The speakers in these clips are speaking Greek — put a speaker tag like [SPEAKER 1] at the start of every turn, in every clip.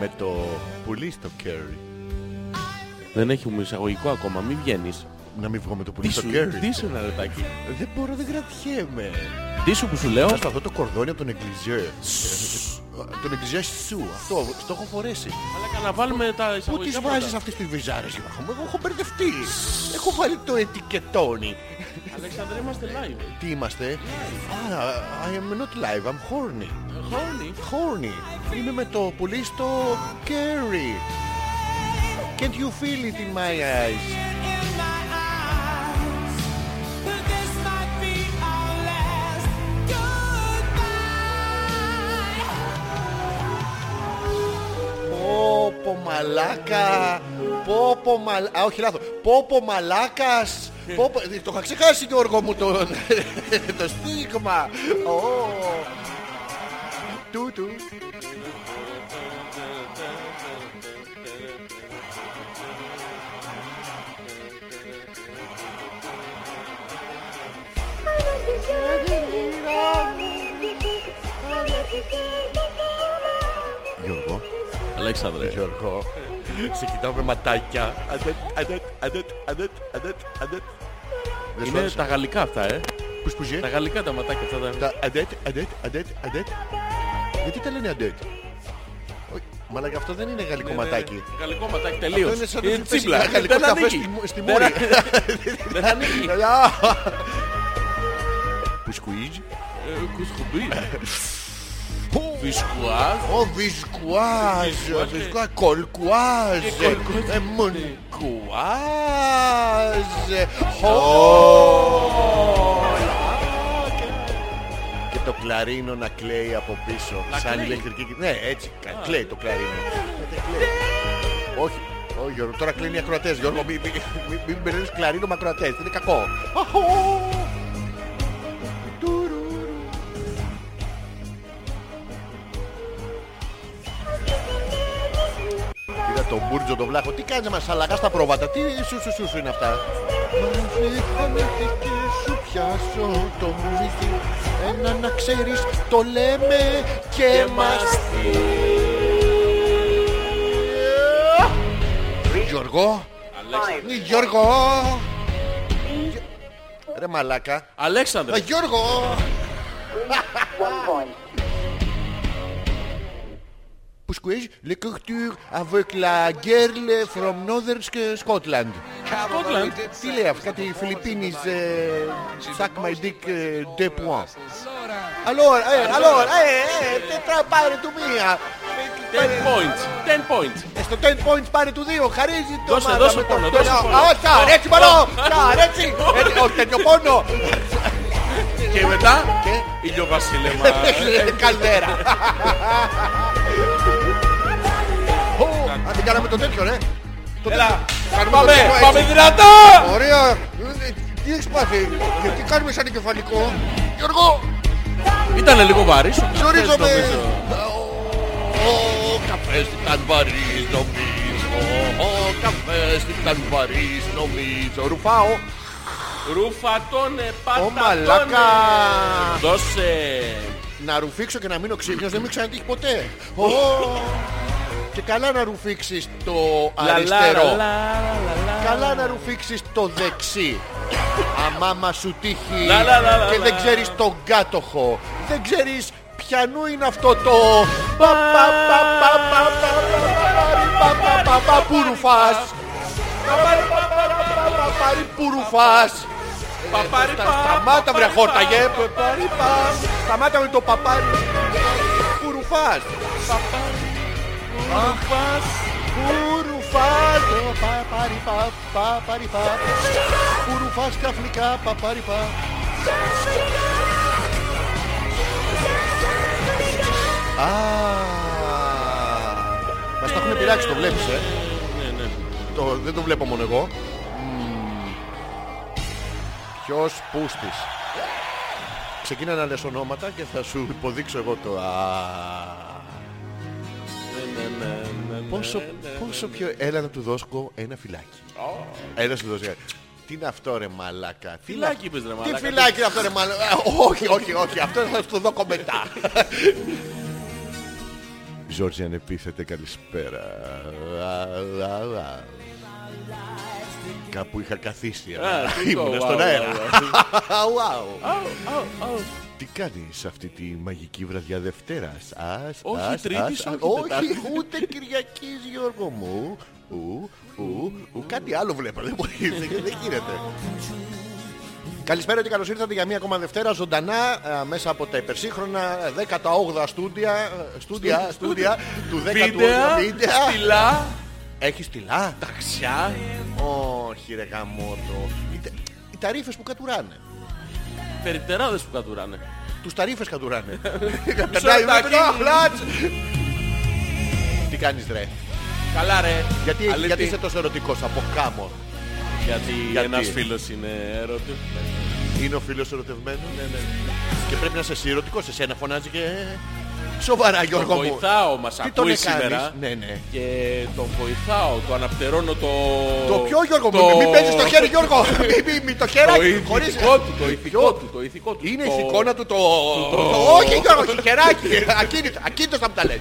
[SPEAKER 1] με το πουλί στο κέρι.
[SPEAKER 2] Δεν έχουμε εισαγωγικό ακόμα, μην βγαίνεις.
[SPEAKER 1] Να μην βγω με το πουλί
[SPEAKER 2] Τι
[SPEAKER 1] στο
[SPEAKER 2] σου,
[SPEAKER 1] κέρι.
[SPEAKER 2] τι σου ένα λεπτάκι.
[SPEAKER 1] Δεν μπορώ, δεν κρατιέμαι.
[SPEAKER 2] Τι σου που σου λέω.
[SPEAKER 1] Θα σταθώ το κορδόνι από τον Εγκλιζέ. Τον Εγκλιζέ σου. Αυτό το έχω φορέσει.
[SPEAKER 2] Μαλάκα, να βάλουμε τα
[SPEAKER 1] Πού τις
[SPEAKER 2] εισαγωγικά
[SPEAKER 1] βάζεις
[SPEAKER 2] πρώτα.
[SPEAKER 1] αυτές τις βυζάρες Γιώργο μου, εγώ έχω μπερδευτεί. Έχω βάλει το ετικετόνι.
[SPEAKER 2] Αλέξανδρε, είμαστε live.
[SPEAKER 1] Τι είμαστε? Α, I am not live, I'm horny.
[SPEAKER 2] Χόρνη.
[SPEAKER 1] Horny. Είμαι με το πουλί στο Kerry. Can't you feel it in my eyes? Πόπο μαλάκα. Πόπο μαλάκα. Α, όχι λάθος. Πόπο μαλάκας. Πόπο... Το είχα ξεχάσει Γιώργο μου το, το στίγμα. Ω. Του του. Γιώργο.
[SPEAKER 2] Αλέξανδρε.
[SPEAKER 1] Γιώργο. Σε κοιτάω με ματάκια. Αντέτ, αντέτ, αντέτ, αντέτ, αντέτ, αντέτ. Δεν σου
[SPEAKER 2] Είναι
[SPEAKER 1] άρεσε.
[SPEAKER 2] τα γαλλικά αυτά, ε.
[SPEAKER 1] Πους πουζέ.
[SPEAKER 2] Τα γαλλικά τα ματάκια αυτά. τα-
[SPEAKER 1] Τα αντέτ, αντέτ, αντέτ, αντέτ. Γιατί τα λένε αντέτ. Ω, Μαλάκα αυτό δεν είναι γαλλικό
[SPEAKER 2] Ναι, ναι,
[SPEAKER 1] ματάκι.
[SPEAKER 2] Γαλλικό ματάκι
[SPEAKER 1] Αυτό είναι
[SPEAKER 2] τελείως.
[SPEAKER 1] σαν να
[SPEAKER 2] Είναι
[SPEAKER 1] του πέσει
[SPEAKER 2] τσίμπλα.
[SPEAKER 1] ένα γαλλικό
[SPEAKER 2] Δεν
[SPEAKER 1] καφέ
[SPEAKER 2] ανήκει.
[SPEAKER 1] στη μο- στη
[SPEAKER 2] Δεν
[SPEAKER 1] μόρη.
[SPEAKER 2] α- Δεν ανήκει.
[SPEAKER 1] Καλά. Που σκουίζ.
[SPEAKER 2] Ε, Κουσκουμπί. Βισκουάζ.
[SPEAKER 1] Ω βισκουάζ,
[SPEAKER 2] Βισκουάζ, ναι.
[SPEAKER 1] βισκουάζ, κολκουάζ,
[SPEAKER 2] Και κολκουάζ.
[SPEAKER 1] ε, μονκουάζ,
[SPEAKER 2] Oh!
[SPEAKER 1] χω. Και το κλαρίνο να κλαίει από πίσω,
[SPEAKER 2] Να
[SPEAKER 1] σαν
[SPEAKER 2] κλαίει. Ναι.
[SPEAKER 1] ηλεκτρική κοι- Ναι, έτσι, κα- κλαίει το κλαρίνο. Όχι, όχι Γιώργο, τώρα κλείνει οι ακροατές, Γιώργο, μην μη, μη, μη μπερδεύεις κλαρίνο με ακροατές, είναι κακό. Αχω. Τουρουρου. Είδα τον Μπούρτζο τον Βλάχο. Τι κάνεις να μας αλλαγάς τα πρόβατα. Τι σου σου σου, σου είναι αυτά. Μαζί και σου πιάσω το μουσική. Ένα να ξέρεις το λέμε και μας. Ε, Γιώργο.
[SPEAKER 2] Αλέξανδρε.
[SPEAKER 1] Ναι, Γιώργο. Γε- Ρε μαλάκα. Α,
[SPEAKER 2] Αλέξανδρε.
[SPEAKER 1] Ε, Γιώργο. Που σκουέζει le couture avec la girl from Northern Scotland.
[SPEAKER 2] Σκότλαντ.
[SPEAKER 1] Τι λέει αυτό, κάτι Φιλιππίνης ε, Suck my dick ε, de point. Alors, ε, alors, ε, ε, τετρά πάρε του μία.
[SPEAKER 2] 10 points. 10 points.
[SPEAKER 1] Ε, Στο 10 points πάρε του δύο, χαρίζει το
[SPEAKER 2] Δώσε,
[SPEAKER 1] μάνα
[SPEAKER 2] δώσε
[SPEAKER 1] με το-
[SPEAKER 2] πόνο,
[SPEAKER 1] το-
[SPEAKER 2] δώσε
[SPEAKER 1] Α,
[SPEAKER 2] πόνο.
[SPEAKER 1] α, Τσαρ, έτσι μόνο, τσαρ, έτσι, έτσι, όχι τέτοιο πόνο. Ε,
[SPEAKER 2] Και μετά. Ηλιοβασίλεμα.
[SPEAKER 1] Καλδέρα. Ω, Αν δεν κάναμε το τέτοιο, ρε. Το
[SPEAKER 2] Έλα.
[SPEAKER 1] τέτοιο. Κάνουμε το
[SPEAKER 2] Πάμε.
[SPEAKER 1] τέτοιο, έτσι.
[SPEAKER 2] Πάμε δυνατά.
[SPEAKER 1] Ωραία. Ε, Τι έχεις πάθει. Και τι κάνουμε σαν εγκεφαλικό. Γιώργο,
[SPEAKER 2] Ήταν λίγο βαρύς.
[SPEAKER 1] ξορίζομαι.
[SPEAKER 2] Θες το πίσω.
[SPEAKER 1] Ο καφές ήταν βαρύς νομίζω. Ο καφές ήταν βαρύς νομίζω. Ρουφάω.
[SPEAKER 2] Ρουφατώνε πατατώνε.
[SPEAKER 1] Ω μαλάκα.
[SPEAKER 2] Δώσε.
[SPEAKER 1] Να ρουφήξω και να μείνω ξύπνιος δεν με ξανατύχει ποτέ. Ω. Και καλά να ρουφήξεις το αριστερό. Καλά να ρουφήξεις το δεξί. Αμάμα σου τύχει
[SPEAKER 2] Λα, λα, λα, λα,
[SPEAKER 1] και δεν
[SPEAKER 2] λα.
[SPEAKER 1] ξέρεις τον κάτοχο. Δεν ξέρεις πιανού είναι αυτό το... πα, πα, πα, πα, πα, πα, πα, πα, πα, πα, πα, Που ρουφάς. Πα, πα, πα, πα, πα, πα, πα, Που ρουφάς.
[SPEAKER 2] Παπάρι πα.
[SPEAKER 1] Σταμάτα βρε
[SPEAKER 2] παπάρι,
[SPEAKER 1] χόρταγε.
[SPEAKER 2] πα.
[SPEAKER 1] Παπάρι, πα. Σταμάτα με το παπάρι. Που ρουφάς.
[SPEAKER 2] Ρουφάς.
[SPEAKER 1] Που ρουφάς. Το παπάρι, πα, παπάρι, πα. Που ρουφάς ξαφνικά, παπάρι, πα. Α, μας τα έχουν πειράξει, το βλέπεις, ε.
[SPEAKER 2] Ναι, ναι.
[SPEAKER 1] Το, δεν το βλέπω μόνο εγώ. Ποιος πούστης. Ξεκίνα να λες ονόματα και θα σου υποδείξω εγώ το... Α,
[SPEAKER 2] Ναι, ναι, ναι, ναι.
[SPEAKER 1] πόσο, πόσο πιο... Έλα να του δώσω ένα φυλάκι. Έλα να Ε, σου δώσω ένα. Τι είναι αυτό ρε μαλάκα. Τι είναι
[SPEAKER 2] Φυλάκι
[SPEAKER 1] αυ-
[SPEAKER 2] είπες, ρε
[SPEAKER 1] Τι
[SPEAKER 2] μαλάκα.
[SPEAKER 1] φυλάκι είναι αυτό ρε μαλάκα. Α, Όχι, όχι, όχι. Αυτό θα σου το δω μετά. Ζόρζι ανεπίθετε καλησπέρα. Α, α, α. Κάπου είχα καθίσει, αλλά
[SPEAKER 2] τι το,
[SPEAKER 1] ήμουνα
[SPEAKER 2] wow,
[SPEAKER 1] στον
[SPEAKER 2] wow,
[SPEAKER 1] αέρα.
[SPEAKER 2] wow.
[SPEAKER 1] Wow.
[SPEAKER 2] Αου, αου, αου.
[SPEAKER 1] Τι κάνεις αυτή τη μαγική βραδιά Δευτέρας. Ας,
[SPEAKER 2] Όχι
[SPEAKER 1] ας,
[SPEAKER 2] Τρίτης,
[SPEAKER 1] ας, ας.
[SPEAKER 2] όχι Τετάρτης.
[SPEAKER 1] ούτε Κυριακής Γιώργο μου. Ου, ου, ου, κάτι άλλο βλέπω. Δεν μπορεί, δεν δεν γίνεται. Καλησπέρα και καλώς ήρθατε για μία ακόμα Δευτέρα ζωντανά α, μέσα από τα υπερσύγχρονα 18 στούντια, ε, στούντια, στούντια του 18
[SPEAKER 2] Βίντεα,
[SPEAKER 1] βίντεα.
[SPEAKER 2] στυλά,
[SPEAKER 1] Έχεις τυλά.
[SPEAKER 2] ταξιά.
[SPEAKER 1] Όχι ρε γαμότο. Οι τε- Οι ταρίφες που κατουράνε.
[SPEAKER 2] Περιπτεράδες που κατουράνε.
[SPEAKER 1] Τους ταρίφες κατουράνε.
[SPEAKER 2] Μισό λεπτάκι.
[SPEAKER 1] Φλάτς. Τι κάνεις ρε.
[SPEAKER 2] Καλά ρε.
[SPEAKER 1] Γιατί,
[SPEAKER 2] Αλήτη.
[SPEAKER 1] γιατί είσαι τόσο ερωτικός από κάμω.
[SPEAKER 2] Γιατί,
[SPEAKER 1] Γιατί?
[SPEAKER 2] ένας φίλος Ναι, είναι έρωτη.
[SPEAKER 1] Είναι ο φίλος ερωτευμένος.
[SPEAKER 2] Ναι.
[SPEAKER 1] Και πρέπει να είσαι εσύ ερωτικός. Εσένα φωνάζει και... Σοβαρά
[SPEAKER 2] Τον
[SPEAKER 1] Γιώργο μου.
[SPEAKER 2] βοηθάω, μας
[SPEAKER 1] Τι τον
[SPEAKER 2] ακούει
[SPEAKER 1] έκανες.
[SPEAKER 2] σήμερα.
[SPEAKER 1] Ναι, ναι.
[SPEAKER 2] Και τον βοηθάω, το αναπτερώνω το...
[SPEAKER 1] Το πιο Γιώργο μου. Μην- Μην παίζεις το χέρι Γιώργο. Μην- Μην μην το
[SPEAKER 2] Το
[SPEAKER 1] χέρι. Χωρίς...
[SPEAKER 2] ηθικό του, το ηθικό του, το ηθικό του.
[SPEAKER 1] Είναι
[SPEAKER 2] Το-
[SPEAKER 1] η εικόνα του το... το- Όχι Γιώργο, χεράκι. Ακίνητο, ακίνητος να μου τα λες.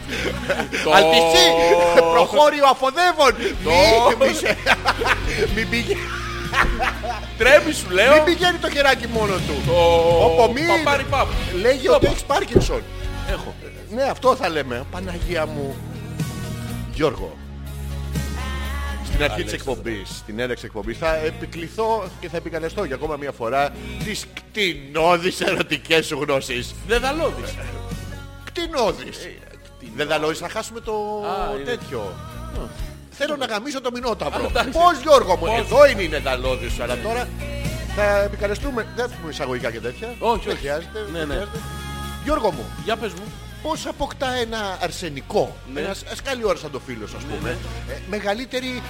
[SPEAKER 2] Το-
[SPEAKER 1] Αλτισή, προχώριο αφοδεύων. Μη- μη σε- Μην πηγαίνει.
[SPEAKER 2] Τρέμεις σου
[SPEAKER 1] Μην
[SPEAKER 2] λέω.
[SPEAKER 1] πηγαίνει το χεράκι μόνο του.
[SPEAKER 2] Ε, Το
[SPEAKER 1] Οπό, μη-
[SPEAKER 2] παπάρι παπ.
[SPEAKER 1] Λέγει ότι έχεις Πάρκινσον.
[SPEAKER 2] Έχω.
[SPEAKER 1] Ναι, αυτό θα λέμε. Παναγία μου. Γιώργο. Στην αρχή της
[SPEAKER 2] Αλέξανδρε.
[SPEAKER 1] εκπομπής, στην έναρξη εκπομπής, θα επικληθώ και θα επικαλεστώ για ακόμα μια φορά τις κτηνώδεις ερωτικές σου γνώσεις.
[SPEAKER 2] Δεν δαλώδεις.
[SPEAKER 1] Κτηνώδεις. Δεν δαλώδεις, θα χάσουμε το
[SPEAKER 2] Α, είναι.
[SPEAKER 1] τέτοιο. Θέλω να γαμίσω το Μινόταυρο.
[SPEAKER 2] Α, εντάξει.
[SPEAKER 1] Πώς Γιώργο μου,
[SPEAKER 2] Πώς.
[SPEAKER 1] εδώ είναι η νεδαλώδης σου, αλλά τώρα θα επικαλεστούμε. Δεν θα πούμε εισαγωγικά και τέτοια.
[SPEAKER 2] Όχι,
[SPEAKER 1] Δεν
[SPEAKER 2] όχι.
[SPEAKER 1] χρειάζεται.
[SPEAKER 2] Ναι,
[SPEAKER 1] δεν
[SPEAKER 2] ναι.
[SPEAKER 1] χρειάζεται. Γιώργο μου,
[SPEAKER 2] Για πες μου.
[SPEAKER 1] Πώς αποκτά ένα αρσενικό,
[SPEAKER 2] Ναι.
[SPEAKER 1] ένας σκάλι ώρα σαν το φίλο, α πούμε, ε, μεγαλύτερη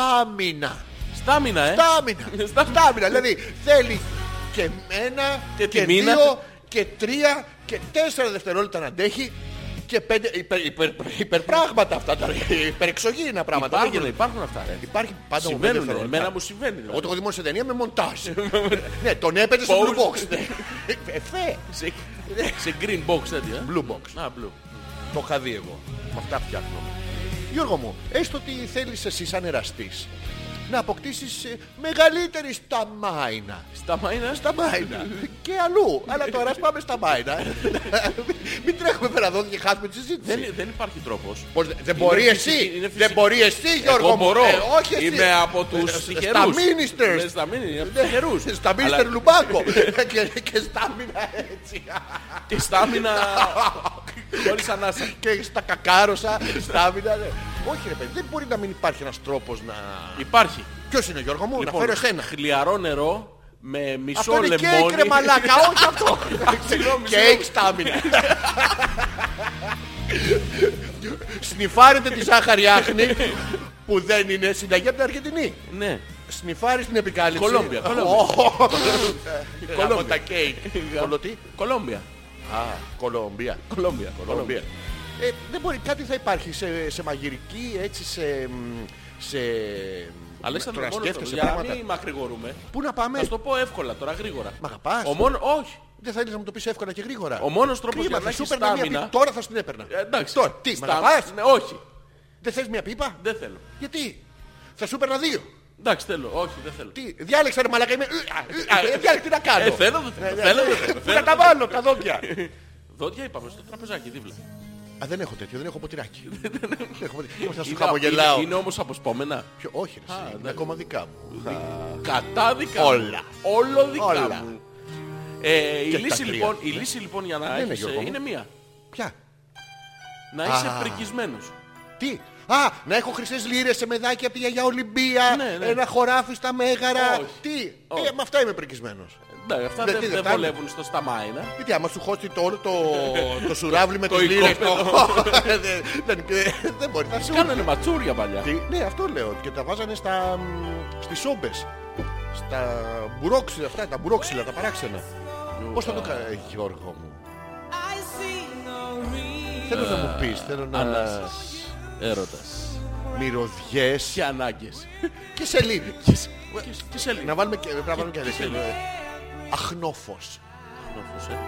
[SPEAKER 1] στάμινα.
[SPEAKER 2] Στάμινα, ε.
[SPEAKER 1] Στάμινα.
[SPEAKER 2] Στάμινα.
[SPEAKER 1] στάμινα. Δηλαδή θέλει και ένα
[SPEAKER 2] Και
[SPEAKER 1] και,
[SPEAKER 2] τη μήνα.
[SPEAKER 1] δύο και τρία και τέσσερα δευτερόλεπτα να αντέχει και πέντε υπερ, υπερ, υπερπράγματα αυτά τα υπερεξωγήινα πράγματα. Δεν
[SPEAKER 2] Υπάρχουν,
[SPEAKER 1] γίνεται.
[SPEAKER 2] υπάρχουν αυτά, ρε.
[SPEAKER 1] Υπάρχει πάντα ο
[SPEAKER 2] Συμβαίνουν,
[SPEAKER 1] δεύτερο.
[SPEAKER 2] εμένα μου συμβαίνει.
[SPEAKER 1] Εγώ το έχω δει μόνο σε ταινία με μοντάζ. ναι, τον έπαιζε στο
[SPEAKER 2] Pose.
[SPEAKER 1] Blue Box. Ε, Εφέ.
[SPEAKER 2] Σε, σε green box τέτοια.
[SPEAKER 1] Blue Box.
[SPEAKER 2] Α, blue.
[SPEAKER 1] Το είχα δει εγώ. Με αυτά φτιάχνω. Γιώργο μου, έστω ότι θέλεις εσύ σαν εραστής να αποκτήσεις ε, μεγαλύτερη σταμάινα.
[SPEAKER 2] Στα μάινα.
[SPEAKER 1] Στα μάινα. και αλλού. Αλλά τώρα ας πάμε στα μάινα. Μην τρέχουμε πέρα εδώ και χάσουμε τη συζήτηση.
[SPEAKER 2] Δεν, δεν υπάρχει τρόπος.
[SPEAKER 1] Πώς δε- δεν μπορεί
[SPEAKER 2] Είναι
[SPEAKER 1] εσύ.
[SPEAKER 2] φυσική- είναι
[SPEAKER 1] δεν
[SPEAKER 2] φυσική.
[SPEAKER 1] μπορεί εσύ, Γιώργο. μου.
[SPEAKER 2] μπορώ.
[SPEAKER 1] Ε, όχι εσύ. Ε,
[SPEAKER 2] Είμαι από τους
[SPEAKER 1] Στα
[SPEAKER 2] τυχερούς.
[SPEAKER 1] ministers.
[SPEAKER 2] Ναι, Στα ministers. Είμαι από τους τυχερούς.
[SPEAKER 1] Στα
[SPEAKER 2] Αλλά
[SPEAKER 1] Μίστερ Λουμπάκο. και, και στάμινα έτσι.
[SPEAKER 2] Και στάμινα χωρίς ανάσα.
[SPEAKER 1] και στα κακάρωσα, στα μήνα, ναι. Όχι ρε παιδί, δεν μπορεί να μην υπάρχει ένας τρόπος να...
[SPEAKER 2] Υπάρχει.
[SPEAKER 1] Ποιος είναι Γιώργο μου,
[SPEAKER 2] Λοιπόν,
[SPEAKER 1] να φέρω εσένα.
[SPEAKER 2] χλιαρό νερό με μισό
[SPEAKER 1] Αυτό είναι
[SPEAKER 2] λεμόνι.
[SPEAKER 1] κέικ ρε μαλάκα, όχι αυτό.
[SPEAKER 2] Συγγνώμη,
[SPEAKER 1] Κέικ στα Σνιφάρετε τη ζάχαρη άχνη που δεν είναι συνταγή από την Αργεντινή.
[SPEAKER 2] Ναι.
[SPEAKER 1] Σνιφάρεις την επικάλυψη.
[SPEAKER 2] Κολόμπια, Κολόμπια.
[SPEAKER 1] Ω,
[SPEAKER 2] Κολόμπια.
[SPEAKER 1] Ε, Από τα κέικ. Κολο τι?
[SPEAKER 2] Κολόμπια.
[SPEAKER 1] Α, Κολομπία.
[SPEAKER 2] Κολόμπια.
[SPEAKER 1] Κολομπία. Ε, δεν μπορεί, κάτι θα υπάρχει σε, σε μαγειρική, έτσι σε. μ, σε...
[SPEAKER 2] Αλέξανδρο,
[SPEAKER 1] τώρα
[SPEAKER 2] μόνος αυτό.
[SPEAKER 1] σκέφτεσαι
[SPEAKER 2] Για να
[SPEAKER 1] πράγματα.
[SPEAKER 2] μην μακρηγορούμε.
[SPEAKER 1] Πού να πάμε,
[SPEAKER 2] Θα σου το πω εύκολα τώρα, γρήγορα.
[SPEAKER 1] Μ' αγαπάς.
[SPEAKER 2] Ο μόνο... Όχι.
[SPEAKER 1] δεν θα ήθελα να μου το πεις εύκολα και γρήγορα.
[SPEAKER 2] Ο μόνος τρόπος
[SPEAKER 1] Κρίμα,
[SPEAKER 2] για να
[SPEAKER 1] θα σου
[SPEAKER 2] έχεις
[SPEAKER 1] έπαιρνα μία
[SPEAKER 2] στάμινα-
[SPEAKER 1] πίπα. Τώρα θα σου την έπαιρνα.
[SPEAKER 2] Ε, Εντάξει.
[SPEAKER 1] Τώρα, τι,
[SPEAKER 2] Στα-
[SPEAKER 1] μ' αγαπάς,
[SPEAKER 2] Ναι, όχι.
[SPEAKER 1] δεν θες μία πίπα.
[SPEAKER 2] Δεν θέλω.
[SPEAKER 1] Γιατί, θα σου έπαιρνα δύο.
[SPEAKER 2] Εντάξει, θέλω. Όχι, δεν θέλω.
[SPEAKER 1] Τι, διάλεξα ρε μαλακά, είμαι... ε, α, ε, Διάλεξε τι να κάνω.
[SPEAKER 2] Ε, θέλω, δεν
[SPEAKER 1] Ναι,
[SPEAKER 2] θέλω. θέλω, δεν θέλω,
[SPEAKER 1] Πού να
[SPEAKER 2] θέλω.
[SPEAKER 1] τα βάλω τα δόντια.
[SPEAKER 2] Δόντια είπαμε στο τραπεζάκι δίπλα.
[SPEAKER 1] Α, δεν έχω τέτοιο, δεν έχω ποτηράκι. Δεν έχω ποτηράκι. Πώς Θα σου
[SPEAKER 2] Είναι-
[SPEAKER 1] χαμογελάω.
[SPEAKER 2] Είναι, είναι όμως αποσπόμενα.
[SPEAKER 1] Ποιο- Όχι, ρε, εσύ, είναι ακόμα δικά μου.
[SPEAKER 2] Κατά δικά.
[SPEAKER 1] Όλα.
[SPEAKER 2] Όλο δικά
[SPEAKER 1] Όλα.
[SPEAKER 2] μου. Ε, η,
[SPEAKER 1] Και τα
[SPEAKER 2] λύση,
[SPEAKER 1] τρία.
[SPEAKER 2] λοιπόν, η λύση λοιπόν για να
[SPEAKER 1] Δεν είναι,
[SPEAKER 2] έχεις ε,
[SPEAKER 1] Γιώργο μου.
[SPEAKER 2] είναι μία.
[SPEAKER 1] Ποια.
[SPEAKER 2] Να είσαι
[SPEAKER 1] Α.
[SPEAKER 2] πρικισμένος.
[SPEAKER 1] Τι. Α, να έχω χρυσές λίρες σε μεδάκι από τη γιαγιά Ολυμπία.
[SPEAKER 2] Ναι, ναι.
[SPEAKER 1] Ένα χωράφι στα μέγαρα.
[SPEAKER 2] Όχι.
[SPEAKER 1] Τι. Ε,
[SPEAKER 2] Όχι.
[SPEAKER 1] με αυτά είμαι πρικισμένος.
[SPEAKER 2] Ναι, αυτά
[SPEAKER 1] Ναι,
[SPEAKER 2] δεν
[SPEAKER 1] τι, δεν
[SPEAKER 2] δεν
[SPEAKER 1] φτάνει.
[SPEAKER 2] βολεύουν στο σταμάινα.
[SPEAKER 1] Γιατί άμα σου χώσει το όλο το, το σουράβλι με
[SPEAKER 2] Το
[SPEAKER 1] τις λίρες.
[SPEAKER 2] οικόπεδο.
[SPEAKER 1] δεν, δεν, δεν μπορεί να σου.
[SPEAKER 2] Κάνανε ματσούρια παλιά.
[SPEAKER 1] Τι, Ναι, αυτό λέω. Και τα βάζανε στα, μ, στις όμπες. Στα μπουρόξυλα αυτά, τα μπουρόξυλα, τα παράξενα. Πώς θα το κάνει, Γιώργο μου. Θέλω να μου πεις, θέλω να...
[SPEAKER 2] Ανάσες. Έρωτας.
[SPEAKER 1] Μυρωδιές
[SPEAKER 2] Και ανάγκες.
[SPEAKER 1] και σελίδι.
[SPEAKER 2] Και σ- και- Και σε λίγο.
[SPEAKER 1] Να βάλουμε και, πρέπει να βάλουμε και
[SPEAKER 2] Και- και
[SPEAKER 1] αριστερό.
[SPEAKER 2] λίγο. ε.
[SPEAKER 1] Αχνόφος.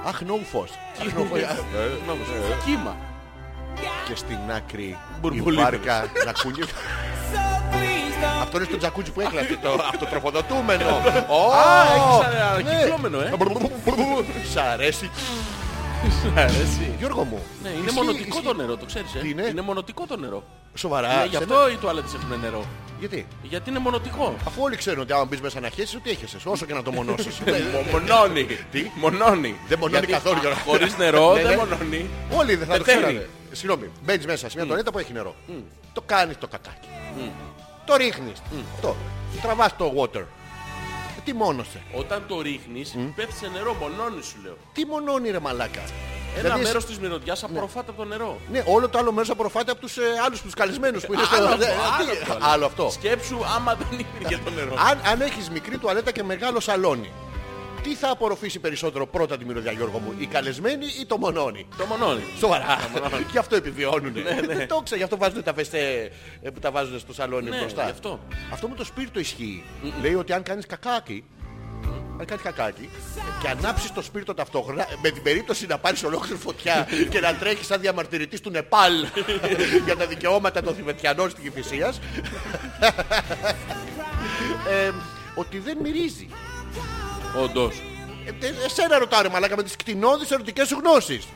[SPEAKER 1] Αχνόφος. Αχνόφος.
[SPEAKER 2] Κύμα.
[SPEAKER 1] Και στην άκρη η
[SPEAKER 2] Μπουρμπουλίδες.
[SPEAKER 1] βάρκα να κουνιέται. Αυτό είναι στο τζακούτσι που έκλαψε το αυτοτροφοδοτούμενο. Ω,
[SPEAKER 2] Α, έχεις
[SPEAKER 1] ναι.
[SPEAKER 2] ανακυκλώμενο, ε.
[SPEAKER 1] Σ' αρέσει.
[SPEAKER 2] Σ' αρέσει.
[SPEAKER 1] Γιώργο μου.
[SPEAKER 2] Ναι, είναι
[SPEAKER 1] Ναι, ισχύει-
[SPEAKER 2] μονοτικό
[SPEAKER 1] ισχύει.
[SPEAKER 2] το νερό, το ξέρεις, ε.
[SPEAKER 1] Τι είναι?
[SPEAKER 2] μονοτικό το νερό.
[SPEAKER 1] Σοβαρά.
[SPEAKER 2] Ναι, γι'
[SPEAKER 1] σε
[SPEAKER 2] αυτό οι τουαλέτες έχουν νερό.
[SPEAKER 1] ένα- Γιατί.
[SPEAKER 2] Γιατί είναι μονοτικό.
[SPEAKER 1] Αφού όλοι ξέρουν ότι άμα μπεις μέσα να χέσεις, ότι έχεσαι. Όσο και να το μονώσεις. Ναι,
[SPEAKER 2] Μο- Μονώνει.
[SPEAKER 1] Τι?
[SPEAKER 2] Μονώνει.
[SPEAKER 1] Δεν μονώνει
[SPEAKER 2] Γιατί
[SPEAKER 1] καθόλου, Γιώργο.
[SPEAKER 2] Χωρίς νερό
[SPEAKER 1] Ναι, ναι.
[SPEAKER 2] δεν μονώνει.
[SPEAKER 1] Όλοι δεν θα το
[SPEAKER 2] Πεθαίνει. Mm.
[SPEAKER 1] ξέρανε. Συγγνώμη, μπαίνεις μέσα σε μια τονέτα που έχει νερό. Το κάνεις το κακάκι. Το ρίχνεις.
[SPEAKER 2] Mm.
[SPEAKER 1] Το. Τραβάς το water. Τι μόνωσε.
[SPEAKER 2] Όταν το ρίχνεις, πέφτει σε νερό, μονώνει σου λέω.
[SPEAKER 1] Τι μονώνει ρε μαλάκα.
[SPEAKER 2] Ένα
[SPEAKER 1] Δηλαδή,
[SPEAKER 2] μέρος της μυρωδιάς απορροφάται από το νερό.
[SPEAKER 1] Ναι, όλο το άλλο μέρος απορροφάται από τους ε, άλλους τους καλεσμένους που είναι στο...
[SPEAKER 2] Άλλο
[SPEAKER 1] ε, τι-
[SPEAKER 2] αυτό, άλλο αυτό, άλλο.
[SPEAKER 1] Άλλο αυτό.
[SPEAKER 2] Σκέψου άμα δεν υπήρχε το νερό.
[SPEAKER 1] Αν, αν έχεις μικρή τουαλέτα και μεγάλο σαλόνι, τι θα απορροφήσει περισσότερο πρώτα τη μυρωδιά Γιώργο μου, η καλεσμένη ή το μονόνι.
[SPEAKER 2] Το μονώνει.
[SPEAKER 1] Σοβαρά. γι' αυτό επιβιώνουν. Δεν το ξέρω, γι' αυτό βάζουν τα φεστέ ε, που τα βάζουν στο σαλόνι
[SPEAKER 2] Ναι,
[SPEAKER 1] μπροστά.
[SPEAKER 2] γι' αυτό.
[SPEAKER 1] Αυτό με το σπίρτο ισχύει. Λέει ότι αν κάνεις κακάκι, αν κάνεις κακάκι και ανάψεις το σπίρτο ταυτόχρονα, με την περίπτωση να πάρεις ολόκληρη φωτιά και να τρέχεις σαν διαμαρτυρητής του Νεπάλ για τα δικαιώματα των Θηβετιανών στην Κυφυσίας, ε, ότι δεν μυρίζει.
[SPEAKER 2] Όντως.
[SPEAKER 1] Ε, ε, Εσένα ρωτάω ρε μαλάκα με τις κτηνώδεις ερωτικές σου γνώσεις.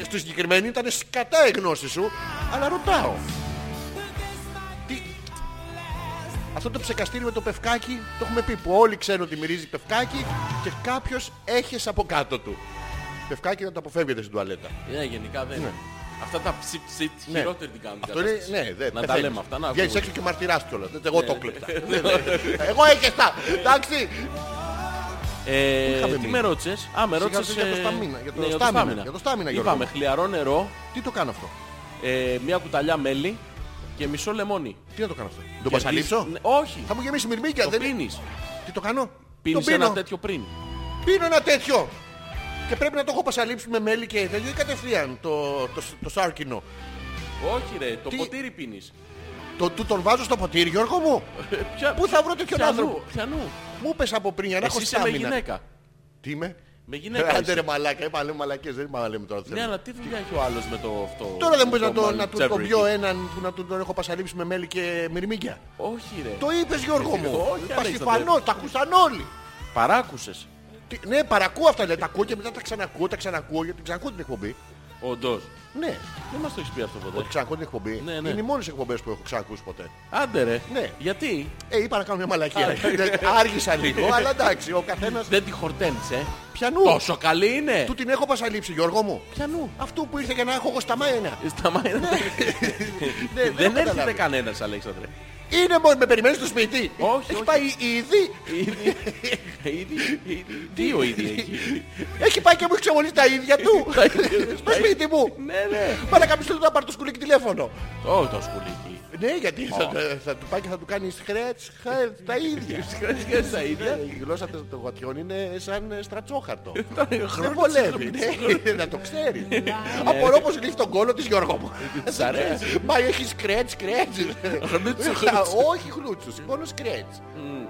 [SPEAKER 1] Ε, Στη συγκεκριμένη ήταν σκατά η γνώση σου, αλλά ρωτάω. Τι... Αυτό το ψεκαστήρι με το πευκάκι, το έχουμε πει που όλοι ξέρουν ότι μυρίζει πευκάκι και κάποιος έχεις από κάτω του. Πευκάκι να το αποφεύγετε στην τουαλέτα.
[SPEAKER 2] Ναι, γενικά δεν. είναι. Αυτά τα ψιτ ψιτ
[SPEAKER 1] Ναι.
[SPEAKER 2] χειρότερη την κάνουν.
[SPEAKER 1] Αυτό είναι, ναι, δεν
[SPEAKER 2] Να τα λέμε αυτά, να Ναι,
[SPEAKER 1] Βγαίνεις
[SPEAKER 2] ακούγονται.
[SPEAKER 1] έξω και μαρτυράς κιόλας. Δεν- Εγώ το κλεπτά. Ναι, Εγώ έκαιστα. Εντάξει. είχαμε
[SPEAKER 2] Ε, τι
[SPEAKER 1] μείνει.
[SPEAKER 2] με ρώτησες. Α, με
[SPEAKER 1] Σιγά
[SPEAKER 2] ρώτησες.
[SPEAKER 1] σιγά για το
[SPEAKER 2] ε,
[SPEAKER 1] σταμίνα, για το
[SPEAKER 2] ναι,
[SPEAKER 1] στάμινα, για το στάμινα, Γιώργο.
[SPEAKER 2] Είπαμε χλιαρό νερό,
[SPEAKER 1] Τι το κάνω αυτό.
[SPEAKER 2] ε, μια κουταλιά μέλι και μισό λεμόνι.
[SPEAKER 1] Τι να το κάνω αυτό. Το
[SPEAKER 2] Κερδίζεις-
[SPEAKER 1] πασαλίψω.
[SPEAKER 2] Ναι, Όχι.
[SPEAKER 1] Θα μου γεμίσει μυρμήγκια.
[SPEAKER 2] Το
[SPEAKER 1] δεν-
[SPEAKER 2] πίνεις.
[SPEAKER 1] Τι το κάνω.
[SPEAKER 2] Πίνεις
[SPEAKER 1] το πίνω.
[SPEAKER 2] ένα τέτοιο πριν.
[SPEAKER 1] Πίνω ένα τέτοιο. Και πρέπει να το έχω πασαλείψει με μέλι και τέτοιο ή κατευθείαν το, το, το σάρκινο.
[SPEAKER 2] Όχι ρε, το
[SPEAKER 1] Τι-
[SPEAKER 2] ποτήρι πίνεις.
[SPEAKER 1] Το, του τον βάζω στο ποτήρι, Γιώργο μου.
[SPEAKER 2] Ε, ποια-
[SPEAKER 1] Πού θα βρω τέτοιον
[SPEAKER 2] πιανού,
[SPEAKER 1] άνθρωπο.
[SPEAKER 2] Πιανού.
[SPEAKER 1] Μου είπες από πριν για να
[SPEAKER 2] Εσύ
[SPEAKER 1] έχω
[SPEAKER 2] είσαι με
[SPEAKER 1] στάμινα.
[SPEAKER 2] γυναίκα.
[SPEAKER 1] Τι είμαι.
[SPEAKER 2] Με γυναίκα
[SPEAKER 1] Άντε
[SPEAKER 2] είσαι.
[SPEAKER 1] ρε μαλάκα, είπα λέμε μαλακές, δεν είπα να λέμε τώρα.
[SPEAKER 2] Ναι,
[SPEAKER 1] θέλω.
[SPEAKER 2] αλλά τι δουλειά έχει ο άλλος με το αυτό.
[SPEAKER 1] Τώρα δεν μπορείς να, το,
[SPEAKER 2] Μάλι
[SPEAKER 1] να του τον
[SPEAKER 2] Τζέβρι.
[SPEAKER 1] πιω έναν που να του τον έχω πασαλείψει με μέλι και μυρμήγκια.
[SPEAKER 2] Όχι ρε.
[SPEAKER 1] ε- Το είπες Γιώργο μου.
[SPEAKER 2] Όχι, αλλά
[SPEAKER 1] Πασιφανό, τα ακούσαν όλοι.
[SPEAKER 2] Παράκουσες.
[SPEAKER 1] Τι- Ναι, παρακούω αυτά, λέει, τα ακούω και μετά τα ξανακούω, τα ξανακούω, γιατί ξανακούω την εκπομπή.
[SPEAKER 2] Όντως.
[SPEAKER 1] Ναι,
[SPEAKER 2] Δεν μας το έχεις πει αυτό ποτέ.
[SPEAKER 1] ότι ξανακούω την εκπομπή.
[SPEAKER 2] Ναι, ναι.
[SPEAKER 1] Είναι οι μόνες εκπομπές που έχω ξανακούσει ποτέ.
[SPEAKER 2] Άντε ρε.
[SPEAKER 1] Ναι.
[SPEAKER 2] Γιατί
[SPEAKER 1] Ε, είπα να κάνω μια μαλακία. Ναι, Άργησα λίγο, αλλά εντάξει, ο καθένας...
[SPEAKER 2] δεν τη χορταίνεις ε.
[SPEAKER 1] Πιανού.
[SPEAKER 2] Τόσο καλή είναι.
[SPEAKER 1] Του την έχω πασαλείψει, Γιώργο μου.
[SPEAKER 2] Πιανού.
[SPEAKER 1] Αυτού που ήρθε για να έχω εγώ στα μάινα.
[SPEAKER 2] Σταμάει.
[SPEAKER 1] Ναι, δεν
[SPEAKER 2] Δεν
[SPEAKER 1] έχω
[SPEAKER 2] έρχεται
[SPEAKER 1] καταλάβει.
[SPEAKER 2] κανένας Αλέξανδρε.
[SPEAKER 1] Είναι μόνο, με περιμένεις στο σπίτι.
[SPEAKER 2] Όχι,
[SPEAKER 1] Έχει
[SPEAKER 2] όχι.
[SPEAKER 1] πάει ήδη.
[SPEAKER 2] Ήδη. Ήδη. ήδη- Δύο ήδη έχει.
[SPEAKER 1] Έχει πάει και μου έχει ξεμολύσει τα ίδια του.
[SPEAKER 2] Τα ίδια.
[SPEAKER 1] Στο σπίτι μου.
[SPEAKER 2] Ναι, ναι.
[SPEAKER 1] Πάμε να του να πάρει το σκουλίκι τηλέφωνο.
[SPEAKER 2] Όχι το σκουλίκι.
[SPEAKER 1] Ναι, γιατί θα, θα του πάει και θα του κάνει χρέτς, χάρτ, τα ίδια.
[SPEAKER 2] Σκέφτεσαι τα ίδια.
[SPEAKER 1] Ε, Η γλώσσα των γατιών είναι σαν ε, στρατσόχαρτο. Δεν
[SPEAKER 2] Χρόνια
[SPEAKER 1] βολεύει, ναι, να το ξέρει. Απορώ πως λύχει τον κόλο της Γιώργο μου.
[SPEAKER 2] ναι. Της αρέσει.
[SPEAKER 1] Μα έχει σκρέτς, σκρέτς.
[SPEAKER 2] Χλούτσου,
[SPEAKER 1] Τα-
[SPEAKER 2] χλούτσου.
[SPEAKER 1] Όχι χλούτσου, μόνο σκρέτς.
[SPEAKER 2] Mm.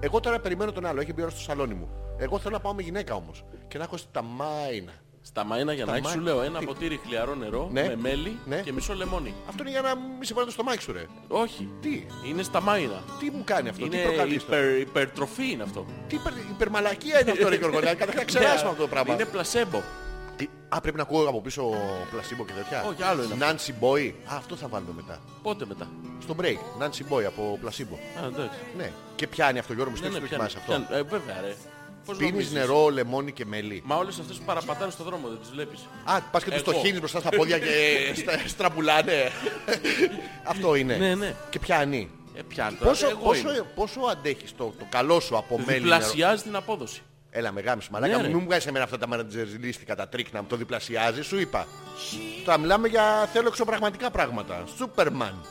[SPEAKER 1] Εγώ τώρα περιμένω τον άλλο, έχει μπει ώρα στο σαλόνι μου. Εγώ θέλω να πάω με γυναίκα όμως και να έχω στα μάινα.
[SPEAKER 2] Στα μαϊνα για να έχεις
[SPEAKER 1] μάινα.
[SPEAKER 2] σου λέω ένα
[SPEAKER 1] Τι?
[SPEAKER 2] ποτήρι χλιαρό νερό
[SPEAKER 1] Ναι.
[SPEAKER 2] με μέλι
[SPEAKER 1] Ναι.
[SPEAKER 2] και μισό λεμόνι.
[SPEAKER 1] Αυτό είναι για να μη σε βάλει το στομάχι σου ρε.
[SPEAKER 2] Όχι.
[SPEAKER 1] Τι,
[SPEAKER 2] Είναι στα μάινα.
[SPEAKER 1] τι μου κάνει αυτό,
[SPEAKER 2] Είναι
[SPEAKER 1] τι προκαλείς αυτό.
[SPEAKER 2] υπερ, υπερτροφή είναι αυτό.
[SPEAKER 1] Τι υπερ, υπερμαλακία είναι αυτό ρε Γιώργο, να να ξεράσουμε αυτό το πράγμα.
[SPEAKER 2] Ναι. Είναι πλασέμπο.
[SPEAKER 1] Τι- Α, πρέπει να ακούω από πίσω πλασίμπο και τέτοια.
[SPEAKER 2] Όχι, άλλο είναι
[SPEAKER 1] Nancy Boy. Α, αυτό θα βάλουμε μετά.
[SPEAKER 2] Πότε μετά.
[SPEAKER 1] Στο break. Nancy Boy από πλασίμπο.
[SPEAKER 2] Α, εντάξει.
[SPEAKER 1] Ναι. Και πιάνει αυτό, Γιώργο μου,
[SPEAKER 2] Ναι,
[SPEAKER 1] στέξτε
[SPEAKER 2] ναι,
[SPEAKER 1] το
[SPEAKER 2] πιάνει,
[SPEAKER 1] κοιμάσαι αυτό.
[SPEAKER 2] πιάνει. Ε, βέβαια, ρε. Πώς
[SPEAKER 1] Πίνεις
[SPEAKER 2] νομίζεις?
[SPEAKER 1] νερό, λεμόνι και μέλι.
[SPEAKER 2] Μα όλες αυτές που παραπατάνε στον δρόμο δεν τις βλέπεις.
[SPEAKER 1] Α, πας και τους
[SPEAKER 2] Εγώ.
[SPEAKER 1] το χύνεις μπροστά στα πόδια και στα- στραμπουλάνε. αυτό είναι.
[SPEAKER 2] Ναι, ναι.
[SPEAKER 1] Και πιάνει.
[SPEAKER 2] Ε, πιάνει τώρα.
[SPEAKER 1] Πόσο,
[SPEAKER 2] Εγώ
[SPEAKER 1] πόσο,
[SPEAKER 2] είμαι.
[SPEAKER 1] πόσο αντέχεις το, το καλό σου από μέλι νερό.
[SPEAKER 2] Διπλασιάζει την απόδοση.
[SPEAKER 1] Έλα με γάμιση μαλάκα,
[SPEAKER 2] Ναι, ρε.
[SPEAKER 1] μην μου βγάζεις εμένα αυτά τα μανατζεριλίστικα τα τρίκνα, το διπλασιάζει, σου είπα. Τώρα μιλάμε για θέλω εξωπραγματικά πράγματα. Σούπερμαν.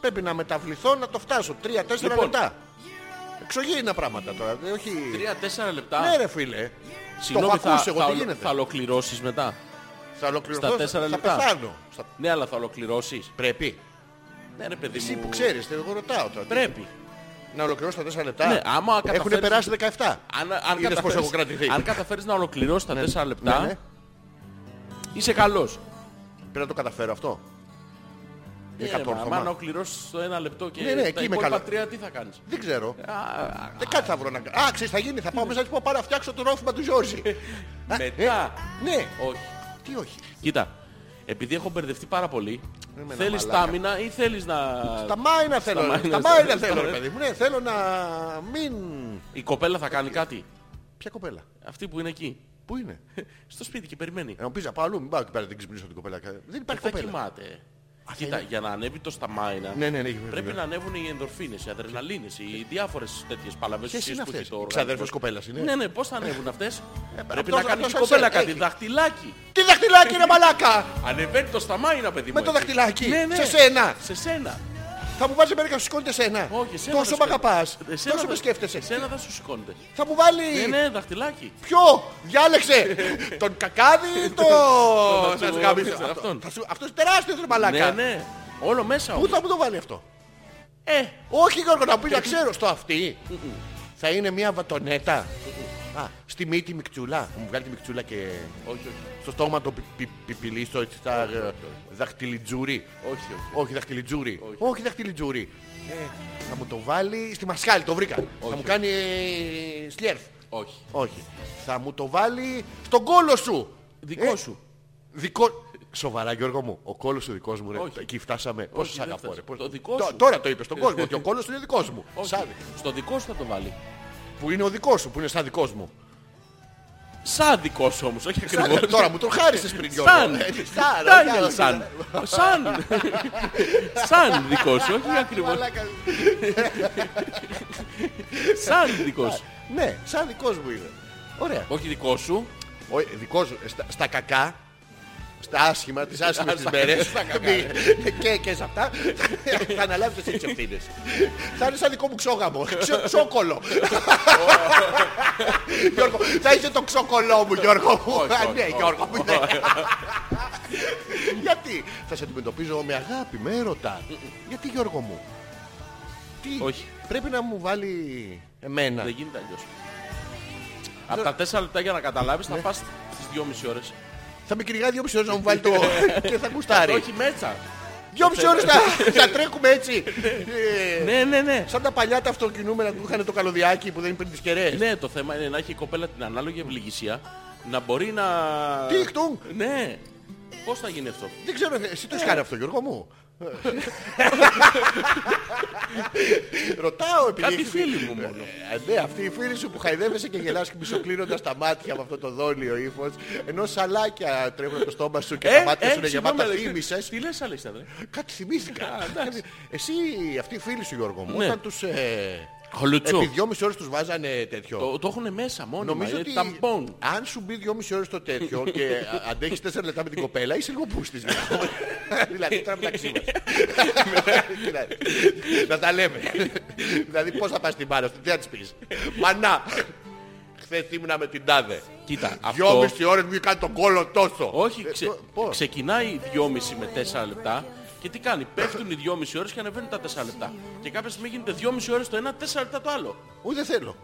[SPEAKER 1] Πρέπει να μεταβληθώ να το φτάσω. Τρία-τέσσερα
[SPEAKER 2] Λοιπόν.
[SPEAKER 1] λεπτά. Εξωγήινα πράγματα τώρα. δε- Όχι...
[SPEAKER 2] Τρία-τέσσερα λεπτά.
[SPEAKER 1] Ναι ρε φίλε.
[SPEAKER 2] Συγγνώμη,
[SPEAKER 1] το έχω
[SPEAKER 2] θα,
[SPEAKER 1] ακούσει εγώ
[SPEAKER 2] θα,
[SPEAKER 1] τι
[SPEAKER 2] ολο-
[SPEAKER 1] γίνεται.
[SPEAKER 2] θα ολοκληρώσεις μετά.
[SPEAKER 1] Θα ολοκληρωθώ.
[SPEAKER 2] στα τέσσερα
[SPEAKER 1] θα
[SPEAKER 2] λεπτά.
[SPEAKER 1] πεθάνω. Στα...
[SPEAKER 2] Ναι, αλλά θα ολοκληρώσεις.
[SPEAKER 1] Πρέπει.
[SPEAKER 2] Ναι, ρε παιδί
[SPEAKER 1] Εσύ
[SPEAKER 2] μου.
[SPEAKER 1] που ξέρεις, εγώ ρωτάω τώρα.
[SPEAKER 2] Πρέπει.
[SPEAKER 1] Να ολοκληρώσω τα τέσσερα λεπτά.
[SPEAKER 2] Ναι, άμα
[SPEAKER 1] Έχουν
[SPEAKER 2] καταφέρεις-
[SPEAKER 1] περάσει 17.
[SPEAKER 2] Αν, αν,
[SPEAKER 1] Είδες
[SPEAKER 2] καταφέρεις,
[SPEAKER 1] πώς έχω κρατηθεί.
[SPEAKER 2] αν καταφέρεις να ολοκληρώσεις τα τέσσερα
[SPEAKER 1] Ναι, ναι.
[SPEAKER 2] λεπτά, είσαι καλός.
[SPEAKER 1] Πρέπει να το καταφέρω αυτό.
[SPEAKER 2] Ναι,
[SPEAKER 1] Είναι
[SPEAKER 2] ρε, μα, Αν
[SPEAKER 1] κατόρθωμα.
[SPEAKER 2] κληρώσει το ένα λεπτό και
[SPEAKER 1] Ναι, ναι,
[SPEAKER 2] τα
[SPEAKER 1] εκεί είμαι
[SPEAKER 2] υπόλοιπα
[SPEAKER 1] καλά.
[SPEAKER 2] τρία τι θα κάνεις.
[SPEAKER 1] Δεν ξέρω.
[SPEAKER 2] Α, α,
[SPEAKER 1] Δεν κάτι θα βρω να κάνω. Α, ξέρεις, θα γίνει. Θα πάω μέσα και πω πάρε να φτιάξω το ρόφημα του Γιώργη. Α,
[SPEAKER 2] Μετά.
[SPEAKER 1] ε, Ναι.
[SPEAKER 2] Όχι.
[SPEAKER 1] Τι όχι.
[SPEAKER 2] Κοίτα, επειδή έχω μπερδευτεί πάρα πολύ,
[SPEAKER 1] με ένα
[SPEAKER 2] θέλεις
[SPEAKER 1] μαλάκα.
[SPEAKER 2] τάμινα ή θέλεις να...
[SPEAKER 1] Τα μάινα θέλω.
[SPEAKER 2] μάινα,
[SPEAKER 1] Τα
[SPEAKER 2] στα-
[SPEAKER 1] μάινα
[SPEAKER 2] στα-
[SPEAKER 1] θέλω, ρε
[SPEAKER 2] στα-
[SPEAKER 1] παιδί μου. Ναι, θέλω να μην.
[SPEAKER 2] Η κοπέλα θα κάνει κάτι.
[SPEAKER 1] Ποια κοπέλα.
[SPEAKER 2] Αυτή που είναι εκεί.
[SPEAKER 1] Πού είναι.
[SPEAKER 2] Στο σπίτι και περιμένει.
[SPEAKER 1] Ε, μου πεις να πάω αλλού, μην πάω εκεί πέρα, δεν ξυπνήσω την κοπέλα. Δεν υπάρχει
[SPEAKER 2] Θα
[SPEAKER 1] κοπέλα.
[SPEAKER 2] κοιμάται.
[SPEAKER 1] Α, θα
[SPEAKER 2] Κοίτα,
[SPEAKER 1] είναι.
[SPEAKER 2] για να ανέβει το στα μάινα,
[SPEAKER 1] Ναι, ναι, ναι.
[SPEAKER 2] πρέπει να ανέβουν οι ενδορφίνες, οι αδρεναλίνες, οι διάφορες τέτοιες παλαβές
[SPEAKER 1] Ποιες είναι
[SPEAKER 2] ουσίες που έχει
[SPEAKER 1] αυτές.
[SPEAKER 2] το όργανο.
[SPEAKER 1] Ξαδέρφος κοπέλας είναι.
[SPEAKER 2] Ναι, ναι, πώς θα ανέβουν αυτές. Πρέπει
[SPEAKER 1] Ε, αυτός-
[SPEAKER 2] να κάνει και η
[SPEAKER 1] αυτός ε,
[SPEAKER 2] κοπέλα
[SPEAKER 1] ξέρει,
[SPEAKER 2] κάτι.
[SPEAKER 1] έχει.
[SPEAKER 2] Δαχτυλάκι.
[SPEAKER 1] Τι δαχτυλάκι είναι μαλάκα!
[SPEAKER 2] Ανεβαίνει το στα μάινα, παιδί μου.
[SPEAKER 1] Με το
[SPEAKER 2] έτσι.
[SPEAKER 1] δαχτυλάκι.
[SPEAKER 2] Ναι, ναι.
[SPEAKER 1] Σε σένα.
[SPEAKER 2] Σε σένα.
[SPEAKER 1] Θα μου βάζει μερικά σου σηκώνεται εσένα.
[SPEAKER 2] Όχι, εσένα
[SPEAKER 1] Τόσο με
[SPEAKER 2] θα σου-
[SPEAKER 1] αγαπάς.
[SPEAKER 2] εσένα
[SPEAKER 1] Τόσο
[SPEAKER 2] θα-
[SPEAKER 1] με σκέφτεσαι.
[SPEAKER 2] Εσένα δεν σου σηκώνεται.
[SPEAKER 1] Θα μου βάλει.
[SPEAKER 2] Ναι, ναι, δαχτυλάκι.
[SPEAKER 1] Ποιο! Διάλεξε! τον κακάδι ή τον.
[SPEAKER 2] Θα σου
[SPEAKER 1] Να
[SPEAKER 2] γαμίσω
[SPEAKER 1] σου-
[SPEAKER 2] αυτόν.
[SPEAKER 1] θα σου- Αυτός τεράστιος ρε
[SPEAKER 2] Ναι,
[SPEAKER 1] μαλάκα.
[SPEAKER 2] ναι. Όλο μέσα.
[SPEAKER 1] Πού
[SPEAKER 2] όμως.
[SPEAKER 1] θα μου το βάλει αυτό.
[SPEAKER 2] Ε,
[SPEAKER 1] Όχι Γιώργο να μου πεις να ξέρω στο αυτή. Θα είναι μια βατονέτα. Α, στη μύτη μικτσούλα. Θα Μου βγάλει τη μικτσούλα και
[SPEAKER 2] όχι, όχι.
[SPEAKER 1] στο στόμα το πι- πι- πιπιλί, στο έτσι τα
[SPEAKER 2] Όχι, όχι, όχι.
[SPEAKER 1] ε, δαχτυλιτζούρι.
[SPEAKER 2] Όχι, όχι.
[SPEAKER 1] Όχι δαχτυλιτζούρι.
[SPEAKER 2] Όχι.
[SPEAKER 1] Όχι δαχτυλιτζούρι. Ε, Θα μου το βάλει στη μασχάλη, το βρήκα. Θα μου κάνει ε, σλιέρφ.
[SPEAKER 2] όχι.
[SPEAKER 1] Όχι. Θα μου το βάλει στον κόλο σου.
[SPEAKER 2] Δικό
[SPEAKER 1] Ε,
[SPEAKER 2] σου.
[SPEAKER 1] Δικό... Σοβαρά Γιώργο μου, ο κόλος σου δικός μου ρε.
[SPEAKER 2] Όχι.
[SPEAKER 1] Εκεί φτάσαμε. Πόσο σ'
[SPEAKER 2] δεν
[SPEAKER 1] αγαπώ ρε.
[SPEAKER 2] φτάσαμε.
[SPEAKER 1] Πόσο-
[SPEAKER 2] Το δικό
[SPEAKER 1] Τ-
[SPEAKER 2] σου.
[SPEAKER 1] Τώρα το είπες στον κόσμο ότι ο κόλος σου είναι δικός μου.
[SPEAKER 2] Όχι.
[SPEAKER 1] Σαν-
[SPEAKER 2] Στο δικό σου θα το βάλει.
[SPEAKER 1] Που είναι ο δικός σου, που είναι σαν δικός μου.
[SPEAKER 2] Σαν δικός σου όμως, όχι ακριβώς.
[SPEAKER 1] Τώρα μου τον χάρισες πριν Γιώργο.
[SPEAKER 2] Σαν.
[SPEAKER 1] Ε, τι
[SPEAKER 2] Daniel
[SPEAKER 1] όχι,
[SPEAKER 2] Σαν. Σαν. Σαν δικό σου, όχι ακριβώς.
[SPEAKER 1] μαλάκα.
[SPEAKER 2] Σαν δικός σου.
[SPEAKER 1] Ναι, σαν δικός μου είναι. Ωραία.
[SPEAKER 2] Όχι δικός σου.
[SPEAKER 1] Ο, δικός σου, ε, στα, στα κακά, στα άσχημα, τις άσχημες τις μέρες Ναι. και, και σε αυτά θα αναλάβεις εσύ τις ευθύνες. θα είναι σαν δικό μου ξόγαμο, ξο, ξόκολο. Γιώργο, θα είσαι το ξόκολό μου Γιώργο μου.
[SPEAKER 2] Όχι,
[SPEAKER 1] Α,
[SPEAKER 2] όχι,
[SPEAKER 1] ναι
[SPEAKER 2] όχι.
[SPEAKER 1] Γιώργο μου, ναι. Γιατί θα σε αντιμετωπίζω με αγάπη, με έρωτα. Γιατί Γιώργο μου. Τι,
[SPEAKER 2] Όχι.
[SPEAKER 1] πρέπει να μου βάλει εμένα.
[SPEAKER 2] Δεν γίνεται αλλιώς. Από τα τέσσερα λεπτά για να καταλάβεις
[SPEAKER 1] Ναι.
[SPEAKER 2] θα πας στις δυόμιση ώρες.
[SPEAKER 1] Θα με κυνηγάει δυο ώρες να μου βάλει το... και θα γουστάρει.
[SPEAKER 2] Όχι μέσα.
[SPEAKER 1] Δυόμιση ώρες να, να τρέχουμε έτσι. Ε,
[SPEAKER 2] Ναι, ναι, ναι.
[SPEAKER 1] Σαν τα παλιά τα αυτοκινούμενα που είχαν το καλωδιάκι που δεν παίρνει τις κεραίες.
[SPEAKER 2] Ναι, το θέμα είναι να έχει η κοπέλα την ανάλογη ευληγησία να μπορεί να...
[SPEAKER 1] Τι χτουν.
[SPEAKER 2] Ναι. Πώς θα γίνει αυτό.
[SPEAKER 1] Δεν ξέρω, εσύ το έχεις κάνει αυτό Γιώργο μου. Ρωτάω επειδή...
[SPEAKER 2] Κάποιοι
[SPEAKER 1] έχεις-
[SPEAKER 2] φίλοι μου μόνο.
[SPEAKER 1] Ε, ναι, αυτή η φίλη σου που χαϊδεύεσαι και γελάς μισοκλίνοντας τα μάτια με αυτό το δόλιο ύφος, ενώ σαλάκια τρέχουν από το στόμα σου και τα μάτια σου είναι
[SPEAKER 2] Ε, συγγνώμη,
[SPEAKER 1] γεμάτα
[SPEAKER 2] αλλά-
[SPEAKER 1] θύμησες.
[SPEAKER 2] Τι λες Αλέξανδρε.
[SPEAKER 1] Κάτι θυμήθηκα. Εσύ, αυτοί οι φίλοι σου Γιώργο μου,
[SPEAKER 2] Ναι.
[SPEAKER 1] όταν τους... ε,
[SPEAKER 2] Χολουτσού.
[SPEAKER 1] Επί δυόμιση ώρες τους βάζανε τέτοιο.
[SPEAKER 2] Το, το έχουν μέσα μόνιμα.
[SPEAKER 1] Νομίζω
[SPEAKER 2] είναι
[SPEAKER 1] ότι
[SPEAKER 2] ταμπών.
[SPEAKER 1] αν σου μπει δυόμιση ώρες το τέτοιο και α- αντέχεις τέσσερα λεπτά με την κοπέλα, είσαι λίγο πούστης. Γιώργο. δηλαδή τώρα μεταξύ μας. Δηλαδή, Να τα λέμε. δηλαδή πώς θα πας στην πάρα σου, τι θα της πεις. Μανά, χθες ήμουνα με την τάδε.
[SPEAKER 2] Κοίτα, αυτό...
[SPEAKER 1] Δυόμιση ώρες μου είχε κάνει τον κόλο τόσο.
[SPEAKER 2] Όχι,
[SPEAKER 1] Ε,
[SPEAKER 2] ξε...
[SPEAKER 1] το- πώς.
[SPEAKER 2] ξεκινάει 2,5 με 4 λεπτά και τι κάνει. Πέφτουν οι 2,5 ώρες και ανεβαίνουν τα 4 λεπτά. Και κάποια στιγμή γίνεται 2,5 ώρες το ένα, 4 λεπτά το άλλο.
[SPEAKER 1] Ούτε δεν θέλω.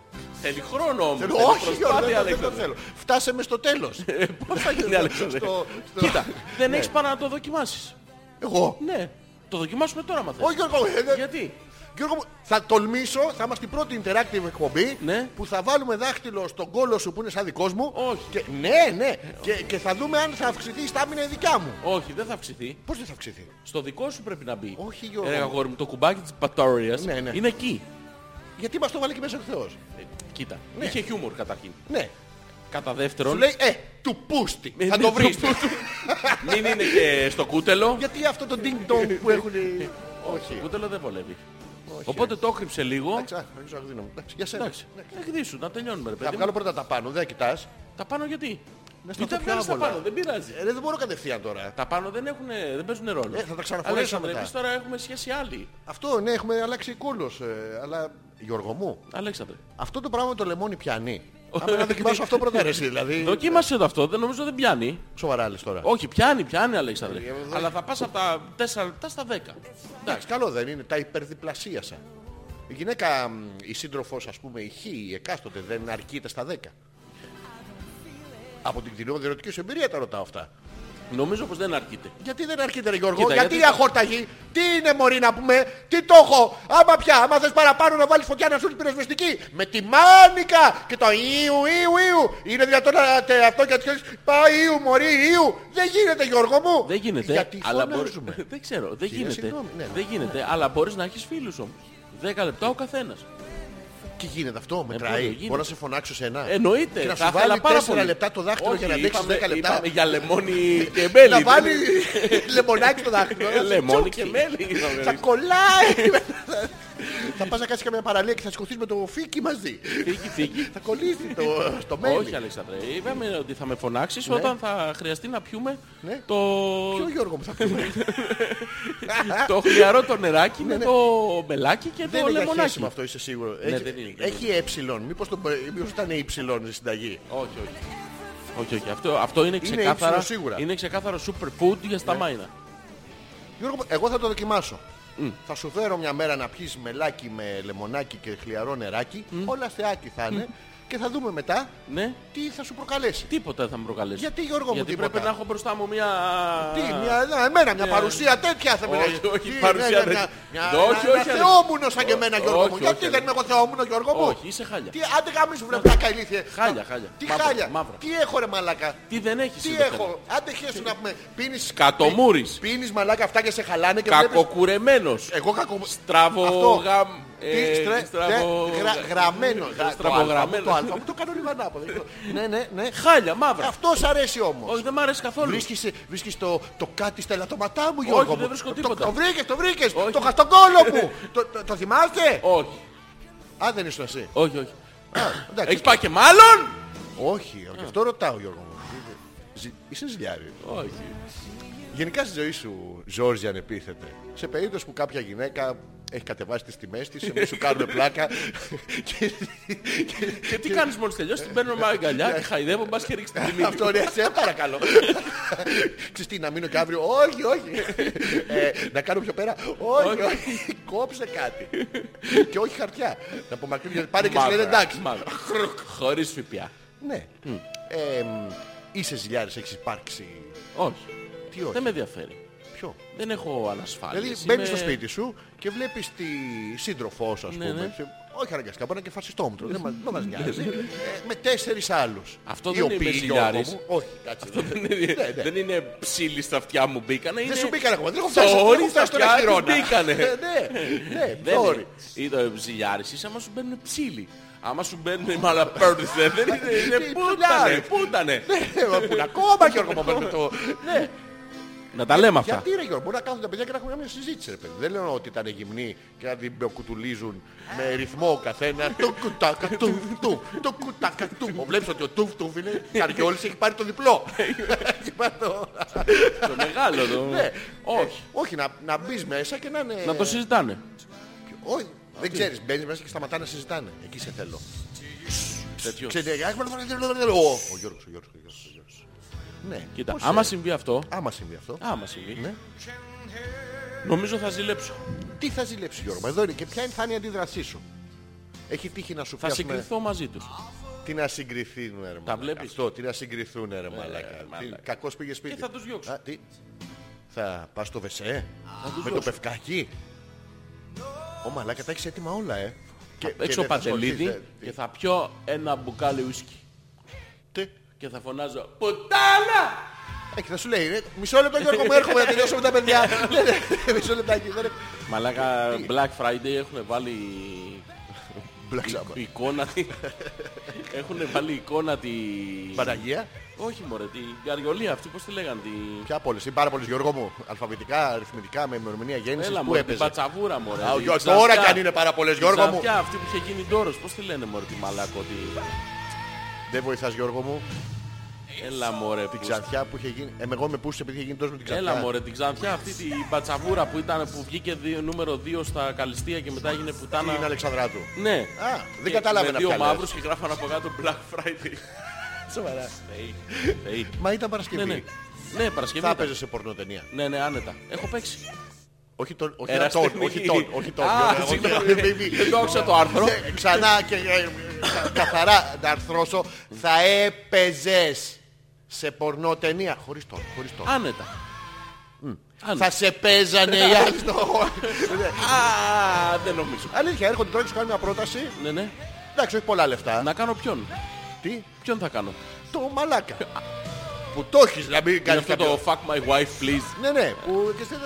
[SPEAKER 2] Θέλει χρόνο όμως.
[SPEAKER 1] Θέλω-
[SPEAKER 2] θέλει
[SPEAKER 1] Όχι,
[SPEAKER 2] προσπάθεια,
[SPEAKER 1] Γιώργο, δεν- δεν το
[SPEAKER 2] Αλέξανδρε.
[SPEAKER 1] θέλω. Φτάσαμε στο τέλος.
[SPEAKER 2] Ε, Πώς θα γίνει Αλέξανδρε.
[SPEAKER 1] Στο- στο-
[SPEAKER 2] Κοίτα, δεν
[SPEAKER 1] Ναι.
[SPEAKER 2] έχεις παρά να το δοκιμάσεις.
[SPEAKER 1] Εγώ.
[SPEAKER 2] Ναι. Το δοκιμάσουμε τώρα μα θες.
[SPEAKER 1] Όχι Γιώργο, ε, δεν-
[SPEAKER 2] Γιατί.
[SPEAKER 1] Γιώργο μου, θα τολμήσω, θα είμαστε η πρώτη interactive εκπομπή
[SPEAKER 2] Ναι.
[SPEAKER 1] που θα βάλουμε δάχτυλο στον κόλο σου που είναι σαν δικός μου.
[SPEAKER 2] Όχι.
[SPEAKER 1] Και, ναι, ναι. Και, και θα δούμε αν θα αυξηθεί η στάμινα η δικιά μου.
[SPEAKER 2] Όχι, δεν θα αυξηθεί.
[SPEAKER 1] Πώς δεν θα αυξηθεί.
[SPEAKER 2] Στο δικό σου πρέπει να μπει.
[SPEAKER 1] Όχι, Γιώργο.
[SPEAKER 2] Ρε αγόρι μου, το κουμπάκι της πατόριας
[SPEAKER 1] Ναι, ναι.
[SPEAKER 2] είναι εκεί.
[SPEAKER 1] Γιατί μας το βάλε και μέσα ο Θεός.
[SPEAKER 2] Ε, Κοίτα, είχε χιούμορ καταρχήν.
[SPEAKER 1] Ναι.
[SPEAKER 2] Κατά
[SPEAKER 1] Σου
[SPEAKER 2] δεύτερον,
[SPEAKER 1] λέει, ε, του πούστη.
[SPEAKER 2] Ε,
[SPEAKER 1] θα
[SPEAKER 2] ναι,
[SPEAKER 1] το βρεις.
[SPEAKER 2] του μην είναι και στο κούτελο.
[SPEAKER 1] Γιατί αυτό το ding dong που έχουν... οι-
[SPEAKER 2] Το
[SPEAKER 1] Όχι.
[SPEAKER 2] κούτελο δεν βολεύει. Οπότε το έκρυψε λίγο.
[SPEAKER 1] Εντάξει, α, ρίξω αγδίνο μου. Εντάξει, Για σένα.
[SPEAKER 2] Εντάξει, εκδίσου, να τελειώνουμε
[SPEAKER 1] Θα
[SPEAKER 2] ρε παιδί. μου.
[SPEAKER 1] βγάλω πρώτα τα πάνω, δεν κοιτάς.
[SPEAKER 2] Τα πάνω γιατί.
[SPEAKER 1] Να
[SPEAKER 2] Μην τα
[SPEAKER 1] σταθώ πιο
[SPEAKER 2] βγάλεις τα
[SPEAKER 1] άβολα.
[SPEAKER 2] πάνω, δεν πειράζει.
[SPEAKER 1] Ε, ρε, δεν μπορώ κατευθείαν τώρα.
[SPEAKER 2] Τα πάνω δεν, έχουν, δεν παίζουν ρόλο.
[SPEAKER 1] Ε, θα τα ξαναφορέσω
[SPEAKER 2] Αλέξανδρε,
[SPEAKER 1] μετά.
[SPEAKER 2] εμείς τώρα έχουμε σχέση άλλη.
[SPEAKER 1] Αυτό, ναι, έχουμε αλλάξει κόλος. ε, αλλά, Γιώργο μου,
[SPEAKER 2] Αλέξανδρε.
[SPEAKER 1] Αυτό το πράγμα με το λεμόνι πιάνει. Άμα να δοκιμάσω αυτό πρώτα ρε εσύ, δηλαδή.
[SPEAKER 2] Δοκίμασε το αυτό, δεν νομίζω δεν πιάνει.
[SPEAKER 1] Σοβαρά λες τώρα.
[SPEAKER 2] Όχι, πιάνει, πιάνει Αλέξανδρε.
[SPEAKER 1] Ε, εδώ-
[SPEAKER 2] Αλλά θα πας από τα 4 λεπτά στα 10.
[SPEAKER 1] Εντάξει, καλό δεν είναι, τα υπερδιπλασίασα. Η γυναίκα, μ, η σύντροφος ας πούμε, η χ, η εκάστοτε δεν αρκείται στα 10. Από την κτηνόδη ερωτική σου εμπειρία τα ρωτάω αυτά.
[SPEAKER 2] Νομίζω πως δεν αρκείται.
[SPEAKER 1] Γιατί δεν έρχεται ρε Γιώργο,
[SPEAKER 2] Κοίτα,
[SPEAKER 1] γιατί,
[SPEAKER 2] γιατί-
[SPEAKER 1] αχόρταγη, τι είναι μωρή να πούμε, τι το έχω, άμα πια, άμα θες παραπάνω να βάλεις φωτιά να σου την πυροσβεστική, με τη μάνικα και το ιου ιου ιου, είναι δυνατόν να τε, αυτό και έτσι πάει ιου μωρή ιου, δεν γίνεται Γιώργο μου.
[SPEAKER 2] Δεν γίνεται.
[SPEAKER 1] Γιατί
[SPEAKER 2] αλλά
[SPEAKER 1] φωνάζουμε.
[SPEAKER 2] μπορεί- Δεν ξέρω. Δεν
[SPEAKER 1] Κυρία,
[SPEAKER 2] γίνεται.
[SPEAKER 1] συγγνώμη, ναι, ναι.
[SPEAKER 2] δεν γίνεται. Αλλά μπορείς να έχεις φίλους όμως. 10 λεπτά ο καθένας.
[SPEAKER 1] Τι γίνεται αυτό,
[SPEAKER 2] Ε,
[SPEAKER 1] μετράει,
[SPEAKER 2] μπορεί, γίνεται.
[SPEAKER 1] μπορώ να σε φωνάξω σε ένα.
[SPEAKER 2] Εννοείται.
[SPEAKER 1] Και να
[SPEAKER 2] θα
[SPEAKER 1] σου
[SPEAKER 2] ήθελα
[SPEAKER 1] βάλει
[SPEAKER 2] πάρα
[SPEAKER 1] 4
[SPEAKER 2] πολύ.
[SPEAKER 1] λεπτά το δάχτυλο
[SPEAKER 2] Όχι,
[SPEAKER 1] για να αντέξεις
[SPEAKER 2] είπαμε-
[SPEAKER 1] 10 λεπτά.
[SPEAKER 2] Είπαμε για λεμόνι και μέλι.
[SPEAKER 1] Να
[SPEAKER 2] δεν
[SPEAKER 1] βάλει
[SPEAKER 2] είναι-
[SPEAKER 1] λεμονάκι στο δάχτυλο.
[SPEAKER 2] Ε,
[SPEAKER 1] να σε
[SPEAKER 2] Λεμόνι
[SPEAKER 1] τσούκι.
[SPEAKER 2] και μέλι. είπαμε.
[SPEAKER 1] Θα κολλάει. θα πας να κάνεις καμία παραλία και θα σηκωθείς με το φίκι μαζί.
[SPEAKER 2] Φύγει, φύγει.
[SPEAKER 1] θα κολλήσει το, στο μέλι.
[SPEAKER 2] Όχι, Αλέξανδρε. Είπαμε ότι θα με φωνάξεις όταν θα χρειαστεί να πιούμε
[SPEAKER 1] Ναι.
[SPEAKER 2] το...
[SPEAKER 1] Ποιο Γιώργο μου θα πούμε.
[SPEAKER 2] Το χλιαρό το νεράκι με το μελάκι και
[SPEAKER 1] Ναι, δεν είναι
[SPEAKER 2] το
[SPEAKER 1] Ναι, για χέσιμο
[SPEAKER 2] λεμονάκι.
[SPEAKER 1] αυτό, είσαι σίγουρο. έχει,
[SPEAKER 2] δεν είναι, δεν
[SPEAKER 1] έχει ε. Μήπως, το, μήπως ήταν ε η συνταγή.
[SPEAKER 2] Όχι, όχι. Όχι, όχι. Αυτό, αυτό είναι ξεκάθαρα,
[SPEAKER 1] ύψιλο σίγουρα. Ναι.
[SPEAKER 2] είναι ξεκάθαρο superfood για στα μάινα.
[SPEAKER 1] Γιώργο, μου, εγώ θα το δοκιμάσω. Θα σου φέρω μια μέρα να πιεις μελάκι με λεμονάκι και χλιαρό νεράκι. Όλα θεάκι θα είναι. Και θα δούμε μετά
[SPEAKER 2] Ναι.
[SPEAKER 1] τι θα σου προκαλέσει.
[SPEAKER 2] Τίποτα θα μου προκαλέσει.
[SPEAKER 1] Γιατί, Γιώργο μου,
[SPEAKER 2] Γιατί
[SPEAKER 1] τίποτα.
[SPEAKER 2] πρέπει να έχω μπροστά μου μια...
[SPEAKER 1] Τι, μια, να, εμένα, μια παρουσία τέτοια θα με
[SPEAKER 2] Ναι. Όχι,
[SPEAKER 1] λέει.
[SPEAKER 2] όχι,
[SPEAKER 1] Τι,
[SPEAKER 2] παρουσία
[SPEAKER 1] μια-
[SPEAKER 2] τέτοια.
[SPEAKER 1] μια- μια-
[SPEAKER 2] Ναι, όχι,
[SPEAKER 1] ένα
[SPEAKER 2] όχι, Αλέξη.
[SPEAKER 1] Θεόμουνος σαν και
[SPEAKER 2] Ό-
[SPEAKER 1] εμένα, Γιώργο
[SPEAKER 2] όχι,
[SPEAKER 1] μου.
[SPEAKER 2] όχι,
[SPEAKER 1] Γιατί
[SPEAKER 2] Αλέξη.
[SPEAKER 1] δεν είμαι εγώ Θεόμουνο, Γιώργο μου.
[SPEAKER 2] Όχι, είσαι χάλια.
[SPEAKER 1] Τι, άντε γάμισου βρε βλάκα ηλίθιε.
[SPEAKER 2] Χάλια, χάλια.
[SPEAKER 1] Τι
[SPEAKER 2] Μαύρα,
[SPEAKER 1] χάλια.
[SPEAKER 2] μαύρα.
[SPEAKER 1] Τι έχω ρε μαλάκα.
[SPEAKER 2] Τι δεν έχεις.
[SPEAKER 1] Τι
[SPEAKER 2] εδώ
[SPEAKER 1] έχω. Άντε χέσου να πούμε. Πίνεις...
[SPEAKER 2] Κατομούρης.
[SPEAKER 1] Πίνεις μαλάκα αυτά και σε χαλάνε και
[SPEAKER 2] πέρα.
[SPEAKER 1] βλέπεις...
[SPEAKER 2] Κακοκουρεμένος.
[SPEAKER 1] Εγώ κακομούρης. Αυτό.
[SPEAKER 2] Στραβο... γαμ- ε,
[SPEAKER 1] Τι στρε...
[SPEAKER 2] στραβο-
[SPEAKER 1] δε- γρα- Γραμμένος. Γρα-
[SPEAKER 2] Στραβογραμμένο.
[SPEAKER 1] Το αλφα μου το κάνω λίγο ανάποδα. Ναι, ναι, ναι.
[SPEAKER 2] Χάλια, μαύρα.
[SPEAKER 1] Αυτός σ' αρέσει όμως.
[SPEAKER 2] Όχι, δεν μ' αρέσει καθόλου.
[SPEAKER 1] Βρίσκεις, βρίσκεις το, το κάτι στα ελαττωματά μου, Γιώργο.
[SPEAKER 2] δεν
[SPEAKER 1] μου.
[SPEAKER 2] βρίσκω
[SPEAKER 1] Το-
[SPEAKER 2] τίποτα.
[SPEAKER 1] Το, βρήκες, το βρήκες.
[SPEAKER 2] Όχι.
[SPEAKER 1] Το είχα στον κόλο μου. το, το, το θυμάστε.
[SPEAKER 2] Όχι,
[SPEAKER 1] Α, δεν ήσουν εσύ.
[SPEAKER 2] όχι, όχι.
[SPEAKER 1] Α, εντάξει.
[SPEAKER 2] Έχεις πάει και μάλλον.
[SPEAKER 1] Όχι, γι' αυτό ρωτάω, Γιώργο μου. Ζη- Είσαι ζηλιάρη.
[SPEAKER 2] Όχι.
[SPEAKER 1] Γενικά στη ζωή σου, Ζόρζι, ανεπίθετε. Σε περίπτωση που κάποια γυναίκα έχει κατεβάσει τις τιμές της, εμείς σου κάνουν πλάκα. και, και-
[SPEAKER 2] Και τι κάνεις μόλις τελειώσει, την παίρνω με αγκαλιά και χαϊδεύω, μπας και ρίξεις την τιμή.
[SPEAKER 1] Αυτό ναι, σε παρακαλώ. Ξέρεις τι, να μείνω και αύριο. Όχι, όχι. Ε, να κάνω πιο πέρα. Όχι,
[SPEAKER 2] Όχι.
[SPEAKER 1] όχι. Κόψε κάτι. και όχι χαρτιά. Να απομακρύνει γιατί πάρε και σου
[SPEAKER 2] Μαύρα,
[SPEAKER 1] λένε εντάξει.
[SPEAKER 2] μαύρα. Χωρίς ΦΠΑ.
[SPEAKER 1] Ναι. Ε, μ, είσαι ζηλιάρης, έχεις υπάρξει.
[SPEAKER 2] Όχι.
[SPEAKER 1] Τι όχι.
[SPEAKER 2] Δεν Ναι, με ενδιαφέρει.
[SPEAKER 1] Ποιο.
[SPEAKER 2] Δεν έχω ανασφάλεια.
[SPEAKER 1] Δηλαδή μπαίνεις στο σπίτι σου και βλέπεις τη σύντροφός σου, ας
[SPEAKER 2] Ναι,
[SPEAKER 1] πούμε.
[SPEAKER 2] ναι.
[SPEAKER 1] σε- Όχι αναγκαστικά, μπορεί να είναι και φασιστόμητρο. Δεν μας- δεν μας νοιάζει. Ε, Με τέσσερις άλλους.
[SPEAKER 2] Αυτό
[SPEAKER 1] Οι
[SPEAKER 2] δεν είναι
[SPEAKER 1] οποίοι,
[SPEAKER 2] ζηλιάρης.
[SPEAKER 1] Γιώργο μου, Όχι, κάτσε.
[SPEAKER 2] Δεν είναι-
[SPEAKER 1] Ναι, ναι.
[SPEAKER 2] Δεν είναι ψήλοι στα αυτιά μου μπήκανε.
[SPEAKER 1] Δεν
[SPEAKER 2] είναι-
[SPEAKER 1] σου μπήκανε ακόμα. Δεν έχω
[SPEAKER 2] Στο
[SPEAKER 1] φτάσει. Δεν έχω
[SPEAKER 2] όρι στα
[SPEAKER 1] φτάσει στον
[SPEAKER 2] αυτιά τους
[SPEAKER 1] αχυρώνα.
[SPEAKER 2] μπήκανε.
[SPEAKER 1] Ναι, ναι, ναι.
[SPEAKER 2] Δεν
[SPEAKER 1] Sorry.
[SPEAKER 2] είναι. Είδα ψηλιάρης είσαι άμα σου μπαίνουν ψήλοι. Άμα σου μπαίνουν μαλαπέρδιθε ε, δεν είναι-
[SPEAKER 1] Τι
[SPEAKER 2] είναι. Πούτανε,
[SPEAKER 1] ψηλιάρη.
[SPEAKER 2] πούτανε.
[SPEAKER 1] Ε, Που είναι ακόμα Γιώργο μου παίρνω το... Ναι.
[SPEAKER 2] Να τα λέμε αυτά.
[SPEAKER 1] Γιατί ρε Γιώργο, μπορεί να κάθονται τα παιδιά και να έχουν μια συζήτηση ρε παιδί. Δεν λέω ότι ήταν γυμνοί και να την κουτουλίζουν με ρυθμό ο καθένας. Το κουτάκα του, του, το κουτάκα του. Βλέπεις ότι ο τουφ τουφ είναι καριόλης, έχει πάρει το διπλό. Έχει πάρει το-
[SPEAKER 2] Το μεγάλο το.
[SPEAKER 1] Ναι.
[SPEAKER 2] Όχι.
[SPEAKER 1] Όχι, να- να μπεις μέσα και να είναι...
[SPEAKER 2] Να το συζητάνε.
[SPEAKER 1] Όχι, δεν ξέρεις, μπαίνεις μέσα και σταματάνε να συζητάνε. Εκεί σε θέλω.
[SPEAKER 2] Τέτοιος.
[SPEAKER 1] Ξενεργάκι, μάλλον, δεν- δεν- δεν- δεν- Ο ο Γιώργος, ο Γιώργος, ο Γιώργος, ο Γιώργος. Ναι,
[SPEAKER 2] Κοίτα,
[SPEAKER 1] πώς
[SPEAKER 2] άμα
[SPEAKER 1] ε,
[SPEAKER 2] συμβεί αυτό.
[SPEAKER 1] άμα συμβεί αυτό,
[SPEAKER 2] Άμα συμβεί.
[SPEAKER 1] Ναι.
[SPEAKER 2] Νομίζω θα ζηλέψω.
[SPEAKER 1] τι θα ζηλέψει Γιώργο, μου, εδώ είναι και ποια είναι- θα είναι η αντίδρασή σου. Έχει τύχει να σου
[SPEAKER 2] Θα
[SPEAKER 1] πιάσουμε-
[SPEAKER 2] συγκριθώ μαζί τους.
[SPEAKER 1] Τι να συγκριθούν, ρε μαλάκα.
[SPEAKER 2] βλέπεις? Ε,
[SPEAKER 1] Αυτό, τι να συγκριθούν, ρε μαλάκα. Τι,
[SPEAKER 2] μαλάκα.
[SPEAKER 1] Κακός πήγε σπίτι.
[SPEAKER 2] Και θα τους διώξω.
[SPEAKER 1] Α, τι. Θα πας στο Βεσέ,
[SPEAKER 2] τους
[SPEAKER 1] με το
[SPEAKER 2] δώσω.
[SPEAKER 1] πευκάκι. Ω μαλάκα, τα έχεις έτοιμα όλα, ε. Και- και
[SPEAKER 2] Έξω
[SPEAKER 1] δεν θα
[SPEAKER 2] παντελίδι
[SPEAKER 1] σκοτήσεις, ε.
[SPEAKER 2] και θα πιω ένα μπουκάλι ουίσκι.
[SPEAKER 1] Τι.
[SPEAKER 2] Και θα φωνάζω «Πουτάνα!»
[SPEAKER 1] Έχει, θα σου λέει, ρε, μισό λεπτό Γιώργο μου έρχομαι να τελειώσω με τα παιδιά. Ναι, ναι, μισό λεπτάκι. δεν είναι-
[SPEAKER 2] Μαλάκα Black Friday έχουν βάλει
[SPEAKER 1] Black Sabbath.
[SPEAKER 2] εικόνα τη... έχουν βάλει εικόνα τη...
[SPEAKER 1] Παναγία.
[SPEAKER 2] Όχι μωρέ, την καριολία αυτή, πώς τη λέγανε, τη...
[SPEAKER 1] Ποια πόλη, είναι πάρα πολλέ Γιώργο μου. Αλφαβητικά, αριθμητικά, με ημερομηνία γέννησης.
[SPEAKER 2] Έλα
[SPEAKER 1] Πού
[SPEAKER 2] μωρέ, την
[SPEAKER 1] έπαιζε.
[SPEAKER 2] πατσαβούρα μωρέ.
[SPEAKER 1] Α, ο
[SPEAKER 2] τη
[SPEAKER 1] Γιώργος,
[SPEAKER 2] Ξαφιά.
[SPEAKER 1] Τώρα κι αν είναι πάρα πολλές
[SPEAKER 2] Τη
[SPEAKER 1] Γιώργο μου.
[SPEAKER 2] Ξαφιά αυτή που είχε γίνει ντόρος, πώς τη λένε μωρέ τη μαλάκο, τη...
[SPEAKER 1] Δεν βοηθάς Γιώργο μου.
[SPEAKER 2] Έλα μωρέ,
[SPEAKER 1] Την
[SPEAKER 2] πούστη.
[SPEAKER 1] ξανθιά που είχε γίνει. Ε, με εγώ με πούσες επειδή είχε γίνει τόσο με την ξανθιά.
[SPEAKER 2] Έλα μωρέ, την ξανθιά αυτή την πατσαβούρα που, ήταν, που βγήκε δύο- νούμερο 2 στα καλυστία και μετά έγινε
[SPEAKER 1] Τι είναι
[SPEAKER 2] πουτάνα.
[SPEAKER 1] Αλεξανδράτου.
[SPEAKER 2] Ναι.
[SPEAKER 1] Α, δεν
[SPEAKER 2] Και
[SPEAKER 1] καταλάβαινα
[SPEAKER 2] Με δύο
[SPEAKER 1] ποια λες.
[SPEAKER 2] μαύρους και γράφανε από κάτω Black Friday.
[SPEAKER 1] Σοβαρά.
[SPEAKER 2] Θεοί, θεοί.
[SPEAKER 1] Μα ήταν
[SPEAKER 2] Ναι, ναι.
[SPEAKER 1] Παρασκευή.
[SPEAKER 2] Ναι, Παρασκευή.
[SPEAKER 1] Θα
[SPEAKER 2] ήταν.
[SPEAKER 1] έπαιζε σε πορνοτενία.
[SPEAKER 2] Ναι, ναι, άνετα. Έχω παίξει.
[SPEAKER 1] Όχι τον, όχι ένα
[SPEAKER 2] Εραστεχνή.
[SPEAKER 1] τον, όχι τον, όχι τον.
[SPEAKER 2] Α, ναι.
[SPEAKER 1] Γιώργο, όχι
[SPEAKER 2] συγγνώμη.
[SPEAKER 1] τον, baby.
[SPEAKER 2] Δεν το άκουσα το άρθρο.
[SPEAKER 1] Ε, Ξανά και ε, κα- καθαρά να αρθρώσω. Θα έπαιζες σε πορνοτενία. Χωρίς τον, χωρίς τον.
[SPEAKER 2] Άνετα. Άνετα.
[SPEAKER 1] Θα σε παίζανε οι άλλοι στο...
[SPEAKER 2] Α, δεν νομίζω.
[SPEAKER 1] Αλήθεια, έρχονται τώρα και σου κάνουν μια πρόταση.
[SPEAKER 2] Ναι, ναι.
[SPEAKER 1] Εντάξει, όχι πολλά λεφτά.
[SPEAKER 2] Να κάνω ποιον.
[SPEAKER 1] Τι,
[SPEAKER 2] Ποιον θα κάνω.
[SPEAKER 1] το μαλάκα. που το έχεις να μην
[SPEAKER 2] Είναι
[SPEAKER 1] κάνεις
[SPEAKER 2] αυτό
[SPEAKER 1] κάποιο...
[SPEAKER 2] το fuck my wife please
[SPEAKER 1] Ναι, ναι, που και στην...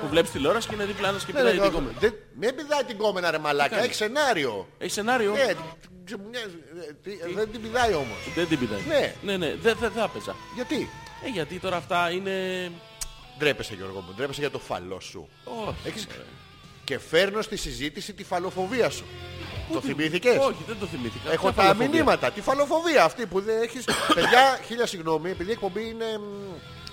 [SPEAKER 2] που βλέπεις τηλεόραση και είναι δίπλα ένας και
[SPEAKER 1] Ναι, ναι,
[SPEAKER 2] πηδάει την κόμμα.
[SPEAKER 1] δεν- Μην πηδάει την κόμενα ρε μαλάκα,
[SPEAKER 2] κάνει?
[SPEAKER 1] έχει σενάριο.
[SPEAKER 2] Έχει σενάριο.
[SPEAKER 1] Ε, την ξεμουνιάζει. Ε, τι- Δεν την πηδάει όμως.
[SPEAKER 2] Δεν την πηδάει.
[SPEAKER 1] Ναι.
[SPEAKER 2] Ναι, ναι. Δεν δεν θα έπαιζα.
[SPEAKER 1] Γιατί.
[SPEAKER 2] Ε, γιατί τώρα αυτά είναι...
[SPEAKER 1] Ντρέπεσαι Γιώργο μου, ντρέπεσαι για το φαλό σου.
[SPEAKER 2] Όχι.
[SPEAKER 1] Έχεις... Και φέρνω στη συζήτηση τη φαλοφοβία σου. το
[SPEAKER 2] τι-
[SPEAKER 1] θυμήθηκες.
[SPEAKER 2] Όχι, δεν το θυμήθηκα.
[SPEAKER 1] Έχω
[SPEAKER 2] Ποια
[SPEAKER 1] τα
[SPEAKER 2] φαλοφοβία?
[SPEAKER 1] μηνύματα. Τη φαλοφοβία αυτή που δεν έχεις... Παιδιά, χίλια συγγνώμη, επειδή η εκπομπή είναι... μ,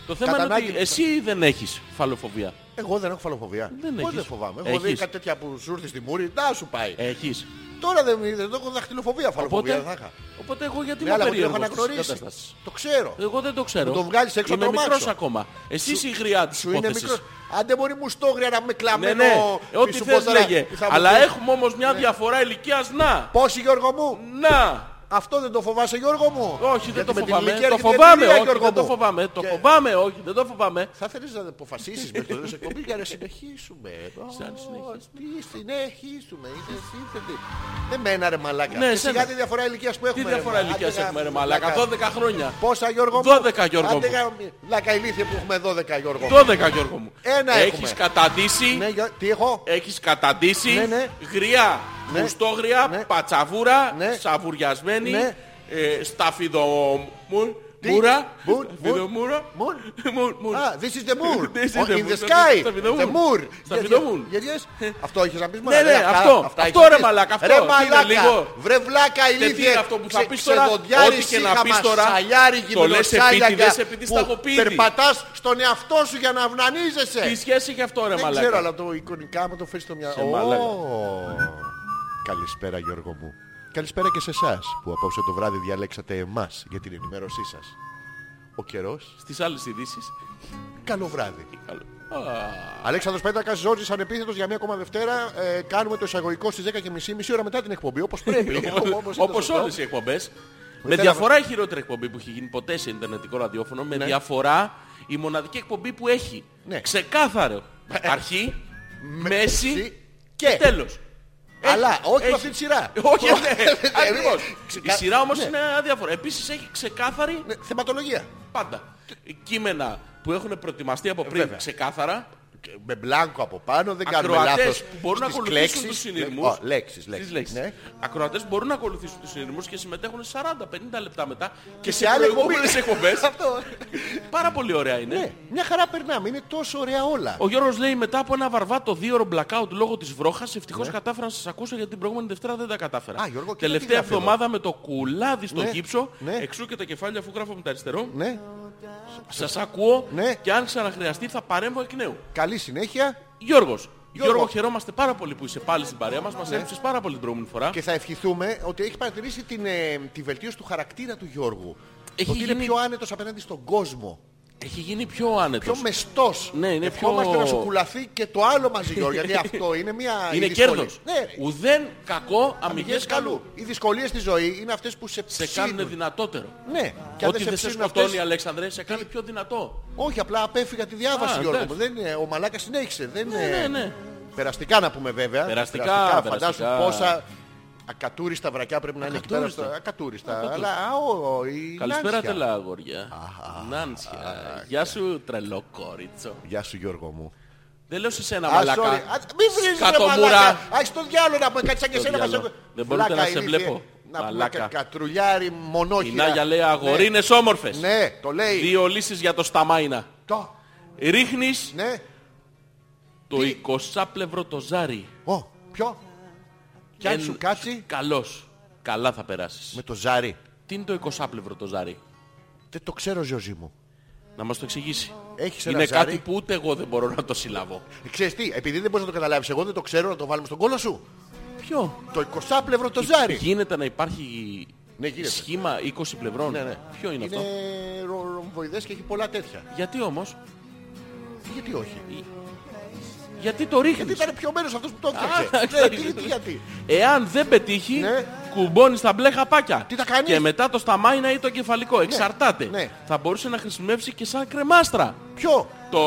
[SPEAKER 2] Το θέμα είναι
[SPEAKER 1] Κατανάγκη-
[SPEAKER 2] ότι εσύ δεν έχεις φαλοφοβία.
[SPEAKER 1] Εγώ δεν έχω φαλοφοβία.
[SPEAKER 2] Δεν
[SPEAKER 1] Πώς
[SPEAKER 2] έχεις.
[SPEAKER 1] δεν φοβάμαι. Έχω δει
[SPEAKER 2] Έχεις.
[SPEAKER 1] κάτι τέτοια που σου έρθει στη μούρη, να σου πάει.
[SPEAKER 2] Έχεις.
[SPEAKER 1] Τώρα δεν, δεν έχω δακτυλοφοβία, φαλοφοβία δεν θα
[SPEAKER 2] Οπότε,
[SPEAKER 1] είχα.
[SPEAKER 2] οπότε εγώ γιατί
[SPEAKER 1] Ναι,
[SPEAKER 2] είμαι
[SPEAKER 1] αλλά εγώ το έχω
[SPEAKER 2] περίεργος στις
[SPEAKER 1] αναγνωρίσει.
[SPEAKER 2] καταστάσεις.
[SPEAKER 1] Το ξέρω.
[SPEAKER 2] Εγώ δεν το ξέρω.
[SPEAKER 1] Μου το βγάλεις έξω,
[SPEAKER 2] Είμαι
[SPEAKER 1] τρομάξω.
[SPEAKER 2] μικρός ακόμα. Εσύ είσαι η γριά της
[SPEAKER 1] Σου είναι μικρό.
[SPEAKER 2] υπόθεσης.
[SPEAKER 1] Αν δεν μπορεί μουστόγρια να με
[SPEAKER 2] Ναι,
[SPEAKER 1] κλαμμένο.
[SPEAKER 2] ναι. Ό,τι
[SPEAKER 1] πίσω
[SPEAKER 2] θες
[SPEAKER 1] ποδαρά,
[SPEAKER 2] λέγε.
[SPEAKER 1] θα μου
[SPEAKER 2] Αλλά
[SPEAKER 1] πεις, Ναι.
[SPEAKER 2] έχουμε όμως μια διαφορά ηλικίας. Να.
[SPEAKER 1] Πόσοι Γιώργο μου,
[SPEAKER 2] Να.
[SPEAKER 1] αυτό δεν το φοβάσαι Γιώργο μου.
[SPEAKER 2] Όχι, δεν
[SPEAKER 1] Γιατί
[SPEAKER 2] το
[SPEAKER 1] με την
[SPEAKER 2] φοβάμαι.
[SPEAKER 1] ηλικία
[SPEAKER 2] Το
[SPEAKER 1] έρχεται η
[SPEAKER 2] φοβάμαι,
[SPEAKER 1] εμπειρία,
[SPEAKER 2] όχι,
[SPEAKER 1] Γιώργο
[SPEAKER 2] δεν το
[SPEAKER 1] μου.
[SPEAKER 2] φοβάμαι. Το
[SPEAKER 1] Και
[SPEAKER 2] φοβάμαι, όχι, δεν το φοβάμαι.
[SPEAKER 1] Θα θέλεις να αποφασίσεις με το τέλος της εκπομπής για να συνεχίσουμε.
[SPEAKER 2] Σαν συνεχίσουμε.
[SPEAKER 1] Τι συνεχίσουμε, είναι σύνθετη. Δεν μένα ρε μαλάκα.
[SPEAKER 2] Ναι,
[SPEAKER 1] Ναι,
[SPEAKER 2] εσένα.
[SPEAKER 1] Σιγά τη διαφορά ηλικίας που
[SPEAKER 2] Τι
[SPEAKER 1] έχουμε. ρε,
[SPEAKER 2] διαφορά
[SPEAKER 1] μα.
[SPEAKER 2] ηλικίας
[SPEAKER 1] Άντε να-
[SPEAKER 2] έχουμε, ρε μαλάκα. 12 χρόνια.
[SPEAKER 1] Πόσα Γιώργο μου.
[SPEAKER 2] 12 Γιώργο
[SPEAKER 1] Άντε
[SPEAKER 2] μου.
[SPEAKER 1] να- Λάκα ηλίθεια που έχουμε 12 Γιώργο μου.
[SPEAKER 2] 12 Γιώργο μου.
[SPEAKER 1] Ένα
[SPEAKER 2] Έχεις
[SPEAKER 1] έχουμε. Ναι,
[SPEAKER 2] καταντήσει,
[SPEAKER 1] Γιώ- τι έχω.
[SPEAKER 2] έχεις καταντήσει,
[SPEAKER 1] Ναι, ναι.
[SPEAKER 2] γριά,
[SPEAKER 1] Ναι.
[SPEAKER 2] μουστόγρια,
[SPEAKER 1] Ναι.
[SPEAKER 2] πατσαβούρα,
[SPEAKER 1] Ναι.
[SPEAKER 2] σαβουριασμένη,
[SPEAKER 1] Ναι.
[SPEAKER 2] ε,
[SPEAKER 1] Τι?
[SPEAKER 2] σταφιδομούρα,
[SPEAKER 1] Μουρ,
[SPEAKER 2] σταφιδομούρα,
[SPEAKER 1] μουρ.
[SPEAKER 2] μουρ, μουρ.
[SPEAKER 1] Α, this is the moon.
[SPEAKER 2] This is
[SPEAKER 1] Oh,
[SPEAKER 2] the
[SPEAKER 1] in
[SPEAKER 2] moon.
[SPEAKER 1] the
[SPEAKER 2] Στα-
[SPEAKER 1] sky.
[SPEAKER 2] στα
[SPEAKER 1] The
[SPEAKER 2] βιδομούν.
[SPEAKER 1] moon.
[SPEAKER 2] Στα
[SPEAKER 1] Γιατί-
[SPEAKER 2] βιδομούν.
[SPEAKER 1] γιατί έτσι- Αυτό έχεις να πεις μόνο.
[SPEAKER 2] Ναι, ναι, αυτό. Αυτό, ρε μαλάκα, αυτό.
[SPEAKER 1] Ρε
[SPEAKER 2] Είναι
[SPEAKER 1] μαλάκα.
[SPEAKER 2] λίγο.
[SPEAKER 1] Βρε βλάκα
[SPEAKER 2] Και τι
[SPEAKER 1] ηλίθιε.
[SPEAKER 2] είναι αυτό που θα
[SPEAKER 1] ξε-
[SPEAKER 2] πεις τώρα,
[SPEAKER 1] ξεδοντιάρη
[SPEAKER 2] ό,τι και να
[SPEAKER 1] σύγχαμα,
[SPEAKER 2] πεις τώρα,
[SPEAKER 1] σαλιάρικη,
[SPEAKER 2] το λες
[SPEAKER 1] μιλοσάλιακα,
[SPEAKER 2] επίτηδες, επειδή
[SPEAKER 1] που
[SPEAKER 2] στα έχω πει ήδη.
[SPEAKER 1] Περπατάς στον εαυτό σου για να αυνανίζεσαι.
[SPEAKER 2] Τι σχέση έχει αυτό ρε
[SPEAKER 1] Δεν ξέρω,
[SPEAKER 2] μαλάκα.
[SPEAKER 1] αλλά το εικονικά μου το φέρεις στο μυαλό.
[SPEAKER 2] Σε μαλάκα.
[SPEAKER 1] Ω. Καλησπέρα Γιώργο μου. Καλησπέρα και σε εσάς που απόψε το βράδυ διαλέξατε εμάς για την ενημέρωσή σας. Ο καιρός,
[SPEAKER 2] Στις άλλες ειδήσεις.
[SPEAKER 1] καλό βράδυ.
[SPEAKER 2] Καλό.
[SPEAKER 1] Αλέξανδρος Πέτρακας, Ζόρζης ανεπίθετος για μία ακόμα Δευτέρα. Ε, κάνουμε το εισαγωγικό στις 10.30 μισή ώρα μετά την εκπομπή, όπως πρέπει. Όπως είναι
[SPEAKER 2] λοιπόν, Όπως
[SPEAKER 1] σωστό.
[SPEAKER 2] όλες οι εκπομπές. Με
[SPEAKER 1] θέλαμε-
[SPEAKER 2] διαφορά η χειρότερη εκπομπή που έχει γίνει ποτέ σε Ιντερνετικό ραδιόφωνο. Με διαφορά η μοναδική εκπομπή που έχει.
[SPEAKER 1] Ναι.
[SPEAKER 2] Ξεκάθαρο. Αρχή, μέση
[SPEAKER 1] Μέση και.
[SPEAKER 2] και τέλος.
[SPEAKER 1] Αλλά
[SPEAKER 2] Έχει-
[SPEAKER 1] όχι με
[SPEAKER 2] έχει-
[SPEAKER 1] αυτή τη σειρά.
[SPEAKER 2] Όχι, ναι,
[SPEAKER 1] Ε,
[SPEAKER 2] ακριβώς. Η
[SPEAKER 1] ξεκα-
[SPEAKER 2] σειρά όμως
[SPEAKER 1] ναι.
[SPEAKER 2] είναι αδιάφορα. Επίσης έχει ξεκάθαρη
[SPEAKER 1] Ναι, Θεματολογία.
[SPEAKER 2] πάντα. Κείμενα που έχουν προετοιμαστεί από πριν
[SPEAKER 1] Ναι. Ε, Βέβαια.
[SPEAKER 2] ξεκάθαρα.
[SPEAKER 1] Και με μπλάνκο από πάνω, δεν κάνουμε
[SPEAKER 2] Ακροατές
[SPEAKER 1] λάθος.
[SPEAKER 2] που μπορούν να
[SPEAKER 1] στις
[SPEAKER 2] ακολουθήσουν
[SPEAKER 1] λέξεις.
[SPEAKER 2] τους συνειρμούς.
[SPEAKER 1] Λέ- Ω, Λέξεις,
[SPEAKER 2] Τις
[SPEAKER 1] λέξεις.
[SPEAKER 2] λέξεις.
[SPEAKER 1] Ναι.
[SPEAKER 2] Ακροατές μπορούν να ακολουθήσουν τους συνειρμούς και συμμετέχουν 40-50 λεπτά μετά και σε
[SPEAKER 1] άλλη
[SPEAKER 2] προηγούμενες
[SPEAKER 1] εκπομπή.
[SPEAKER 2] εκπομπές.
[SPEAKER 1] Αυτό.
[SPEAKER 2] Πάρα πολύ ωραία είναι.
[SPEAKER 1] Ναι, μια χαρά περνάμε. Είναι τόσο ωραία όλα.
[SPEAKER 2] Ο Γιώργος λέει μετά από ένα βαρβάτο δίωρο blackout λόγω της βρόχας ευτυχώς κατάφερα να σας ακούσω γιατί την προηγούμενη Δευτέρα δεν τα κατάφερα.
[SPEAKER 1] Ναι. Α, Γιώργο, κοίτα τι
[SPEAKER 2] Τελευταία
[SPEAKER 1] γράφει εδώ.
[SPEAKER 2] εβδομάδα με το κουλάδι στο
[SPEAKER 1] Ναι,
[SPEAKER 2] γύψο,
[SPEAKER 1] ναι.
[SPEAKER 2] εξού και τα κεφάλια αφού γράφω με τα αριστερό,
[SPEAKER 1] Ναι,
[SPEAKER 2] σας ακούω
[SPEAKER 1] Ναι.
[SPEAKER 2] και αν ξαναχρειαστεί θα παρέμβω εκ νέου.
[SPEAKER 1] καλή συνέχεια
[SPEAKER 2] Γιώργος,
[SPEAKER 1] Γιώργο. Ναι.
[SPEAKER 2] Γιώργο, χαιρόμαστε πάρα πολύ που είσαι πάλι στην παρέα μας, μας έριξες πάρα πολύ την προηγούμενη φορά.
[SPEAKER 1] και θα ευχηθούμε ότι έχει παρατηρήσει την, ε, τη βελτίωση του χαρακτήρα του Γιώργου.
[SPEAKER 2] Έχει
[SPEAKER 1] ότι είναι
[SPEAKER 2] γίνει-
[SPEAKER 1] πιο άνετος απέναντι στον κόσμο.
[SPEAKER 2] Έχει γίνει πιο άνετος.
[SPEAKER 1] Πιο μεστός.
[SPEAKER 2] Ναι, είναι
[SPEAKER 1] Ευχόμαστε
[SPEAKER 2] πιο-
[SPEAKER 1] να σου κουλαθεί και το άλλο μαζί, Γιώργο, γιατί αυτό είναι μια. η
[SPEAKER 2] Είναι
[SPEAKER 1] δυσκολία.
[SPEAKER 2] κέρδος.
[SPEAKER 1] Ναι,
[SPEAKER 2] Ουδέν κακό, αμυγές
[SPEAKER 1] αμυγές
[SPEAKER 2] καλού.
[SPEAKER 1] καλού. Οι δυσκολίες στη ζωή είναι αυτές που σε
[SPEAKER 2] Σε
[SPEAKER 1] ψήνουν.
[SPEAKER 2] κάνουν δυνατότερο.
[SPEAKER 1] Ναι, και αν δεν
[SPEAKER 2] Ό,τι
[SPEAKER 1] σε
[SPEAKER 2] δεν σε
[SPEAKER 1] ψήνουν
[SPEAKER 2] σκοτώνει,
[SPEAKER 1] αυτές...
[SPEAKER 2] Αλέξανδρε, σε κάνει πιο δυνατό.
[SPEAKER 1] Όχι, απλά απέφυγα τη διάβαση,
[SPEAKER 2] Α,
[SPEAKER 1] Γιώργο
[SPEAKER 2] εντάξει.
[SPEAKER 1] μου. Δεν είναι... Ο Μαλάκας συνέχισε. Δεν
[SPEAKER 2] Ναι,
[SPEAKER 1] είναι-
[SPEAKER 2] ναι, ναι.
[SPEAKER 1] Περαστικά να πούμε βέβαια.
[SPEAKER 2] Περαστικά,
[SPEAKER 1] Φαντάσου
[SPEAKER 2] περαστικά.
[SPEAKER 1] πόσα ακατούριστα βρακιά πρέπει να είναι εκεί πέρα.
[SPEAKER 2] Ακατούριστα.
[SPEAKER 1] στα- Ακατούριστα. Αλλά α, ο, ο, η
[SPEAKER 2] Καλησπέρα,
[SPEAKER 1] Νάνσια.
[SPEAKER 2] τελά, αγόρια. Νάντσια. Γεια σου, τρελό κόριτσο.
[SPEAKER 1] Γεια σου Γιώργο μου.
[SPEAKER 2] Δεν λέω σε σένα,
[SPEAKER 1] Α, sorry.
[SPEAKER 2] μαλακά.
[SPEAKER 1] Α, Μην βρίζεις ρε
[SPEAKER 2] Σκατομούρα.
[SPEAKER 1] μαλάκα. Ας τον διάλογο να πούμε κάτι σαν και
[SPEAKER 2] Στο
[SPEAKER 1] σένα. μας
[SPEAKER 2] διάλογο.
[SPEAKER 1] έχω-
[SPEAKER 2] Δεν μπορείτε
[SPEAKER 1] Βλάκα
[SPEAKER 2] να σε
[SPEAKER 1] ηλίθιε.
[SPEAKER 2] βλέπω.
[SPEAKER 1] Να πούμε
[SPEAKER 2] Μαλάκα.
[SPEAKER 1] κα- Κατρουλιάρι
[SPEAKER 2] Η
[SPEAKER 1] μονόχυρα.
[SPEAKER 2] Νάγια λέει
[SPEAKER 1] Ναι.
[SPEAKER 2] αγορίνες όμορφες.
[SPEAKER 1] Ναι, το λέει.
[SPEAKER 2] Δύο λύσεις για το σταμάινα.
[SPEAKER 1] Το.
[SPEAKER 2] Ρίχνεις
[SPEAKER 1] Ναι.
[SPEAKER 2] το εικοσάπλευρο το ζάρι.
[SPEAKER 1] Ω, ποιο. Κι αν
[SPEAKER 2] Εν-
[SPEAKER 1] σου κάτσει
[SPEAKER 2] Καλός. Καλά θα περάσεις.
[SPEAKER 1] με το ζάρι.
[SPEAKER 2] Τι είναι το εικοσάπλευρο το ζάρι.
[SPEAKER 1] Δεν το ξέρω Ζιωζή μου.
[SPEAKER 2] Να μας το εξηγήσει.
[SPEAKER 1] Έχεις ένα
[SPEAKER 2] Είναι
[SPEAKER 1] ζάρι.
[SPEAKER 2] κάτι που ούτε εγώ δεν μπορώ να το συλλάβω.
[SPEAKER 1] Ε, Ξέρεις τι, επειδή δεν μπορείς να το καταλάβεις εγώ δεν το ξέρω να το βάλουμε στον κόλο σου.
[SPEAKER 2] Ποιο.
[SPEAKER 1] Το 20 πλευρό το ζάρι.
[SPEAKER 2] Γίνεται να υπάρχει
[SPEAKER 1] Ναι, γίνεται.
[SPEAKER 2] σχήμα 20 πλευρών.
[SPEAKER 1] Ναι, ναι.
[SPEAKER 2] Ποιο είναι, αυτό.
[SPEAKER 1] Είναι ρο- ρομβοειδές και έχει πολλά τέτοια.
[SPEAKER 2] Γιατί όμως.
[SPEAKER 1] Γιατί όχι.
[SPEAKER 2] Γιατί το ρίχνεις.
[SPEAKER 1] Γιατί ήταν πιωμένος αυτός που το
[SPEAKER 2] Α,
[SPEAKER 1] έφτιαξε. Ναι,
[SPEAKER 2] ξέρεις.
[SPEAKER 1] τι- τι γιατί.
[SPEAKER 2] Εάν δεν πετύχει,
[SPEAKER 1] Ναι.
[SPEAKER 2] κουμπώνεις στα μπλε χαπάκια.
[SPEAKER 1] Τι θα κάνεις?
[SPEAKER 2] Και μετά το σταμάινα ή το κεφαλικό. Εξαρτάται.
[SPEAKER 1] ναι.
[SPEAKER 2] Θα μπορούσε να χρησιμεύσει και σαν κρεμάστρα.
[SPEAKER 1] Ποιο.
[SPEAKER 2] Το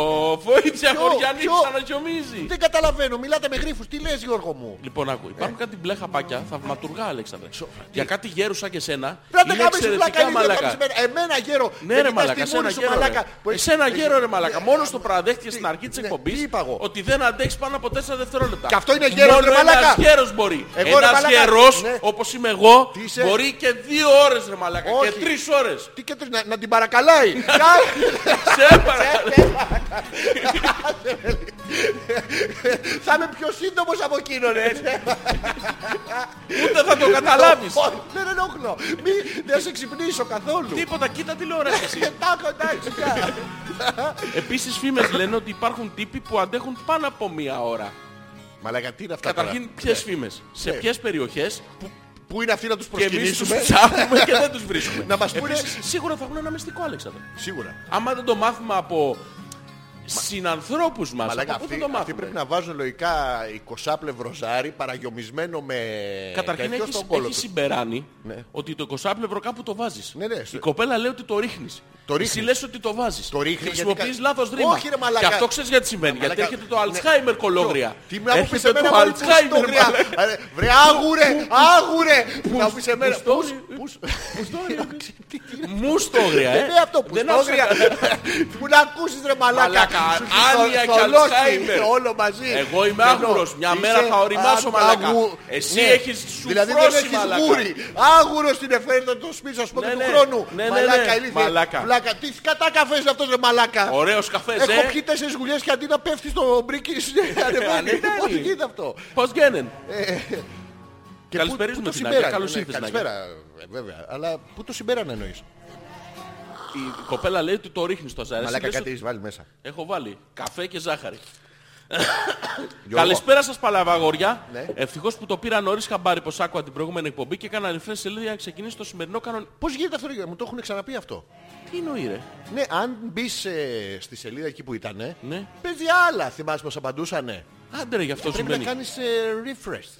[SPEAKER 2] βοήθεια
[SPEAKER 1] Ποιο,
[SPEAKER 2] χωριανή
[SPEAKER 1] ποιο?
[SPEAKER 2] ξαναχιομίζει.
[SPEAKER 1] Δεν καταλαβαίνω. Μιλάτε με γρίφους. Τι λες Γιώργο μου.
[SPEAKER 2] Λοιπόν, άκου,
[SPEAKER 1] Ε.
[SPEAKER 2] υπάρχουν κάτι μπλε χαπάκια θαυματουργά, Αλέξανδρε. Για κάτι γέρου σαν και σένα.
[SPEAKER 1] Πρέπει να κάνεις
[SPEAKER 2] είναι
[SPEAKER 1] πλάκα
[SPEAKER 2] εξαιρετικά
[SPEAKER 1] λίγο, κάνεις
[SPEAKER 2] μαλακά.
[SPEAKER 1] εμένα- Εμένα γέρο.
[SPEAKER 2] Ναι,
[SPEAKER 1] Ε, με
[SPEAKER 2] ρε
[SPEAKER 1] κοιτάς
[SPEAKER 2] Μαλακά,
[SPEAKER 1] τη
[SPEAKER 2] σε
[SPEAKER 1] μούρη
[SPEAKER 2] ένα
[SPEAKER 1] σου,
[SPEAKER 2] γέρο.
[SPEAKER 1] μαλάκα, που
[SPEAKER 2] Ρε.
[SPEAKER 1] έχεις-
[SPEAKER 2] Σε ένα
[SPEAKER 1] έχεις-
[SPEAKER 2] γέρο, ρε Μαλακά.
[SPEAKER 1] Ναι,
[SPEAKER 2] Μόνος το
[SPEAKER 1] ναι,
[SPEAKER 2] παραδέχτηκε στην
[SPEAKER 1] ναι,
[SPEAKER 2] αρχή της
[SPEAKER 1] ναι,
[SPEAKER 2] εκπομπή
[SPEAKER 1] τι είπα εγώ?
[SPEAKER 2] ότι δεν αντέξει πάνω από 4 δευτερόλεπτα.
[SPEAKER 1] Και αυτό είναι γέρος,
[SPEAKER 2] Μόνο
[SPEAKER 1] ρε
[SPEAKER 2] ένας
[SPEAKER 1] μαλάκα.
[SPEAKER 2] γέρος μπορεί.
[SPEAKER 1] Εγώ, ρε
[SPEAKER 2] Ένα
[SPEAKER 1] μαλάκα,
[SPEAKER 2] γερό,
[SPEAKER 1] ναι.
[SPEAKER 2] όπω είμαι εγώ,
[SPEAKER 1] Τι είσαι?
[SPEAKER 2] μπορεί και 2 ώρε, ρε Μαλακά. Και
[SPEAKER 1] Όχι.
[SPEAKER 2] 3 ώρε.
[SPEAKER 1] Τι και τρεις, να- να την παρακαλάει. Κα-
[SPEAKER 2] Σε παρακαλώ.
[SPEAKER 1] Θα είμαι πιο σύντομος από εκείνον. ρε.
[SPEAKER 2] Ούτε θα το καταλάβεις.
[SPEAKER 1] Όχι, Δεν ενοχλώ. Μη, δεν σε ξυπνήσω καθόλου.
[SPEAKER 2] Τίποτα, κοίτα τηλεόραση.
[SPEAKER 1] Τάκο, εντάξει. κα.
[SPEAKER 2] Επίσης, φήμες λένε ότι υπάρχουν τύποι που αντέχουν πάνω από μία ώρα.
[SPEAKER 1] Μαλάκα, τι είναι αυτά τώρα.
[SPEAKER 2] Καταρχήν, ποιες φήμες, σε
[SPEAKER 1] Ναι.
[SPEAKER 2] ποιες περιοχές που
[SPEAKER 1] Πού είναι αυτοί να τους
[SPEAKER 2] και εμείς τους
[SPEAKER 1] προσκυνήσουμε.
[SPEAKER 2] ψάχνουμε και δεν τους βρίσκουμε.
[SPEAKER 1] Να μας πούνε-
[SPEAKER 2] Επίσης, σίγουρα θα έχουν ένα μυστικό, Αλέξανδρο.
[SPEAKER 1] Σίγουρα.
[SPEAKER 2] Άμα δεν το μάθουμε από συνανθρώπους μας,
[SPEAKER 1] Μαλάκα,
[SPEAKER 2] από πού θα
[SPEAKER 1] αυτοί,
[SPEAKER 2] το
[SPEAKER 1] αυτοί
[SPEAKER 2] μάθουμε.
[SPEAKER 1] πρέπει να βάζουν λογικά 20 πλευροζάρι παραγιομισμένο με
[SPEAKER 2] Ε, Καταρχήν
[SPEAKER 1] τέτοιο
[SPEAKER 2] έχεις,
[SPEAKER 1] στον κόλο
[SPEAKER 2] έχεις
[SPEAKER 1] τους.
[SPEAKER 2] συμπεράνει
[SPEAKER 1] Ναι.
[SPEAKER 2] ότι το 20 πλευρό κάπου το βάζεις.
[SPEAKER 1] Ναι, ναι,
[SPEAKER 2] Η
[SPEAKER 1] σε-
[SPEAKER 2] κοπέλα λέει ότι το ρίχνεις.
[SPEAKER 1] Το ρίχνεις.
[SPEAKER 2] Εσύ λες ότι το βάζεις.
[SPEAKER 1] Το ρίχνεις
[SPEAKER 2] Χρησιμοποιείς
[SPEAKER 1] γιατί κα-
[SPEAKER 2] λάθος ρήμα.
[SPEAKER 1] Όχι, ρε μαλάκα.
[SPEAKER 2] Και αυτό ξέρεις γιατί συμβαίνει.
[SPEAKER 1] Μαλάκα,
[SPEAKER 2] γιατί έρχεται το
[SPEAKER 1] ναι.
[SPEAKER 2] Alzheimer κολόγρια.
[SPEAKER 1] Τι να μου πεις
[SPEAKER 2] έρχεται
[SPEAKER 1] εμένα
[SPEAKER 2] το
[SPEAKER 1] μόλι που στο
[SPEAKER 2] Alzheimer
[SPEAKER 1] γριά.
[SPEAKER 2] μαλάκα.
[SPEAKER 1] Ρε, Βρε άγουρε, άγουρε. Να μου πεις εμένα.
[SPEAKER 2] Πουστό-
[SPEAKER 1] Πούς, πούς. Τι- τι είναι.
[SPEAKER 2] Μουστόγρια, ε.
[SPEAKER 1] Δεν είναι αυτό που
[SPEAKER 2] Δεν
[SPEAKER 1] στο
[SPEAKER 2] άκουσα
[SPEAKER 1] γριά. Που να ακούσεις ρε μαλάκα.
[SPEAKER 2] Μαλάκα,
[SPEAKER 1] Σου έχει
[SPEAKER 2] άνοια
[SPEAKER 1] θο-
[SPEAKER 2] και
[SPEAKER 1] θολώσει
[SPEAKER 2] Alzheimer.
[SPEAKER 1] Όλο μαζί.
[SPEAKER 2] Εγώ είμαι
[SPEAKER 1] Ενώ
[SPEAKER 2] άγουρος. Μια
[SPEAKER 1] είσαι
[SPEAKER 2] μέρα θα οριμάσω,
[SPEAKER 1] α-
[SPEAKER 2] μαλάκα.
[SPEAKER 1] άγου-
[SPEAKER 2] Εσύ
[SPEAKER 1] ναι.
[SPEAKER 2] έχεις σου
[SPEAKER 1] Δηλαδή δεν
[SPEAKER 2] φρώσει,
[SPEAKER 1] έχεις
[SPEAKER 2] μαλάκα.
[SPEAKER 1] γούρι. Άγουρος την εφέρετε το σπίτι σας πότε
[SPEAKER 2] Ναι,
[SPEAKER 1] του
[SPEAKER 2] ναι.
[SPEAKER 1] χρόνου.
[SPEAKER 2] Ναι, ναι, ναι.
[SPEAKER 1] Μαλάκα ηλίθεια.
[SPEAKER 2] Μαλάκα.
[SPEAKER 1] Πλάκα. Τι κατά καφές είναι αυτός ρε μαλάκα.
[SPEAKER 2] Ωραίος καφές,
[SPEAKER 1] Έχω
[SPEAKER 2] ε. Ναι,
[SPEAKER 1] πιει τέσσερις γουλιές και αντί να πέφτει στο μπρίκι, σε ανεβαίνει.
[SPEAKER 2] Ανεβαίνει.
[SPEAKER 1] Πώς γίνεται αυτό.
[SPEAKER 2] Πώς γίνεν.
[SPEAKER 1] Και
[SPEAKER 2] Καλησπέριζουμε
[SPEAKER 1] πού- πού το
[SPEAKER 2] την Νάγια.
[SPEAKER 1] συμπέρανε,
[SPEAKER 2] Καλώς
[SPEAKER 1] ναι,
[SPEAKER 2] ήρθες,
[SPEAKER 1] Καλησπέρα, ε, βέβαια. Αλλά πού το συμπέρανε εννοείς.
[SPEAKER 2] Η κοπέλα λέει ότι το ρίχνεις το ζάρι.
[SPEAKER 1] Μαλάκα
[SPEAKER 2] Εσύ λες
[SPEAKER 1] κάτι έχεις βάλει μέσα.
[SPEAKER 2] Έχω βάλει καφέ και ζάχαρη.
[SPEAKER 1] Γιώργο.
[SPEAKER 2] Καλησπέρα σας παλαβαγόρια.
[SPEAKER 1] Ναι.
[SPEAKER 2] Ευτυχώς που το πήρα νωρίς χαμπάρι πως άκουγα την προηγούμενη εκπομπή και έκανα refresh σελίδα για να ξεκινήσει το σημερινό κανονικό.
[SPEAKER 1] Πώς γίνεται αυτό, ρε, μου το έχουν ξαναπεί αυτό.
[SPEAKER 2] Τι εννοεί ρε.
[SPEAKER 1] Ναι, αν μπει στη σελίδα εκεί που ήταν,
[SPEAKER 2] Ναι.
[SPEAKER 1] παίζει άλλα. Θυμάσαι πως απαντούσανε.
[SPEAKER 2] Άντε ρε γι' αυτό
[SPEAKER 1] Πρέπει να
[SPEAKER 2] συμβαίνει.
[SPEAKER 1] κάνεις ε, refresh.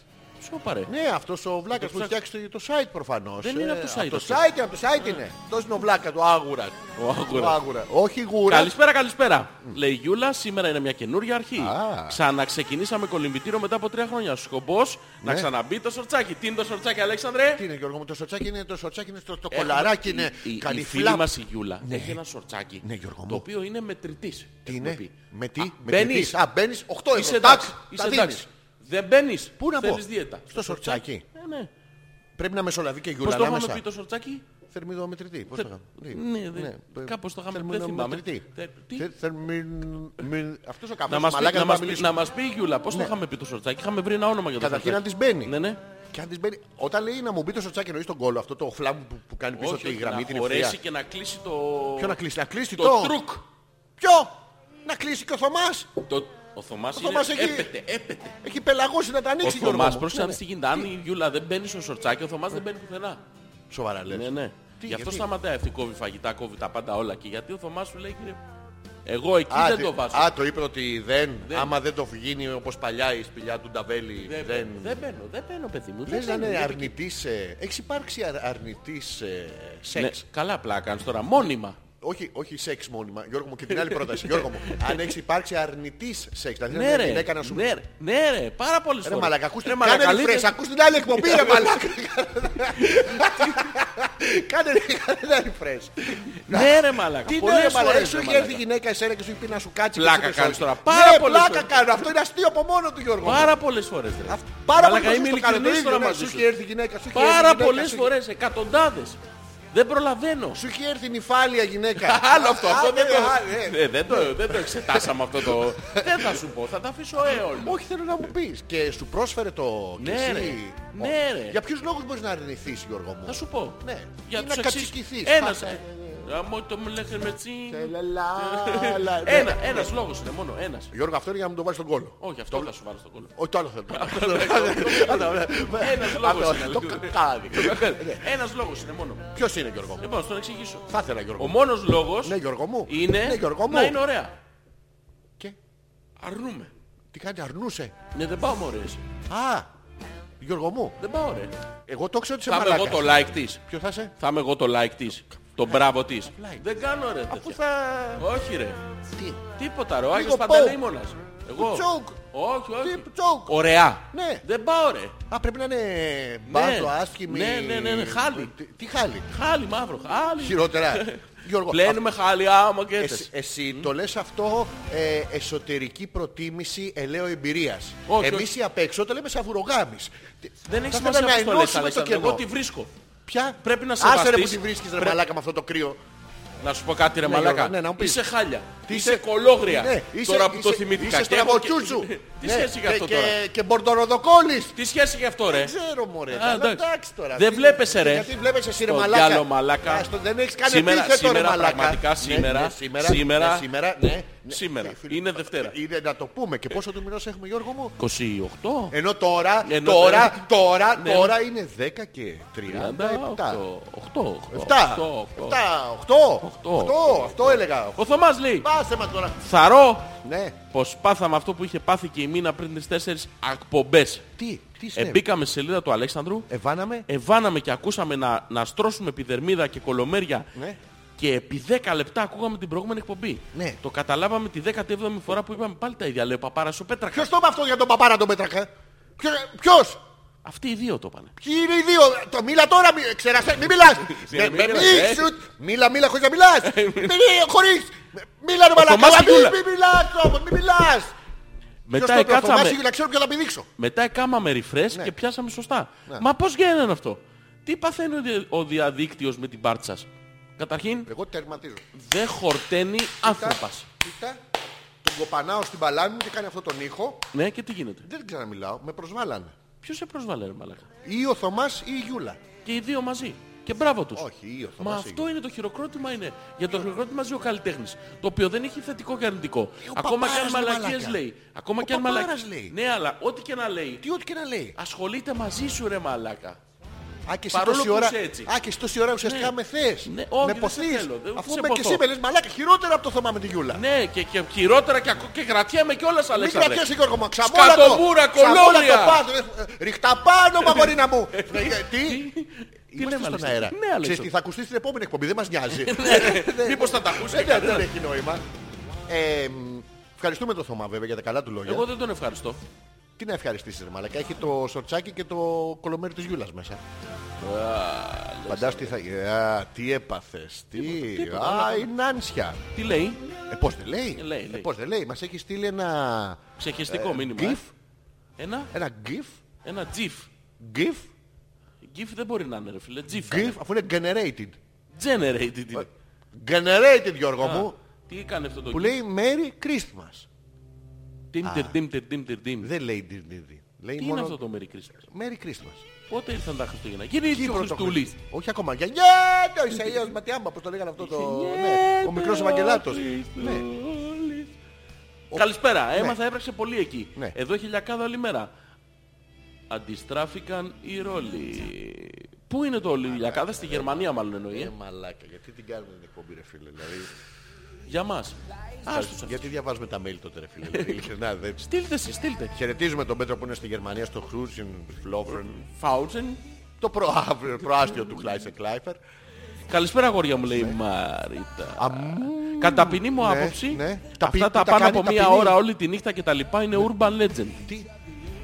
[SPEAKER 2] Σώπα ρε.
[SPEAKER 1] Ναι, αυτός ο βλάκας που
[SPEAKER 2] ψάξω.
[SPEAKER 1] φτιάξει το- το site προφανώς.
[SPEAKER 2] Δεν είναι
[SPEAKER 1] Ε,
[SPEAKER 2] από το site
[SPEAKER 1] Από το
[SPEAKER 2] αυτό. Ε.
[SPEAKER 1] site, από το site είναι. Αυτός είναι ο βλάκα, το άγουρα.
[SPEAKER 2] Ο άγουρας.
[SPEAKER 1] Ο άγουρα. Όχι γούρα.
[SPEAKER 2] Καλησπέρα, καλησπέρα. Λέει η Γιούλα, σήμερα είναι μια καινούρια αρχή.
[SPEAKER 1] Α.
[SPEAKER 2] Ξαναξεκινήσαμε κολυμπητήριο μετά από τρία χρόνια. Σκοπό να ξαναμπεί το σορτσάκι. Τι είναι το σορτσάκι, Αλέξανδρε.
[SPEAKER 1] Ναι. Τι είναι Γιώργο μου, το σοτσάκι είναι το σοτσάκι είναι στο το
[SPEAKER 2] Έχουμε-
[SPEAKER 1] κολαράκι είναι.
[SPEAKER 2] Ε, Η, η, η
[SPEAKER 1] Καλυφλά.
[SPEAKER 2] φίλη μας η Γιούλα έχει ένα σορτσάκι
[SPEAKER 1] Ναι, Γιώργο μου.
[SPEAKER 2] το οποίο είναι μετρητής.
[SPEAKER 1] Τι
[SPEAKER 2] έχουμε
[SPEAKER 1] είναι,
[SPEAKER 2] πει.
[SPEAKER 1] με τι,
[SPEAKER 2] Α,
[SPEAKER 1] με
[SPEAKER 2] μπαίνεις,
[SPEAKER 1] τι. Α, μπαίνεις 8 ευρώ.
[SPEAKER 2] Είσαι
[SPEAKER 1] Τάκ,
[SPEAKER 2] εντάξει. Είσαι
[SPEAKER 1] τα
[SPEAKER 2] εντάξει.
[SPEAKER 1] δίνεις.
[SPEAKER 2] Δεν μπαίνεις.
[SPEAKER 1] Πού να πω,
[SPEAKER 2] Θέλεις δίαιτα.
[SPEAKER 1] στο σορτσάκι.
[SPEAKER 2] Ναι, ναι.
[SPEAKER 1] Πρέπει να μεσολαβεί και
[SPEAKER 2] Πώς
[SPEAKER 1] γιούλα
[SPEAKER 2] το είχαμε
[SPEAKER 1] ανάμεσα.
[SPEAKER 2] πει το σορτσάκι.
[SPEAKER 1] Θερμιδομετρητή, πώς το είχαμε. Τι.
[SPEAKER 2] Ναι, δε-
[SPEAKER 1] ε,
[SPEAKER 2] κάπως το είχαμε πει, δεν θυμάμαι.
[SPEAKER 1] θερμιδομετρητή.
[SPEAKER 2] Θε- τι?
[SPEAKER 1] Θε- θερμιν- μην- Αυτός ο
[SPEAKER 2] Να
[SPEAKER 1] καπνός
[SPEAKER 2] μας, πει,
[SPEAKER 1] μαλάκας
[SPEAKER 2] να,
[SPEAKER 1] δεν θα
[SPEAKER 2] μας, πει-
[SPEAKER 1] μιλήσουμε.
[SPEAKER 2] να μας πει η Γιούλα πώς το είχαμε πει το σορτσάκι. Είχαμε βρει ένα όνομα για το
[SPEAKER 1] Καταρχήν αν
[SPEAKER 2] σορτσάκι.
[SPEAKER 1] της μπαίνει.
[SPEAKER 2] Ναι, ναι.
[SPEAKER 1] Και αν της μπαίνει, όταν λέει να μου μπει το σοτσάκι εννοείς τον κόλλο, αυτό το φλάμ που, που κάνει πίσω
[SPEAKER 2] Όχι,
[SPEAKER 1] τη
[SPEAKER 2] όχι,
[SPEAKER 1] γραμμή,
[SPEAKER 2] να
[SPEAKER 1] την
[SPEAKER 2] χωρέσει
[SPEAKER 1] ευθεία.
[SPEAKER 2] και να κλείσει το...
[SPEAKER 1] Ποιο να κλείσει, να κλείσει
[SPEAKER 2] Το τρουκ.
[SPEAKER 1] Ποιο, να κλείσει και ο Θωμάς.
[SPEAKER 2] Το... Ο Θωμάς,
[SPEAKER 1] Θωμάς
[SPEAKER 2] είναι...
[SPEAKER 1] έχει-
[SPEAKER 2] έπεται, έπεται.
[SPEAKER 1] Έχει πελαγώσει να τα
[SPEAKER 2] Ο
[SPEAKER 1] ανοίξει Γιώργο
[SPEAKER 2] Θωμάς,
[SPEAKER 1] μου.
[SPEAKER 2] πρόσεχε
[SPEAKER 1] Ναι,
[SPEAKER 2] να δεις τι γίνεται. Αν η Γιούλα δεν μπαίνει στο σορτσάκι, ο Θωμάς δεν μπαίνει πουθενά.
[SPEAKER 1] ναι. Σοβαρά λες.
[SPEAKER 2] Ναι, ναι.
[SPEAKER 1] Τι,
[SPEAKER 2] Γι' αυτό
[SPEAKER 1] γιατί?
[SPEAKER 2] σταματάει αυτή. Κόβει φαγητά, κόβει τα πάντα όλα. Και γιατί ο Θωμάς σου λέει, κύριε, εγώ εκεί
[SPEAKER 1] Α,
[SPEAKER 2] δεν
[SPEAKER 1] τι-
[SPEAKER 2] το βάζω.
[SPEAKER 1] Α, το είπε ότι δεν, άμα δεν το γίνει όπως παλιά η σπηλιά του Νταβέλη.
[SPEAKER 2] δεν,
[SPEAKER 1] δεν...
[SPEAKER 2] δεν μπαίνω, δεν μπαίνω, παιδί μου.
[SPEAKER 1] Λες
[SPEAKER 2] Δεν
[SPEAKER 1] να
[SPEAKER 2] μπαίνω.
[SPEAKER 1] είναι
[SPEAKER 2] Δεν-
[SPEAKER 1] αρνητής, ε, έχεις υπάρξει αρ- αρνητής ε,
[SPEAKER 2] Ναι,
[SPEAKER 1] σεξ.
[SPEAKER 2] καλά πλάκα κάνεις τώρα, μόνιμα.
[SPEAKER 1] Όχι, όχι σεξ μόνιμα. Γιώργο μου και την άλλη πρόταση. Γιώργο μου, αν έχεις υπάρξει αρνητής σεξ. Δηλαδή
[SPEAKER 2] Ναι,
[SPEAKER 1] ναι,
[SPEAKER 2] ρε.
[SPEAKER 1] γυναίκα να σου
[SPEAKER 2] Ναι, ρε. Ναι, ρε. Πάρα πολλές φορέ.
[SPEAKER 1] Ρε μαλακα, ακούς την
[SPEAKER 2] μαλακα,
[SPEAKER 1] κάνε refresh,
[SPEAKER 2] καλύτερα-
[SPEAKER 1] ακούς την άλλη εκπομπή ρε μαλακα. Κάνε κάνε ένα refresh.
[SPEAKER 2] Ναι, ρε, μαλακα.
[SPEAKER 1] Τι
[SPEAKER 2] Πολλές
[SPEAKER 1] είναι ρε μαλακα,
[SPEAKER 2] φορές,
[SPEAKER 1] σου
[SPEAKER 2] ρε,
[SPEAKER 1] είχε
[SPEAKER 2] μαλακα.
[SPEAKER 1] έρθει η γυναίκα εσένα και σου είχε πει να σου κάτσει.
[SPEAKER 2] Πλάκα
[SPEAKER 1] και σου είπε
[SPEAKER 2] κάνεις
[SPEAKER 1] sorry.
[SPEAKER 2] τώρα, πάρα
[SPEAKER 1] Ναι,
[SPEAKER 2] πολλές
[SPEAKER 1] πλάκα
[SPEAKER 2] φορές.
[SPEAKER 1] κάνω, αυτό είναι αστείο από μόνο του Γιώργο. μου.
[SPEAKER 2] Πάρα πολλές φορές.
[SPEAKER 1] Αυτ- Πάρα
[SPEAKER 2] Μαλακα,
[SPEAKER 1] πολλές
[SPEAKER 2] είμαι
[SPEAKER 1] φορές το κάνω, το
[SPEAKER 2] ειλικρινής
[SPEAKER 1] ίδιο,
[SPEAKER 2] τώρα
[SPEAKER 1] ναι,
[SPEAKER 2] μαζί
[SPEAKER 1] Σου
[SPEAKER 2] σου.
[SPEAKER 1] είχε έρθει η γυναίκα, σου είχε έρθει η
[SPEAKER 2] Πάρα
[SPEAKER 1] γυναίκα,
[SPEAKER 2] πολλές
[SPEAKER 1] σου είχε-
[SPEAKER 2] φορές. Εκατοντάδες. Δεν προλαβαίνω.
[SPEAKER 1] Σου είχε έρθει νυφάλια γυναίκα.
[SPEAKER 2] Άλλο αυτό.
[SPEAKER 1] Α,
[SPEAKER 2] αυτό δεν,
[SPEAKER 1] ναι,
[SPEAKER 2] το...
[SPEAKER 1] α, ναι.
[SPEAKER 2] Ε, δεν, το, δεν το εξετάσαμε αυτό το. δεν θα σου πω, θα τα αφήσω αίολο.
[SPEAKER 1] Όχι, θέλω να μου πεις. Και σου πρόσφερε το
[SPEAKER 2] Ναι,
[SPEAKER 1] και εσύ.
[SPEAKER 2] ρε.
[SPEAKER 1] Ο-
[SPEAKER 2] Ναι, ρε.
[SPEAKER 1] Για ποιους λόγους μπορείς να αρνηθείς Γιώργο μου.
[SPEAKER 2] Θα σου πω.
[SPEAKER 1] Ναι.
[SPEAKER 2] Για
[SPEAKER 1] Ή
[SPEAKER 2] τους
[SPEAKER 1] να
[SPEAKER 2] εξής.
[SPEAKER 1] κατσικηθείς.
[SPEAKER 2] Ένας.
[SPEAKER 1] Πάντα,
[SPEAKER 2] ε. Γαμώ το μου λέγε με τσιν.
[SPEAKER 1] Λα, λα, λα, ναι.
[SPEAKER 2] Ένα, ένας λόγος είναι μόνο, ένας.
[SPEAKER 1] Γιώργο, αυτό είναι για να μου το βάλεις στον κόλλο.
[SPEAKER 2] Όχι, αυτό θα σου βάλω στον κόλλο.
[SPEAKER 1] Όχι, το άλλο θέλω. ναι.
[SPEAKER 2] Ένας λόγος είναι.
[SPEAKER 1] Το κακάδι.
[SPEAKER 2] Ένας λόγος είναι μόνο.
[SPEAKER 1] Ποιος είναι, Γιώργο μου.
[SPEAKER 2] Λοιπόν, στον εξηγήσω.
[SPEAKER 1] Θα ήθελα,
[SPEAKER 2] Ο
[SPEAKER 1] Γιώργο. μου.
[SPEAKER 2] μόνος λόγος
[SPEAKER 1] Ναι, Γιώργο μου.
[SPEAKER 2] είναι
[SPEAKER 1] Ναι, Γιώργο μου.
[SPEAKER 2] να είναι ωραία.
[SPEAKER 1] Και
[SPEAKER 2] Αρνούμε.
[SPEAKER 1] τι κάνει, αρνούσε.
[SPEAKER 2] Ναι, δεν πάω μωρές.
[SPEAKER 1] Α, Γιώργο μου,
[SPEAKER 2] Δεν πάω, ρε.
[SPEAKER 1] εγώ το ξέρω ότι
[SPEAKER 2] Θα
[SPEAKER 1] είσαι
[SPEAKER 2] είμαι εγώ
[SPEAKER 1] μαλάκας.
[SPEAKER 2] το like της.
[SPEAKER 1] Ποιος θα είσαι?
[SPEAKER 2] Θα είμαι εγώ το like της. Το μπράβο της. Δεν κάνω ρε.
[SPEAKER 1] Αφού
[SPEAKER 2] τέτοια.
[SPEAKER 1] θα...
[SPEAKER 2] Όχι ρε.
[SPEAKER 1] Τι.
[SPEAKER 2] Τίποτα ρε. Ο Άγιος
[SPEAKER 1] Λίγο
[SPEAKER 2] Παντελεήμονας. Εγώ.
[SPEAKER 1] Τσόκ.
[SPEAKER 2] Όχι, όχι.
[SPEAKER 1] Τι, τσόκ.
[SPEAKER 2] Ωραία.
[SPEAKER 1] Ναι.
[SPEAKER 2] Δεν πάω ρε.
[SPEAKER 1] Α, πρέπει να είναι μπάτο, άσχημη...
[SPEAKER 2] Ναι, ναι, ναι, ναι, χάλι.
[SPEAKER 1] Τι, τι χάλι.
[SPEAKER 2] Χάλι μαύρο. Χάλι.
[SPEAKER 1] Χειρότερα. Γιώργο,
[SPEAKER 2] Πλένουμε χάλι άμα και
[SPEAKER 1] αυτό- εσύ,
[SPEAKER 2] έτσι.
[SPEAKER 1] εσύ το λες αυτό ε, εσωτερική προτίμηση ελαίο εμπειρίας.
[SPEAKER 2] Όχι,
[SPEAKER 1] Εμείς
[SPEAKER 2] όχι.
[SPEAKER 1] οι απ' έξω το λέμε σαβουρογάμις.
[SPEAKER 2] Δεν έχει
[SPEAKER 1] Θα ήθελα να
[SPEAKER 2] σημασία πώς το λες,
[SPEAKER 1] ενώσουμε
[SPEAKER 2] Αλέξανδρε.
[SPEAKER 1] κοινό.
[SPEAKER 2] Εγώ τη βρίσκω.
[SPEAKER 1] Ποια
[SPEAKER 2] Πρέπει να
[SPEAKER 1] Άσε ρε που
[SPEAKER 2] σεβαστείς.
[SPEAKER 1] τη βρίσκεις ρε
[SPEAKER 2] Πρέπει-
[SPEAKER 1] μαλάκα με αυτό το κρύο.
[SPEAKER 2] Να σου πω κάτι ρε
[SPEAKER 1] Ναι,
[SPEAKER 2] μαλάκα.
[SPEAKER 1] Γιώργο, ναι, να μου πεις.
[SPEAKER 2] Είσαι χάλια.
[SPEAKER 1] Τι
[SPEAKER 2] είσαι
[SPEAKER 1] είσαι-
[SPEAKER 2] κολόγρια.
[SPEAKER 1] Ναι, είσαι-
[SPEAKER 2] τώρα που το
[SPEAKER 1] είσαι-
[SPEAKER 2] θυμήθηκα.
[SPEAKER 1] Είσαι
[SPEAKER 2] Και έχω και-
[SPEAKER 1] στραβοτσούτσου.
[SPEAKER 2] Τι
[SPEAKER 1] Ναι,
[SPEAKER 2] σχέση έχει
[SPEAKER 1] και-
[SPEAKER 2] αυτό
[SPEAKER 1] και-
[SPEAKER 2] τώρα.
[SPEAKER 1] Και μπορντοροδοκόλλης.
[SPEAKER 2] Τι σχέση έχει αυτό ρε.
[SPEAKER 1] Δεν ξέρω μωρέ.
[SPEAKER 2] Α,
[SPEAKER 1] Αλλά
[SPEAKER 2] εντάξει.
[SPEAKER 1] εντάξει τώρα.
[SPEAKER 2] Δεν
[SPEAKER 1] Τι-
[SPEAKER 2] βλέπεσαι, ρε.
[SPEAKER 1] Γιατί βλέπεσαι εσύ ρε
[SPEAKER 2] Το
[SPEAKER 1] μαλάκα.
[SPEAKER 2] διάλο, μαλάκα.
[SPEAKER 1] Α, στο- Δεν έχεις κάνει
[SPEAKER 2] Σήμερα-
[SPEAKER 1] επίθετο ρε
[SPEAKER 2] σήμερα,
[SPEAKER 1] μαλάκα.
[SPEAKER 2] πραγματικά,
[SPEAKER 1] Ναι,
[SPEAKER 2] σήμερα,
[SPEAKER 1] ναι, Σήμερα.
[SPEAKER 2] σήμερα,
[SPEAKER 1] ναι, Σήμερα. ναι, ναι.
[SPEAKER 2] σήμερα.
[SPEAKER 1] Ε, φίλε,
[SPEAKER 2] Είναι Δευτέρα.
[SPEAKER 1] Είναι να το πούμε. Και πόσο του μηνός έχουμε Γιώργο μου.
[SPEAKER 2] 28.
[SPEAKER 1] Ενώ τώρα,
[SPEAKER 2] Ενώ
[SPEAKER 1] τώρα, τώρα,
[SPEAKER 2] Ναι.
[SPEAKER 1] τώρα είναι 10 και 37. 7, 8,
[SPEAKER 2] 8. Οκτώ.
[SPEAKER 1] 8, αυτό έλεγα.
[SPEAKER 2] Ο Θωμάς λέει
[SPEAKER 1] Πάσε μας τώρα.
[SPEAKER 2] Θαρώ
[SPEAKER 1] Ναι.
[SPEAKER 2] πως πάθαμε αυτό που είχε πάθει και η μήνα πριν τις 4 ακπομπές
[SPEAKER 1] Τι,
[SPEAKER 2] Ε,
[SPEAKER 1] τι Ε, συνέβη.
[SPEAKER 2] Εμπήκαμε στη σελίδα του Αλέξανδρου
[SPEAKER 1] Εβάναμε.
[SPEAKER 2] Εβάναμε και ακούσαμε να, να στρώσουμε επιδερμίδα και κολομέρια
[SPEAKER 1] Ναι.
[SPEAKER 2] Και επί 10 λεπτά ακούγαμε την προηγούμενη εκπομπή.
[SPEAKER 1] Ναι.
[SPEAKER 2] Το καταλάβαμε τη 17η φορά που είπαμε πάλι τα ίδια. Λέω παπάρα σου πέτρακα.
[SPEAKER 1] Ποιος το είπε αυτό για τον παπάρα τον Πέτρακα. Ποιος, ποιος.
[SPEAKER 2] Αυτοί οι δύο το είπανε.
[SPEAKER 1] Ποιοι είναι οι δύο. Το μίλα τώρα, μι, ξερασέ, μην μιλάς.
[SPEAKER 2] Ξέρα,
[SPEAKER 1] Με-
[SPEAKER 2] μην
[SPEAKER 1] με-
[SPEAKER 2] Ναι, μιλάς,
[SPEAKER 1] μη
[SPEAKER 2] ε.
[SPEAKER 1] σου- Μίλα, μίλα, χωρίς να μιλάς. Μην χωρίς. Μίλα ρε μαλακά.
[SPEAKER 2] Θωμάς
[SPEAKER 1] αλλά
[SPEAKER 2] Γιούλα.
[SPEAKER 1] Μην μην μιλάς όμως, μην μιλάς. Ποιος
[SPEAKER 2] Μετά
[SPEAKER 1] το είπε, ο Θωμάς Ναι.
[SPEAKER 2] εκάτσαμε,
[SPEAKER 1] Γιούλα, ξέρω ποιο θα πηδήξω.
[SPEAKER 2] μετά εκάμαμε refresh και πιάσαμε σωστά.
[SPEAKER 1] Ναι.
[SPEAKER 2] Μα πώς γίνεται αυτό. Τι παθαίνει ο δια- ο διαδίκτυος με την πάρτι σας. Καταρχήν
[SPEAKER 1] Εγώ τερματίζω.
[SPEAKER 2] δεν χορταίνει άνθρωπος.
[SPEAKER 1] Κοίτα, τον κοπανάω στην παλάμη μου και κάνει αυτό τον ήχο.
[SPEAKER 2] Ναι και τι γίνεται.
[SPEAKER 1] Δεν ξαναμιλάω, με προσβάλανε.
[SPEAKER 2] Ποιος σε προσβάλλει ρε μαλάκα.
[SPEAKER 1] Ή ο Θωμάς ή η Γιούλα.
[SPEAKER 2] Και οι δύο μαζί. Και μπράβο τους.
[SPEAKER 1] Όχι, ή ο
[SPEAKER 2] Μα
[SPEAKER 1] Θωμάς. ή η
[SPEAKER 2] αυτό είναι το χειροκρότημα είναι. Για το χειροκρότημα ζει ο καλλιτέχνης. Το οποίο δεν έχει θετικό και αρνητικό. Ακόμα και αν
[SPEAKER 1] Ε, παπάρας, ρε
[SPEAKER 2] μαλακίες
[SPEAKER 1] μαλάκα.
[SPEAKER 2] λέει. Ακόμα
[SPEAKER 1] Ο
[SPEAKER 2] και αν
[SPEAKER 1] παπάρας
[SPEAKER 2] μαλακίες-
[SPEAKER 1] λέει.
[SPEAKER 2] Ναι, αλλά ό,τι και να λέει.
[SPEAKER 1] Τι ό,τι και να λέει.
[SPEAKER 2] Ασχολείται μαζί σου, ρε μαλάκα.
[SPEAKER 1] Α, και εσύ
[SPEAKER 2] Παρόλο
[SPEAKER 1] τόση
[SPEAKER 2] που
[SPEAKER 1] ώρα,
[SPEAKER 2] είσαι έτσι.
[SPEAKER 1] α, και εσύ τόση ώρα ουσιαστικά
[SPEAKER 2] Ναι.
[SPEAKER 1] με θες.
[SPEAKER 2] Ναι, όχι,
[SPEAKER 1] με
[SPEAKER 2] δεν
[SPEAKER 1] ποθείς.
[SPEAKER 2] σε θέλω, δεν σε
[SPEAKER 1] Αφού με και
[SPEAKER 2] ποθώ.
[SPEAKER 1] εσύ με λες μαλάκα, χειρότερα από το Θωμά με τη Γιούλα.
[SPEAKER 2] Ναι, και, και χειρότερα και, ακο- και κρατιέμαι κιόλας,
[SPEAKER 1] Μην
[SPEAKER 2] Αλέξανδρε.
[SPEAKER 1] κρατιέσαι Γιώργο μου, ξαμόλα το.
[SPEAKER 2] Σκατομούρα,
[SPEAKER 1] ξαμόλα
[SPEAKER 2] κολόγρια.
[SPEAKER 1] το πάτο. Ε, Ριχτά πάνω, παπαρίνα μου. Ε, Τι.
[SPEAKER 2] λέμε,
[SPEAKER 1] Είμαστε στον
[SPEAKER 2] Αλέξανδρε.
[SPEAKER 1] αέρα.
[SPEAKER 2] Ναι,
[SPEAKER 1] Ξέρεις
[SPEAKER 2] Αλέξανδρε. Ναι,
[SPEAKER 1] τι θα ακουστείς στην επόμενη εκπομπή, δεν μας νοιάζει.
[SPEAKER 2] Μήπως θα τα ακούσει.
[SPEAKER 1] Ε, ναι, Δεν έχει νόημα. Ε, μ, Ευχαριστούμε τον Θωμά βέβαια για τα καλά του λόγια.
[SPEAKER 2] Εγώ δεν τον ευχαριστώ.
[SPEAKER 1] Τι να ευχαριστήσεις ρε μαλακά, έχει το σορτσάκι και το κολομέρι της Γιούλας μέσα. Φαντάσου τι θα... Ε, Α, τι έπαθες, τι...
[SPEAKER 2] τίποτα,
[SPEAKER 1] Α,
[SPEAKER 2] όλα
[SPEAKER 1] η Νάνσια.
[SPEAKER 2] Τι λέει,
[SPEAKER 1] Ε, πώς δεν λέει.
[SPEAKER 2] Ε, λέει,
[SPEAKER 1] Ε,
[SPEAKER 2] λέει.
[SPEAKER 1] πώς δεν λέει. Μας έχει στείλει ένα...
[SPEAKER 2] ξεχεστικό μήνυμα. ε.
[SPEAKER 1] GIF.
[SPEAKER 2] Ένα,
[SPEAKER 1] Ένα GIF.
[SPEAKER 2] ένα GIF.
[SPEAKER 1] GIF.
[SPEAKER 2] GIF δεν μπορεί να είναι, ρε φίλε. GIF.
[SPEAKER 1] GIF, αφού είναι generated. Ε,
[SPEAKER 2] Generated. είναι.
[SPEAKER 1] Generated, Γιώργο μου.
[SPEAKER 2] Τι έκανε αυτό το
[SPEAKER 1] Που
[SPEAKER 2] GIF.
[SPEAKER 1] λέει Merry Christmas.
[SPEAKER 2] Τιμ, τερ, τιμ, τερ, τιμ, τερ, τιμ.
[SPEAKER 1] Δεν λέει δι- δι- δι. Λέει
[SPEAKER 2] Τι είναι
[SPEAKER 1] μόνο
[SPEAKER 2] αυτό το Merry Christmas.
[SPEAKER 1] Merry Christmas.
[SPEAKER 2] Πότε ήρθαν τα Χριστούγεννα. Γίνει
[SPEAKER 1] Τι
[SPEAKER 2] ίδιο ο Χριστούλης.
[SPEAKER 1] Όχι ακόμα. Γεννιέται ο Ισαΐας Ματιάμπα, πώς το λέγανε αυτό το... ναι, Ο μικρός Ευαγγελάτος. Ναι.
[SPEAKER 2] Καλησπέρα. Έμαθα, έπραξε πολύ εκεί.
[SPEAKER 1] Ναι.
[SPEAKER 2] Εδώ χιλιακάδα όλη μέρα. Αντιστράφηκαν οι ρόλοι. Πού είναι το όλη η χιλιακάδα, στη Γερμανία μάλλον εννοεί.
[SPEAKER 1] Ε,
[SPEAKER 2] ε.
[SPEAKER 1] μαλάκα, γιατί την κάνουμε την εκπομπή ρε φίλε, δηλαδή.
[SPEAKER 2] Για μας. Άστος αυτούς.
[SPEAKER 1] γιατί διαβάζουμε τα mail τότε ρε φίλε, δηλαδή, ειλικρινά δεν
[SPEAKER 2] Στείλτε εσείς, στείλτε.
[SPEAKER 1] Χαιρετίζουμε τον Πέτρο που είναι στη Γερμανία, στο Χρούσιν, Φλόφρεν,
[SPEAKER 2] Φάουτσεν.
[SPEAKER 1] το προαύριο- προάστιο του Κλάισε Κλάιφερ.
[SPEAKER 2] Καλησπέρα αγόρια μου λέει η Μαρίτα. Κατά ποινή μου
[SPEAKER 1] ναι,
[SPEAKER 2] άποψη,
[SPEAKER 1] ναι. Ταπει-
[SPEAKER 2] αυτά
[SPEAKER 1] τα Ναι.
[SPEAKER 2] τα πάνω
[SPEAKER 1] κάνει
[SPEAKER 2] από μία
[SPEAKER 1] ταπεινή.
[SPEAKER 2] ώρα όλη τη νύχτα και τα λοιπά είναι urban legend.
[SPEAKER 1] Τι,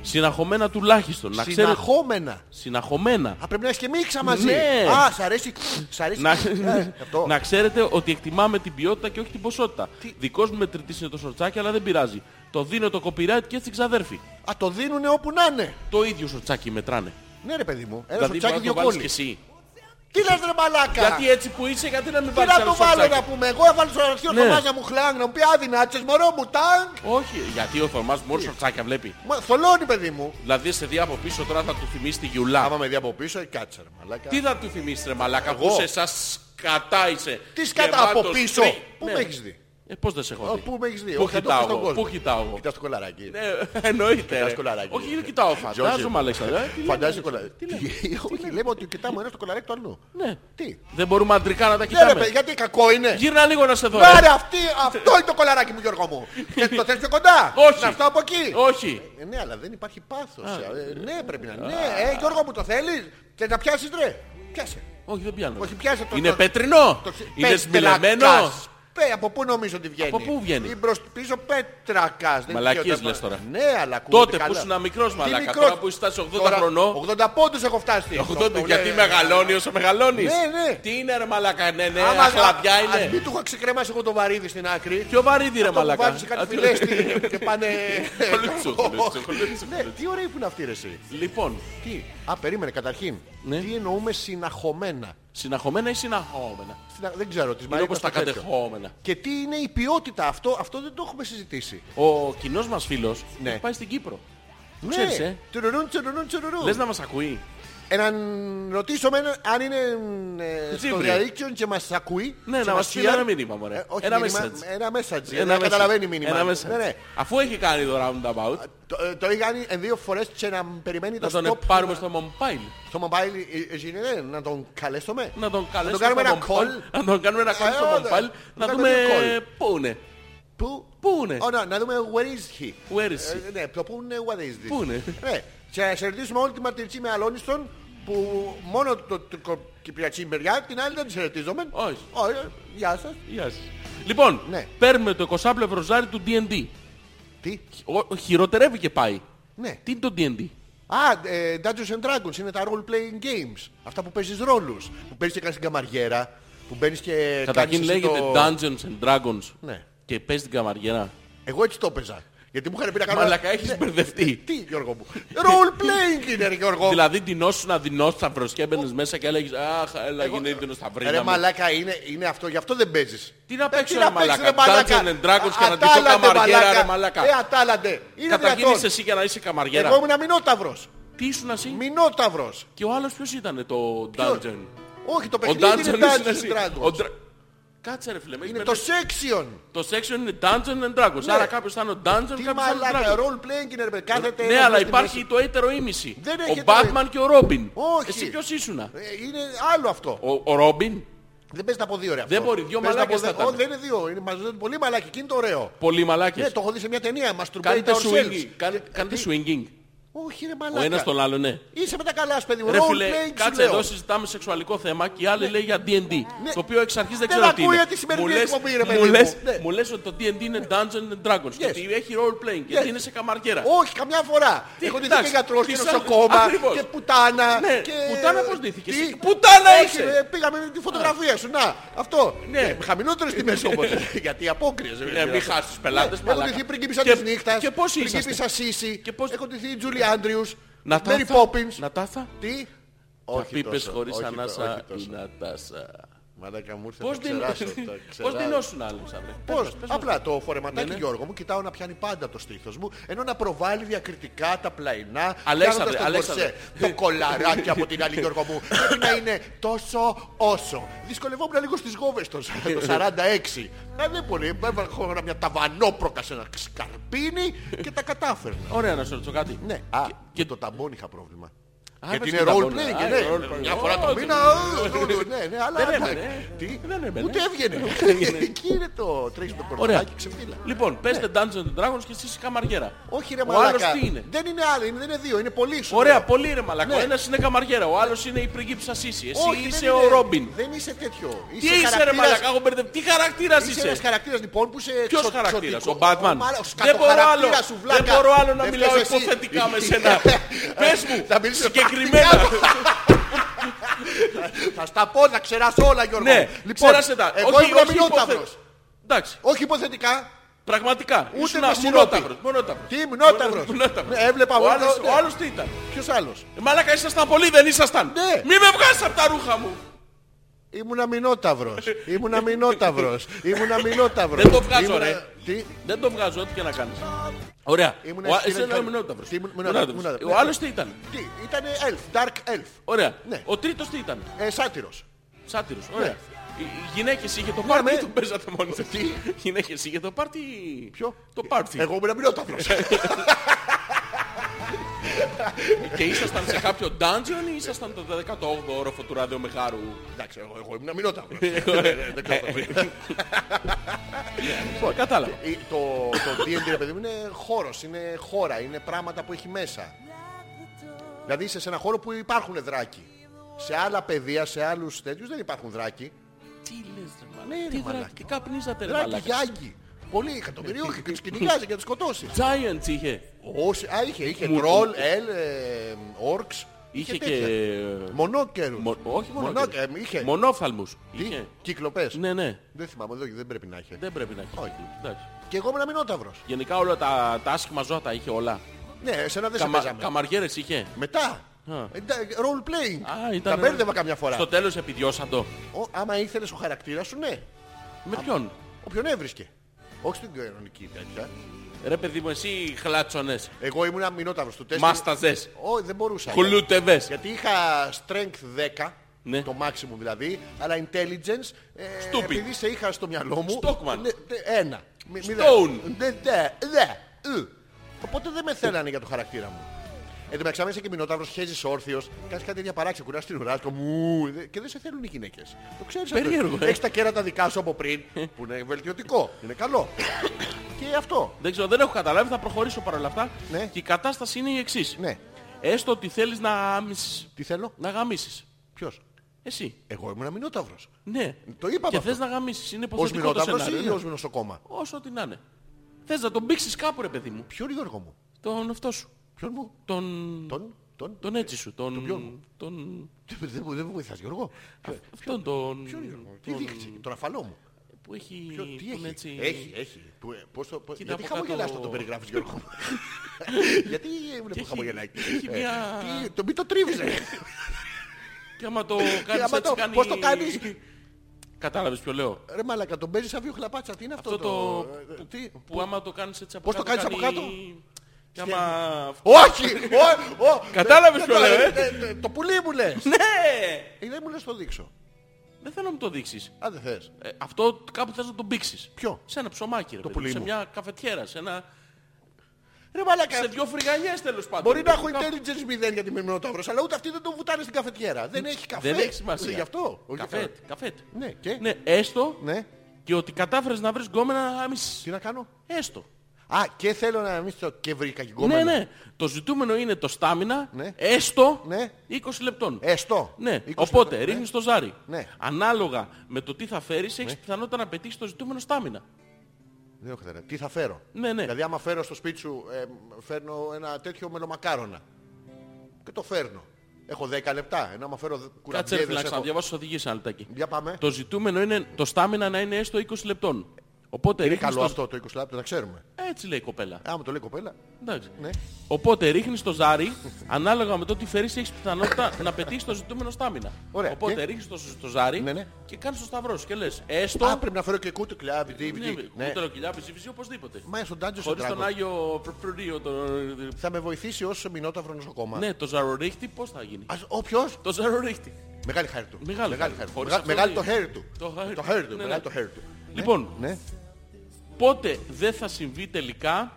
[SPEAKER 2] Συναχωμένα τουλάχιστον. Να ξέρετε.
[SPEAKER 1] συναχόμενα.
[SPEAKER 2] Συναχωμένα.
[SPEAKER 1] Α, πρέπει να έχεις και μίξα μαζί.
[SPEAKER 2] Ναι.
[SPEAKER 1] Α, σ' αρέσει, σ' αρέσει.
[SPEAKER 2] Να,
[SPEAKER 1] Ε, αυτό.
[SPEAKER 2] να ξέρετε ότι εκτιμάμε την ποιότητα και όχι την ποσότητα. Δικός μου μετρητής είναι το σορτσάκι, αλλά δεν πειράζει. Το δίνω το copyright και στην ξαδέρφη.
[SPEAKER 1] Α, το δίνουνε όπου να είναι.
[SPEAKER 2] Το ίδιο σορτσάκι μετράνε.
[SPEAKER 1] Ναι ρε παιδί μου, ένα
[SPEAKER 2] δηλαδή
[SPEAKER 1] σοτσάκι
[SPEAKER 2] μπορείς να
[SPEAKER 1] δυο
[SPEAKER 2] το βάλεις και
[SPEAKER 1] κόλλη.
[SPEAKER 2] εσύ.
[SPEAKER 1] Τι λες ρε μαλάκα.
[SPEAKER 2] Γιατί έτσι που είσαι, γιατί να μην
[SPEAKER 1] Τι
[SPEAKER 2] βάλεις
[SPEAKER 1] να
[SPEAKER 2] άλλο
[SPEAKER 1] το βάλω
[SPEAKER 2] σορτσάκι.
[SPEAKER 1] να πούμε, εγώ θα βάλω στο αρχείο
[SPEAKER 2] Ναι.
[SPEAKER 1] το μάζα μου χλάνγκ να μου πει άδινα, τσες μωρό μου, τάγκ.
[SPEAKER 2] Όχι, γιατί ο Θωμάς μόνο σορτσάκια βλέπει.
[SPEAKER 1] Μα, Θολώνει παιδί μου.
[SPEAKER 2] Δηλαδή σε δει από πίσω τώρα θα του θυμίσει τη γιουλά.
[SPEAKER 1] Άμα με δει από πίσω, ε, κάτσε ρε μαλάκα.
[SPEAKER 2] Τι θα του θυμίσει ρε μαλάκα,
[SPEAKER 1] Εγώ?
[SPEAKER 2] που σε σας σκατά είσαι.
[SPEAKER 1] Τι σκάτα από
[SPEAKER 2] Γεμάτος
[SPEAKER 1] πίσω.
[SPEAKER 2] τρι-
[SPEAKER 1] Πού
[SPEAKER 2] Ναι.
[SPEAKER 1] με έχεις δει.
[SPEAKER 2] Ε, πώς δεν σε έχω
[SPEAKER 1] Ο,
[SPEAKER 2] δει.
[SPEAKER 1] Πού με έχεις δει.
[SPEAKER 2] Πού
[SPEAKER 1] όχι, θα το
[SPEAKER 2] κοιτάω
[SPEAKER 1] πεις στον
[SPEAKER 2] εγώ,
[SPEAKER 1] κόσμο.
[SPEAKER 2] πού κοιτάω εγώ.
[SPEAKER 1] Κοιτάς το κολαράκι.
[SPEAKER 2] Ε, εννοείται. ρε.
[SPEAKER 1] κολαράκι.
[SPEAKER 2] Όχι, δεν κοιτάω. Φαντάζομαι, Αλέξανδρα. Ε, τι λέμε,
[SPEAKER 1] Φαντάζεσαι
[SPEAKER 2] ρε.
[SPEAKER 1] κολαράκι.
[SPEAKER 2] Τι λέμε.
[SPEAKER 1] Τι- Όχι, λέμε ότι κοιτάμε ένας το κολαράκι του αλλού.
[SPEAKER 2] Ναι.
[SPEAKER 1] Τι.
[SPEAKER 2] Δεν μπορούμε αντρικά να τα
[SPEAKER 1] Ναι, ρε, Ναι,
[SPEAKER 2] κοιτάμε.
[SPEAKER 1] παιδιά, γιατί κακό είναι.
[SPEAKER 2] Γύρνα λίγο να σε δω. ρε.
[SPEAKER 1] Άρα αυτή, αυτό είναι το κολαράκι μου, Γιώργο μου. Και το θες πιο κοντά.
[SPEAKER 2] Όχι.
[SPEAKER 1] Να φτάω από εκεί.
[SPEAKER 2] Όχι.
[SPEAKER 1] Ε, ναι, αλλά δεν υπάρχει πάθος. Ε, ναι, πρέπει να. Ναι, ε, Γιώργο μου, το θέλεις. Θες να πιάσεις, ρε. Πιάσε.
[SPEAKER 2] Όχι, δεν πιάνω.
[SPEAKER 1] Όχι, πιάσε το-
[SPEAKER 2] Είναι
[SPEAKER 1] το-
[SPEAKER 2] πέτρινο.
[SPEAKER 1] Το-
[SPEAKER 2] Είναι
[SPEAKER 1] πες,
[SPEAKER 2] σμιλεμένο.
[SPEAKER 1] πελακάς. Πε, από πού νομίζω ότι βγαίνει.
[SPEAKER 2] Από πού βγαίνει?
[SPEAKER 1] Ή μπρος- πίσω πέτρακας.
[SPEAKER 2] Μαλακίες λες τώρα.
[SPEAKER 1] Ναι, αλλά ακούγεται
[SPEAKER 2] Τότε που
[SPEAKER 1] καλά.
[SPEAKER 2] ήσουν μικρός,
[SPEAKER 1] Τι
[SPEAKER 2] μαλάκα.
[SPEAKER 1] μικρός.
[SPEAKER 2] Τώρα που ήσουν 80
[SPEAKER 1] Τώρα
[SPEAKER 2] χρονών.
[SPEAKER 1] 80 πόντους έχω φτάσει.
[SPEAKER 2] Οχτώ,
[SPEAKER 1] Το-
[SPEAKER 2] γιατί
[SPEAKER 1] ναι.
[SPEAKER 2] μεγαλώνει όσο μεγαλώνεις.
[SPEAKER 1] Ναι, ναι.
[SPEAKER 2] Τι είναι ρε μαλακά, ναι, ναι.
[SPEAKER 1] Άμα
[SPEAKER 2] Αχλαμπιά
[SPEAKER 1] ας μην
[SPEAKER 2] είναι.
[SPEAKER 1] του έχω ξεκρεμάσει εγώ το βαρύδι στην άκρη.
[SPEAKER 2] Πιο βαρύδι ρε
[SPEAKER 1] Το που
[SPEAKER 2] μαλακά.
[SPEAKER 1] βάζεις σε κάτι
[SPEAKER 2] Α, τι-
[SPEAKER 1] φυλές τι- και πάνε...
[SPEAKER 2] Χολούτσο, χολούτσο, χολούτσο.
[SPEAKER 1] Ναι, τι ωραία που είναι αυτή ρε εσύ.
[SPEAKER 2] Λοιπόν,
[SPEAKER 1] Τι. Α, περίμενε καταρχήν.
[SPEAKER 2] Ναι.
[SPEAKER 1] Τι εννοούμε συναχωμένα.
[SPEAKER 2] συναχωμένα ή συναχώμενα.
[SPEAKER 1] Συνα- Δεν ξέρω, τις
[SPEAKER 2] Είναι
[SPEAKER 1] Μαρίτα
[SPEAKER 2] όπως τα
[SPEAKER 1] το τέτοιο.
[SPEAKER 2] κατεχόμενα.
[SPEAKER 1] Και τι είναι η ποιότητα αυτό, αυτό δεν το έχουμε συζητήσει.
[SPEAKER 2] Ο κοινός μας φίλος
[SPEAKER 1] Ναι.
[SPEAKER 2] πάει στην Κύπρο. Το
[SPEAKER 1] Ναι,
[SPEAKER 2] Ξέρεις, ε.
[SPEAKER 1] Τσουρουρούν, τσουρουρούν, τσουρουρούν.
[SPEAKER 2] Λες να μας ακούει.
[SPEAKER 1] Ε, να ρωτήσω με έναν αν είναι ε, στο
[SPEAKER 2] Τζίβρι.
[SPEAKER 1] διαδίκτυο και μας ακούει.
[SPEAKER 2] Ναι,
[SPEAKER 1] και
[SPEAKER 2] να μας στείλει
[SPEAKER 1] hear.
[SPEAKER 2] ένα μήνυμα, μωρέ.
[SPEAKER 1] Ε, όχι,
[SPEAKER 2] Ένα
[SPEAKER 1] μήνυμα,
[SPEAKER 2] message.
[SPEAKER 1] Ένα message.
[SPEAKER 2] Ένα
[SPEAKER 1] Ε, να
[SPEAKER 2] message.
[SPEAKER 1] καταλαβαίνει μήνυμα.
[SPEAKER 2] Ένα
[SPEAKER 1] Ναι, ναι.
[SPEAKER 2] message. ε, Αφού έχει κάνει το roundabout,
[SPEAKER 1] Το, ε, το έχει κάνει ε, δύο φορές και να περιμένει
[SPEAKER 2] να
[SPEAKER 1] το
[SPEAKER 2] τον ε-
[SPEAKER 1] stop
[SPEAKER 2] πάρουμε στο Μομπάιλ.
[SPEAKER 1] στο mobile ε, ε, γίνεται, να τον καλέσουμε.
[SPEAKER 2] Να τον καλέσουμε
[SPEAKER 1] κάνουμε
[SPEAKER 2] στο
[SPEAKER 1] ένα
[SPEAKER 2] Mobile,
[SPEAKER 1] call.
[SPEAKER 2] Να τον κάνουμε ένα call
[SPEAKER 1] Ε,
[SPEAKER 2] στο
[SPEAKER 1] ναι.
[SPEAKER 2] Μομπάιλ.
[SPEAKER 1] Να
[SPEAKER 2] Να
[SPEAKER 1] κάνουμε
[SPEAKER 2] δούμε
[SPEAKER 1] ένα
[SPEAKER 2] πού είναι.
[SPEAKER 1] Πού?
[SPEAKER 2] Πού είναι.
[SPEAKER 1] Ω, να, να δούμε where is he.
[SPEAKER 2] Where is he.
[SPEAKER 1] Ε, ναι, το πού είναι what is this.
[SPEAKER 2] Πού είναι.
[SPEAKER 1] Ναι, και να σε ρωτήσουμε όλη τη μαρτυρική με αλόνιστον που μόνο το τουρκοκυπριακή μεριά, την άλλη δεν τη χαιρετίζομαι.
[SPEAKER 2] Όχι.
[SPEAKER 1] Ωραία, γεια σας.
[SPEAKER 2] Γεια σας. Λοιπόν,
[SPEAKER 1] Ναι.
[SPEAKER 2] παίρνουμε το 20πλευρο ζάρι του D&D.
[SPEAKER 1] Τι.
[SPEAKER 2] Ο- Χειροτερεύει και πάει.
[SPEAKER 1] Ναι.
[SPEAKER 2] Τι είναι το D&D.
[SPEAKER 1] Α, ε, Dungeons and Dragons είναι τα role playing games. Αυτά που παίζεις ρόλους. Που παίζεις και κάνεις την καμαριέρα. Που μπαίνεις και
[SPEAKER 2] Καταρχήν
[SPEAKER 1] κάνεις εσύ
[SPEAKER 2] λέγεται
[SPEAKER 1] το-
[SPEAKER 2] Dungeons and Dragons
[SPEAKER 1] Ναι.
[SPEAKER 2] και πες την καμαριέρα.
[SPEAKER 1] Εγώ έτσι το έπαιζα. Γιατί μου είχαν πει να κάνω...
[SPEAKER 2] Μαλακά
[SPEAKER 1] Ναι.
[SPEAKER 2] έχεις μπερδευτεί.
[SPEAKER 1] Τι Γιώργο μου. Role playing είναι ρε Γιώργο.
[SPEAKER 2] Δηλαδή δεινόσουνα δεινόσαυρος και έμπαινες μέσα και έλεγες Αχ, έλα γίνεται
[SPEAKER 1] Ρε
[SPEAKER 2] δεινοσαυρίνα μου.
[SPEAKER 1] μαλάκα είναι, είναι αυτό, γι' αυτό δεν παίζεις.
[SPEAKER 2] Τι να
[SPEAKER 1] Ε,
[SPEAKER 2] παίξω,
[SPEAKER 1] τι
[SPEAKER 2] ρε
[SPEAKER 1] να παίξεις,
[SPEAKER 2] μαλάκα. Dungeons and Dragons και να ντυθώ
[SPEAKER 1] Ατάλλαντε,
[SPEAKER 2] καμαριέρα, ρε μαλάκα.
[SPEAKER 1] Ε, ατάλλαντε. Είναι
[SPEAKER 2] Καταρχήν είσαι
[SPEAKER 1] δυνατόν.
[SPEAKER 2] εσύ για να είσαι καμαριέρα.
[SPEAKER 1] Εγώ ήμουν αμινόταυρος.
[SPEAKER 2] Τι ήσουν εσύ.
[SPEAKER 1] Μινόταυρος.
[SPEAKER 2] Και ο άλλος ποιος ήταν το Dungeon.
[SPEAKER 1] Όχι, το
[SPEAKER 2] Ο
[SPEAKER 1] παιχνίδι
[SPEAKER 2] Dungeon
[SPEAKER 1] είναι
[SPEAKER 2] είναι
[SPEAKER 1] Dungeons
[SPEAKER 2] εσύ.
[SPEAKER 1] and
[SPEAKER 2] Ο
[SPEAKER 1] Dragons.
[SPEAKER 2] Dra- Κάτσε ρε φίλε. με έχεις
[SPEAKER 1] Είναι το
[SPEAKER 2] μπερδεύσει.
[SPEAKER 1] section.
[SPEAKER 2] Το section είναι Dungeon and Dragons.
[SPEAKER 1] Ναι.
[SPEAKER 2] Άρα κάποιος ήταν ο Dungeon
[SPEAKER 1] Τι
[SPEAKER 2] κάποιος ήταν ο
[SPEAKER 1] μαλάκα,
[SPEAKER 2] Dragon.
[SPEAKER 1] role playing είναι ρε παιδί. Κάθεται
[SPEAKER 2] Ναι,
[SPEAKER 1] ένας
[SPEAKER 2] αλλά
[SPEAKER 1] στη
[SPEAKER 2] υπάρχει
[SPEAKER 1] μέση.
[SPEAKER 2] το έτερο ήμιση.
[SPEAKER 1] Δεν
[SPEAKER 2] Ο
[SPEAKER 1] έχει το
[SPEAKER 2] Batman και ο Robin.
[SPEAKER 1] Όχι.
[SPEAKER 2] Εσύ ποιος ήσουνα.
[SPEAKER 1] Ε, Είναι άλλο αυτό.
[SPEAKER 2] Ο, ο Robin,
[SPEAKER 1] Δεν παίζεται από δύο ρε αυτό.
[SPEAKER 2] Δεν μπορεί, δύο
[SPEAKER 1] Παίζεται
[SPEAKER 2] μαλάκες
[SPEAKER 1] από
[SPEAKER 2] θα
[SPEAKER 1] δε-
[SPEAKER 2] ήταν.
[SPEAKER 1] Ω, Δεν είναι δύο, είναι μαζεμένοι πολύ μαλάκι, εκείνη το ωραίο.
[SPEAKER 2] πολύ μαλάκες.
[SPEAKER 1] Ναι, το έχω δει σε μια ταινία, Masturbate
[SPEAKER 2] Κάνετε
[SPEAKER 1] Ourselves.
[SPEAKER 2] swinging. Κάνε- Κάνετε swinging.
[SPEAKER 1] ε, Όχι ρε
[SPEAKER 2] Ο
[SPEAKER 1] μαλάκα.
[SPEAKER 2] ένας τον άλλο, ναι.
[SPEAKER 1] Είσαι με τα καλά σου παιδί μου.
[SPEAKER 2] Ρε
[SPEAKER 1] Role
[SPEAKER 2] φίλε,
[SPEAKER 1] playing
[SPEAKER 2] κάτσε
[SPEAKER 1] σου λέω.
[SPEAKER 2] εδώ συζητάμε σεξουαλικό θέμα και η άλλη λέει για D&D.
[SPEAKER 1] Ναι.
[SPEAKER 2] Το οποίο εξ αρχής δεν
[SPEAKER 1] Δεν
[SPEAKER 2] ξέρω τι
[SPEAKER 1] ακούει
[SPEAKER 2] είναι.
[SPEAKER 1] τη σημερινή
[SPEAKER 2] Μου λες-
[SPEAKER 1] εκπομπή, ρε
[SPEAKER 2] μου
[SPEAKER 1] παιδί μου.
[SPEAKER 2] λες-
[SPEAKER 1] Ναι.
[SPEAKER 2] Μου λες ότι το D&D είναι Dungeons and Dragons. Και
[SPEAKER 1] Yes.
[SPEAKER 2] ότι έχει role playing. Γιατί
[SPEAKER 1] Yes.
[SPEAKER 2] είναι σε καμαρκέρα.
[SPEAKER 1] Όχι, καμιά φορά.
[SPEAKER 2] Τι,
[SPEAKER 1] Έχω δει και
[SPEAKER 2] εντάξει,
[SPEAKER 1] γιατρός και
[SPEAKER 2] τις
[SPEAKER 1] νοσοκόμα
[SPEAKER 2] άλλες- ακριβώς.
[SPEAKER 1] και πουτάνα.
[SPEAKER 2] Ναι,
[SPEAKER 1] και...
[SPEAKER 2] πουτάνα πώς ντύθηκες,
[SPEAKER 1] Τι?
[SPEAKER 2] εσύ, πουτάνα
[SPEAKER 1] Όχι,
[SPEAKER 2] είσαι.
[SPEAKER 1] ρε, Πήγαμε με τη φωτογραφία σου. Να, αυτό.
[SPEAKER 2] Ναι.
[SPEAKER 1] Ε, Χαμηλότερες τιμές όμως. Γιατί οι απόκριες. δεν
[SPEAKER 2] Ναι,
[SPEAKER 1] είναι
[SPEAKER 2] μην
[SPEAKER 1] δυνατόν.
[SPEAKER 2] χάσεις τους πελάτες.
[SPEAKER 1] Έχω
[SPEAKER 2] μαλάκα.
[SPEAKER 1] ντυθεί πριγκίπισσα
[SPEAKER 2] Και-
[SPEAKER 1] της νύχτας.
[SPEAKER 2] Και πώς είσαστε.
[SPEAKER 1] Πριγκίπισσα Σίση.
[SPEAKER 2] Και πώς-
[SPEAKER 1] Έχω ντυθεί Τζούλι Άντριους. Μέρι
[SPEAKER 2] Νατάθα.
[SPEAKER 1] Πόπινς.
[SPEAKER 2] Νατάθα.
[SPEAKER 1] Τι.
[SPEAKER 2] Τα
[SPEAKER 1] Όχι
[SPEAKER 2] πείπες
[SPEAKER 1] τόσο,
[SPEAKER 2] χωρίς
[SPEAKER 1] όχι τό-
[SPEAKER 2] ανάσα
[SPEAKER 1] όχι τόσο.
[SPEAKER 2] η Νατάσα.
[SPEAKER 1] Μαλάκα μου ήρθε να
[SPEAKER 2] Πώς
[SPEAKER 1] το ξεράσω. τα
[SPEAKER 2] δίνω- Πώς
[SPEAKER 1] ξεράζω.
[SPEAKER 2] δίνωσουν Αλεξάνδρε.
[SPEAKER 1] Πώς, απλά το φορεματάκι
[SPEAKER 2] Ναι, ναι.
[SPEAKER 1] Γιώργο μου κοιτάω να πιάνει πάντα το στήθος μου ενώ να προβάλλει διακριτικά τα πλαϊνά πιάνοντας
[SPEAKER 2] Αλέξανδρε,
[SPEAKER 1] το
[SPEAKER 2] Αλέξανδρε.
[SPEAKER 1] κορσέ. Το κολαράκι από την άλλη Γιώργο μου πρέπει να είναι τόσο όσο. Δυσκολευόμουν λίγο στις γόβες το, το 46. Να δεν πολύ, έβαλα μια ταβανόπροκα σε ένα σκαρπίνι και τα κατάφερνα.
[SPEAKER 2] Ωραία να σου ρωτήσω κάτι.
[SPEAKER 1] Ναι, α,
[SPEAKER 2] Και-
[SPEAKER 1] και το ταμπόν είχα πρόβλημα.
[SPEAKER 2] Α,
[SPEAKER 1] Γιατί
[SPEAKER 2] έπαιξε
[SPEAKER 1] είναι
[SPEAKER 2] το
[SPEAKER 1] role
[SPEAKER 2] ταμπόν,
[SPEAKER 1] playing,
[SPEAKER 2] α,
[SPEAKER 1] ναι.
[SPEAKER 2] role playing.
[SPEAKER 1] Μια φορά
[SPEAKER 2] Ω,
[SPEAKER 1] το
[SPEAKER 2] το-
[SPEAKER 1] μήνα, ω, ναι, ναι, αλλά...
[SPEAKER 2] Δεν
[SPEAKER 1] εντάξει.
[SPEAKER 2] έμενε.
[SPEAKER 1] Τι,
[SPEAKER 2] Δεν έμενε.
[SPEAKER 1] Ούτε έβγαινε. Εκεί είναι το τρέξιμο το
[SPEAKER 2] Ωραία.
[SPEAKER 1] κορδάκι ξεφύλλα.
[SPEAKER 2] Λοιπόν, παίστε Dungeons and Dragons και εσύ είσαι καμαριέρα.
[SPEAKER 1] Ναι. Όχι ρε
[SPEAKER 2] Ο άλλος
[SPEAKER 1] μαλάκα.
[SPEAKER 2] τι είναι?
[SPEAKER 1] Δεν είναι άλλο, είναι- δεν είναι δύο, είναι πολύ σου.
[SPEAKER 2] Ωραία,
[SPEAKER 1] λέω.
[SPEAKER 2] πολύ ρε μαλακό.
[SPEAKER 1] Ναι.
[SPEAKER 2] Ο ένας είναι καμαριέρα, ο άλλος είναι η πριγκίψα Σίση. Εσύ
[SPEAKER 1] Όχι, δεν
[SPEAKER 2] είσαι
[SPEAKER 1] είναι-
[SPEAKER 2] ο Ρόμπιν.
[SPEAKER 1] Δεν είσαι τέτοιο.
[SPEAKER 2] Τι είσαι ρε
[SPEAKER 1] χαρακτήρας-
[SPEAKER 2] μαλακά, έχω μπερδευτεί. Τι χαρακτήρας
[SPEAKER 1] Είσαι ένας
[SPEAKER 2] είσαι.
[SPEAKER 1] χαρακτήρας λοιπόν που είσαι
[SPEAKER 2] Ποιος
[SPEAKER 1] εξω-
[SPEAKER 2] χαρακτήρας, ο
[SPEAKER 1] εξωτικό.
[SPEAKER 2] Batman.
[SPEAKER 1] μαλα- ο
[SPEAKER 2] Δεν μπορώ άλλο,
[SPEAKER 1] σκατοχαρακτήρας σου,
[SPEAKER 2] δεν
[SPEAKER 1] βλάκα.
[SPEAKER 2] μπορώ άλλο να
[SPEAKER 1] Δεν
[SPEAKER 2] μιλάω
[SPEAKER 1] φταίς εσύ.
[SPEAKER 2] υποθετικά με σένα. Πες μου,
[SPEAKER 1] Θα μιλήσω
[SPEAKER 2] συγκεκριμένα.
[SPEAKER 1] Θα στα πω να ξεράσω όλα Γιώργο. Λοιπόν,
[SPEAKER 2] Ναι, ξέρασε τα.
[SPEAKER 1] Εγώ
[SPEAKER 2] Όχι,
[SPEAKER 1] ήμουν
[SPEAKER 2] όχι
[SPEAKER 1] αμυλόταυρος.
[SPEAKER 2] υποθε- Εντάξει,
[SPEAKER 1] Όχι υποθετικά.
[SPEAKER 2] πραγματικά.
[SPEAKER 1] Ούτε
[SPEAKER 2] Ήσουν
[SPEAKER 1] με σιρόπι.
[SPEAKER 2] μονόταυρος. μονόταυρος.
[SPEAKER 1] Τι, μηνόταυρος.
[SPEAKER 2] Μονόταυρος.
[SPEAKER 1] Ναι, έβλεπα
[SPEAKER 2] Ο
[SPEAKER 1] μόνο-
[SPEAKER 2] άλλος-
[SPEAKER 1] ναι.
[SPEAKER 2] Ο άλλος τι ήταν.
[SPEAKER 1] Ποιος άλλος.
[SPEAKER 2] Ε, Μαλάκα ήσασταν πολύ, δεν ήσασταν.
[SPEAKER 1] Ναι.
[SPEAKER 2] Μη με βγάζεις από τα ρούχα μου.
[SPEAKER 1] Ήμουν αμινόταυρος. Ήμουν αμινόταυρος. Ήμουν αμινόταυρος.
[SPEAKER 2] Δεν το βγάζω,
[SPEAKER 1] Ήμουνα-
[SPEAKER 2] ρε.
[SPEAKER 1] Τι.
[SPEAKER 2] Δεν το βγάζω, ό,τι και να κάνεις. Ωραία.
[SPEAKER 1] Ήμουν
[SPEAKER 2] Ο-
[SPEAKER 1] ένας
[SPEAKER 2] Εσύ
[SPEAKER 1] κύριος
[SPEAKER 2] ήταν ο
[SPEAKER 1] Γιάννη.
[SPEAKER 2] Μινόταυρος.
[SPEAKER 1] Τι ήμουν- Ναι,
[SPEAKER 2] Μινόταυρος.
[SPEAKER 1] Μινόταυρος.
[SPEAKER 2] Ο άλλος τι ήταν.
[SPEAKER 1] Τι. Ήταν elf. Dark elf.
[SPEAKER 2] Ωραία.
[SPEAKER 1] Ναι.
[SPEAKER 2] Ο τρίτος τι ήταν.
[SPEAKER 1] Ε, Σάτυρος.
[SPEAKER 2] Σάτυρος. Ωραία. Γυναίκες είχε το πάρτι ή
[SPEAKER 1] με.
[SPEAKER 2] το παίζατε μόνοι σας.
[SPEAKER 1] Τι?
[SPEAKER 2] Γυναίκες είχε το πάρτι ή...
[SPEAKER 1] Ποιο? Ε,
[SPEAKER 2] Το πάρτι.
[SPEAKER 1] Εγώ ήμουν αμυνόταυρος.
[SPEAKER 2] Και ήσασταν σε κάποιο dungeon ή ήσασταν το 18ο όροφο του ραδιομεχάρου.
[SPEAKER 1] Εντάξει, εγώ, εγώ ήμουν αμυνόταυρος.
[SPEAKER 2] ε,
[SPEAKER 1] Ε,
[SPEAKER 2] Δεν Κατάλαβα.
[SPEAKER 1] Ε, το, το D&D ρε παιδί μου είναι χώρος, είναι χώρα, είναι πράγματα που έχει μέσα. Δηλαδή είσαι σε ένα χώρο που υπάρχουν δράκοι. Σε άλλα παιδεία, σε άλλους τέτοιους δεν υπάρχουν δράκοι.
[SPEAKER 2] Τι λες ρε
[SPEAKER 1] Ναι,
[SPEAKER 2] μαλάκα.
[SPEAKER 1] ρε,
[SPEAKER 2] Τι δράκη.
[SPEAKER 1] μαλάκα.
[SPEAKER 2] Τι καπνίζατε ρε
[SPEAKER 1] Δράκοι
[SPEAKER 2] μαλάκα.
[SPEAKER 1] γιάγκοι. Πολύ εκατομμυριούχοι και τους κυνηγάζει για να τους σκοτώσει.
[SPEAKER 2] Giants είχε.
[SPEAKER 1] Όσοι, α, είχε, είχε
[SPEAKER 2] Μου-
[SPEAKER 1] τρόλ, ελ, ε, όρξ.
[SPEAKER 2] Είχε
[SPEAKER 1] τέτοια.
[SPEAKER 2] και... ε,
[SPEAKER 1] Μονόκερους.
[SPEAKER 2] Μο- Όχι
[SPEAKER 1] Μονόκε-
[SPEAKER 2] μονόκερους.
[SPEAKER 1] ε, Είχε.
[SPEAKER 2] Μονόφθαλμους.
[SPEAKER 1] Τι?
[SPEAKER 2] Είχε.
[SPEAKER 1] Κυκλοπές.
[SPEAKER 2] Ναι, ναι.
[SPEAKER 1] Δεν θυμάμαι, δεν, δεν πρέπει να είχε.
[SPEAKER 2] Δεν πρέπει να έχει.
[SPEAKER 1] Όχι.
[SPEAKER 2] Εντάξει.
[SPEAKER 1] Και εγώ ήμουν αμυνόταυρος.
[SPEAKER 2] Γενικά όλα τα, τα άσχημα ζώα τα είχε όλα.
[SPEAKER 1] Ναι, εσένα δεν σε
[SPEAKER 2] Καμα,
[SPEAKER 1] παίζαμε.
[SPEAKER 2] καμαριέρες είχε.
[SPEAKER 1] Μετά.
[SPEAKER 2] Α.
[SPEAKER 1] Εντά- Role playing.
[SPEAKER 2] Α,
[SPEAKER 1] Τα
[SPEAKER 2] ήταν-
[SPEAKER 1] μπέρδευα καμιά φορά.
[SPEAKER 2] Στο τέλος επιδιώσαν το.
[SPEAKER 1] Ο, άμα ήθελες ο χαρακτήρας σου, ναι.
[SPEAKER 2] Με ποιον.
[SPEAKER 1] Όποιον έβρισκε. Όχι στην κανονική τέτοια.
[SPEAKER 2] Ρε παιδί μου εσύ χλάτσονες.
[SPEAKER 1] Εγώ ήμουν αμυνόταυρο του τεστ.
[SPEAKER 2] Μάσταζες.
[SPEAKER 1] Όχι, δεν μπορούσα.
[SPEAKER 2] Κουλούτεβες.
[SPEAKER 1] Γιατί είχα strength 10,
[SPEAKER 2] Ναι.
[SPEAKER 1] το maximum δηλαδή, αλλά intelligence. Ε,
[SPEAKER 2] Stupid.
[SPEAKER 1] Επειδή σε είχα στο μυαλό μου.
[SPEAKER 2] Stockman.
[SPEAKER 1] ναι, ναι, Ένα. Μη- μηδέν.
[SPEAKER 2] Stone.
[SPEAKER 1] Ναι, ναι, ναι, ε. Οπότε δεν με θέλανε για το χαρακτήρα μου. Εν τω μεταξύ, άμα είσαι και μηνόταυρο, χέζεις όρθιος, κάνεις κάτι διαπαράξενο, κουράζει την ουράσκο μου δε- και δεν σε θέλουν οι γυναίκες. Το ξέρεις
[SPEAKER 2] Περίεργο, ε.
[SPEAKER 1] Έχεις τα κέρατα δικά σου από πριν, που είναι βελτιωτικό. Είναι καλό. και αυτό.
[SPEAKER 2] Δεν ξέρω, δεν έχω καταλάβει, θα προχωρήσω παρόλα αυτά.
[SPEAKER 1] Ναι.
[SPEAKER 2] Και η κατάσταση είναι η εξής.
[SPEAKER 1] Ναι.
[SPEAKER 2] Έστω ότι θέλεις να γαμίσεις.
[SPEAKER 1] Τι θέλω,
[SPEAKER 2] Να γαμίσεις.
[SPEAKER 1] ποιος.
[SPEAKER 2] Εσύ.
[SPEAKER 1] Εγώ ήμουν αμυνόταυρος.
[SPEAKER 2] Ναι.
[SPEAKER 1] Το είπαμε
[SPEAKER 2] Και
[SPEAKER 1] αυτό.
[SPEAKER 2] θες να γαμίσεις. Είναι
[SPEAKER 1] Ως
[SPEAKER 2] υποθετικό το
[SPEAKER 1] μηνόταυρο
[SPEAKER 2] σενάριο.
[SPEAKER 1] ή
[SPEAKER 2] ναι.
[SPEAKER 1] ω μηνοσοκόμα.
[SPEAKER 2] Όσο ότι να είναι. Θες να τον πήξεις κάπου ρε παιδί μου.
[SPEAKER 1] Ποιον Γιώργο μου.
[SPEAKER 2] Τον αυτό σου.
[SPEAKER 1] Ποιον μου.
[SPEAKER 2] Τον...
[SPEAKER 1] Τον. Τον.
[SPEAKER 2] Τον έτσι σου. Τον...
[SPEAKER 1] ποιον μου.
[SPEAKER 2] Τον...
[SPEAKER 1] Δεν μου, δεν μου βοηθάς Γιώργο.
[SPEAKER 2] Αυτόν τον...
[SPEAKER 1] Ποιον Γιώργο. Τι
[SPEAKER 2] τον-
[SPEAKER 1] δείχνεις. Τον αφαλό μου.
[SPEAKER 2] Που έχει...
[SPEAKER 1] Ποιο-
[SPEAKER 2] που
[SPEAKER 1] Τι
[SPEAKER 2] είναι
[SPEAKER 1] έχει.
[SPEAKER 2] έτσι-
[SPEAKER 1] Έχει. Έχει. Που, ε, Πώς το... πώς-
[SPEAKER 2] Κοίτα
[SPEAKER 1] Γιατί
[SPEAKER 2] από κάτω.
[SPEAKER 1] χαμογελάς όταν το περιγράφεις Γιώργο μου. Γιατί βλέπω
[SPEAKER 2] έχει-
[SPEAKER 1] χαμογελάκι.
[SPEAKER 2] έχει
[SPEAKER 1] Ε,
[SPEAKER 2] μια-
[SPEAKER 1] τι- Το μη το τρίβεις. ε. ρε.
[SPEAKER 2] Και άμα το
[SPEAKER 1] Και
[SPEAKER 2] κάνεις
[SPEAKER 1] άμα
[SPEAKER 2] έτσι
[SPEAKER 1] το-
[SPEAKER 2] κάνει...
[SPEAKER 1] Πώς το κάνεις.
[SPEAKER 2] Κατάλαβες ποιο λέω.
[SPEAKER 1] Ρε μαλακα τον παίζεις σαν δύο χλαπάτσα. Τι είναι αυτό
[SPEAKER 2] Αυτό το...
[SPEAKER 1] ε, Τι.
[SPEAKER 2] Που άμα το κάνεις έτσι από
[SPEAKER 1] Πώς το
[SPEAKER 2] κάτω,
[SPEAKER 1] κάνεις από
[SPEAKER 2] κάνει- Και άμα...
[SPEAKER 1] Όχι! Ω, ω,
[SPEAKER 2] Κατάλαβες
[SPEAKER 1] δεν-
[SPEAKER 2] ποιο λέω, ε.
[SPEAKER 1] δεν- δεν- Το πουλί μου λες.
[SPEAKER 2] Ναι!
[SPEAKER 1] Ε, Δεν μου λες το δείξω.
[SPEAKER 2] Δεν θέλω να μου το δείξεις.
[SPEAKER 1] Α, δεν θες.
[SPEAKER 2] Ε, αυτό κάπου θες να τον πήξεις.
[SPEAKER 1] Ποιο?
[SPEAKER 2] Σε ένα ψωμάκι, ρε
[SPEAKER 1] Το
[SPEAKER 2] παιδί,
[SPEAKER 1] πουλί
[SPEAKER 2] σε
[SPEAKER 1] μου.
[SPEAKER 2] μια καφετιέρα, σε, ένα...
[SPEAKER 1] Ρε μαλακα.
[SPEAKER 2] σε δυο φρυγανιές τέλος πάντων.
[SPEAKER 1] Μπορεί
[SPEAKER 2] ρε
[SPEAKER 1] να
[SPEAKER 2] παιδί,
[SPEAKER 1] έχω intelligence 0 για τη μηνοταύρο, αλλά ούτε αυτή δεν τον βουτάνε στην καφετιέρα. Δεν έχει καφέ.
[SPEAKER 2] Δεν έχει σημασία.
[SPEAKER 1] Γι' αυτό. Όχι
[SPEAKER 2] Καφέτ,
[SPEAKER 1] καφέ.
[SPEAKER 2] καφέτ.
[SPEAKER 1] Ναι, και.
[SPEAKER 2] Ναι, έστω
[SPEAKER 1] Ναι.
[SPEAKER 2] και ότι κατάφερες να βρεις γκόμενα να γαμίσεις.
[SPEAKER 1] Τι να κάνω.
[SPEAKER 2] Έστω.
[SPEAKER 1] Α, και θέλω να μην στο και βρήκα
[SPEAKER 2] Ναι,
[SPEAKER 1] κυκόμενο.
[SPEAKER 2] ναι. Το ζητούμενο είναι το στάμινα,
[SPEAKER 1] Ναι.
[SPEAKER 2] έστω
[SPEAKER 1] Ναι.
[SPEAKER 2] 20 λεπτών.
[SPEAKER 1] Έστω.
[SPEAKER 2] Ναι,
[SPEAKER 1] 20
[SPEAKER 2] οπότε
[SPEAKER 1] λεπτά.
[SPEAKER 2] ρίχνεις το ζάρι.
[SPEAKER 1] Ε. Ναι.
[SPEAKER 2] Ανάλογα με το τι θα φέρεις, έχεις πιθανότητα να πετύχεις το ζητούμενο στάμινα.
[SPEAKER 1] Ναι. Δεν έχω καταλάβει. Τι θα φέρω.
[SPEAKER 2] Ναι, ναι.
[SPEAKER 1] Δηλαδή, άμα φέρω στο σπίτι σου, ε, φέρνω ένα τέτοιο μελομακάρονα. Και το φέρνω. Έχω 10 λεπτά. Ενώ άμα φέρω
[SPEAKER 2] Κάτσε ρε
[SPEAKER 1] κουραμπιέδες
[SPEAKER 2] να
[SPEAKER 1] έχω...
[SPEAKER 2] ξαναδιαβάσω τις οδηγίες ένα λεπτάκι.
[SPEAKER 1] Για πάμε.
[SPEAKER 2] Το ζητούμενο είναι το στάμινα να είναι έστω 20 λεπτών. Οπότε
[SPEAKER 1] Είναι
[SPEAKER 2] ρίχνεις
[SPEAKER 1] καλό
[SPEAKER 2] το...
[SPEAKER 1] αυτό το 20 λεπτό, να ξέρουμε.
[SPEAKER 2] Έτσι λέει η κοπέλα.
[SPEAKER 1] Άμα το λέει η κοπέλα.
[SPEAKER 2] Εντάξει.
[SPEAKER 1] Ναι.
[SPEAKER 2] Οπότε ρίχνεις το ζάρι, ανάλογα με το τι φέρεις έχεις πιθανότητα να πετύχεις το ζητούμενο στάμινα.
[SPEAKER 1] Ωραία.
[SPEAKER 2] Οπότε
[SPEAKER 1] Και?
[SPEAKER 2] ρίχνεις το, στο ζάρι
[SPEAKER 1] Ναι, ναι. και
[SPEAKER 2] και κάνεις το σταυρό σου και λες έστω...
[SPEAKER 1] Α, πρέπει να φέρω και κούτου κλειάβι, DVD. Ναι.
[SPEAKER 2] Κούτελο κοιλιά, ψηφίζει οπωσδήποτε.
[SPEAKER 1] Μα στον Dungeons
[SPEAKER 2] Χωρίς
[SPEAKER 1] and
[SPEAKER 2] τον
[SPEAKER 1] Dragons.
[SPEAKER 2] Άγιο Προπρουρίο, τον...
[SPEAKER 1] Θα με βοηθήσει ως μηνόταυρος νοσοκόμα.
[SPEAKER 2] Ναι, το ζαρορίχτη πώς θα γίνει.
[SPEAKER 1] Ας, όποιος,
[SPEAKER 2] Το ζαρορίχτη.
[SPEAKER 1] μεγάλη χάρη του.
[SPEAKER 2] Μεγάλη χάρη.
[SPEAKER 1] χάρη του.
[SPEAKER 2] Χωρίς
[SPEAKER 1] Μεγα-
[SPEAKER 2] αυτό
[SPEAKER 1] μεγάλη
[SPEAKER 2] δεν-
[SPEAKER 1] το χέρι του.
[SPEAKER 2] Το χέρι
[SPEAKER 1] το
[SPEAKER 2] του.
[SPEAKER 1] χέρι του.
[SPEAKER 2] Ναι,
[SPEAKER 1] μεγάλη
[SPEAKER 2] ναι.
[SPEAKER 1] το χέρι του.
[SPEAKER 2] Λοιπόν,
[SPEAKER 1] Ναι.
[SPEAKER 2] πότε δεν θα συμβεί τελικά,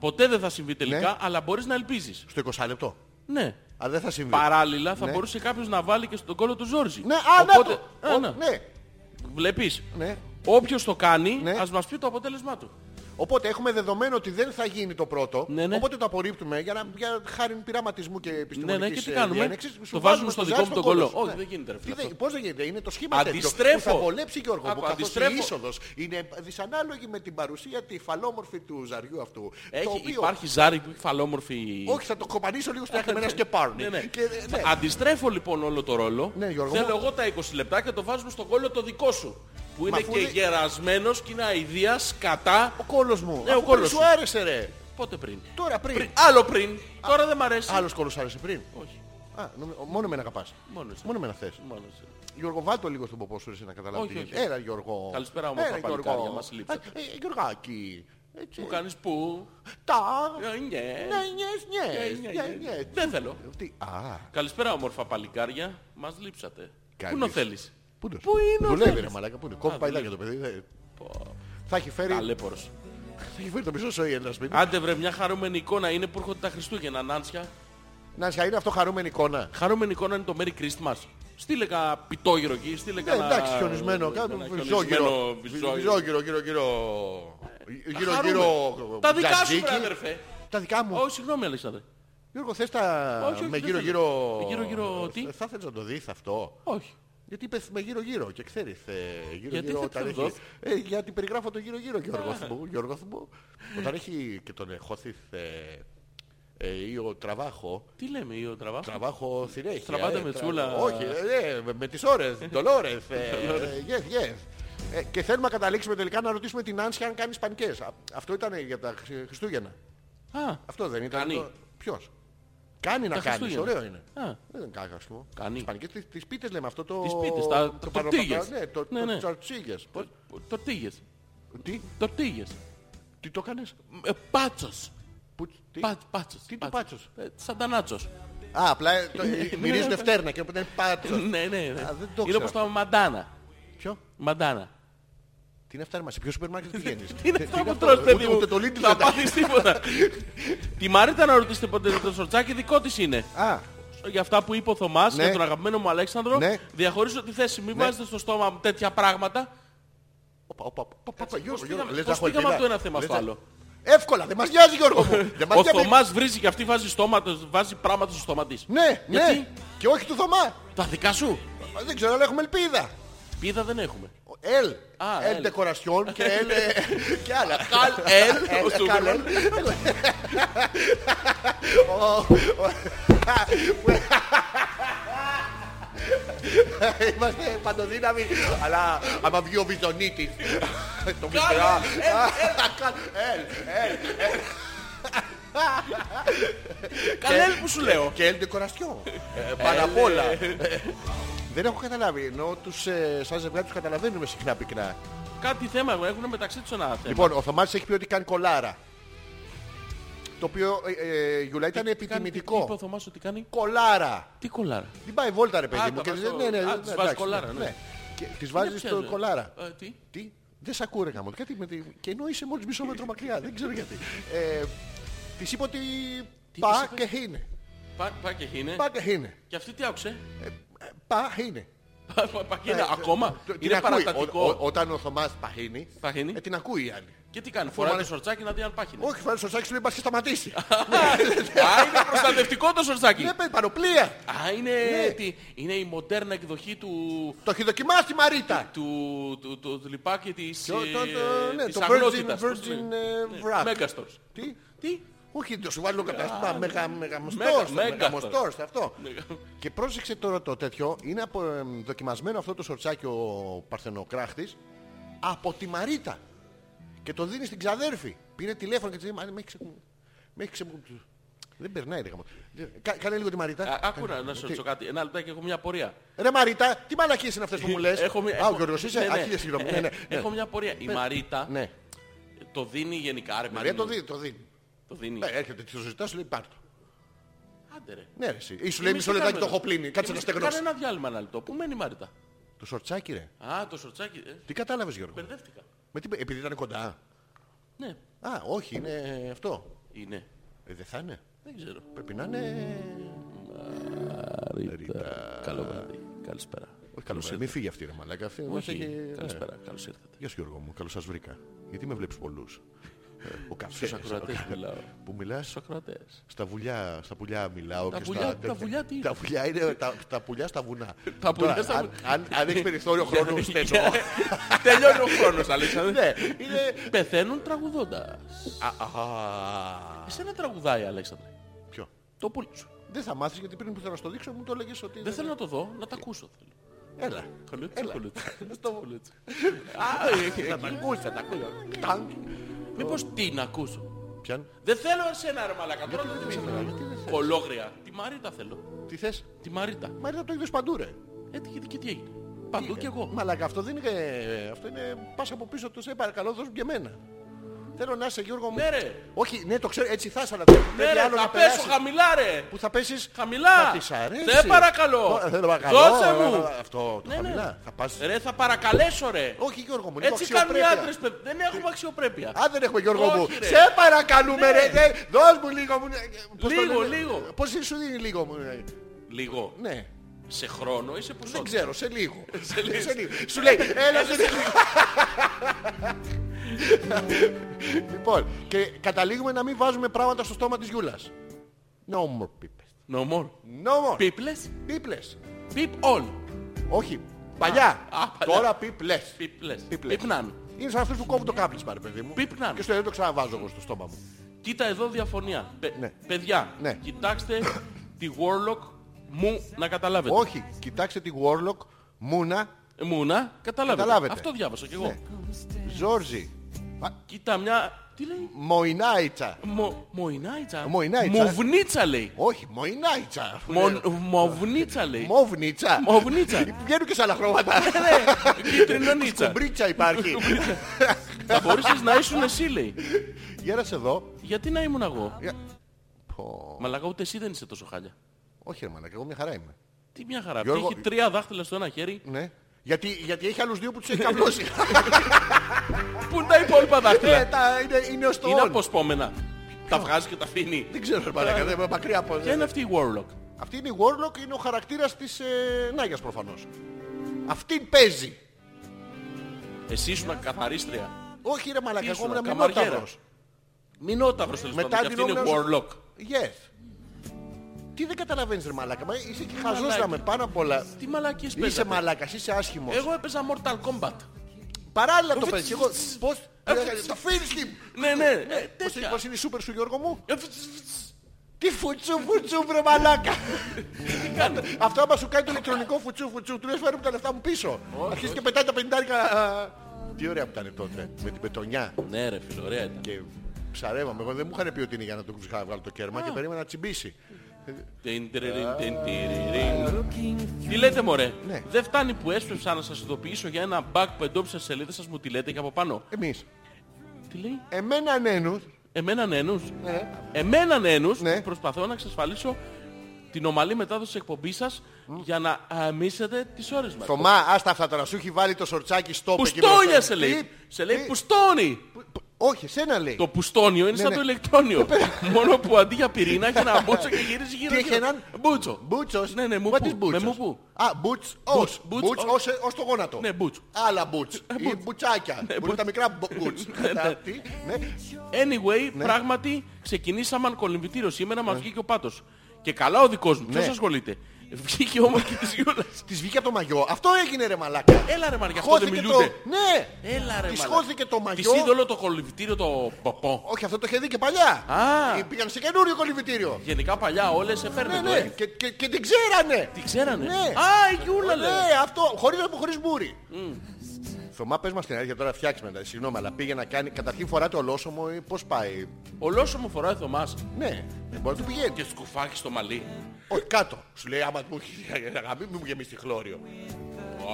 [SPEAKER 2] ποτέ δεν θα συμβεί τελικά,
[SPEAKER 1] Ναι.
[SPEAKER 2] αλλά μπορείς να ελπίζεις.
[SPEAKER 1] Στο 20 λεπτό.
[SPEAKER 2] Ναι.
[SPEAKER 1] Αλλά δεν θα συμβεί.
[SPEAKER 2] Παράλληλα θα
[SPEAKER 1] Ναι.
[SPEAKER 2] μπορούσε κάποιος να βάλει και στον κόλλο του Ζόρζι.
[SPEAKER 1] Ναι, α, να
[SPEAKER 2] Οπότε-
[SPEAKER 1] το.
[SPEAKER 2] Α,
[SPEAKER 1] Ο-
[SPEAKER 2] να.
[SPEAKER 1] ναι.
[SPEAKER 2] Βλέπεις.
[SPEAKER 1] ναι.
[SPEAKER 2] Όποιος το κάνει,
[SPEAKER 1] Ναι.
[SPEAKER 2] ας μας πει το αποτέλεσμά του.
[SPEAKER 1] Οπότε έχουμε δεδομένο ότι δεν θα γίνει το πρώτο.
[SPEAKER 2] Ναι, ναι.
[SPEAKER 1] Οπότε το απορρίπτουμε για, να, για χάρη πειραματισμού και επιστημονικής
[SPEAKER 2] Ναι, ναι, και τι
[SPEAKER 1] ε,
[SPEAKER 2] κάνουμε?
[SPEAKER 1] διένεξης. Σου
[SPEAKER 2] Το βάζουμε στο
[SPEAKER 1] ζάρι
[SPEAKER 2] δικό μου τον
[SPEAKER 1] κόλλο
[SPEAKER 2] κόλλο.
[SPEAKER 1] σου.
[SPEAKER 2] Όχι,
[SPEAKER 1] Ναι.
[SPEAKER 2] δεν γίνεται, ρε
[SPEAKER 1] Τι
[SPEAKER 2] φίλε,
[SPEAKER 1] δεν-
[SPEAKER 2] αυτό.
[SPEAKER 1] Πώς δεν γίνεται, είναι το σχήμα τέτοιο.
[SPEAKER 2] Αντιστρέφω.
[SPEAKER 1] Που θα βολέψει Γιώργο
[SPEAKER 2] Άκου,
[SPEAKER 1] μου, καθώς η
[SPEAKER 2] αντιστρέφω.
[SPEAKER 1] είσοδος είναι δυσανάλογη με την παρουσία τη φαλόμορφη του ζαριού αυτού. το
[SPEAKER 2] Έχει,
[SPEAKER 1] οποίο-
[SPEAKER 2] Υπάρχει ζάρι που έχει φαλόμορφη...
[SPEAKER 1] Όχι, θα το κοπανίσω λίγο στην άκρη με ένα
[SPEAKER 2] και
[SPEAKER 1] σκεπάρνι.
[SPEAKER 2] Ναι, ναι.
[SPEAKER 1] Και, ε, ναι.
[SPEAKER 2] Αντιστρέφω λοιπόν όλο το ρόλο.
[SPEAKER 1] Ναι, Γιώργο
[SPEAKER 2] Θέλω
[SPEAKER 1] μου.
[SPEAKER 2] εγώ τα 20 λεπτά και το βάζουμε στον κόλλο το δικό σου. Που είναι
[SPEAKER 1] αφού
[SPEAKER 2] και
[SPEAKER 1] δεν-
[SPEAKER 2] γερασμένος και είναι αηδίας κατά.
[SPEAKER 1] Ο κόλος μου.
[SPEAKER 2] Ναι, ο
[SPEAKER 1] Αφού
[SPEAKER 2] κόλος
[SPEAKER 1] πριν
[SPEAKER 2] σου.
[SPEAKER 1] σου άρεσε ρε.
[SPEAKER 2] Πότε πριν.
[SPEAKER 1] Τώρα πριν.
[SPEAKER 2] πριν. Άλλο πριν. Τώρα δεν μ' αρέσει.
[SPEAKER 1] Άλλος κόλος άρεσε πριν.
[SPEAKER 2] Όχι.
[SPEAKER 1] Α, νομι- μόνο με να αγαπάς.
[SPEAKER 2] Μόνο εσύ.
[SPEAKER 1] Μόνο με να θες.
[SPEAKER 2] Μόνο εσύ.
[SPEAKER 1] Γιώργο, βάλ το λίγο στον ποπό σου, εσύ, να καταλάβει.
[SPEAKER 2] Όχι,
[SPEAKER 1] τι
[SPEAKER 2] όχι.
[SPEAKER 1] γίνεται. Έλα, Γιώργο.
[SPEAKER 2] Καλησπέρα, όμορφα
[SPEAKER 1] Έλα,
[SPEAKER 2] παλικάρια, μας λείψατε.
[SPEAKER 1] Α, ε, Γιωργάκι. Έτσι.
[SPEAKER 2] Μου κάνεις που.
[SPEAKER 1] Τα.
[SPEAKER 2] Ε, Ναι.
[SPEAKER 1] Ναι, νιες, νιες,
[SPEAKER 2] Ναι, ναι,
[SPEAKER 1] νιες,
[SPEAKER 2] ναι.
[SPEAKER 1] νιες.
[SPEAKER 2] Δεν θέλω.
[SPEAKER 1] Τι- Α,
[SPEAKER 2] Καλησπέρα όμορφα παλικάρια. Μας λείψατε. Πού
[SPEAKER 1] Καλής-
[SPEAKER 2] να θέλεις.
[SPEAKER 1] Πού είναι.
[SPEAKER 3] Πού είναι ο
[SPEAKER 1] Δουλεύει ρε
[SPEAKER 3] Θέλης?
[SPEAKER 1] μαλάκα. Πού είναι. Κόβει παϊλάκια το παιδί. δεν- Θα έχει φέρει,
[SPEAKER 2] Ταλέπορος.
[SPEAKER 1] θα έχει φέρει το μισό σοϊ ένα σπίτι.
[SPEAKER 2] Άντε βρε, μια χαρούμενη εικόνα είναι που έρχονται τα Χριστούγεννα, Νάντσια.
[SPEAKER 1] Να σε είναι αυτό χαρούμενη εικόνα.
[SPEAKER 2] Χαρούμενη εικόνα είναι το Merry Christmas. Στείλε κα πιτόγυρο εκεί, στείλε
[SPEAKER 1] Ναι,
[SPEAKER 2] κα...
[SPEAKER 1] εντάξει,
[SPEAKER 2] ε,
[SPEAKER 1] χιονισμένο κάτω. Βυζόγυρο. Βυζόγυρο, γύρω, γύρω. Γύρω, γύρω.
[SPEAKER 2] Ε, Τα δικά σου,
[SPEAKER 1] τζατζίκι.
[SPEAKER 2] βρε, αδερφέ.
[SPEAKER 1] Τα δικά μου.
[SPEAKER 2] Όχι, συγγνώμη, Αλέξανδρε.
[SPEAKER 1] Γιώργο, θες τα
[SPEAKER 2] Όχι, όχι,
[SPEAKER 1] με
[SPEAKER 2] δεν
[SPEAKER 1] γύρω
[SPEAKER 2] θέλω.
[SPEAKER 1] γύρω...
[SPEAKER 2] Με γύρω-γύρω τι?
[SPEAKER 1] Θα θέλεις να το δεις αυτό.
[SPEAKER 2] Όχι.
[SPEAKER 1] Γιατί είπε με γύρω γύρω και ξέρεις ε, γύρω
[SPEAKER 2] Γιατί
[SPEAKER 1] γύρω
[SPEAKER 2] θα
[SPEAKER 1] όταν
[SPEAKER 2] το
[SPEAKER 1] έχει...
[SPEAKER 2] δώσεις?
[SPEAKER 1] Ε, γιατί περιγράφω το γύρω γύρω Γιώργο μου. Γιώργος μου. Όταν έχει και τον εχώθης ε, ε, ή ο τραβάχο
[SPEAKER 2] Τι λέμε, ή ο τραβά.
[SPEAKER 1] Τραβάχο συνέχεια.
[SPEAKER 2] Τραβάτε
[SPEAKER 1] ε,
[SPEAKER 2] με
[SPEAKER 1] τρα-
[SPEAKER 2] τσούλα.
[SPEAKER 1] Όχι, ε, ε, με τις ώρες, Ντολόρες. ε, yes, yes. Ε, και θέλουμε να καταλήξουμε τελικά να ρωτήσουμε την Άνση αν κάνει πανικές. Α, Αυτό ήταν για τα Χρυσ- Χριστούγεννα.
[SPEAKER 2] Α,
[SPEAKER 1] Αυτό δεν ήταν.
[SPEAKER 2] Κάνει.
[SPEAKER 1] το- Ποιος. Κάνει να κάνεις.
[SPEAKER 2] Χριστούγεννα.
[SPEAKER 1] Ωραίο είναι.
[SPEAKER 2] Α.
[SPEAKER 1] Δεν είναι κάγασμο.
[SPEAKER 2] Κάνει.
[SPEAKER 1] Τις πανικές, τις, τις πίτες λέμε αυτό το...
[SPEAKER 2] Τις πίτες, τα-
[SPEAKER 1] το
[SPEAKER 2] τα
[SPEAKER 1] παραπα-
[SPEAKER 2] τορτίγες.
[SPEAKER 1] Ναι, το,
[SPEAKER 2] Ναι,
[SPEAKER 1] το
[SPEAKER 2] ναι.
[SPEAKER 1] τσαρτσίγες. Πώς-
[SPEAKER 2] τορτίγες.
[SPEAKER 1] Τι,
[SPEAKER 2] Τορτίγες.
[SPEAKER 1] τι το έκανες.
[SPEAKER 2] Ε, Πάτσος.
[SPEAKER 1] Που, τι.
[SPEAKER 2] Πα- Πάτσος.
[SPEAKER 1] Τι το
[SPEAKER 2] Ε, Σαντανάτσος.
[SPEAKER 1] Α, απλά ε, το- ε, μυρίζουν φτέρνα και δεν πάτσος.
[SPEAKER 2] Ναι, ναι, ναι.
[SPEAKER 1] Α, δεν το
[SPEAKER 2] Είναι
[SPEAKER 1] ξέρω.
[SPEAKER 2] όπως τα μαντάνα.
[SPEAKER 1] Ποιο.
[SPEAKER 2] Μαντάνα.
[SPEAKER 1] Τι είναι φτέρμα, σε ποιο σούπερ μάρκετ πηγαίνεις.
[SPEAKER 2] Τι είναι
[SPEAKER 1] Τι
[SPEAKER 2] αυτό που τρως,
[SPEAKER 1] Ούτε-
[SPEAKER 2] παιδί μου.
[SPEAKER 1] Ούτε το Lidl δεν
[SPEAKER 2] Θα
[SPEAKER 1] τα-
[SPEAKER 2] πάθεις τίποτα. Τη Μαρίτα να ρωτήσετε ποτέ το σορτσάκι δικό της είναι.
[SPEAKER 1] Α,
[SPEAKER 2] Για αυτά που είπε ο Θωμάς
[SPEAKER 1] Ναι.
[SPEAKER 2] για τον αγαπημένο μου Αλέξανδρο,
[SPEAKER 1] Ναι.
[SPEAKER 2] διαχωρίζω τη θέση. Μην βάζετε στο στόμα μου τέτοια πράγματα.
[SPEAKER 1] Οπα, οπα, οπα, οπα, οπα, Γιώργο,
[SPEAKER 2] Πώς πήγαμε-
[SPEAKER 1] Γιώργο, λες
[SPEAKER 2] πώς
[SPEAKER 1] να έχω ελπίδα.
[SPEAKER 2] πήγαμε από το ένα θέμα
[SPEAKER 1] Λες
[SPEAKER 2] στο
[SPEAKER 1] να-
[SPEAKER 2] άλλο.
[SPEAKER 1] Εύκολα, δεν μας νοιάζει Γιώργο μου. Δεν μας
[SPEAKER 2] Ο
[SPEAKER 1] νοιάζει.
[SPEAKER 2] Θωμάς βρίζει και αυτή βάζει, στόμα, βάζει πράγματα στο στόμα της.
[SPEAKER 1] Ναι, ναι.
[SPEAKER 2] Γιατί?
[SPEAKER 1] Και όχι του Θωμά.
[SPEAKER 2] Τα δικά σου.
[SPEAKER 1] Α, Δεν ξέρω, αλλά έχουμε ελπίδα.
[SPEAKER 2] Πίδα δεν έχουμε.
[SPEAKER 1] Ο Ελ.
[SPEAKER 2] Α,
[SPEAKER 1] Ελ
[SPEAKER 2] Ελ.
[SPEAKER 1] Ντεκορασιόν και Ελ. ε, και άλλα.
[SPEAKER 2] Καλ
[SPEAKER 1] Ελ,
[SPEAKER 2] ελ, ο Σούπερμαν.
[SPEAKER 1] Καλ Ελ. Ο- ο- Είμαστε παντοδύναμοι, αλλά άμα βγει ο Βυζονίτης, το μιστερά. Ελ, Ελ, Ε,
[SPEAKER 2] Καλ ελ που σου λέω.
[SPEAKER 1] Και Ελ Ντεκορασιόν. Πάνω απ' όλα. Δεν έχω καταλάβει, ενώ τους ε, σαν ζευγάρι τους καταλαβαίνουμε συχνά πυκνά.
[SPEAKER 2] Κάτι θέμα έχουν μεταξύ τους ένα θέμα.
[SPEAKER 1] Λοιπόν, ο Θωμάς έχει πει ότι κάνει κολάρα. Το οποίο, ε, ε, Γιουλά, ήταν
[SPEAKER 2] Τι είπε ο
[SPEAKER 1] επιτιμητικό.
[SPEAKER 2] Θωμάς ότι κάνει.
[SPEAKER 1] Κολάρα.
[SPEAKER 2] Τι κολλάρα.
[SPEAKER 1] Την πάει βόλτα ρε παιδί
[SPEAKER 2] Α,
[SPEAKER 1] μου.
[SPEAKER 2] τα
[SPEAKER 1] Και
[SPEAKER 2] βάζω-
[SPEAKER 1] δεν- ναι, ναι,
[SPEAKER 2] α,
[SPEAKER 1] ναι,
[SPEAKER 2] τις
[SPEAKER 1] εντάξει,
[SPEAKER 2] βάζεις κολάρα, ναι.
[SPEAKER 1] Και τις βάζεις
[SPEAKER 2] Δεν
[SPEAKER 1] στο
[SPEAKER 2] πιάζω.
[SPEAKER 1] κολάρα.
[SPEAKER 2] Ε, Τι.
[SPEAKER 1] Τι, δεν σ' ακούω ρε γάμο. Γιατί με τη- Και ενώ είσαι μόλις μισό μέτρο μακριά, δεν ξέρω γιατί. Ε, της είπα ότι
[SPEAKER 2] της
[SPEAKER 1] πα
[SPEAKER 2] είπε?
[SPEAKER 1] και χίνε.
[SPEAKER 2] Πα- Πά και χίνε.
[SPEAKER 1] Πα και χίνε.
[SPEAKER 2] Και αυτή τι άκουσε.
[SPEAKER 1] Ε, Πα χίνε.
[SPEAKER 2] Πα- πα- πα-
[SPEAKER 1] Ε,
[SPEAKER 2] χίνε. Ακόμα.
[SPEAKER 1] το- την
[SPEAKER 2] Είναι
[SPEAKER 1] ακούει. Ο- ο-
[SPEAKER 2] παρατατικό.
[SPEAKER 1] Όταν ο Θωμάς παχύνει,
[SPEAKER 2] Πα χίνει.
[SPEAKER 1] ε, την ακούει η άλλη.
[SPEAKER 2] Και τι κάνει. Φοράει
[SPEAKER 1] φοράει-
[SPEAKER 2] το σορτσάκι να δει αν πάχει.
[SPEAKER 1] Όχι, φέρνει στο σάξι, μην πας και σταματήσει.
[SPEAKER 2] Α, είναι προστατευτικό το σορτσάκι.
[SPEAKER 1] Ναι, παιδί, παροπλία.
[SPEAKER 2] Α, είναι, τι, είναι η μοντέρνα εκδοχή του,
[SPEAKER 1] Το έχει δοκιμάσει η Μαρίτα.
[SPEAKER 2] του, του, του, του λιπάκι της,
[SPEAKER 1] Το- το- το-
[SPEAKER 2] ε,
[SPEAKER 1] ναι,
[SPEAKER 2] της
[SPEAKER 1] Το Virgin
[SPEAKER 2] αγνότητας. Πώς το
[SPEAKER 1] Virgin
[SPEAKER 2] λένε. Ναι.
[SPEAKER 1] ε, Wrap.
[SPEAKER 2] Megastores.
[SPEAKER 1] Τι.
[SPEAKER 2] Τι.
[SPEAKER 1] Όχι, το σου βάλω κατάστημα μεγα, μεγαμοστός,
[SPEAKER 2] Μεγα-
[SPEAKER 1] μεγαμοστός, αυτό.
[SPEAKER 2] Μεγα-
[SPEAKER 1] Και πρόσεξε τώρα το τέτοιο, είναι απο, εμ, δοκιμασμένο αυτό το σορτσάκι ο Παρθενοκράχτης από τη Μαρίτα. Και το δίνει στην ξαδέρφη. Πήρε τηλέφωνο και της λέει, «Μα, με έχεις ξεκου- με έχεις ξεκου- Δεν περνάει ρε γαμό. Κα- Κάνε λίγο τη Μαρίτα.
[SPEAKER 2] Α, Άκου να, να σου
[SPEAKER 1] Τι.
[SPEAKER 2] ρωτήσω κάτι. Ένα λεπτάκι έχω μια απορία.
[SPEAKER 1] Ρε Μαρίτα, τι μαλακίες είναι αυτές που μου λες.
[SPEAKER 2] Ε, Έχω μια-
[SPEAKER 1] Α, ο
[SPEAKER 2] έχω-
[SPEAKER 1] Γιώργος είσαι.
[SPEAKER 2] ναι, ναι.
[SPEAKER 1] Α, χίλια συγγνώμη. Ναι, ναι, ναι.
[SPEAKER 2] Έχω μια απορία. Η Μαρίτα
[SPEAKER 1] Ναι.
[SPEAKER 2] το δίνει γενικά. Ρε,
[SPEAKER 1] Ρε,
[SPEAKER 2] Μαρίνο.
[SPEAKER 1] το δίνει, το δίνει.
[SPEAKER 2] Το δίνεις.
[SPEAKER 1] Ε, Έρχεται, τη το ζητάς, σου λέει πάρ' το.
[SPEAKER 2] Άντε ρε.
[SPEAKER 1] Ναι, ρε, εσύ. Ή σου λέει
[SPEAKER 2] Εμείς
[SPEAKER 1] μισό
[SPEAKER 2] τι
[SPEAKER 1] λεπτάκι το έχω
[SPEAKER 2] κάνουμε, ρε.
[SPEAKER 1] πλύνει. Κάτσε να
[SPEAKER 2] Εμείς
[SPEAKER 1] στεγνώσει.
[SPEAKER 2] Κάνε ένα διάλειμμα ένα λεπτό. Πού μένει η Μαρίτα.
[SPEAKER 1] Το σορτσάκι, ρε.
[SPEAKER 2] Α, το σορτσάκι. ε,
[SPEAKER 1] Τι κατάλαβες, Γιώργο.
[SPEAKER 2] Μπερδεύτηκα.
[SPEAKER 1] Με τι... Επειδή ήταν κοντά.
[SPEAKER 2] Ναι.
[SPEAKER 1] Α, όχι, είναι αυτό.
[SPEAKER 2] Είναι.
[SPEAKER 1] Ε, δεν θα είναι.
[SPEAKER 2] Δεν ξέρω.
[SPEAKER 1] Πρέπει να είναι.
[SPEAKER 2] Μαρίτα. Καλό βράδυ. Καλησπέρα.
[SPEAKER 1] Όχι, καλώ ήρθατε. Μην φύγει αυτή, ρε Μαλάκα. Αυτή μας έχει-
[SPEAKER 2] Όχι.
[SPEAKER 1] ναι.
[SPEAKER 2] Καλησπέρα. Καλώς ήρθατε.
[SPEAKER 1] Γεια σου, Γιώργο μου. Καλώς σας βρήκα. Γιατί με βλέπεις πολλούς. Ο καφέ.
[SPEAKER 2] Στους ακροατές μιλάω.
[SPEAKER 1] Που μιλάς.
[SPEAKER 2] Στους ακροατές.
[SPEAKER 1] Στα βουλιά, στα πουλιά μιλάω.
[SPEAKER 2] Τα
[SPEAKER 1] και
[SPEAKER 2] πουλιά-
[SPEAKER 1] στα...
[SPEAKER 2] τα
[SPEAKER 1] τέτοια.
[SPEAKER 2] πουλιά τι είναι?
[SPEAKER 1] Τα πουλιά είναι τα, τα πουλιά στα βουνά.
[SPEAKER 2] Τα πουλιά
[SPEAKER 1] Τώρα,
[SPEAKER 2] στα
[SPEAKER 1] αν,
[SPEAKER 2] βουνά. Ναι.
[SPEAKER 1] αν, αν έχεις περιθώριο χρόνου, στέτσο.
[SPEAKER 2] Τελειώνει ο χρόνος, Αλέξανδρε.
[SPEAKER 1] ναι, είναι.
[SPEAKER 2] Πεθαίνουν τραγουδώντας.
[SPEAKER 1] Α, α,
[SPEAKER 2] Εσένα τραγουδάει, Αλέξανδρε.
[SPEAKER 1] Ποιο.
[SPEAKER 2] Το πουλί σου.
[SPEAKER 1] Δεν θα μάθεις γιατί πριν που θέλω να στο δείξω μου το έλεγες ότι...
[SPEAKER 2] Δεν θέλω να το δω, να τα ακούσω. θέλω.
[SPEAKER 1] Έλα.
[SPEAKER 2] Κολούτσι,
[SPEAKER 1] Έλα.
[SPEAKER 2] κολούτσι.
[SPEAKER 1] Στο βουλί.
[SPEAKER 2] Α, ε,
[SPEAKER 1] Θα τα ακούς, θα τα ακούς. Τάγκ.
[SPEAKER 2] Μήπως τι να ακούσω.
[SPEAKER 1] Πιαν.
[SPEAKER 2] Δεν θέλω εσένα ρε μαλακα, τώρα
[SPEAKER 1] δεν
[SPEAKER 2] δεν
[SPEAKER 1] θέλω, γιατί δεν
[SPEAKER 2] θυμίζω.
[SPEAKER 1] θες.
[SPEAKER 2] Κολόγρια. Τη Μαρίτα θέλω.
[SPEAKER 1] Τι θες.
[SPEAKER 2] Τη Μαρίτα.
[SPEAKER 1] Μαρίτα το είδες παντού ρε.
[SPEAKER 2] Ε, τι, και τι έγινε. Παντού
[SPEAKER 1] Είναι.
[SPEAKER 2] κι εγώ.
[SPEAKER 1] Μαλάκα αυτό δεν είναι... Αυτό είναι... Πας από πίσω του σε παρακαλώ δώσ' μου και εμένα. Θέλω να είσαι Γιώργο μου.
[SPEAKER 2] Ναι, ρε.
[SPEAKER 1] Όχι, ναι, το ξέρω, έτσι θα είσαι, αλλά πρέπει
[SPEAKER 2] Ναι, ρε,
[SPEAKER 1] άλλο
[SPEAKER 2] θα
[SPEAKER 1] να
[SPEAKER 2] πέσω
[SPEAKER 1] περάσεις.
[SPEAKER 2] χαμηλά, ρε.
[SPEAKER 1] Που θα πέσεις
[SPEAKER 2] Χαμηλά.
[SPEAKER 1] Θα της αρέσει.
[SPEAKER 2] Σε παρακαλώ.
[SPEAKER 1] Δώ- θέλω παρακαλώ.
[SPEAKER 2] Δώσε μου.
[SPEAKER 1] Αυτό το
[SPEAKER 2] Ναι, ναι.
[SPEAKER 1] χαμηλά. Θα πας...
[SPEAKER 2] Ρε, θα παρακαλέσω, ρε.
[SPEAKER 1] Όχι Γιώργο μου, λίγο
[SPEAKER 2] Έτσι κάνουν οι
[SPEAKER 1] αξιοπρέπεια.
[SPEAKER 2] άντρες, παιδιά. Δεν έχουμε αξιοπρέπεια.
[SPEAKER 1] Α, δεν έχουμε Γιώργο
[SPEAKER 2] Όχι,
[SPEAKER 1] μου.
[SPEAKER 2] ρε.
[SPEAKER 1] Σε παρακαλούμε,
[SPEAKER 2] Ναι.
[SPEAKER 1] ρε. ναι. Δώσ' μου λίγο. Μου... Πώς το
[SPEAKER 2] Λίγο,
[SPEAKER 1] λένε?
[SPEAKER 2] λίγο.
[SPEAKER 1] Πώς σου δίνει λίγο μου. ε?
[SPEAKER 2] Λίγο.
[SPEAKER 1] Ναι.
[SPEAKER 2] Σε χρόνο ή σε ποσότητα.
[SPEAKER 1] Δεν ξέρω, σε λίγο.
[SPEAKER 2] Σε λίγο.
[SPEAKER 1] σε λίγο. Σου λέει, έλα σε λίγο. λοιπόν, και καταλήγουμε να μην βάζουμε πράγματα στο στόμα της Γιούλας. No more people.
[SPEAKER 2] No more.
[SPEAKER 1] No more
[SPEAKER 2] Peoples.
[SPEAKER 1] peoples.
[SPEAKER 2] Peep all.
[SPEAKER 1] Όχι, παλιά.
[SPEAKER 2] Α, α, παλιά.
[SPEAKER 1] Τώρα peoples.
[SPEAKER 2] Peoples.
[SPEAKER 1] Peoples.
[SPEAKER 2] Peepnan.
[SPEAKER 1] Είναι σαν αυτούς που κόβουν το κάπνισμα, ρε παιδί μου.
[SPEAKER 2] Πίπναν.
[SPEAKER 1] Και στο δεν το ξαναβάζω εγώ στο στόμα μου.
[SPEAKER 2] Κοίτα εδώ διαφωνία. Πε-
[SPEAKER 1] Ναι.
[SPEAKER 2] Παιδιά,
[SPEAKER 1] Ναι.
[SPEAKER 2] κοιτάξτε τη Warlock μου να καταλάβετε.
[SPEAKER 1] Όχι, κοιτάξτε τη Warlock, Μούνα,
[SPEAKER 2] Μούνα, καταλάβετε.
[SPEAKER 1] Καταλάβετε.
[SPEAKER 2] Αυτό διάβασα κι εγώ.
[SPEAKER 1] Ναι. Ζόρζι, Α,
[SPEAKER 2] Κοίτα μια... Τι λέει?
[SPEAKER 1] Μοϊνάιτσα.
[SPEAKER 2] Μο... Μοϊνάιτσα.
[SPEAKER 1] Μοϊνάιτσα.
[SPEAKER 2] Μοβνίτσα λέει.
[SPEAKER 1] Όχι, Μοϊνάιτσα.
[SPEAKER 2] Μον- Μοβνίτσα λέει.
[SPEAKER 1] Μόβνιτσα.
[SPEAKER 2] Μοβνίτσα.
[SPEAKER 1] Βγαίνουν και σε άλλα χρώματα.
[SPEAKER 2] Κίτρινονίτσα.
[SPEAKER 1] Κουμπρίτσα υπάρχει.
[SPEAKER 2] Θα μπορούσες να ήσουν εσύ λέει.
[SPEAKER 1] Για να σε δω.
[SPEAKER 2] Γιατί να ήμουν εγώ.
[SPEAKER 1] Για- Πω.
[SPEAKER 2] Μαλακά ούτε εσύ δεν είσαι τόσο χάλια.
[SPEAKER 1] Όχι, ρε μαλάκα, εγώ μια χαρά είμαι.
[SPEAKER 2] Τι μια χαρά.
[SPEAKER 1] Γιώργο-
[SPEAKER 2] Έχει τρία δάχτυλα στο ένα χέρι.
[SPEAKER 1] Ναι. Γιατί, γιατί έχει άλλους δύο που τους έχει καμπλώσει.
[SPEAKER 2] Πού είναι τα υπόλοιπα
[SPEAKER 1] Ε,
[SPEAKER 2] δάχτυλα.
[SPEAKER 1] τα- είναι, είναι ως το
[SPEAKER 2] Είναι
[SPEAKER 1] όν.
[SPEAKER 2] αποσπόμενα. Τα βγάζει και τα αφήνει.
[SPEAKER 1] Δεν ξέρω, ρε μαλάκα, δεν είμαι μακριά από...
[SPEAKER 2] Ποια είναι αυτή η Warlock.
[SPEAKER 1] Αυτή είναι η Warlock, είναι ο χαρακτήρας της ε, Νάγιας προφανώς. Αυτή παίζει.
[SPEAKER 2] Εσύ ήσουν καθαρίστρια.
[SPEAKER 1] Όχι ρε μαλάκα, εγώ
[SPEAKER 2] Ήσουνα
[SPEAKER 1] ήμουν
[SPEAKER 2] καμαριέρα.
[SPEAKER 1] μηνόταυρος.
[SPEAKER 2] Μηνόταυρος τέλος
[SPEAKER 1] Μετά
[SPEAKER 2] πάντων. Και αυτή είναι
[SPEAKER 1] γινόμουν-
[SPEAKER 2] Warlock.
[SPEAKER 1] Yes. Τι δεν καταλαβαίνεις ρε μαλάκα, μα είσαι και χαζός
[SPEAKER 2] Μαλάκα.
[SPEAKER 1] να με πάνω απ' όλα.
[SPEAKER 2] Τι μαλακίες
[SPEAKER 1] Είσαι
[SPEAKER 2] παίζατε.
[SPEAKER 1] μαλάκας, είσαι άσχημος.
[SPEAKER 2] Εγώ έπαιζα Mortal Kombat.
[SPEAKER 1] Παράλληλα το
[SPEAKER 2] Ε,
[SPEAKER 1] παίζεις.
[SPEAKER 2] ε,
[SPEAKER 1] Εγώ
[SPEAKER 2] ε,
[SPEAKER 1] πώς...
[SPEAKER 2] ε,
[SPEAKER 1] Το finish him.
[SPEAKER 2] Ναι, ναι, ε,
[SPEAKER 1] Πώς
[SPEAKER 2] τέτοια.
[SPEAKER 1] πώς είναι η σούπερ σου Γιώργο μου.
[SPEAKER 2] Ε, φτ, φτ, φτ,
[SPEAKER 1] Τι φουτσού φουτσού βρε μαλάκα.
[SPEAKER 2] Τι κάνετε.
[SPEAKER 1] Αυτό άμα σου κάνει το ηλεκτρονικό φουτσού φουτσού του λες φέρε μου τα λεφτά μου πίσω. Αρχίζει και πετάει τα πεντάρικα. α, Τι ωραία που ήταν τότε με την πετονιά.
[SPEAKER 2] Ναι ρε φίλε, ωραία ήταν.
[SPEAKER 1] Και ψαρεύαμε. Εγώ δεν μου είχαν πει ότι είναι για να το βγάλω το κέρμα και περίμενα να τσιμπήσει.
[SPEAKER 2] Τιν, τριριν, τιν, τυριριν. Τι λέτε μωρέ.
[SPEAKER 1] Ναι.
[SPEAKER 2] Δεν φτάνει που έσπευσα να σας ειδοποιήσω για ένα bug που εντόπισα σε σελίδες σας μου τη λέτε και από πάνω.
[SPEAKER 1] Εμείς.
[SPEAKER 2] Τι λέει.
[SPEAKER 1] Εμένα νένους.
[SPEAKER 2] Εμέναν ένους.
[SPEAKER 1] Ναι.
[SPEAKER 2] Εμέναν ένους
[SPEAKER 1] Ναι.
[SPEAKER 2] που προσπαθώ να εξασφαλίσω την ομαλή μετάδοση της εκπομπής σας για να αμύσετε τις ώρες μας.
[SPEAKER 1] Θωμά, άστα αυτά τώρα. Σου έχει βάλει το σορτσάκι στο
[SPEAKER 2] Πουστόνια σε
[SPEAKER 1] Τι-
[SPEAKER 2] λέει. Σε λέει
[SPEAKER 1] τι-
[SPEAKER 2] πουστόνι.
[SPEAKER 1] που- Όχι, εσένα λέει.
[SPEAKER 2] Το πουστόνιο είναι σαν
[SPEAKER 1] ναι.
[SPEAKER 2] το ηλεκτρόνιο. Μόνο που αντί για πυρήνα έχει ένα μπότσο και γυρίζει γύρω.
[SPEAKER 1] Τι έχει
[SPEAKER 2] γύρω.
[SPEAKER 1] έναν?
[SPEAKER 2] μπούτσο.
[SPEAKER 1] Μπούτσος.
[SPEAKER 2] Ναι, ναι, μου
[SPEAKER 1] What
[SPEAKER 2] που.
[SPEAKER 1] is μπούτσος?
[SPEAKER 2] Με μου που.
[SPEAKER 1] Α, μπούτς
[SPEAKER 2] Μπούτς,
[SPEAKER 1] ως.
[SPEAKER 2] μπούτς,
[SPEAKER 1] Μπούτς
[SPEAKER 2] ως.
[SPEAKER 1] ως, ε, ως το γόνατο.
[SPEAKER 2] Ναι, μπούτσο.
[SPEAKER 1] Άλλα μπούτς. Ή μπουτσάκια. Μπορεί
[SPEAKER 2] Ναι, μπούτς.
[SPEAKER 1] τα μικρά μπο- μπούτς. Τα- τι, ναι.
[SPEAKER 2] Anyway, πράγματι ξεκινήσαμε κολυμβητήριο σήμερα, μας βγήκε ο πάτος. Και καλά ο δικός μου, ποιος
[SPEAKER 1] Ναι.
[SPEAKER 2] ασχολείται. Βγήκε όμως και της Γιούλας.
[SPEAKER 1] Της βγήκε από το μαγιό. Αυτό έγινε ρε μαλάκα.
[SPEAKER 2] Έλα ρε Μαριά, αυτό δεν
[SPEAKER 1] Χώθηκε το...
[SPEAKER 2] μιλούνται.
[SPEAKER 1] Ναι.
[SPEAKER 2] Έλα ρε
[SPEAKER 1] Της
[SPEAKER 2] μαλάκα.
[SPEAKER 1] χώθηκε το
[SPEAKER 2] Της
[SPEAKER 1] μαγιό.
[SPEAKER 2] είδωλο το κολυμβητήριο το ποπό.
[SPEAKER 1] Όχι, αυτό το είχε δει και παλιά.
[SPEAKER 2] Α.
[SPEAKER 1] Ε, Πήγαν σε καινούριο κολυμπητήριο.
[SPEAKER 2] Γενικά παλιά όλες
[SPEAKER 1] Ναι,
[SPEAKER 2] έφερνε το
[SPEAKER 1] ναι.
[SPEAKER 2] ε.
[SPEAKER 1] Και, και, και την ξέρανε.
[SPEAKER 2] Τι ξέρανε.
[SPEAKER 1] Ναι.
[SPEAKER 2] Α, η Γιούλα
[SPEAKER 1] ναι,
[SPEAKER 2] λέει.
[SPEAKER 1] αυτό. Χωρίς να χωρίς μπούρι. Θωμά, πες μας την αλήθεια τώρα φτιάξουμε τα. Συγγνώμη, αλλά πήγε να κάνει. Καταρχήν φοράτε ολόσωμο ή πώς πάει.
[SPEAKER 2] Ολόσωμο φοράει Θωμάς
[SPEAKER 1] Ναι, δεν μπορεί να του πηγαίνει.
[SPEAKER 2] και σκουφάκι στο μαλλί.
[SPEAKER 1] Όχι, κάτω. Σου λέει άμα μου έχεις αγάπη, μην μου γεμίσεις χλώριο.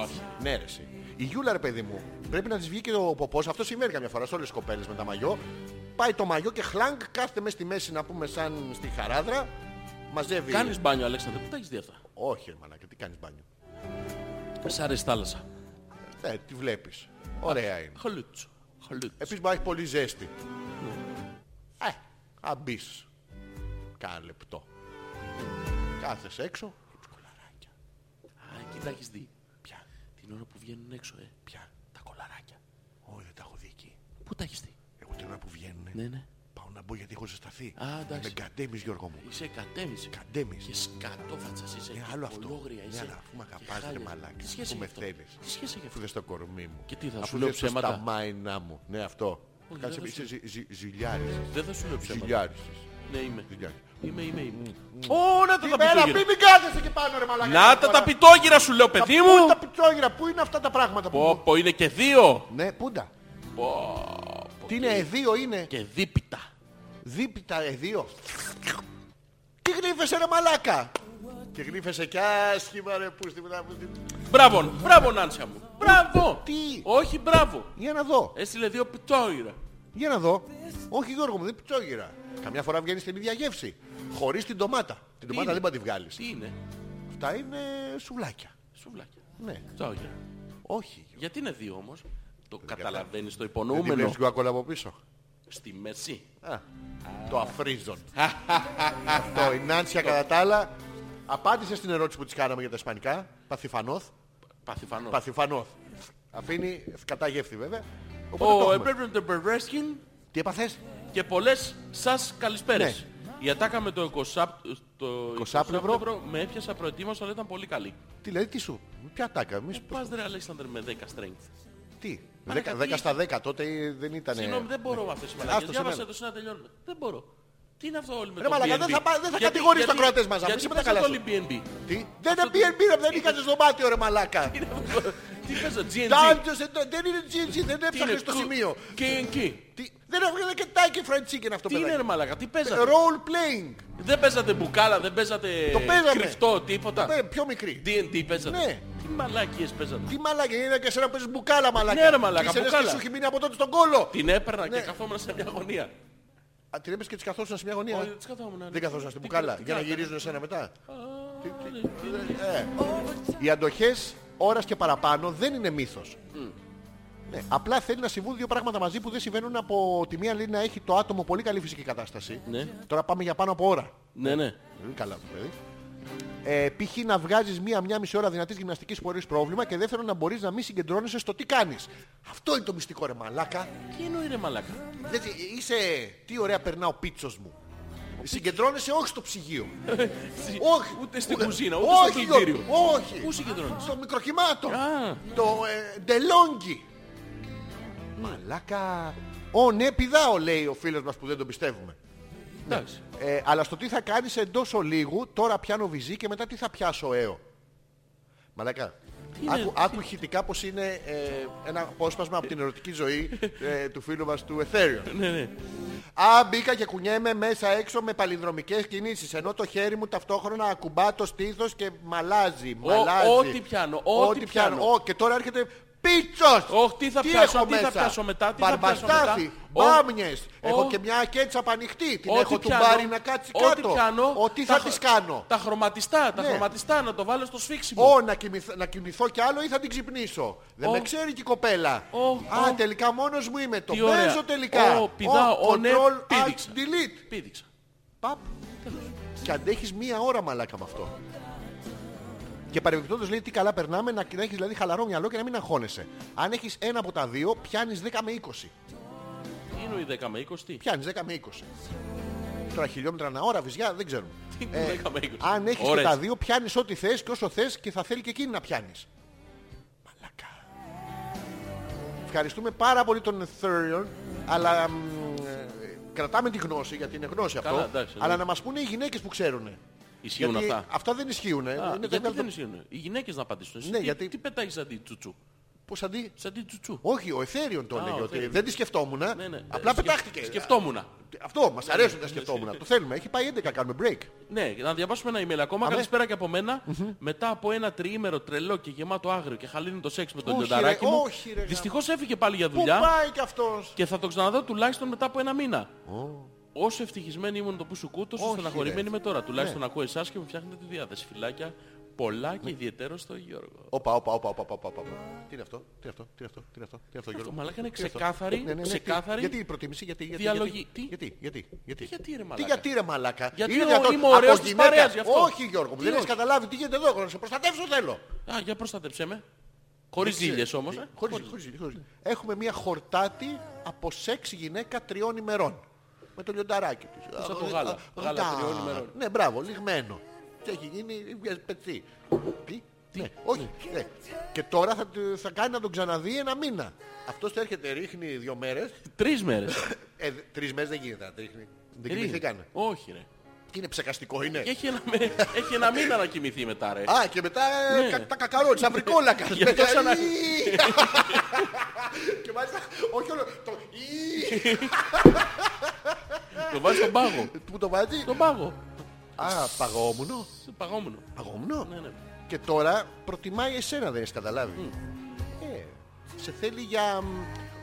[SPEAKER 2] Όχι.
[SPEAKER 1] Ναι, ρε, εσύ. Η Γιούλα, ρε παιδί μου, πρέπει να της βγει και ο ποπός. Αυτό συμβαίνει καμιά φορά σε όλες τις κοπέλες με τα μαγιό. Πάει το μαγιό και χλάνγκ, κάθεται μέσα στη μέση να πούμε σαν στη χαράδρα. Μαζεύει.
[SPEAKER 2] Κάνεις μπάνιο, Αλέξανδρε, πού τα έχεις δει αυτά.
[SPEAKER 1] Όχι, ρε μαλάκα, τι κάνεις μπάνιο.
[SPEAKER 2] Σ' αρέσει θάλασσα.
[SPEAKER 1] Ναι, τη βλέπεις. Ωραία είναι.
[SPEAKER 2] Χαλούτσο. Χαλούτσο.
[SPEAKER 1] Επίσης μπορεί να έχει πολύ ζέστη. Ε, αν μπεις. Κάνα λεπτό. Κάθεσαι έξω.
[SPEAKER 2] Κολαράκια. Α, εκεί τα έχεις δει. Ποια. Την ώρα που βγαίνουν έξω, ε. Ποια. Τα κολαράκια.
[SPEAKER 1] Όχι, δεν τα έχω δει εκεί.
[SPEAKER 2] Πού τα έχεις δει.
[SPEAKER 1] Εγώ την ώρα που βγαίνουν.
[SPEAKER 2] Ναι, ναι.
[SPEAKER 1] Πάω να μπω γιατί έχω ζεσταθεί.
[SPEAKER 2] Α, εντάξει.
[SPEAKER 1] Με καντέμεις Γιώργο μου.
[SPEAKER 2] Είσαι κατέμιση.
[SPEAKER 1] Καντέμεις.
[SPEAKER 2] Και σκατόφατσας είσαι.
[SPEAKER 1] Είναι
[SPEAKER 2] και
[SPEAKER 1] Ναι, άλλο αυτό.
[SPEAKER 2] κολόγρια
[SPEAKER 1] Είναι
[SPEAKER 2] είσαι.
[SPEAKER 1] άλλο. Αφού με
[SPEAKER 2] και
[SPEAKER 1] αγαπάς ρε
[SPEAKER 2] χάλια.
[SPEAKER 1] μαλάκα.
[SPEAKER 2] Τι σχέση
[SPEAKER 1] Αφού με
[SPEAKER 2] έχει αυτό?
[SPEAKER 1] θέλεις.
[SPEAKER 2] Τι σχέση έχει
[SPEAKER 1] Αφού
[SPEAKER 2] αυτό.
[SPEAKER 1] δες το κορμί μου.
[SPEAKER 2] Και τι, θα
[SPEAKER 1] Αφού
[SPEAKER 2] σου λέω
[SPEAKER 1] δες το
[SPEAKER 2] ψέματα?
[SPEAKER 1] Στα μάινά μου. Ναι αυτό.
[SPEAKER 2] Όχι,
[SPEAKER 1] Κάτσε
[SPEAKER 2] δεν θα
[SPEAKER 1] είσαι ζυ- ζυ- ζηλιάρισες.
[SPEAKER 2] Δεν θα σου λέω ψέματα.
[SPEAKER 1] Ζηλιάρισες.
[SPEAKER 2] Ναι, είμαι.
[SPEAKER 1] Ζηλιάρισες.
[SPEAKER 2] Είμαι, είμαι, είμαι. Ω, να τα τα
[SPEAKER 1] Μέρα, μην
[SPEAKER 2] πιτόγυρα.
[SPEAKER 1] μην κάθεσαι και πάνω ρε μαλάκα.
[SPEAKER 2] Να τα
[SPEAKER 1] Τώρα.
[SPEAKER 2] τα πιτόγυρα σου λέω, παιδί
[SPEAKER 1] Πού είναι τα
[SPEAKER 2] μου.
[SPEAKER 1] πιτσόγυρα, πού είναι αυτά τα πράγματα που.
[SPEAKER 2] Πω, πω, είναι και δύο.
[SPEAKER 1] Ναι, πούντα.
[SPEAKER 2] Πω,
[SPEAKER 1] Τι είναι, εδίο είναι.
[SPEAKER 2] και δίπιτα.
[SPEAKER 1] Δίπιτα εδίο. Τι γλύφεσαι ρε μαλάκα. Και γλύφεσαι κι άσχημα ρε πούστη. μουνά, πούστη.
[SPEAKER 2] Μπράβο, μπράβο Νάνσια μου. Μπράβο.
[SPEAKER 1] Τι?
[SPEAKER 2] Όχι, μπράβο.
[SPEAKER 1] Για να δω.
[SPEAKER 2] Έστειλε δύο πιτόγυρα.
[SPEAKER 1] Για να δω. Όχι Γιώργο μου, δεν πιτσόγυρα. Καμιά φορά βγαίνεις στην ίδια γεύση. Χωρίς την ντομάτα. Την ντομάτα
[SPEAKER 2] είναι?
[SPEAKER 1] δεν πάει να τη βγάλεις.
[SPEAKER 2] Τι είναι,
[SPEAKER 1] Αυτά είναι σουβλάκια.
[SPEAKER 2] σουβλάκια.
[SPEAKER 1] Ναι.
[SPEAKER 2] Τσόγια.
[SPEAKER 1] Όχι. Γιώργο.
[SPEAKER 2] Γιατί είναι δύο όμως. Το καταλαβαίνεις το
[SPEAKER 1] Δεν την
[SPEAKER 2] υπονοούμενο.
[SPEAKER 1] πέφτει κοκακόλα από πίσω.
[SPEAKER 2] Στη μέση.
[SPEAKER 1] Α, Το αφρίζον. Αυτό η Νάνσια κατά τα άλλα απάντησε στην ερώτηση που της κάναμε για τα ισπανικά. Παθιφανόθ.
[SPEAKER 2] Παθηφανό.
[SPEAKER 1] Παθιφανόθ. Αφήνει κατά γεύτη βέβαια. Οπότε το
[SPEAKER 2] Ο
[SPEAKER 1] έχουμε.
[SPEAKER 2] Εμπρέπτον Τερμπερέσκιν
[SPEAKER 1] Τι έπαθες.
[SPEAKER 2] και πολλές σας
[SPEAKER 1] Ναι.
[SPEAKER 2] καλησπέρες. Η ατάκα με το 20 το
[SPEAKER 1] 20
[SPEAKER 2] 20 με έπιασα προετοίμαστο αλλά ήταν πολύ καλή.
[SPEAKER 1] Τι λέει, τι σου. Ποια τάκα. Εμείς
[SPEAKER 2] Πας ρε Αλέξανδρε με 10 strength.
[SPEAKER 1] τι.
[SPEAKER 2] Μαλάκα,
[SPEAKER 1] 10,
[SPEAKER 2] τι
[SPEAKER 1] 10 στα 10 τότε ε, δεν ήταν.
[SPEAKER 2] Συγγνώμη, δεν μπορώ με αυτές τις
[SPEAKER 1] Άστο
[SPEAKER 2] μαλακίες.
[SPEAKER 1] σε
[SPEAKER 2] Διάβασα
[SPEAKER 1] μένα.
[SPEAKER 2] το να τελειώνουμε. Δεν μπορώ. Τι είναι αυτό όλοι με
[SPEAKER 1] Ρε
[SPEAKER 2] το
[SPEAKER 1] μαλάκα,
[SPEAKER 2] BNB.
[SPEAKER 1] δεν θα πα- δεν θα
[SPEAKER 2] Γιατί-
[SPEAKER 1] κατηγορείς
[SPEAKER 2] γιατί-
[SPEAKER 1] τα Κροατές μας, άμα
[SPEAKER 2] Γιατί
[SPEAKER 1] είσαι με τα
[SPEAKER 2] πας
[SPEAKER 1] καλά
[SPEAKER 2] όλοι BNB.
[SPEAKER 1] Ε, Τι. Δεν είναι PNP, ρε, δεν είχατε στο μάτι, ρε μαλάκα.
[SPEAKER 2] Τι είναι αυτό, Τι είπες, το GNG.
[SPEAKER 1] Τάντζος, ε, το- Δεν είναι GNG, δεν
[SPEAKER 2] Τι είναι,
[SPEAKER 1] έψαχνες το
[SPEAKER 2] κου-
[SPEAKER 1] σημείο.
[SPEAKER 2] KNK.
[SPEAKER 1] Τι- Δεν έβγαλε και τάκι fried chicken αυτό
[SPEAKER 2] Τι είναι
[SPEAKER 1] παιδάκι.
[SPEAKER 2] ρε μαλακά, τι παίζατε.
[SPEAKER 1] Role playing.
[SPEAKER 2] Δεν παίζατε μπουκάλα, δεν παίζατε
[SPEAKER 1] Το παίζαμε.
[SPEAKER 2] κρυφτό, τίποτα.
[SPEAKER 1] Ε, Πιο μικρή.
[SPEAKER 2] D&D παίζατε.
[SPEAKER 1] Ναι.
[SPEAKER 2] Τι μαλακίες παίζατε.
[SPEAKER 1] Τι μαλάκα, είναι και εσένα που παίζεις μπουκάλα μαλάκα.
[SPEAKER 2] Ναι, ρε μαλάκα,
[SPEAKER 1] Είσαι λες
[SPEAKER 2] μπουκάλα.
[SPEAKER 1] και σου έχει μείνει από τότε στον κόλο.
[SPEAKER 2] Την έπαιρνα και
[SPEAKER 1] Ναι.
[SPEAKER 2] καθόμουν σε μια γωνία.
[SPEAKER 1] Α, την έπαιζε και τις καθόσουν σε μια γωνία.
[SPEAKER 2] Όχι, τις καθόμουν, ναι.
[SPEAKER 1] Δεν καθόσουν στην
[SPEAKER 2] Τι
[SPEAKER 1] μπουκάλα
[SPEAKER 2] κα-
[SPEAKER 1] για να
[SPEAKER 2] τι κα-
[SPEAKER 1] γυρίζουν εσένα μετά.
[SPEAKER 2] Τι- τι-
[SPEAKER 1] Ε, Οι αντοχές ώρας και παραπάνω δεν είναι μύθος. Ναι, απλά θέλει να συμβούν δύο πράγματα μαζί που δεν συμβαίνουν από τη μία λέει να έχει το άτομο πολύ καλή φυσική κατάσταση.
[SPEAKER 2] Ναι.
[SPEAKER 1] Τώρα πάμε για πάνω από ώρα.
[SPEAKER 2] Ναι, ναι.
[SPEAKER 1] Ε, Καλά το παιδί. Ε, π.χ. να βγάζεις μία-μία μισή ώρα δυνατής γυμναστικής χωρίς πρόβλημα και δεύτερον να μπορείς να μην συγκεντρώνεσαι στο τι κάνεις. Αυτό είναι το μυστικό ρε μαλάκα.
[SPEAKER 2] Τι εννοεί ρε μαλακά.
[SPEAKER 1] Δηλαδή, είσαι. Τι ωραία περνά ο πίτσος μου. Συγκεντρώνεσαι όχι στο ψυγείο. όχι.
[SPEAKER 2] Ε, Ούτε στην κουζίνα, ούτε στο
[SPEAKER 1] όχι,
[SPEAKER 2] πλυντήριο.
[SPEAKER 1] όχι.
[SPEAKER 2] Πού συγκεντρώνεσαι?
[SPEAKER 1] Στο μικροκυμάτο.
[SPEAKER 2] Α.
[SPEAKER 1] Το ε, ντελόγγι. Μαλάκα. Ω ναι, πηδάω λέει ο φίλος μας που δεν τον πιστεύουμε.
[SPEAKER 2] Εντάξει.
[SPEAKER 1] Ε, αλλά στο τι θα κάνεις εντός ολίγου, τώρα πιάνω βυζί και μετά τι θα πιάσω αίο. Μαλακά.
[SPEAKER 2] είναι,
[SPEAKER 1] Άκου, άκου ηχητικά πως είναι ε, ένα απόσπασμα από την ερωτική ζωή ε, του φίλου μας του Ethereum.
[SPEAKER 2] Ναι, ναι.
[SPEAKER 1] Α, μπήκα και κουνιέμαι μέσα έξω με παλινδρομικές κινήσεις, ενώ το χέρι μου ταυτόχρονα ακουμπά το στήθος και μαλάζει, μαλάζει.
[SPEAKER 2] ό,τι πιάνω, ό,τι πιάνω.
[SPEAKER 1] Ω, και τώρα έρχεται πίτσος.
[SPEAKER 2] Οχ, τι θα πιάσω,
[SPEAKER 1] έχω
[SPEAKER 2] τι θα
[SPEAKER 1] μέσα?
[SPEAKER 2] πιάσω μετά, τι θα πιάσω
[SPEAKER 1] Μπαρμπαστάθι,
[SPEAKER 2] μετά. Ω,
[SPEAKER 1] μπάμιες,
[SPEAKER 2] ω.
[SPEAKER 1] έχω και μια κέτσα πανοιχτή, την
[SPEAKER 2] Ό,τι
[SPEAKER 1] έχω του
[SPEAKER 2] πιάνω,
[SPEAKER 1] μπάρι να κάτσει
[SPEAKER 2] ό,τι
[SPEAKER 1] κάτω.
[SPEAKER 2] πιάνω,
[SPEAKER 1] Ό, τι θα
[SPEAKER 2] χρο-
[SPEAKER 1] της κάνω.
[SPEAKER 2] Τα χρωματιστά, τα
[SPEAKER 1] Ναι.
[SPEAKER 2] χρωματιστά να το βάλω στο σφίξιμο.
[SPEAKER 1] Ω, να, κοιμηθ- να κοιμηθώ κι άλλο ή θα την ξυπνήσω. Δεν
[SPEAKER 2] Ω.
[SPEAKER 1] με ξέρει και η κοπέλα.
[SPEAKER 2] Ω,
[SPEAKER 1] Α,
[SPEAKER 2] ω.
[SPEAKER 1] τελικά μόνος μου είμαι. Το
[SPEAKER 2] Τι ωραία.
[SPEAKER 1] παίζω τελικά.
[SPEAKER 2] Ω, πηδάω,
[SPEAKER 1] Ω,
[SPEAKER 2] ω, ναι,
[SPEAKER 1] control, alt,
[SPEAKER 2] πήδηξα.
[SPEAKER 1] delete.
[SPEAKER 2] Πήδηξα.
[SPEAKER 1] Παπ. Και αντέχεις μία ώρα μαλάκα με αυτό. Και παρεμπιπτόντως λέει τι καλά περνάμε, να έχεις δηλαδή χαλαρό μυαλό και να μην αγχώνεσαι. Αν έχεις ένα από τα δύο, πιάνεις 10 με 20.
[SPEAKER 2] Τι εννοεί 10 με 20, τι.
[SPEAKER 1] Πιάνει 10 με 20. Τώρα χιλιόμετρα ανά ώρα, βυζιά, δεν ξέρουμε.
[SPEAKER 2] Τι είναι 10 με 20.
[SPEAKER 1] Ε, Αν έχεις και
[SPEAKER 2] Ώρες.
[SPEAKER 1] τα δύο, πιάνεις ό,τι θες και όσο θες και θα θέλει και εκείνη να πιάνεις. Μαλακά. Ευχαριστούμε πάρα πολύ τον Ethereum, αλλά μ, ε, κρατάμε τη γνώση γιατί είναι γνώση αυτό.
[SPEAKER 2] Καλά, εντάξει,
[SPEAKER 1] αλλά
[SPEAKER 2] ναι.
[SPEAKER 1] να μας πούνε οι γυναίκες που ξέρουν.
[SPEAKER 2] Ισχύουν
[SPEAKER 1] Γιατί
[SPEAKER 2] αυτά.
[SPEAKER 1] δεν ισχύουν. Ε.
[SPEAKER 2] Α,
[SPEAKER 1] είναι
[SPEAKER 2] γιατί
[SPEAKER 1] το-
[SPEAKER 2] δεν ισχύουν. Οι γυναίκες να απαντήσουν. Εσύ
[SPEAKER 1] Ναι,
[SPEAKER 2] τι-
[SPEAKER 1] γιατί-
[SPEAKER 2] Τι πετάγεις αντί τσουτσού.
[SPEAKER 1] Πώς αντί...
[SPEAKER 2] Σαν την τσουτσού.
[SPEAKER 1] Όχι, ο Εθέριον το
[SPEAKER 2] Α,
[SPEAKER 1] έλεγε.
[SPEAKER 2] ο
[SPEAKER 1] Ότι
[SPEAKER 2] Εθέριον.
[SPEAKER 1] δεν τη σκεφτόμουν.
[SPEAKER 2] Ναι, ναι.
[SPEAKER 1] Απλά
[SPEAKER 2] Σκεφ-
[SPEAKER 1] πετάχτηκε.
[SPEAKER 2] Σκεφτόμουν.
[SPEAKER 1] Αυτό μας αρέσουν τα σκεφτόμουν. το θέλουμε. Έχει πάει 11, κάνουμε break.
[SPEAKER 2] Ναι, να διαβάσουμε ένα email ακόμα.
[SPEAKER 1] Αμέ.
[SPEAKER 2] Καλησπέρα και από μένα. Μετά από ένα τριήμερο τρελό και γεμάτο άγριο και χαλίνει το σεξ με τον
[SPEAKER 1] Όχι, ρε,
[SPEAKER 2] λιονταράκι μου.
[SPEAKER 1] όχι, ρε, γάμο.
[SPEAKER 2] Δυστυχώς έφυγε πάλι για
[SPEAKER 1] Πού
[SPEAKER 2] δουλειά.
[SPEAKER 1] πάει κι αυτός.
[SPEAKER 2] Και θα το ξαναδώ τουλάχιστον μετά από ένα μήνα. Όσο ευτυχισμένοι ήμουν το που σου κούτω, όσο
[SPEAKER 1] Όχι,
[SPEAKER 2] στεναχωρημένοι
[SPEAKER 1] ρε.
[SPEAKER 2] είμαι τώρα. Τουλάχιστον
[SPEAKER 1] Ναι.
[SPEAKER 2] ακούω εσάς και μου φτιάχνετε τη διάθεση. Φιλάκια, πολλά και ιδιαίτερο στο Γιώργο.
[SPEAKER 1] Όπα, όπα, όπα, όπα, όπα, όπα, όπα. Τι είναι αυτό, τι είναι αυτό, τι είναι αυτό, τι είναι αυτό, τι είναι αυτό, Γιώργο.
[SPEAKER 2] μαλάκα είναι
[SPEAKER 1] Τι αυτό.
[SPEAKER 2] ξεκάθαρη,
[SPEAKER 1] Ναι, ναι, ναι, τι-
[SPEAKER 2] ξεκάθαρη
[SPEAKER 1] Γιατί η προτίμηση, γιατί, γιατί,
[SPEAKER 2] διαλογή.
[SPEAKER 1] γιατί,
[SPEAKER 2] Τι?
[SPEAKER 1] γιατί, γιατί, γιατί.
[SPEAKER 2] γιατί, ρε,
[SPEAKER 1] Τι
[SPEAKER 2] μαλάκα.
[SPEAKER 1] γιατί ρε μαλάκα.
[SPEAKER 2] Γιατί
[SPEAKER 1] Είναι
[SPEAKER 2] ο-
[SPEAKER 1] δυνατόν
[SPEAKER 2] είμαι ωραίος
[SPEAKER 1] από
[SPEAKER 2] της
[SPEAKER 1] γυναίκα-
[SPEAKER 2] παρέας, γι' αυτό.
[SPEAKER 1] Όχι Γιώργο, μου,
[SPEAKER 2] Τι
[SPEAKER 1] δεν έχεις
[SPEAKER 2] όχι.
[SPEAKER 1] καταλάβει τι γίνεται εδώ, εγώ να σε προστατεύσω θέλω.
[SPEAKER 2] Α, για προστατέψέ με. Χωρίς
[SPEAKER 1] Χωρίς
[SPEAKER 2] ζήλιες όμως. ε.
[SPEAKER 1] Χωρίς, χωρίς, χωρίς. Έχουμε μια χορτάτη από σεξ γυναίκα τριών ημερών. Με το λιονταράκι της.
[SPEAKER 2] Σαν το γάλα.
[SPEAKER 1] Α,
[SPEAKER 2] Γάλα
[SPEAKER 1] α,
[SPEAKER 2] τριών ημερών.
[SPEAKER 1] Ναι, μπράβο, λιγμένο. Και έχει γίνει βγες πετσί. Τι. Ναι, όχι. ναι. Και τώρα θα, του- θα κάνει να τον ξαναδεί ένα μήνα. Αυτός το έρχεται, ρίχνει δύο μέρες.
[SPEAKER 2] Τρεις μέρες.
[SPEAKER 1] Ε, δε- τρεις μέρες δεν γίνεται να τρίχνει. Δεν
[SPEAKER 2] Τρεις.
[SPEAKER 1] κοιμηθήκανε.
[SPEAKER 2] Όχι ρε.
[SPEAKER 1] Και είναι ψεκαστικό, είναι.
[SPEAKER 2] Και έχει ένα, με- έχει ένα μήνα να κοιμηθεί μετά ρε.
[SPEAKER 1] Ε. Α, και μετά ε,
[SPEAKER 2] Ναι.
[SPEAKER 1] κα- τα κακαρότσα, σαν βρικόλακα.
[SPEAKER 2] Για το ξανα-
[SPEAKER 1] Και μάλιστα, όχι όλο. Το «Ι»
[SPEAKER 2] Το βάζεις στον πάγο.
[SPEAKER 1] που το βάζει.
[SPEAKER 2] Στον πάγο.
[SPEAKER 1] Α, παγόμουνο.
[SPEAKER 2] Σε παγόμενο.
[SPEAKER 1] Παγόμουνο.
[SPEAKER 2] Ναι, ναι.
[SPEAKER 1] Και τώρα προτιμάει εσένα, δεν έχεις καταλάβει. Ε, σε θέλει για μ,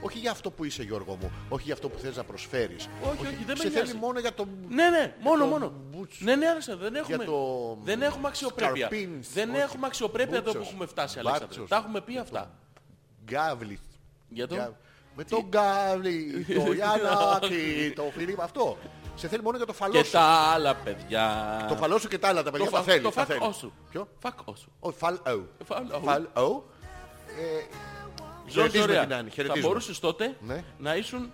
[SPEAKER 1] Όχι για αυτό που είσαι Γιώργο μου, όχι για αυτό που θες να προσφέρεις.
[SPEAKER 2] Όχι, όχι, δεν με
[SPEAKER 1] Σε θέλει
[SPEAKER 2] νοιάζει.
[SPEAKER 1] μόνο για το...
[SPEAKER 2] Ναι, ναι, μόνο,
[SPEAKER 1] το
[SPEAKER 2] μόνο.
[SPEAKER 1] μπούτσο.
[SPEAKER 2] Ναι, ναι, άρεσε, δεν έχουμε,
[SPEAKER 1] το
[SPEAKER 2] δεν έχουμε αξιοπρέπεια.
[SPEAKER 1] σκαρπίν,
[SPEAKER 2] Δεν
[SPEAKER 1] όχι.
[SPEAKER 2] έχουμε αξιοπρέπεια εδώ που
[SPEAKER 1] Μπούτσος.
[SPEAKER 2] έχουμε φτάσει,
[SPEAKER 1] Μπάτσος.
[SPEAKER 2] Αλέξανδρε. Τα έχουμε πει αυτά.
[SPEAKER 1] Γκάβλι.
[SPEAKER 2] Για το-
[SPEAKER 1] Γκά- Με τον Γκάβλι, το Γιάννακι, το Φιλίπ, αυτό. Σε θέλει μόνο για το φαλό
[SPEAKER 2] Και
[SPEAKER 1] σου.
[SPEAKER 2] τα άλλα παιδιά.
[SPEAKER 1] Το φαλό σου και τα άλλα τα παιδιά
[SPEAKER 2] φα-
[SPEAKER 1] θα θέλεις.
[SPEAKER 2] Το
[SPEAKER 1] θα
[SPEAKER 2] φακ
[SPEAKER 1] θέλει.
[SPEAKER 2] όσου.
[SPEAKER 1] Ποιο?
[SPEAKER 2] Φακ όσου.
[SPEAKER 1] Ο φαλό.
[SPEAKER 2] Φαλό.
[SPEAKER 1] Φαλό.
[SPEAKER 2] Ζόρι,
[SPEAKER 1] Χαιρετίζουμε
[SPEAKER 2] ωραία.
[SPEAKER 1] την Άννη,
[SPEAKER 2] Θα
[SPEAKER 1] χαιρετίζουμε.
[SPEAKER 2] μπορούσες τότε
[SPEAKER 1] Ναι.
[SPEAKER 2] να ήσουν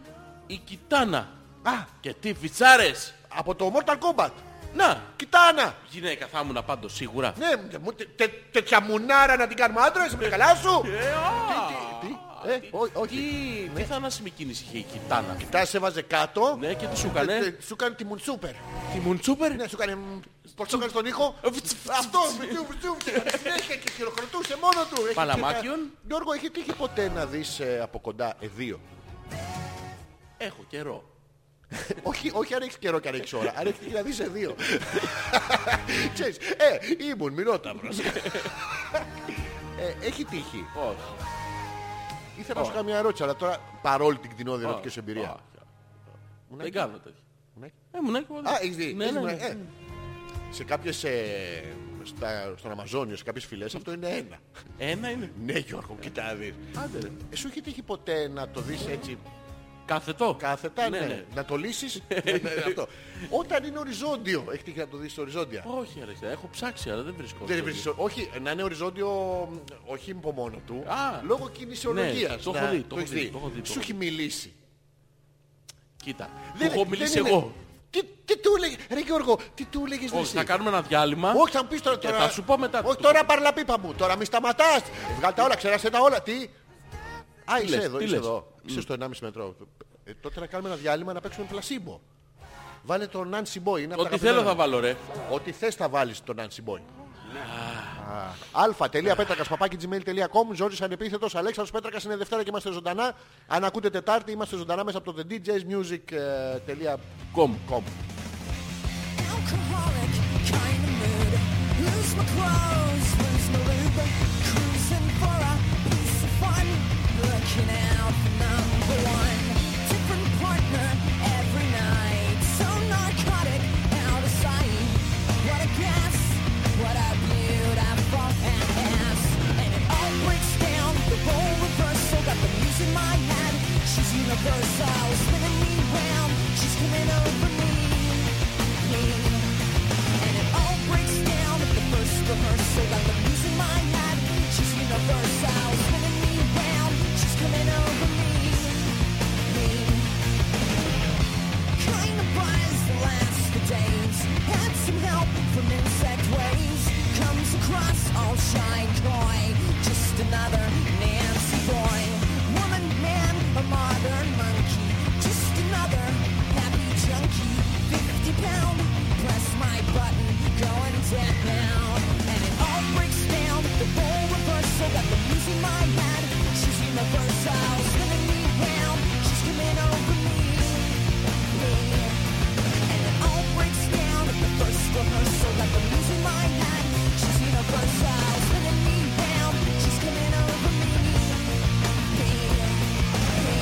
[SPEAKER 2] η κοιτάνα.
[SPEAKER 1] Α,
[SPEAKER 2] Και τι φιτσάρες.
[SPEAKER 1] από το Mortal Kombat.
[SPEAKER 2] Να,
[SPEAKER 1] Κοιτάνα.
[SPEAKER 2] γυναίκα θα ήμουν πάντως σίγουρα.
[SPEAKER 1] Ναι, μου- τε- τε- τέτοια μουνάρα να την κάνουμε άντρα, είσαι με τα καλά σου.
[SPEAKER 2] Ε, α,
[SPEAKER 1] Τι, τι, ε, ό-
[SPEAKER 2] τι-
[SPEAKER 1] όχι.
[SPEAKER 2] τι- Τι θανάσιμη κίνηση είχε η κοιτάνα.
[SPEAKER 1] Τα σε βάζε κάτω.
[SPEAKER 2] Ναι, και τι σου
[SPEAKER 1] τε-
[SPEAKER 2] έκανε.
[SPEAKER 1] τε- Σου κάνει τη μουντσούπερ.
[SPEAKER 2] Τη μουντσούπερ.
[SPEAKER 1] Ναι, σου κάνει. Πώ το κάνει τον ήχο.
[SPEAKER 2] φτς, φτς,
[SPEAKER 1] Αυτό. μουντσούπ, μουντσούπ, και έκανε Συνέχεια και χειροκροτούσε μόνο του. Έχει-
[SPEAKER 2] Παλαμάκιον.
[SPEAKER 1] Γιώργο, έχει τύχει ποτέ να δεις από κοντά ε, δύο.
[SPEAKER 2] Έχω καιρό.
[SPEAKER 1] όχι, όχι αν έχεις καιρό και αν έχεις ώρα. Αν έχεις τύχει να δεις σε δύο. Ξέρεις, ε, ήμουν μηνόταυρος. ε, έχει τύχει.
[SPEAKER 2] Όχι.
[SPEAKER 1] Ήθελα να σου κάνω μια ερώτηση, αλλά τώρα παρόλη την κτηνόδη ερωτική σου
[SPEAKER 2] όχι,
[SPEAKER 1] εμπειρία.
[SPEAKER 2] όχι. Δεν κάνω τέτοια.
[SPEAKER 1] Μουνάκι.
[SPEAKER 2] Ε, μουνάκι μου.
[SPEAKER 1] Α, έχεις δει.
[SPEAKER 2] Ναι,
[SPEAKER 1] έχεις
[SPEAKER 2] ναι,
[SPEAKER 1] δει,
[SPEAKER 2] ναι.
[SPEAKER 1] ε. Σε κάποιες... ε, στα- στον Αμαζόνιο, σε κάποιες φυλές, αυτό είναι ένα.
[SPEAKER 2] Ένα είναι.
[SPEAKER 1] Ναι, Γιώργο, κοιτά να δεις.
[SPEAKER 2] Άντε ρε.
[SPEAKER 1] Ε, Σου έχει τύχει ποτέ να το δεις έτσι
[SPEAKER 2] Κάθετο.
[SPEAKER 1] κάθετα,
[SPEAKER 2] Ναι,
[SPEAKER 1] ναι,
[SPEAKER 2] ναι.
[SPEAKER 1] να το λύσεις. ναι, ναι, αυτό. Όταν είναι οριζόντιο, έχει τύχει να το δεις οριζόντια.
[SPEAKER 2] Όχι, αρέσει. Έχω ψάξει, αλλά δεν βρίσκω.
[SPEAKER 1] Δεν βρίσκεις- όχι, να είναι οριζόντιο, μ, όχι από μόνο του,
[SPEAKER 2] Α.
[SPEAKER 1] λόγω κινησιολογίας.
[SPEAKER 2] Ναι, το
[SPEAKER 1] να-
[SPEAKER 2] έχω δει, το έχω
[SPEAKER 1] έχεις
[SPEAKER 2] δει, το έχω δει, το
[SPEAKER 1] Σου
[SPEAKER 2] έχω
[SPEAKER 1] έχει μιλήσει.
[SPEAKER 2] Κοίτα. Δεν
[SPEAKER 1] Δεν-
[SPEAKER 2] έχω
[SPEAKER 1] δεν
[SPEAKER 2] μιλήσει
[SPEAKER 1] είναι-
[SPEAKER 2] εγώ.
[SPEAKER 1] Τι, τι του έλεγε, Ρε Γιώργο, τι του έλεγες
[SPEAKER 2] Όχι,
[SPEAKER 1] εσύ?
[SPEAKER 2] θα κάνουμε ένα διάλειμμα.
[SPEAKER 1] Όχι, θα μου πεις τώρα.
[SPEAKER 2] Και
[SPEAKER 1] τώρα-
[SPEAKER 2] θα σου πω μετά.
[SPEAKER 1] Όχι, τώρα παρλαπίπα μου. Τώρα μη σταματάς. Βγάλ τα όλα, ξεράσέ τα όλα. Τι. Α, είσαι
[SPEAKER 2] λες,
[SPEAKER 1] εδώ,
[SPEAKER 2] τι
[SPEAKER 1] είσαι
[SPEAKER 2] λες.
[SPEAKER 1] εδώ. Είσαι στο 1,5 μετρό. Ε, Τότε να κάνουμε ένα διάλειμμα να παίξουμε πλασίμπο. Βάλε τον Nancy Boy. είναι από τα
[SPEAKER 2] Ό,τι θέλω θα
[SPEAKER 1] αγαπημένα
[SPEAKER 2] βάλω, ρε.
[SPEAKER 1] μου. Ό,τι θες θα βάλεις τον Nancy Boy. Αλφα.πέτρακα παπάκι gmail.com Ζόρις ανεπίθετος. Αλέξανδρος Πέτρακας είναι Δευτέρα και είμαστε ζωντανά. Αν ακούτε Τετάρτη, είμαστε ζωντανά μέσα από το ε, thedjsmusic.com.
[SPEAKER 2] Κόμ.
[SPEAKER 3] alcoholic kind of mood. Lose my clothes, lose my lube. Cruising for a piece of fun. Looking out for number one. Different partner every night. So narcotic, out of sight. What a guess, what a beautiful ass. And it all breaks down, the role reversal. Got the muse in my head. She's universal, spinning me round. She's coming over me. And it all breaks down at the first rehearsal. Got the muse in my head. She's universal, spinning me round. She's coming over me. me. Kind of buzz the last the days. Had some help from insect waves. Comes across all shy and coy. Just another Nancy boy. Woman, man, a modern monkey. Just another happy junkie. 50 pound. Press my button. Going down. And it all breaks down. The role reversal. Got the muse in my head. She's universal. Spinning me round. She's coming over me. And it all breaks down at the first rehearsal. Got the muse in my head. She's universal, spinning me round. She's coming over me. me. me.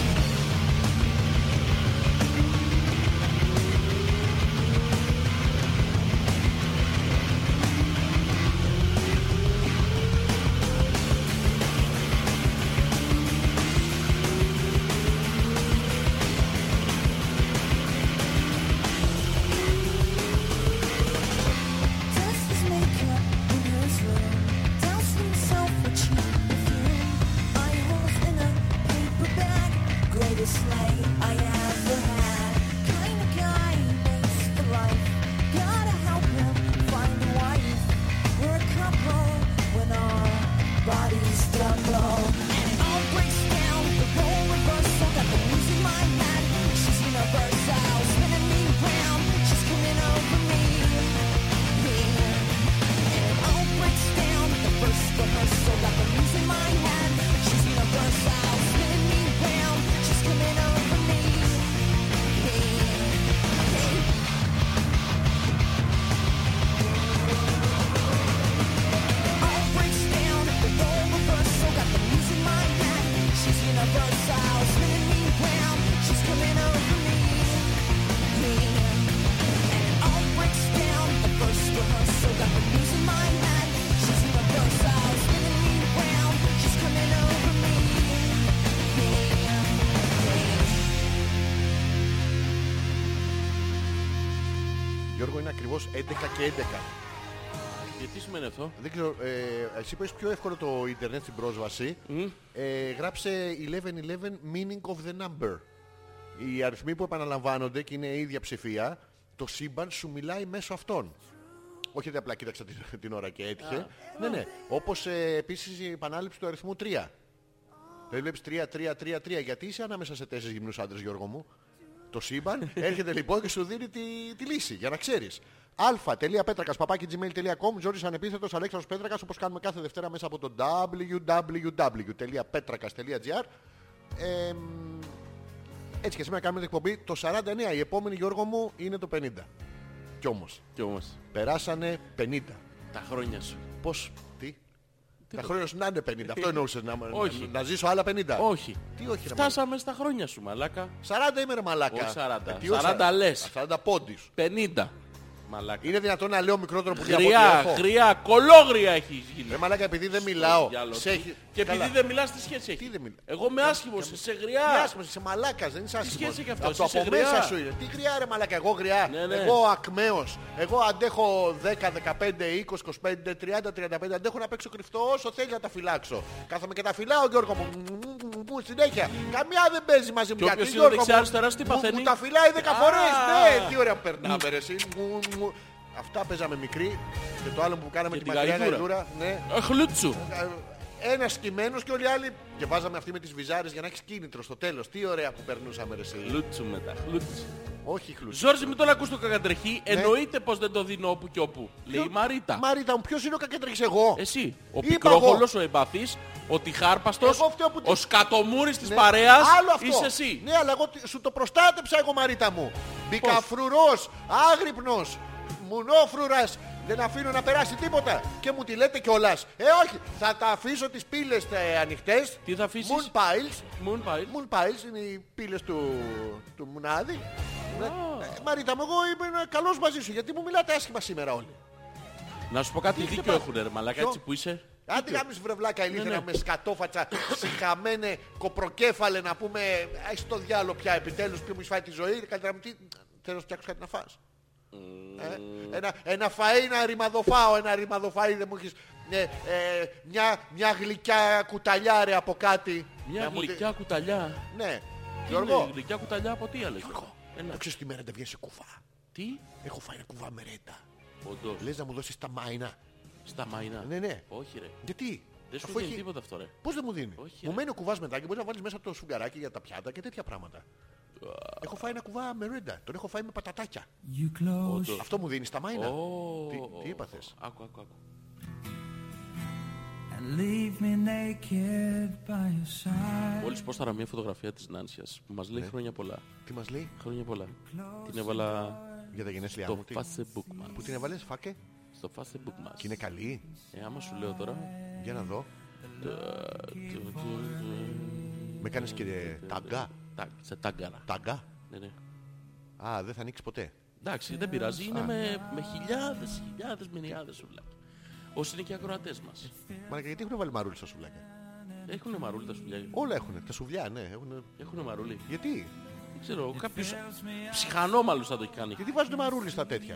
[SPEAKER 1] είναι ακριβώς 11 και 11.
[SPEAKER 2] Γιατί σημαίνει αυτό.
[SPEAKER 1] Δεν ξέρω, ε, εσύ είπες πιο εύκολο το ίντερνετ στην πρόσβαση. Ε, γράψε 11-11 meaning of the number. Οι αριθμοί που επαναλαμβάνονται και είναι η ίδια ψηφία, το σύμπαν σου μιλάει μέσω αυτών. Όχι ότι απλά κοίταξα την, την ώρα και έτυχε. Ναι, ναι. Όπως ε, επίσης η επανάληψη του αριθμού 3. Δεν βλέπεις 3-3-3-3. Γιατί είσαι ανάμεσα σε τέσσερις γυμνούς άντρες, Γιώργο μου. Το σύμπαν έρχεται λοιπόν και σου δίνει τη, τη λύση, για να ξέρεις. α.πέτρακας, παπάκι gmail.com Ζόρις ανεπίθετος, Αλέξανδρος Πέτρακας, όπως κάνουμε κάθε Δευτέρα μέσα από το www.petrakas.gr ε, Έτσι και σήμερα κάνουμε την εκπομπή το 49. Η επόμενη, Γιώργο μου, είναι το 50. Κι όμως,
[SPEAKER 2] Κι όμως,
[SPEAKER 1] περάσανε 50.
[SPEAKER 2] τα χρόνια σου.
[SPEAKER 1] Πώς, τι... Τα χρόνια σου να είναι 50. Αυτό εννοούσες να, να-
[SPEAKER 2] Όχι.
[SPEAKER 1] να ζήσω άλλα 50.
[SPEAKER 2] Όχι.
[SPEAKER 1] Τι όχι, ρε
[SPEAKER 2] Φτάσαμε στα χρόνια σου, μαλάκα.
[SPEAKER 1] 40 είμαι ρε μαλάκα.
[SPEAKER 2] Όχι 40.
[SPEAKER 1] Ε, τι
[SPEAKER 2] 40 λες.
[SPEAKER 1] 40 πόντις.
[SPEAKER 2] 50. Μαλάκα.
[SPEAKER 1] Είναι δυνατόν να λέω μικρότερο που από ό,τι
[SPEAKER 2] Χρειά,
[SPEAKER 1] έχω.
[SPEAKER 2] χρειά, κολόγρια έχει γίνει.
[SPEAKER 1] Ρε μαλάκα επειδή δεν μιλάω.
[SPEAKER 2] Διάλογο.
[SPEAKER 1] σε έχει-
[SPEAKER 2] Και επειδή
[SPEAKER 1] Καλά.
[SPEAKER 2] δεν μιλάς τι σχέση έχει.
[SPEAKER 1] Τι δεν μιλά-
[SPEAKER 2] Εγώ είμαι άσχημο, σε
[SPEAKER 1] Τι
[SPEAKER 2] γριά.
[SPEAKER 1] άσχημος, είσαι μαλάκας, δεν είσαι άσχημος.
[SPEAKER 2] σχέση έχει αυτό,
[SPEAKER 1] το
[SPEAKER 2] εσύ
[SPEAKER 1] από
[SPEAKER 2] είσαι γριά.
[SPEAKER 1] μέσα σου είναι. Τι γριά ρε μαλάκα, εγώ γριά.
[SPEAKER 2] Ναι, ναι.
[SPEAKER 1] Εγώ ακμαίος. Εγώ αντέχω 10, 15, 20, 25, 30, 35. Αντέχω να παίξω κρυφτό όσο θέλει να τα φυλάξω. Κάθομαι και τα φυλάω Γιώργο μου. Μου, μου, μου, μου, Συνέχεια. Καμιά δεν παίζει μαζί μου.
[SPEAKER 2] Και
[SPEAKER 1] Γιατί,
[SPEAKER 2] όποιος είναι
[SPEAKER 1] Γιώργο
[SPEAKER 2] δεξιά,
[SPEAKER 1] μου,
[SPEAKER 2] αριστεράς, τι
[SPEAKER 1] μου-
[SPEAKER 2] παθαίνει?
[SPEAKER 1] Μου τα φυλάει 10 φορές.
[SPEAKER 2] Α.
[SPEAKER 1] Ναι, τι ωραία που περνάμε ρε εσύ. Μου, μου. Αυτά παίζαμε μικροί. Και το άλλο που κάναμε
[SPEAKER 2] Και
[SPEAKER 1] τη
[SPEAKER 2] τη
[SPEAKER 1] μακριά
[SPEAKER 2] γαϊδούρα.
[SPEAKER 1] γαϊδούρα. Ναι.
[SPEAKER 2] Ε, Χλούτσου.
[SPEAKER 1] Ένας κειμένο Ε, και όλοι οι άλλοι. Και βάζαμε αυτή με τις βυζάρες για να έχεις κίνητρο στο τέλος. Τι ωραία που περνούσαμε ρε εσύ.
[SPEAKER 2] Χλούτσου μετά. Χλούτσου.
[SPEAKER 1] Όχι χλουζί.
[SPEAKER 2] Ζόρζι, μην τον ακούς το
[SPEAKER 1] Ναι.
[SPEAKER 2] κακατρεχή. Εννοείται πως δεν το δίνω όπου και όπου. Λέει η Μαρίτα.
[SPEAKER 1] Ε, Μαρίτα μου, ποιος είναι ο κακέτρεχη εγώ.
[SPEAKER 2] Εσύ, ο
[SPEAKER 1] Είπα
[SPEAKER 2] πικρόχολος, ο εμπαθής, ο τυχάρπαστος,
[SPEAKER 1] Εγώ φταίω που τη-
[SPEAKER 2] ο σκατομούρης της
[SPEAKER 1] Ναι.
[SPEAKER 2] παρέας,
[SPEAKER 1] Άλλο αυτό.
[SPEAKER 2] είσαι εσύ.
[SPEAKER 1] Ναι, αλλά εγώ τι- σου το προστάτεψα εγώ Μαρίτα μου. Μπικαφρουρός, άγρυπνος, μουνόφρουρας. Δεν αφήνω να περάσει τίποτα. Και μου τη λέτε κιόλας. Ε, όχι, θα τα αφήσω τις πύλες ανοιχτές.
[SPEAKER 2] Τι θα αφήσεις?
[SPEAKER 1] Moon piles.
[SPEAKER 2] Moon Pie.
[SPEAKER 1] Moon piles είναι οι πύλες του, του Μουνάδη. Ε, Μαρίτα μου, εγώ είμαι ε, καλός μαζί σου. Γιατί μου μιλάτε άσχημα σήμερα όλοι.
[SPEAKER 2] Να σου πω κάτι,
[SPEAKER 1] Τι
[SPEAKER 2] δίκιο
[SPEAKER 1] χτυπά-
[SPEAKER 2] έχουν ρε μαλάκα,
[SPEAKER 1] Ποιο?
[SPEAKER 2] έτσι που είσαι.
[SPEAKER 1] Άντε γάμισε
[SPEAKER 2] Ναι,
[SPEAKER 1] βρεβλάκα ηλίθερα με σκατόφατσα, συχαμένε, κοπροκέφαλε να πούμε έχεις το διάλογο πια επιτέλους ποιο μου έχει φάει τη ζωή. Καλύτερα μου τι, θέλω να φτιάξω κάτι να φας. Ε, ένα, ένα φαΐ να ρημαδοφάω, ένα ρημαδοφαΐ δεν μου έχεις... Ναι, ε, μια, μια γλυκιά κουταλιά ρε από κάτι.
[SPEAKER 2] Μια
[SPEAKER 1] Να Ναι, μου τη-
[SPEAKER 2] γλυκιά κουταλιά.
[SPEAKER 1] Ναι.
[SPEAKER 2] Τι είναι
[SPEAKER 1] Γιώργο,
[SPEAKER 2] η Γλυκιά κουταλιά από τι άλλες. Ένα-
[SPEAKER 1] Ένα... Ξέρεις τι μέρα δεν βγαίνει σε κουβά.
[SPEAKER 2] Τι,
[SPEAKER 1] Έχω φάει ένα κουβά μερέτα.
[SPEAKER 2] όντως,
[SPEAKER 1] Λες να μου δώσεις τα μάινα.
[SPEAKER 2] στα μαϊνά.
[SPEAKER 1] Ναι, ναι.
[SPEAKER 2] Όχι ρε,
[SPEAKER 1] Γιατί.
[SPEAKER 2] δεν σου
[SPEAKER 1] Αφού
[SPEAKER 2] δίνει
[SPEAKER 1] έχει-
[SPEAKER 2] τίποτα αυτό ρε.
[SPEAKER 1] Πώς δεν μου δίνει.
[SPEAKER 2] Όχι,
[SPEAKER 1] μου
[SPEAKER 2] ρε.
[SPEAKER 1] μένει ο κουβάς μετά και μπορείς να βάλεις μέσα το σφουγγαράκι για τα πιάτα και τέτοια πράγματα. έχω φάει ένα κουβά μερέντα. Τον έχω φάει με πατατάκια.
[SPEAKER 2] Όντως.
[SPEAKER 1] Αυτό μου δίνεις τα μάινα.
[SPEAKER 2] Ω,
[SPEAKER 1] Τι, τι είπα θες?
[SPEAKER 2] Άκου, άκου, άκου.
[SPEAKER 4] And leave me naked by your side.
[SPEAKER 2] Μόλις πώς μια φωτογραφία της Νάνσιας που μας λέει
[SPEAKER 1] Ναι.
[SPEAKER 2] χρόνια πολλά.
[SPEAKER 1] Τι μας λέει
[SPEAKER 2] Χρόνια πολλά. Την έβαλα
[SPEAKER 1] για τα γενέθλιά μου.
[SPEAKER 2] στο
[SPEAKER 1] Τι...
[SPEAKER 2] Facebook μας.
[SPEAKER 1] Που την έβαλες φάκε.
[SPEAKER 2] Στο Facebook μας.
[SPEAKER 1] Και είναι καλή.
[SPEAKER 2] Ε, άμα σου λέω τώρα...
[SPEAKER 1] Για να δω. Με κάνεις και ταγκά.
[SPEAKER 2] Τάγκ, σε τάγκαρα.
[SPEAKER 1] Ταγκά.
[SPEAKER 2] Ναι, ναι.
[SPEAKER 1] Α, δεν θα ανοίξεις ποτέ.
[SPEAKER 2] Εντάξει, δεν πειράζει. Είναι με, με χιλιάδες, χιλιάδες, μηνιάδες σουβλάκια. Όσοι είναι και οι ακροατές μας.
[SPEAKER 1] Μα γιατί έχουν βάλει μαρούλι στα σουβλάκια.
[SPEAKER 2] Έχουν μαρούλι τα σουβλάκια.
[SPEAKER 1] Όλα έχουν. Τα σουβλιά, ναι. Έχουν...
[SPEAKER 2] Έχουν μαρούλι.
[SPEAKER 1] Γιατί.
[SPEAKER 2] Δεν ξέρω, κάποιος ψυχανόμαλος θα το έχει κάνει.
[SPEAKER 1] Γιατί βάζουν μαρούλι στα τέτοια.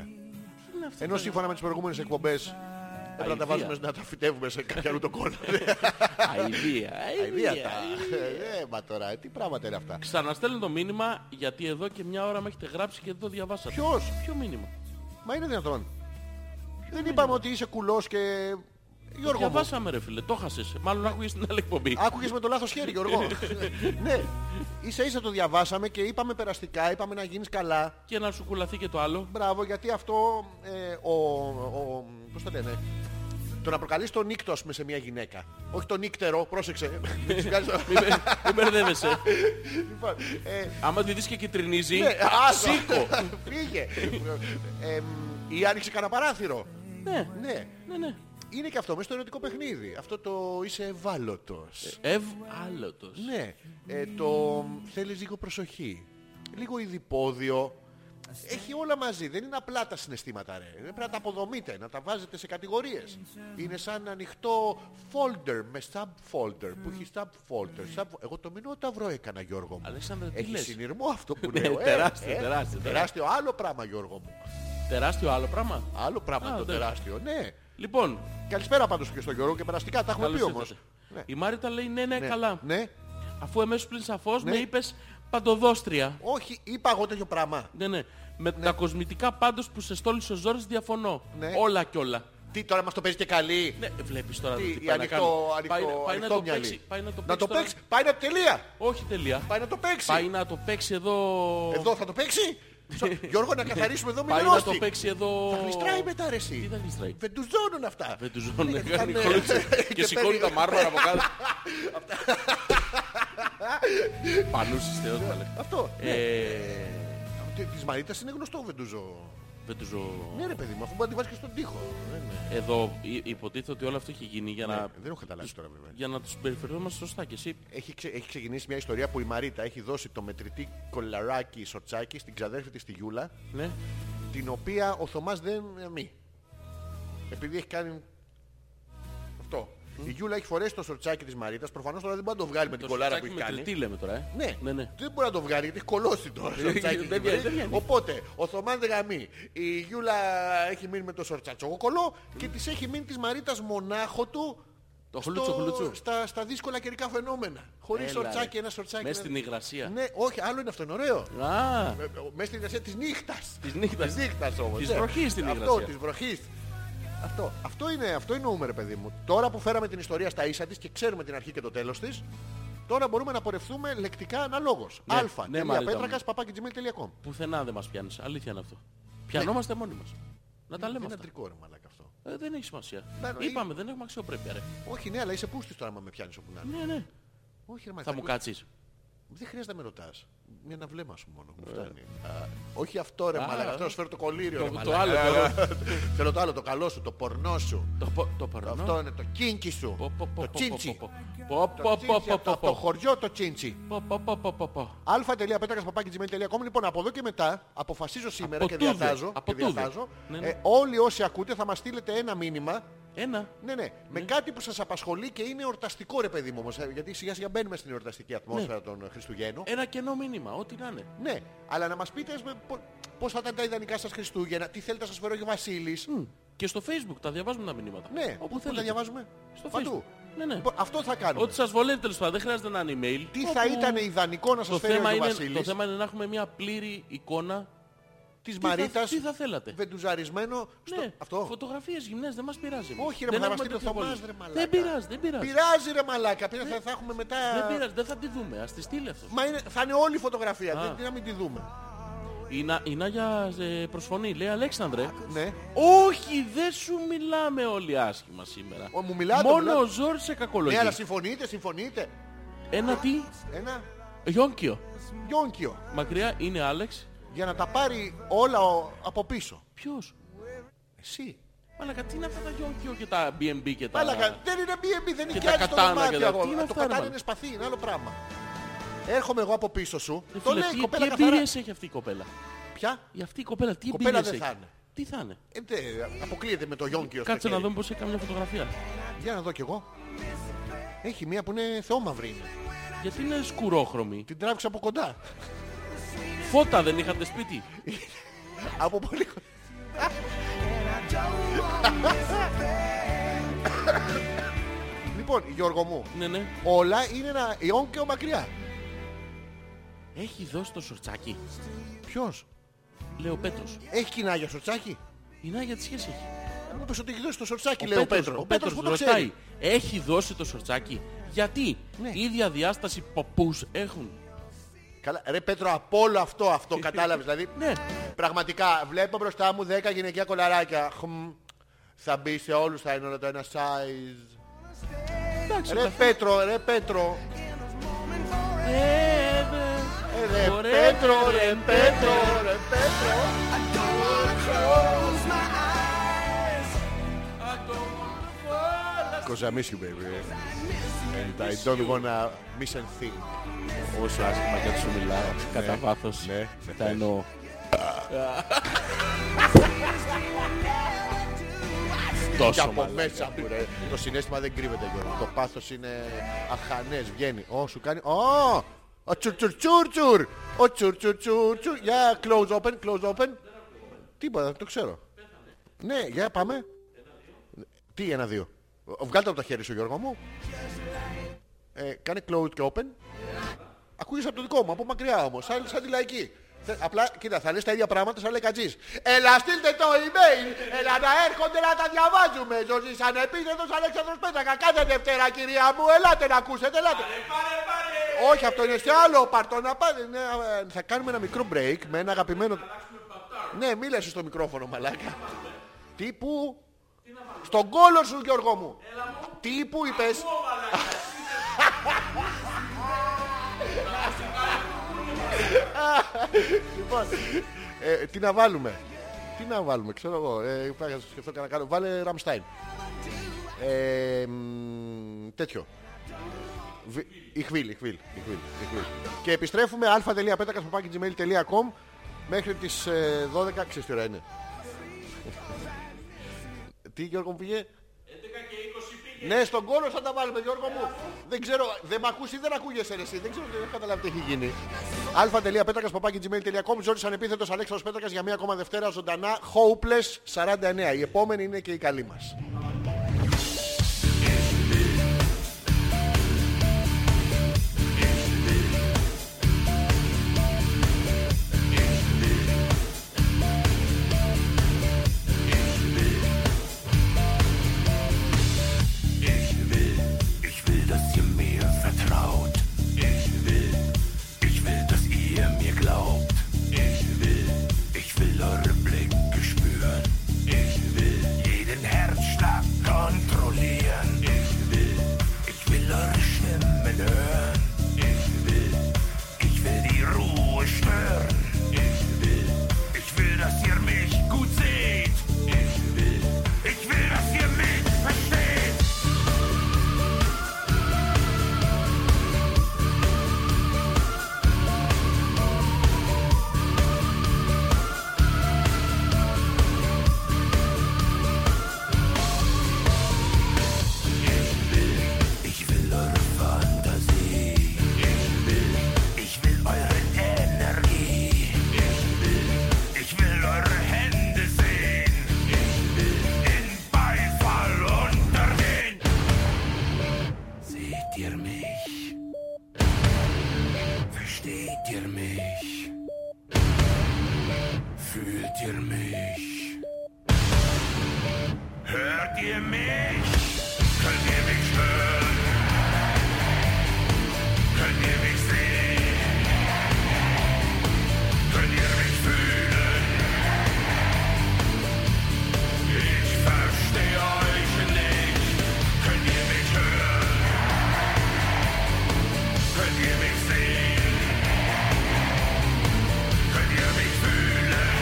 [SPEAKER 2] Ε,
[SPEAKER 1] Ενώ σύμφωνα με τις προηγούμενες εκπομπές έπρεπε να τα
[SPEAKER 2] Αηδία.
[SPEAKER 1] βάζουμε να τα φυτεύουμε σε κάποια άλλο το κόλλο.
[SPEAKER 2] Αηδία,
[SPEAKER 1] Αηδία
[SPEAKER 2] αηδία.
[SPEAKER 1] τα. Ε, μα τώρα, τι πράγματα είναι αυτά.
[SPEAKER 2] Ξαναστέλνω το μήνυμα γιατί εδώ και μια ώρα με έχετε γράψει και δεν το διαβάσατε.
[SPEAKER 1] Ποιος?
[SPEAKER 2] Ποιο μήνυμα.
[SPEAKER 1] Μα είναι δυνατόν. Δεν είπαμε ότι είσαι κουλός και...
[SPEAKER 2] το
[SPEAKER 1] Γιώργο μου,
[SPEAKER 2] διαβάσαμε ρε φίλε, το χάσες. Μάλλον άκουγες την άλλη εκπομπή.
[SPEAKER 1] άκουγες με το λάθος χέρι Γιώργο. ναι, ίσα ίσα το διαβάσαμε και είπαμε περαστικά, είπαμε να γίνεις καλά.
[SPEAKER 2] Και να σου κουλαθεί και το άλλο.
[SPEAKER 1] Μπράβο, γιατί αυτό ε, ο, ο, πώς το λένε, το να προκαλείς τον νύκτο ας πούμε σε μια γυναίκα. Όχι τον νύκτερο, πρόσεξε. Μην της βγάζεις το-
[SPEAKER 2] Μην μπε- Μην μπερδεύεσαι.
[SPEAKER 1] Λοιπόν, ε,
[SPEAKER 2] Άμα τη δεις και κυτρινίζει,
[SPEAKER 1] Ναι, άσο.
[SPEAKER 2] σήκω.
[SPEAKER 1] Φύγε. Ε, μ, Ή άνοιξε κανένα παράθυρο.
[SPEAKER 2] ναι,
[SPEAKER 1] Ναι.
[SPEAKER 2] ναι, ναι.
[SPEAKER 1] Είναι και αυτό μέσα στο ερωτικό παιχνίδι. Αυτό το είσαι ευάλωτος.
[SPEAKER 2] Ευάλωτος.
[SPEAKER 1] Ναι. Ε, το μ, θέλεις λίγο προσοχή. Λίγο ειδipόδιο. Έχει όλα μαζί. Δεν είναι απλά τα συναισθήματα, ρε. Πρέπει να τα αποδομείτε, να τα βάζετε σε κατηγορίες. Είναι σαν ανοιχτό folder με subfolder που έχει subfolder. Sub... Εγώ το μηνόταυρο έκανα, Γιώργο μου.
[SPEAKER 2] Αλέξανδρε, τι
[SPEAKER 1] Έχει
[SPEAKER 2] λες?
[SPEAKER 1] συνειρμό αυτό που
[SPEAKER 2] Ναι,
[SPEAKER 1] λέω. ε,
[SPEAKER 2] τεράστιο,
[SPEAKER 1] ε,
[SPEAKER 2] τεράστιο,
[SPEAKER 1] Τεράστιο άλλο πράγμα, Γιώργο μου.
[SPEAKER 2] Τεράστιο άλλο πράγμα.
[SPEAKER 1] Άλλο πράγμα
[SPEAKER 2] Α,
[SPEAKER 1] το
[SPEAKER 2] ναι.
[SPEAKER 1] τεράστιο. Ναι.
[SPEAKER 2] Λοιπόν,
[SPEAKER 1] Καλησπέρα πάντως και στον Γιώργο και περαστικά τα έχουμε
[SPEAKER 2] καλώς
[SPEAKER 1] πει όμως.
[SPEAKER 2] ήρθατε.
[SPEAKER 1] Ναι.
[SPEAKER 2] Η Μάριτα λέει ναι, ναι,
[SPEAKER 1] Ναι.
[SPEAKER 2] καλά.
[SPEAKER 1] Ναι.
[SPEAKER 2] Αφού εμέσως πλην σαφώς
[SPEAKER 1] Ναι.
[SPEAKER 2] με είπες παντοδόστρια.
[SPEAKER 1] Όχι, είπα εγώ τέτοιο πράγμα.
[SPEAKER 2] Ναι, ναι. Με τα κοσμητικά πάντως που σε στόλισε ο Ζόρις διαφωνώ.
[SPEAKER 1] Ναι.
[SPEAKER 2] Όλα κι όλα.
[SPEAKER 1] Τι τώρα μας το παίζει και καλή.
[SPEAKER 2] Ναι, βλέπεις τώρα
[SPEAKER 1] Τι,
[SPEAKER 2] τι,
[SPEAKER 1] η
[SPEAKER 2] πάει να κάνει.
[SPEAKER 1] ανοιχτό,
[SPEAKER 2] Πάει-
[SPEAKER 1] ανοιχτό,
[SPEAKER 2] πάει να
[SPEAKER 1] ανοιχτό
[SPEAKER 2] το
[SPEAKER 1] μυαλί.
[SPEAKER 2] παίξει. Πάει να το παίξει.
[SPEAKER 1] Να το
[SPEAKER 2] τώρα.
[SPEAKER 1] παίξει. Πάει να τελεία.
[SPEAKER 2] Όχι τελεία.
[SPEAKER 1] Πάει να το παίξει.
[SPEAKER 2] Πάει να το παίξει εδώ.
[SPEAKER 1] Εδώ θα το παίξει. Στο- Γιώργο να καθαρίσουμε εδώ με
[SPEAKER 2] Πάει να
[SPEAKER 1] λιγόστι.
[SPEAKER 2] το παίξει εδώ.
[SPEAKER 1] Θα γλιστράει μετά ρε εσύ.
[SPEAKER 2] Τι θα γλιστράει.
[SPEAKER 1] Βεντουζώνουν αυτά.
[SPEAKER 2] Δεν του ζώνουν.
[SPEAKER 1] Ναι,
[SPEAKER 2] Κάνει
[SPEAKER 1] ναι.
[SPEAKER 2] κολούτσι.
[SPEAKER 1] Και
[SPEAKER 2] Και σηκώνει
[SPEAKER 1] παίρνει-
[SPEAKER 2] τα μάρμαρα από κάτω. Πανούσης θεός τα λέγα.
[SPEAKER 1] Αυτό.
[SPEAKER 2] Ε,
[SPEAKER 1] Της Μαρίτα είναι γνωστό βεντουζό.
[SPEAKER 2] Δεν τους ζω.
[SPEAKER 1] Ναι ρε παιδί μου, αφού μπορεί να τη βάζεις και στον τοίχο. Ναι, ναι.
[SPEAKER 2] Εδώ υ- υποτίθεται ότι όλο αυτό έχει γίνει για να,
[SPEAKER 1] Δεν έχω καταλάβει τώρα βέβαια.
[SPEAKER 2] για να τους περιφερόμαστε σωστά. Και εσύ
[SPEAKER 1] Έχει, ξε- έχει ξεκινήσει μια ιστορία που η Μαρίτα έχει δώσει το μετρητή κολαράκι σοτσάκι στην ξαδέρφη της τη Γιούλα,
[SPEAKER 2] Ναι.
[SPEAKER 1] την οποία ο Θωμάς δεν αμεί. Επειδή έχει κάνει αυτό. Η Γιούλα έχει φορέσει το σορτσάκι της Μαρίτας, προφανώς τώρα δεν μπορεί να το βγάλει με την κολάρα που έχει κάνει.
[SPEAKER 2] Τι λέμε τώρα, ε.
[SPEAKER 1] Ναι.
[SPEAKER 2] ναι, ναι.
[SPEAKER 1] δεν μπορεί να το βγάλει γιατί έχει κολώσει το σορτσάκι.
[SPEAKER 2] Δεν βγαίνει, δεν βγαίνει.
[SPEAKER 1] Οπότε ο Θωμάς δεν γαμεί. Η Γιούλα έχει μείνει με το σορτσατσοκοκολό και της έχει μείνει της Μαρίτας μονάχο του
[SPEAKER 2] Το
[SPEAKER 1] στο-
[SPEAKER 2] χλούτσο, χλούτσο.
[SPEAKER 1] Στα, στα δύσκολα καιρικά φαινόμενα. Χωρίς
[SPEAKER 2] Έλα, ρε.
[SPEAKER 1] σορτσάκι, ένα σορτσάκι.
[SPEAKER 2] Μες
[SPEAKER 1] ένα-
[SPEAKER 2] στην υγρασία.
[SPEAKER 1] Ναι, όχι, άλλο είναι αυτό, είναι ωραίο.
[SPEAKER 2] Α,
[SPEAKER 1] Ε, ε, Μέσα στην υγρασία της νύχτας.
[SPEAKER 2] Της νύχτας.
[SPEAKER 1] Της νύχτας όμως.
[SPEAKER 2] Της
[SPEAKER 1] ναι.
[SPEAKER 2] βροχής στην
[SPEAKER 1] Αυτό,
[SPEAKER 2] υγρασία.
[SPEAKER 1] της βροχής. Αυτό, αυτό, είναι, αυτό εννοούμε ρε παιδί μου. Τώρα που φέραμε την ιστορία στα ίσα της και ξέρουμε την αρχή και το τέλος της, τώρα μπορούμε να πορευτούμε λεκτικά αναλόγως.
[SPEAKER 2] Ναι,
[SPEAKER 1] αλφα,
[SPEAKER 2] ναι,
[SPEAKER 1] τελεία,
[SPEAKER 2] Μαρίτα μου.
[SPEAKER 1] πέτρακας, παπάκι.gmail.com.
[SPEAKER 2] πουθενά δεν μας πιάνεις. Αλήθεια είναι αυτό. Πιανόμαστε μόνοι μας. Να τα λέμε
[SPEAKER 1] Ναι. Είναι
[SPEAKER 2] αυτά.
[SPEAKER 1] αντρικό ρε μαλάκα αυτό.
[SPEAKER 2] Ε, δεν έχει σημασία.
[SPEAKER 1] Ναι, ναι,
[SPEAKER 2] Είπαμε, δεν έχουμε αξιοπρέπεια, ρε.
[SPEAKER 1] Όχι, ναι, αλλά είσαι πούστης τώρα άμα με πιάνεις όπου να είναι.
[SPEAKER 2] Ναι, ναι.
[SPEAKER 1] Όχι, ρε, μαλάκα,
[SPEAKER 2] Θα μου κάτσεις.
[SPEAKER 1] Δεν χρειάζεται να με ρωτάς. Μια ένα βλέμμα σου μόνο μου φτάνει. Α, όχι αυτό ρε
[SPEAKER 2] Ε. Α,
[SPEAKER 1] μαλάκα,
[SPEAKER 2] α.
[SPEAKER 1] αυτό να σου φέρω το κολλήριο.
[SPEAKER 2] Το-
[SPEAKER 1] ρε,
[SPEAKER 2] το
[SPEAKER 1] μαλάκα.
[SPEAKER 2] άλλο, το
[SPEAKER 1] Θέλω το άλλο, το καλό σου, το πορνό σου.
[SPEAKER 2] Το, πο- το παρνό.
[SPEAKER 1] Αυτό είναι το κίνκι σου.
[SPEAKER 2] Πω, πω,
[SPEAKER 1] Το
[SPEAKER 2] πω, πω, πω,
[SPEAKER 1] τσίντσι.
[SPEAKER 2] πω. Πω,
[SPEAKER 1] Το
[SPEAKER 2] πω,
[SPEAKER 1] τσίντσι από το-
[SPEAKER 2] πω, πω, πω,
[SPEAKER 1] από το
[SPEAKER 2] πω.
[SPEAKER 1] χωριό το τσίντσι.
[SPEAKER 2] Πω, πω, πω, πω, πω, πω.
[SPEAKER 1] α.πέτρακα.gmail.com Λοιπόν, από εδώ και μετά αποφασίζω σήμερα
[SPEAKER 2] Από
[SPEAKER 1] και
[SPEAKER 2] τούδε,
[SPEAKER 1] διατάζω.
[SPEAKER 2] από
[SPEAKER 1] και
[SPEAKER 2] τούδε.
[SPEAKER 1] διατάζω.
[SPEAKER 2] Ναι, ναι.
[SPEAKER 1] Ε, όλοι όσοι ακούτε θα μας στείλετε ένα μήνυμα.
[SPEAKER 2] Ένα.
[SPEAKER 1] Ναι, ναι, με κάτι που σας απασχολεί και είναι εορταστικό ρε παιδί μου όμως, ε, γιατί σιγά σιγά μπαίνουμε στην εορταστική
[SPEAKER 2] Ναι.
[SPEAKER 1] ατμόσφαιρα των Χριστουγέννων.
[SPEAKER 2] Ένα κενό μήνυμα, ό,τι να είναι.
[SPEAKER 1] Ναι, αλλά να μας πείτε ας πούμε, πο- πώς θα ήταν τα ιδανικά σας Χριστούγεννα, τι θέλετε να σας φέρω και ο Βασίλης.
[SPEAKER 2] Και στο facebook τα διαβάζουμε τα μηνύματα.
[SPEAKER 1] Ναι,
[SPEAKER 2] όπου
[SPEAKER 1] όπου
[SPEAKER 2] θέλετε.
[SPEAKER 1] θα διαβάζουμε.
[SPEAKER 2] Στο
[SPEAKER 1] Παντού.
[SPEAKER 2] facebook. Ναι, ναι.
[SPEAKER 1] Λοιπόν, αυτό θα κάνουμε.
[SPEAKER 2] Ό,τι σας βολεύει τέλος πάντων, δεν χρειάζεται να είναι email.
[SPEAKER 1] Τι θα
[SPEAKER 2] Όπου-
[SPEAKER 1] ήταν ιδανικό να σας
[SPEAKER 2] Το
[SPEAKER 1] φέρει ο
[SPEAKER 2] θέμα, είναι, το
[SPEAKER 1] Βασίλης
[SPEAKER 2] θέμα είναι να έχουμε μια πλήρη εικόνα
[SPEAKER 1] της
[SPEAKER 2] τι θα-
[SPEAKER 1] Μαρίτας,
[SPEAKER 2] τι θα θέλατε.
[SPEAKER 1] βεντουζαρισμένο στο...
[SPEAKER 2] Ναι,
[SPEAKER 1] Αυτό.
[SPEAKER 2] φωτογραφίες γυμνές δεν μας πειράζει.
[SPEAKER 1] Όχι, ρε,
[SPEAKER 2] Δεν
[SPEAKER 1] θα
[SPEAKER 2] έχουμε
[SPEAKER 1] μας στείλει ο
[SPEAKER 2] τέτοιο
[SPEAKER 1] Θωμάς,
[SPEAKER 2] βόλιο.
[SPEAKER 1] ρε, μαλάκα.
[SPEAKER 2] Δεν πειράζει, δεν πειράζει.
[SPEAKER 1] Πειράζει ρε μαλάκα, πειρα- θα, θα έχουμε μετά...
[SPEAKER 2] Ναι. Δεν πειράζει, δεν θα τη δούμε, ας τη στείλει αυτός.
[SPEAKER 1] Μα είναι, θα είναι όλη η φωτογραφία,
[SPEAKER 2] Α.
[SPEAKER 1] δεν, τι να μην τη δούμε.
[SPEAKER 2] Η, να, η Νάγια ε, προσφωνεί, λέει Αλέξανδρε.
[SPEAKER 1] Ναι.
[SPEAKER 2] Όχι, δεν σου μιλάμε όλοι άσχημα σήμερα.
[SPEAKER 1] Ο, μου μιλάτε,
[SPEAKER 2] Μόνο
[SPEAKER 1] μιλάτε.
[SPEAKER 2] ο Ζόρις σε κακολογείς.
[SPEAKER 1] Ναι, αλλά συμφωνείτε, συμφωνείτε.
[SPEAKER 2] Ένα τι,
[SPEAKER 1] Ένα
[SPEAKER 2] Γιόνκιο.
[SPEAKER 1] γιόνκιο.
[SPEAKER 2] Μακριά είναι Άλεξ.
[SPEAKER 1] Για να τα πάρει όλα ο- από πίσω.
[SPEAKER 2] Ποιος.
[SPEAKER 1] Εσύ.
[SPEAKER 2] Μαλακα, τι είναι αυτά τα Γιόνκιο και τα BNB και τα... Ε,
[SPEAKER 1] Μάλακα, δεν είναι BMB, δεν
[SPEAKER 2] Και
[SPEAKER 1] είναι
[SPEAKER 2] τα
[SPEAKER 1] άλλη στο
[SPEAKER 2] κατάνα και τα-
[SPEAKER 1] δωμάτιο εγώ.
[SPEAKER 2] τι είναι
[SPEAKER 1] Το
[SPEAKER 2] αυτά, ρε,
[SPEAKER 1] κατάνα
[SPEAKER 2] μάλλον.
[SPEAKER 1] είναι σπαθί, είναι άλλο πράγμα. Έρχομαι εγώ από πίσω σου,
[SPEAKER 2] Ρε
[SPEAKER 1] το
[SPEAKER 2] Ε, φίλε,
[SPEAKER 1] λέει η
[SPEAKER 2] τι,
[SPEAKER 1] κοπέλα
[SPEAKER 2] τι
[SPEAKER 1] καθαρά.
[SPEAKER 2] εμπειρίες έχει αυτή η κοπέλα.
[SPEAKER 1] Πια,
[SPEAKER 2] Η αυτή η κοπέλα τι
[SPEAKER 1] Κοπέλα
[SPEAKER 2] εμπειρίες
[SPEAKER 1] δεν
[SPEAKER 2] έχει.
[SPEAKER 1] θα είναι.
[SPEAKER 2] Τι θα είναι.
[SPEAKER 1] ε, δε, αποκλείεται με το γιόνκιο. στο
[SPEAKER 2] Κάτσε να
[SPEAKER 1] χέρι.
[SPEAKER 2] δούμε πως έχει καμιά φωτογραφία.
[SPEAKER 1] Για να δω κι εγώ. Έχει μία που είναι θεόμαυρη. είναι.
[SPEAKER 2] Γιατί είναι σκουρόχρωμη.
[SPEAKER 1] Την τράβηξα από κοντά.
[SPEAKER 2] Φώτα δεν είχατε σπίτι.
[SPEAKER 1] από πολύ κοντά. λοιπόν, Γιώργο μου,
[SPEAKER 2] Ναι, ναι.
[SPEAKER 1] όλα είναι ένα γιόνκιο μακριά.
[SPEAKER 2] Έχει δώσει το σορτσάκι.
[SPEAKER 1] Ποιος,
[SPEAKER 2] Λέει ο Πέτρος.
[SPEAKER 1] έχει κοινάγια στο τσάκι.
[SPEAKER 2] Η Νάγια τι σχέση έχει.
[SPEAKER 1] Μου είπες ότι έχει δώσει το σορτσάκι, λέει ο Πέτρος.
[SPEAKER 2] ο Πέτρος
[SPEAKER 1] που το
[SPEAKER 2] ρωτάει.
[SPEAKER 1] ξέρει.
[SPEAKER 2] Έχει δώσει το σορτσάκι. Γιατί
[SPEAKER 1] Ναι.
[SPEAKER 2] η ίδια διάσταση ποπούς έχουν.
[SPEAKER 1] Καλά, ρε Πέτρο, από όλο αυτό, αυτό κατάλαβες. Δηλαδή,
[SPEAKER 2] Ναι.
[SPEAKER 1] πραγματικά, βλέπω μπροστά μου 10 γυναικεία κολαράκια. Χμ, θα μπει σε όλους, θα είναι όλα το ένα size.
[SPEAKER 2] Εντάξει.
[SPEAKER 1] Ρε
[SPEAKER 2] τα-
[SPEAKER 1] Πέτρο, ρε Πέτρο.
[SPEAKER 2] Ε, ναι.
[SPEAKER 1] Ε, Ρε
[SPEAKER 2] Ωραία,
[SPEAKER 1] Πέτρο,
[SPEAKER 2] ρε,
[SPEAKER 1] ρε Πέτρο, ρε Πέτρο. Because I miss you, baby. And I don't wanna miss and think.
[SPEAKER 2] Όσο άσχημα και αν σου μιλάω. Κατά βάθος.
[SPEAKER 1] ναι, ναι.
[SPEAKER 2] Τα εννοώ.
[SPEAKER 1] Και
[SPEAKER 2] Τόσο
[SPEAKER 1] από
[SPEAKER 2] μάλλον.
[SPEAKER 1] μέσα μου, ρε. Το συνέστημα δεν κρύβεται, Γιώργο. Το πάθος είναι αχανές, βγαίνει. Ω, σου κάνει... Ω, ο τσουρ τσουρ τσουρ τσουρ. Ο τσουρ τσουρ τσουρ τσουρ. Για, close open, close open. Τίποτα, το ξέρω. Ναι, για πάμε. Τι, ένα-δύο. Βγάλτε από τα χέρια σου, Γιώργο μου. Ε, κάνε closed και open. Ακούγεσαι από το δικό μου, από μακριά όμως, σαν, σαν τη λαϊκή. Θε- Απλά, κοίτα, θα λες τα ίδια πράγματα σαν λεκατζής. Έλα στείλτε το email, έλα να έρχονται να τα διαβάζουμε. Ζωζής ανεπίθετος Αλέξανδρος Πέτρακα, κάθε Δευτέρα κυρία μου, ελάτε να ακούσετε, ελάτε. Όχι, αυτό είναι σε άλλο πάρτο να πάτε. Ναι, ε, θα κάνουμε ένα μικρό break με ένα αγαπημένο... Ναι, μίλασε στο μικρόφωνο, μαλάκα. Τύπου... Στον κόλο σου, Γιώργο μου. Τύπου είπες... Ε, τι να βάλουμε. Τι να βάλουμε, ξέρω εγώ. Ε, πρέπει να σκεφτώ κανένα κάνω. Βάλε Ραμστάιν. Ε, μ, τέτοιο. Βι- Ιχβίλ, Ιχβίλ, Ιχβίλ, Ιχβίλ. Και επιστρέφουμε α.πέτακας.gmail.com μέχρι τις ε, 12. Ξέρεις τι ώρα είναι. τι Γιώργο μου πήγε. 11 Ναι, στον κόλο θα τα βάλουμε Γιώργο μου. δεν ξέρω, δεν μ' ακούς ή δεν ακούγεσαι ρε εσύ. Δεν ξέρω, δεν έχω καταλάβει τι έχει γίνει. α.πέτακας.gmail.com Ζόρις ανεπίθετος Αλέξανδρος Πέτακας για μία ακόμα Δευτέρα ζωντανά Hopeless 49. Η επόμενη είναι και η καλή μας.
[SPEAKER 5] Ich will, dass ihr mir vertraut. Ich will, ich will, dass ihr mir glaubt. Ich will, ich will eure Blicke spüren. Ich will jeden Herzschlag kontrollieren. Ich will, ich will eure Stimmen hören. Ich will, ich will die Ruhe stören. Ich will, ich will, dass ihr mich gut seht. Ich will, ich will, dass ihr mich versteht. Ich will eure Fantasie. Ich will, ich will eure Energie. Ich will, ich will eure Hände sehen. Ich will in Beifall untergehen. Seht ihr mich? Versteht ihr mich? Fühlt ihr mich? Hört ihr mich? Könnt ihr mich hören? Könnt ihr mich sehen? Könnt ihr mich fühlen? Ich verstehe euch nicht. Könnt ihr mich hören? Könnt ihr mich sehen? Könnt ihr mich fühlen?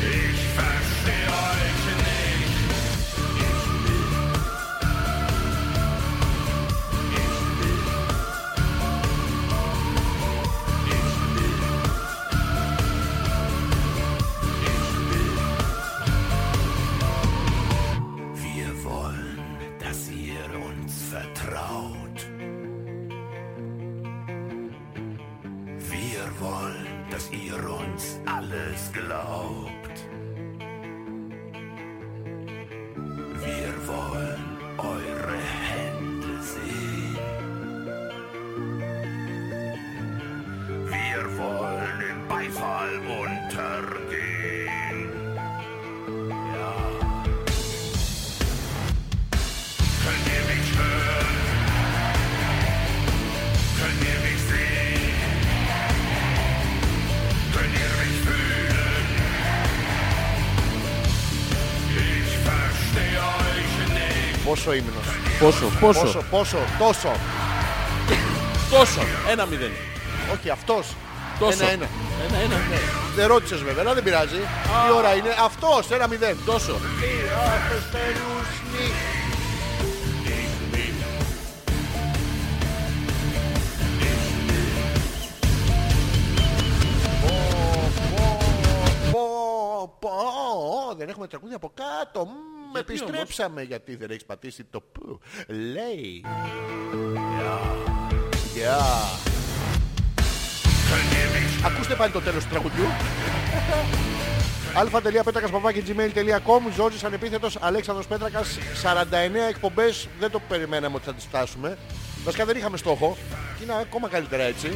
[SPEAKER 5] Ich verstehe euch nicht. Wir wollen, dass ihr uns vertraut. Wir wollen, dass ihr uns alles glaubt. Wir wollen eure Hände sehen. Wir wollen im Beifall untergehen. Könnt ihr mich hören? Könnt ihr mich sehen? Könnt ihr mich fühlen? Ich verstehe euch nicht.
[SPEAKER 1] Πόσο ύμνος.
[SPEAKER 2] Πόσο,
[SPEAKER 1] Πόσο, πόσο, τόσο.
[SPEAKER 2] Τόσο. Ένα μηδέν.
[SPEAKER 1] Όχι, αυτός.
[SPEAKER 2] Τόσο.
[SPEAKER 1] Ένα, ένα.
[SPEAKER 2] Ένα, ένα, ναι.
[SPEAKER 1] Δεν ρώτησες βέβαια, αλλά δεν πειράζει. Τι ώρα είναι. Αυτός, ένα μηδέν.
[SPEAKER 2] Τόσο.
[SPEAKER 1] Πω, πω, δεν έχουμε τραγούδια από κάτω. Μμμ,
[SPEAKER 2] Γιατί
[SPEAKER 1] Επιστρέψαμε γιατί δεν έχεις πατήσει το που. Λέει. Γεια.
[SPEAKER 5] Könnt ihr mich
[SPEAKER 1] Ακούστε πάλι το τέλος του τραγουδιού. α.πέτρακας.gmail.com Ζόρις ανεπίθετος Αλέξανδρος Πέτρακας 49 εκπομπές Δεν το περιμέναμε ότι θα τις φτάσουμε Βασικά δεν είχαμε στόχο Και είναι ακόμα καλύτερα έτσι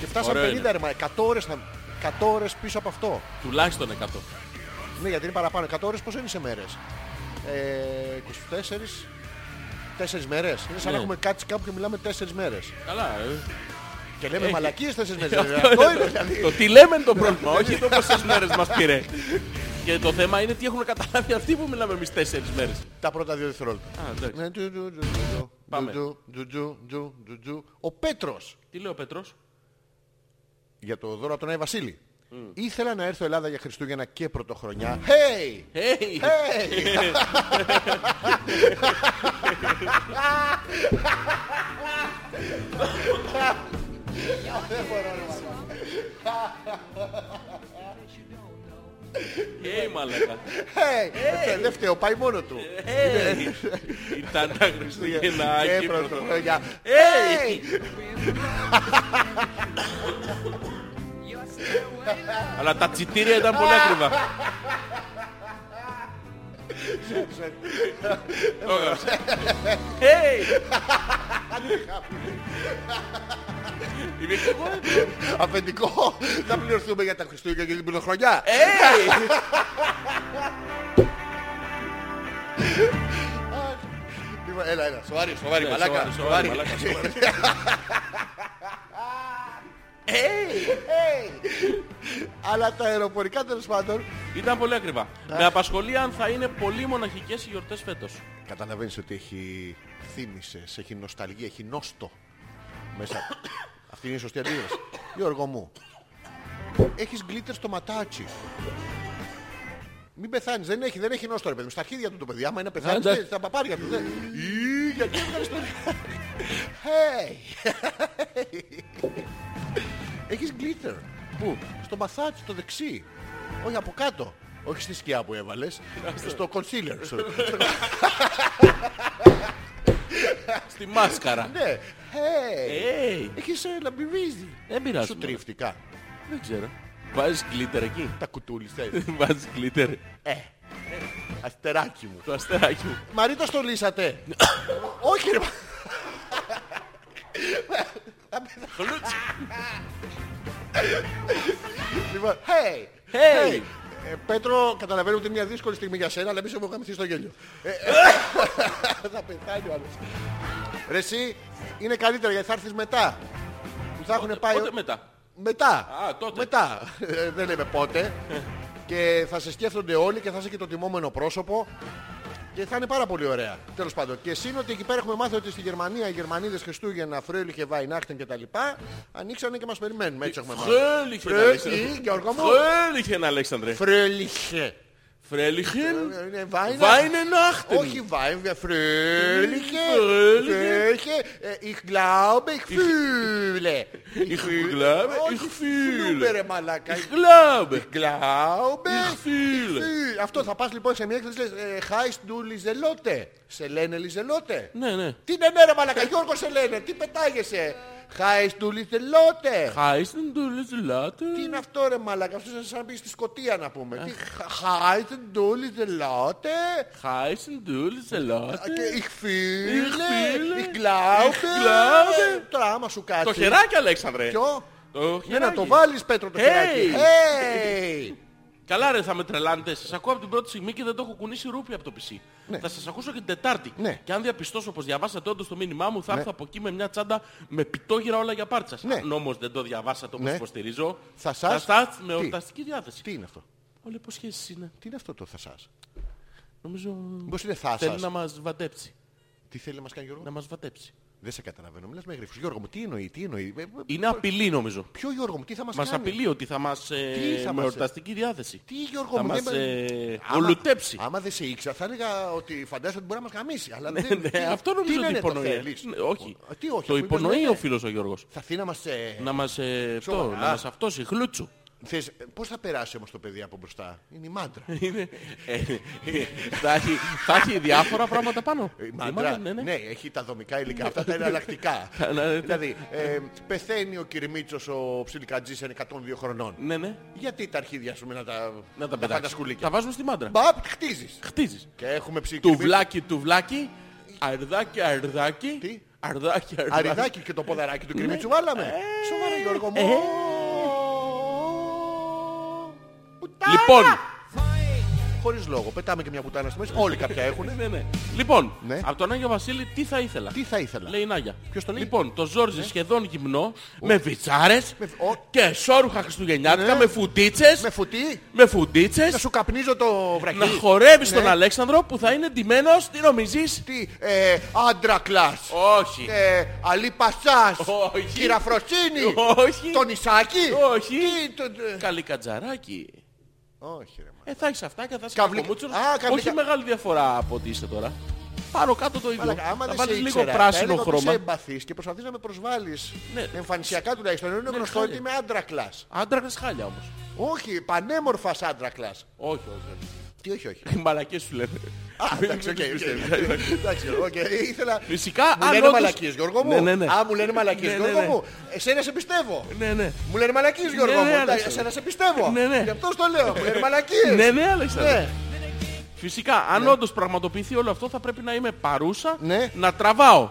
[SPEAKER 1] Και φτάσαμε
[SPEAKER 2] Ωραίο
[SPEAKER 1] 50 ρε μα 100 ώρες, θα- 100 ώρες πίσω από αυτό
[SPEAKER 2] Τουλάχιστον 100.
[SPEAKER 1] Ναι, γιατί είναι παραπάνω. 100 ώρες πόσο είναι σε μέρες. Ε, 24. 4 μέρες. Είναι σαν να
[SPEAKER 2] Ναι.
[SPEAKER 1] έχουμε κάτσει κάπου και μιλάμε 4 μέρες.
[SPEAKER 2] Καλά, ε.
[SPEAKER 1] Και λέμε
[SPEAKER 2] Έχει.
[SPEAKER 1] μαλακίες 4 μέρες.
[SPEAKER 2] Αυτό
[SPEAKER 1] δηλαδή. Αυτό είναι
[SPEAKER 2] Το
[SPEAKER 1] δηλαδή.
[SPEAKER 2] τι λέμε είναι το πρόβλημα, όχι το πόσες μέρες μας πήρε. Και το θέμα είναι τι έχουν καταλάβει αυτοί που μιλάμε εμείς τέσσερις μέρες.
[SPEAKER 1] Τα πρώτα δύο δευτερόλεπτα.
[SPEAKER 2] Α, εντάξει.
[SPEAKER 1] Ναι, ντου, ντου, ντου, ντου, ντου.
[SPEAKER 2] Πάμε.
[SPEAKER 1] Ντου, ντου, ντου, ντου, ντου, ντου. Ο Πέτρος
[SPEAKER 2] Τι λέει ο Πέτρος.
[SPEAKER 1] για το δώρο από τον Άι Βασίλη.
[SPEAKER 2] Mm.
[SPEAKER 1] Ήθελα να έρθω Ελλάδα για Χριστούγεννα και Πρωτοχρονιά. Hey!
[SPEAKER 2] Hey!
[SPEAKER 1] Hey!
[SPEAKER 2] Hey, μαλάκα.
[SPEAKER 1] Hey! Ε, Δεν φταίω, πάει μόνο του.
[SPEAKER 2] Hey! Ήταν τα Ε, Χριστούγεννα
[SPEAKER 1] Και
[SPEAKER 2] εκεί.
[SPEAKER 1] Πρωτοχρονιά.
[SPEAKER 2] Hey! Αλλά τα τσιτήρια ήταν πολύ ακριβά. Το έγραψε. Hey! Είμαι και εγώ.
[SPEAKER 1] Αφεντικό, θα πληρωθούμε για τα Χριστούγεννα και την Πρωτοχρονιά.
[SPEAKER 2] Hey!
[SPEAKER 1] Λοιπόν, Έλα, έλα, σοβαρή, σοβαρή,
[SPEAKER 2] Ναι,
[SPEAKER 1] μαλάκα,
[SPEAKER 2] σοβαρή,
[SPEAKER 1] σοβαρή.
[SPEAKER 2] σοβαρή, μαλάκα, σοβαρή.
[SPEAKER 1] Αλλά τα αεροπορικά τέλος πάντων.
[SPEAKER 2] Ήταν πολύ ακριβά. Με απασχολεί αν θα είναι πολύ μοναχικές οι γιορτές φέτος.
[SPEAKER 1] Καταλαβαίνεις ότι έχει θύμησες, έχει νοσταλγία, έχει νόστο μέσα. Αυτή είναι η σωστή αντίδραση. Γιώργο μου, έχεις γκλίτερ στο ματάτσι. Μην πεθάνεις, δεν έχει, δεν έχει νόστο ρε παιδί μου. Στα αρχίδια του το παιδί, άμα είναι να πεθάνεις,
[SPEAKER 2] Ναι,
[SPEAKER 1] δεν- στα παπάρια του. δεν- Ή, Γιατί έβγαλες το... Hey! Έχεις γκλίτερ. Πού? Στο μαθάτσι, στο δεξί. Όχι από κάτω. Όχι στη σκιά που έβαλες. στο concealer σου.
[SPEAKER 2] Στη μάσκαρα.
[SPEAKER 1] ναι. Hey!
[SPEAKER 2] Hey!
[SPEAKER 1] Έχεις ε, λαμπιβίζει.
[SPEAKER 2] Δεν πειράζει.
[SPEAKER 1] Σου
[SPEAKER 2] μωρέ.
[SPEAKER 1] τρίφτηκα.
[SPEAKER 2] Δεν ξέρω. Βάζεις γκλίτερ εκεί.
[SPEAKER 1] Τα ε. κουτούλησε.
[SPEAKER 2] Βάζεις γκλίτερ.
[SPEAKER 1] Αστεράκι μου.
[SPEAKER 2] Το αστεράκι μου.
[SPEAKER 1] Μαρίτα στο λύσατε. Όχι ρε. Θα πεθα-
[SPEAKER 2] Χλούτσι.
[SPEAKER 1] Λοιπόν, hey!
[SPEAKER 2] Hey!
[SPEAKER 1] Hey! Ε, Πέτρο, καταλαβαίνω ότι είναι μια δύσκολη στιγμή για σένα, αλλά εμείς έχουμε γαμηθεί στο γέλιο. Ε, ε, θα πεθάνει ο άλλος. Ρε εσύ, είναι καλύτερα γιατί θα έρθεις μετά. Που θα έχουν πάει...
[SPEAKER 2] Πότε μετά.
[SPEAKER 1] Μετά.
[SPEAKER 2] Α, τότε.
[SPEAKER 1] Μετά. Ε, Δεν λέμε πότε. και θα σε σκέφτονται όλοι και θα είσαι και το τιμόμενο πρόσωπο. Και θα είναι πάρα πολύ ωραία. Τέλος πάντων. Και σύν ότι εκεί πέρα έχουμε μάθει ότι στη Γερμανία οι Γερμανίδες Χριστούγεννα, Φρέλιχε, Βαϊνάχτεν και τα λοιπά ανοίξανε και μας περιμένουν. Έτσι έχουμε μάθει.
[SPEAKER 2] Φρέλιχεν
[SPEAKER 1] Φρέλιχε, ε,
[SPEAKER 2] Αλέξανδρε.
[SPEAKER 1] Γιώργο μου.
[SPEAKER 2] Φρέλιχεν Αλέξανδρε.
[SPEAKER 1] Φρέλιχε.
[SPEAKER 2] Φρέλιχεν.
[SPEAKER 1] Είναι Weihnachten.
[SPEAKER 2] Weihnachten.
[SPEAKER 1] Όχι ε, Weihnachten, Fröhliche.
[SPEAKER 2] Fröhliche.
[SPEAKER 1] Fröhliche. Ε, Ich glaube, ich fühle.
[SPEAKER 2] Ich glaube, ich
[SPEAKER 1] Όχι,
[SPEAKER 2] fühle.
[SPEAKER 1] φλούπε, ρε μαλάκα.
[SPEAKER 2] Ich glaube.
[SPEAKER 1] Glaube.
[SPEAKER 2] Ich fühle.
[SPEAKER 1] fühle. Αυτό θα πας λοιπόν σε μια έκθεση και λες ε, Heist du Liselotte. Σε λένε Liselotte.
[SPEAKER 2] Ναι, ναι.
[SPEAKER 1] Τι ναι ναι ρε μαλάκα, Γιώργο σε λένε. Τι πετάγεσαι. Heist du Liselotte.
[SPEAKER 2] Χάισεν του Λιζελάτε.
[SPEAKER 1] Τι είναι αυτό ρε μαλάκα, αυτός είναι σαν να πήγες στη σκοτία να πούμε. Τι Heist du Liselotte.
[SPEAKER 2] Χάισεν του
[SPEAKER 1] Και
[SPEAKER 2] Λιζελάτε.
[SPEAKER 1] ich fühle,
[SPEAKER 2] fühle,
[SPEAKER 1] ich glaube.
[SPEAKER 2] ich glaube.
[SPEAKER 1] Τώρα άμα σου κάτσει.
[SPEAKER 2] Το χεράκι Αλέξανδρε.
[SPEAKER 1] Ποιο?
[SPEAKER 2] Το
[SPEAKER 1] Ναι, να
[SPEAKER 2] χεράκι.
[SPEAKER 1] το βάλεις Πέτρο το
[SPEAKER 2] Hey.
[SPEAKER 1] χεράκι. Hey.
[SPEAKER 2] Καλά ρε θα με τρελάνετε. Σας ακούω από την πρώτη στιγμή και δεν το έχω κουνήσει ρούπι από το PC. Θα σας ακούσω και την Τετάρτη.
[SPEAKER 1] Ναι.
[SPEAKER 2] Και αν διαπιστώσω πως διαβάσατε όντως το μήνυμά μου θα έρθω από εκεί με μια τσάντα με πιτόγυρα όλα για πάρτσας.
[SPEAKER 1] Ναι.
[SPEAKER 2] Αν όμως δεν το διαβάσατε όπως
[SPEAKER 1] Ναι.
[SPEAKER 2] υποστηρίζω.
[SPEAKER 1] Θα σας-
[SPEAKER 2] στάθ με
[SPEAKER 1] Τι?
[SPEAKER 2] ορταστική διάθεση.
[SPEAKER 1] Τι είναι αυτό.
[SPEAKER 2] Όλοι υποσχέσεις είναι.
[SPEAKER 1] Τι είναι αυτό το θα σας.
[SPEAKER 2] Νομίζω
[SPEAKER 1] Μήπως είναι θα
[SPEAKER 2] θέλει
[SPEAKER 1] σας.
[SPEAKER 2] να μας βατέψει.
[SPEAKER 1] Τι θέλει να μας κάνει Γιώργο.
[SPEAKER 2] Να μας βατέψει.
[SPEAKER 1] Δεν σε καταλαβαίνω. Μιλάς με γρήφους. Γιώργο μου, τι εννοεί, τι εννοεί. Ε, ε,
[SPEAKER 2] Είναι απειλή νομίζω.
[SPEAKER 1] Ποιο Γιώργο μου, τι θα μας
[SPEAKER 2] Μας
[SPEAKER 1] κάνει.
[SPEAKER 2] απειλεί ότι θα μας ε,
[SPEAKER 1] Τι θα
[SPEAKER 2] με
[SPEAKER 1] μας-
[SPEAKER 2] ορταστική διάθεση.
[SPEAKER 1] Τι Γιώργο
[SPEAKER 2] θα
[SPEAKER 1] μου,
[SPEAKER 2] μας
[SPEAKER 1] δεν-
[SPEAKER 2] ε,
[SPEAKER 1] Άμα-
[SPEAKER 2] ολουτέψει.
[SPEAKER 1] Άμα δεν σε ήξερα, θα έλεγα ότι φαντάζομαι ότι μπορεί να μας γαμίσει. Αλλά
[SPEAKER 2] Ναι,
[SPEAKER 1] δεν-
[SPEAKER 2] ναι,
[SPEAKER 1] τι-
[SPEAKER 2] αυτό
[SPEAKER 1] τι
[SPEAKER 2] νομίζω ότι
[SPEAKER 1] λένε, το
[SPEAKER 2] υπονοεί.
[SPEAKER 1] θέλεις?
[SPEAKER 2] Ναι, Όχι.
[SPEAKER 1] Ο- Τι όχι.
[SPEAKER 2] Το
[SPEAKER 1] μήπως
[SPEAKER 2] υπονοεί
[SPEAKER 1] λένε,
[SPEAKER 2] ο φίλος ο Γιώργος.
[SPEAKER 1] Θα έρθει να μας... ε,
[SPEAKER 2] Να μας, ε, αυτό,
[SPEAKER 1] Σοβαρά.
[SPEAKER 2] να μας αυτόσει, χλούτσου.
[SPEAKER 1] Θες, πώς θα περάσει όμως το παιδί από μπροστά. Είναι η μάντρα.
[SPEAKER 2] Ε, θα, έχει, θα έχει διάφορα πράγματα πάνω.
[SPEAKER 1] Η
[SPEAKER 2] Η
[SPEAKER 1] μάντρα,
[SPEAKER 2] ναι, ναι.
[SPEAKER 1] ναι, έχει τα δομικά υλικά, αυτά τα εναλλακτικά.
[SPEAKER 2] ναι.
[SPEAKER 1] δηλαδή, ε, πεθαίνει ο Κυρμίτσος ο ψιλικατζής είναι 102 χρονών.
[SPEAKER 2] ναι, ναι.
[SPEAKER 1] Γιατί τα αρχίδια σου να τα,
[SPEAKER 2] Να
[SPEAKER 1] πάντα
[SPEAKER 2] τα πετάξεις.
[SPEAKER 1] σκουλίκια.
[SPEAKER 2] Τα βάζουμε στη μάντρα.
[SPEAKER 1] Μπαπ, χτίζεις.
[SPEAKER 2] Χτίζεις.
[SPEAKER 1] Και έχουμε ψηλικατζή.
[SPEAKER 2] Τουβλάκι, τουβλάκι, αρδάκι, αρδάκι.
[SPEAKER 1] Τι?
[SPEAKER 2] Αρδάκι, αρδάκι.
[SPEAKER 1] Αριδάκι και το ποδαράκι του Κυρμίτσου βάλαμε. Σοβαρά Γιώργο μου.
[SPEAKER 2] Ναι. Ε.
[SPEAKER 1] Πουτάνα.
[SPEAKER 2] Λοιπόν,
[SPEAKER 1] Χωρίς λόγο. Πετάμε και μια πουτάνα στη μέση. Όλοι κάποια έχουν.
[SPEAKER 2] ναι, ναι. λοιπόν
[SPEAKER 1] Ναι.
[SPEAKER 2] από τον Άγιο Βασίλη τι θα ήθελα.
[SPEAKER 1] Τι θα ήθελα.
[SPEAKER 2] Λέει η Νάγια.
[SPEAKER 1] Ποιος το λέει? Ναι.
[SPEAKER 2] Λοιπόν, το Ζόρζι σχεδόν γυμνό, με βιτσάρες
[SPEAKER 1] Με φ- ο-
[SPEAKER 2] και σόρουχα Χριστουγεννιάτικα,
[SPEAKER 1] Ναι.
[SPEAKER 2] με φουντίτσες,
[SPEAKER 1] Με φουτί.
[SPEAKER 2] με φουντίτσες,
[SPEAKER 1] Να σου καπνίζω το βραχί.
[SPEAKER 2] να χορεύεις
[SPEAKER 1] Ναι.
[SPEAKER 2] τον Αλέξανδρο που θα είναι ντυμένος, τι νομίζεις.
[SPEAKER 1] Τι, ε, άντρα κλάς.
[SPEAKER 2] Όχι.
[SPEAKER 1] Ε, Αλή Πασάς.
[SPEAKER 2] Όχι.
[SPEAKER 1] Κυραφροσύνη.
[SPEAKER 2] Όχι.
[SPEAKER 1] Τον Ισάκη.
[SPEAKER 2] Όχι.
[SPEAKER 1] Τι, το- το-
[SPEAKER 2] Καλή κατζαράκι.
[SPEAKER 1] Όχι ρε μα.
[SPEAKER 2] Ε, θα έχεις αυτά και θα είσαι
[SPEAKER 1] Καβλι-
[SPEAKER 2] κακομούτσουρος.
[SPEAKER 1] Α, καβλικα-
[SPEAKER 2] Όχι μεγάλη διαφορά από ό,τι είσαι τώρα. Πάνω κάτω το ίδιο.
[SPEAKER 1] Μαλάκα, άμα
[SPEAKER 2] Θα
[SPEAKER 1] δεν σε
[SPEAKER 2] βάλεις λίγο
[SPEAKER 1] ήξερα, θα
[SPEAKER 2] πράσινο
[SPEAKER 1] έλεγα ότι
[SPEAKER 2] χρώμα.
[SPEAKER 1] Είσαι εμπαθής και προσπαθείς να με προσβάλλεις.
[SPEAKER 2] Ναι.
[SPEAKER 1] Εμφανισιακά τουλάχιστον. Ενώ είναι γνωστό
[SPEAKER 2] χάλια.
[SPEAKER 1] ότι είμαι άντρα κλάς.
[SPEAKER 2] Άντρακας χάλια όμως.
[SPEAKER 1] Όχι, πανέμορφας άντρα κλάς.
[SPEAKER 2] Όχι, όχι.
[SPEAKER 1] Τι όχι, όχι.
[SPEAKER 2] Οι μαλακές σου λένε.
[SPEAKER 1] Α, εντάξει, οκ. οκ. Εντάξει, οκ. Ήθελα...
[SPEAKER 2] Φυσικά,
[SPEAKER 1] Μου
[SPEAKER 2] αν
[SPEAKER 1] λένε
[SPEAKER 2] όντως-
[SPEAKER 1] μαλακίες, Γιώργο μου.
[SPEAKER 2] Ναι, ναι, ναι.
[SPEAKER 1] Α, μου λένε μαλακίες,
[SPEAKER 2] Ναι, ναι,
[SPEAKER 1] Γιώργο
[SPEAKER 2] ναι.
[SPEAKER 1] μου. Εσένα σε πιστεύω.
[SPEAKER 2] Ναι, ναι.
[SPEAKER 1] Μου λένε μαλακίες, Γιώργο
[SPEAKER 2] Ναι, ναι,
[SPEAKER 1] μου. Εντάξει,
[SPEAKER 2] Αλέξανδρε.
[SPEAKER 1] Εσένα σε πιστεύω.
[SPEAKER 2] Ναι, ναι.
[SPEAKER 1] Γι' αυτό το λέω. Μου λένε μαλακίες.
[SPEAKER 2] Ναι, ναι, Αλέξανδρε.
[SPEAKER 1] Ε, Ναι.
[SPEAKER 2] Φυσικά, αν όντως πραγματοποιηθεί όλο αυτό, θα πρέπει να είμαι παρούσα
[SPEAKER 1] Ναι.
[SPEAKER 2] να τραβάω.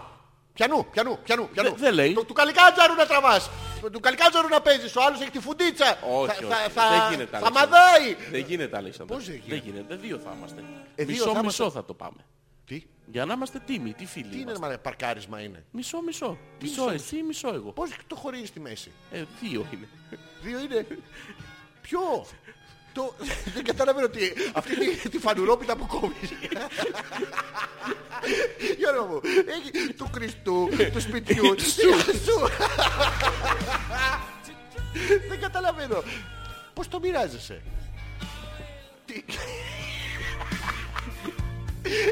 [SPEAKER 1] Πιανού, πιανού, πιανού. πιανού.
[SPEAKER 2] δεν λέει.
[SPEAKER 1] Το- Του καλικάτζαρου να τραβάς. Του καλικάτζαρου να παίζεις. Ο άλλος έχει τη φουντίτσα.
[SPEAKER 2] Όχι,
[SPEAKER 1] Θα-
[SPEAKER 2] όχι.
[SPEAKER 1] θα-
[SPEAKER 2] δεν γίνεται.
[SPEAKER 1] Θα
[SPEAKER 2] Αλέξανδρε.
[SPEAKER 1] μαδάει.
[SPEAKER 2] Δεν γίνεται, Αλέξανδρο.
[SPEAKER 1] Πώς δεν γίνεται.
[SPEAKER 2] γίνεται. Δύο θα είμαστε.
[SPEAKER 1] Ε, δύο θα
[SPEAKER 2] μισό,
[SPEAKER 1] είμαστε.
[SPEAKER 2] μισό θα το πάμε.
[SPEAKER 1] Τι,
[SPEAKER 2] Για να είμαστε τίμοι, τι φίλοι.
[SPEAKER 1] τι είναι,
[SPEAKER 2] είμαστε.
[SPEAKER 1] μα, παρκάρισμα είναι.
[SPEAKER 2] Μισό, μισό. Μισό,
[SPEAKER 1] μισό,
[SPEAKER 2] εσύ, μισό εγώ.
[SPEAKER 1] Πώς το χωρίζεις στη μέση.
[SPEAKER 2] Ε, δύο είναι.
[SPEAKER 1] Δύο είναι. Ποιο. Το... Δεν καταλαβαίνω ότι αυτή τη, τη φανουρόπιτα που κόβεις. Γιώργο μου, έχει του Χριστού, του σπιτιού, σου, σου. Δεν καταλαβαίνω. Πώς το μοιράζεσαι. Τι-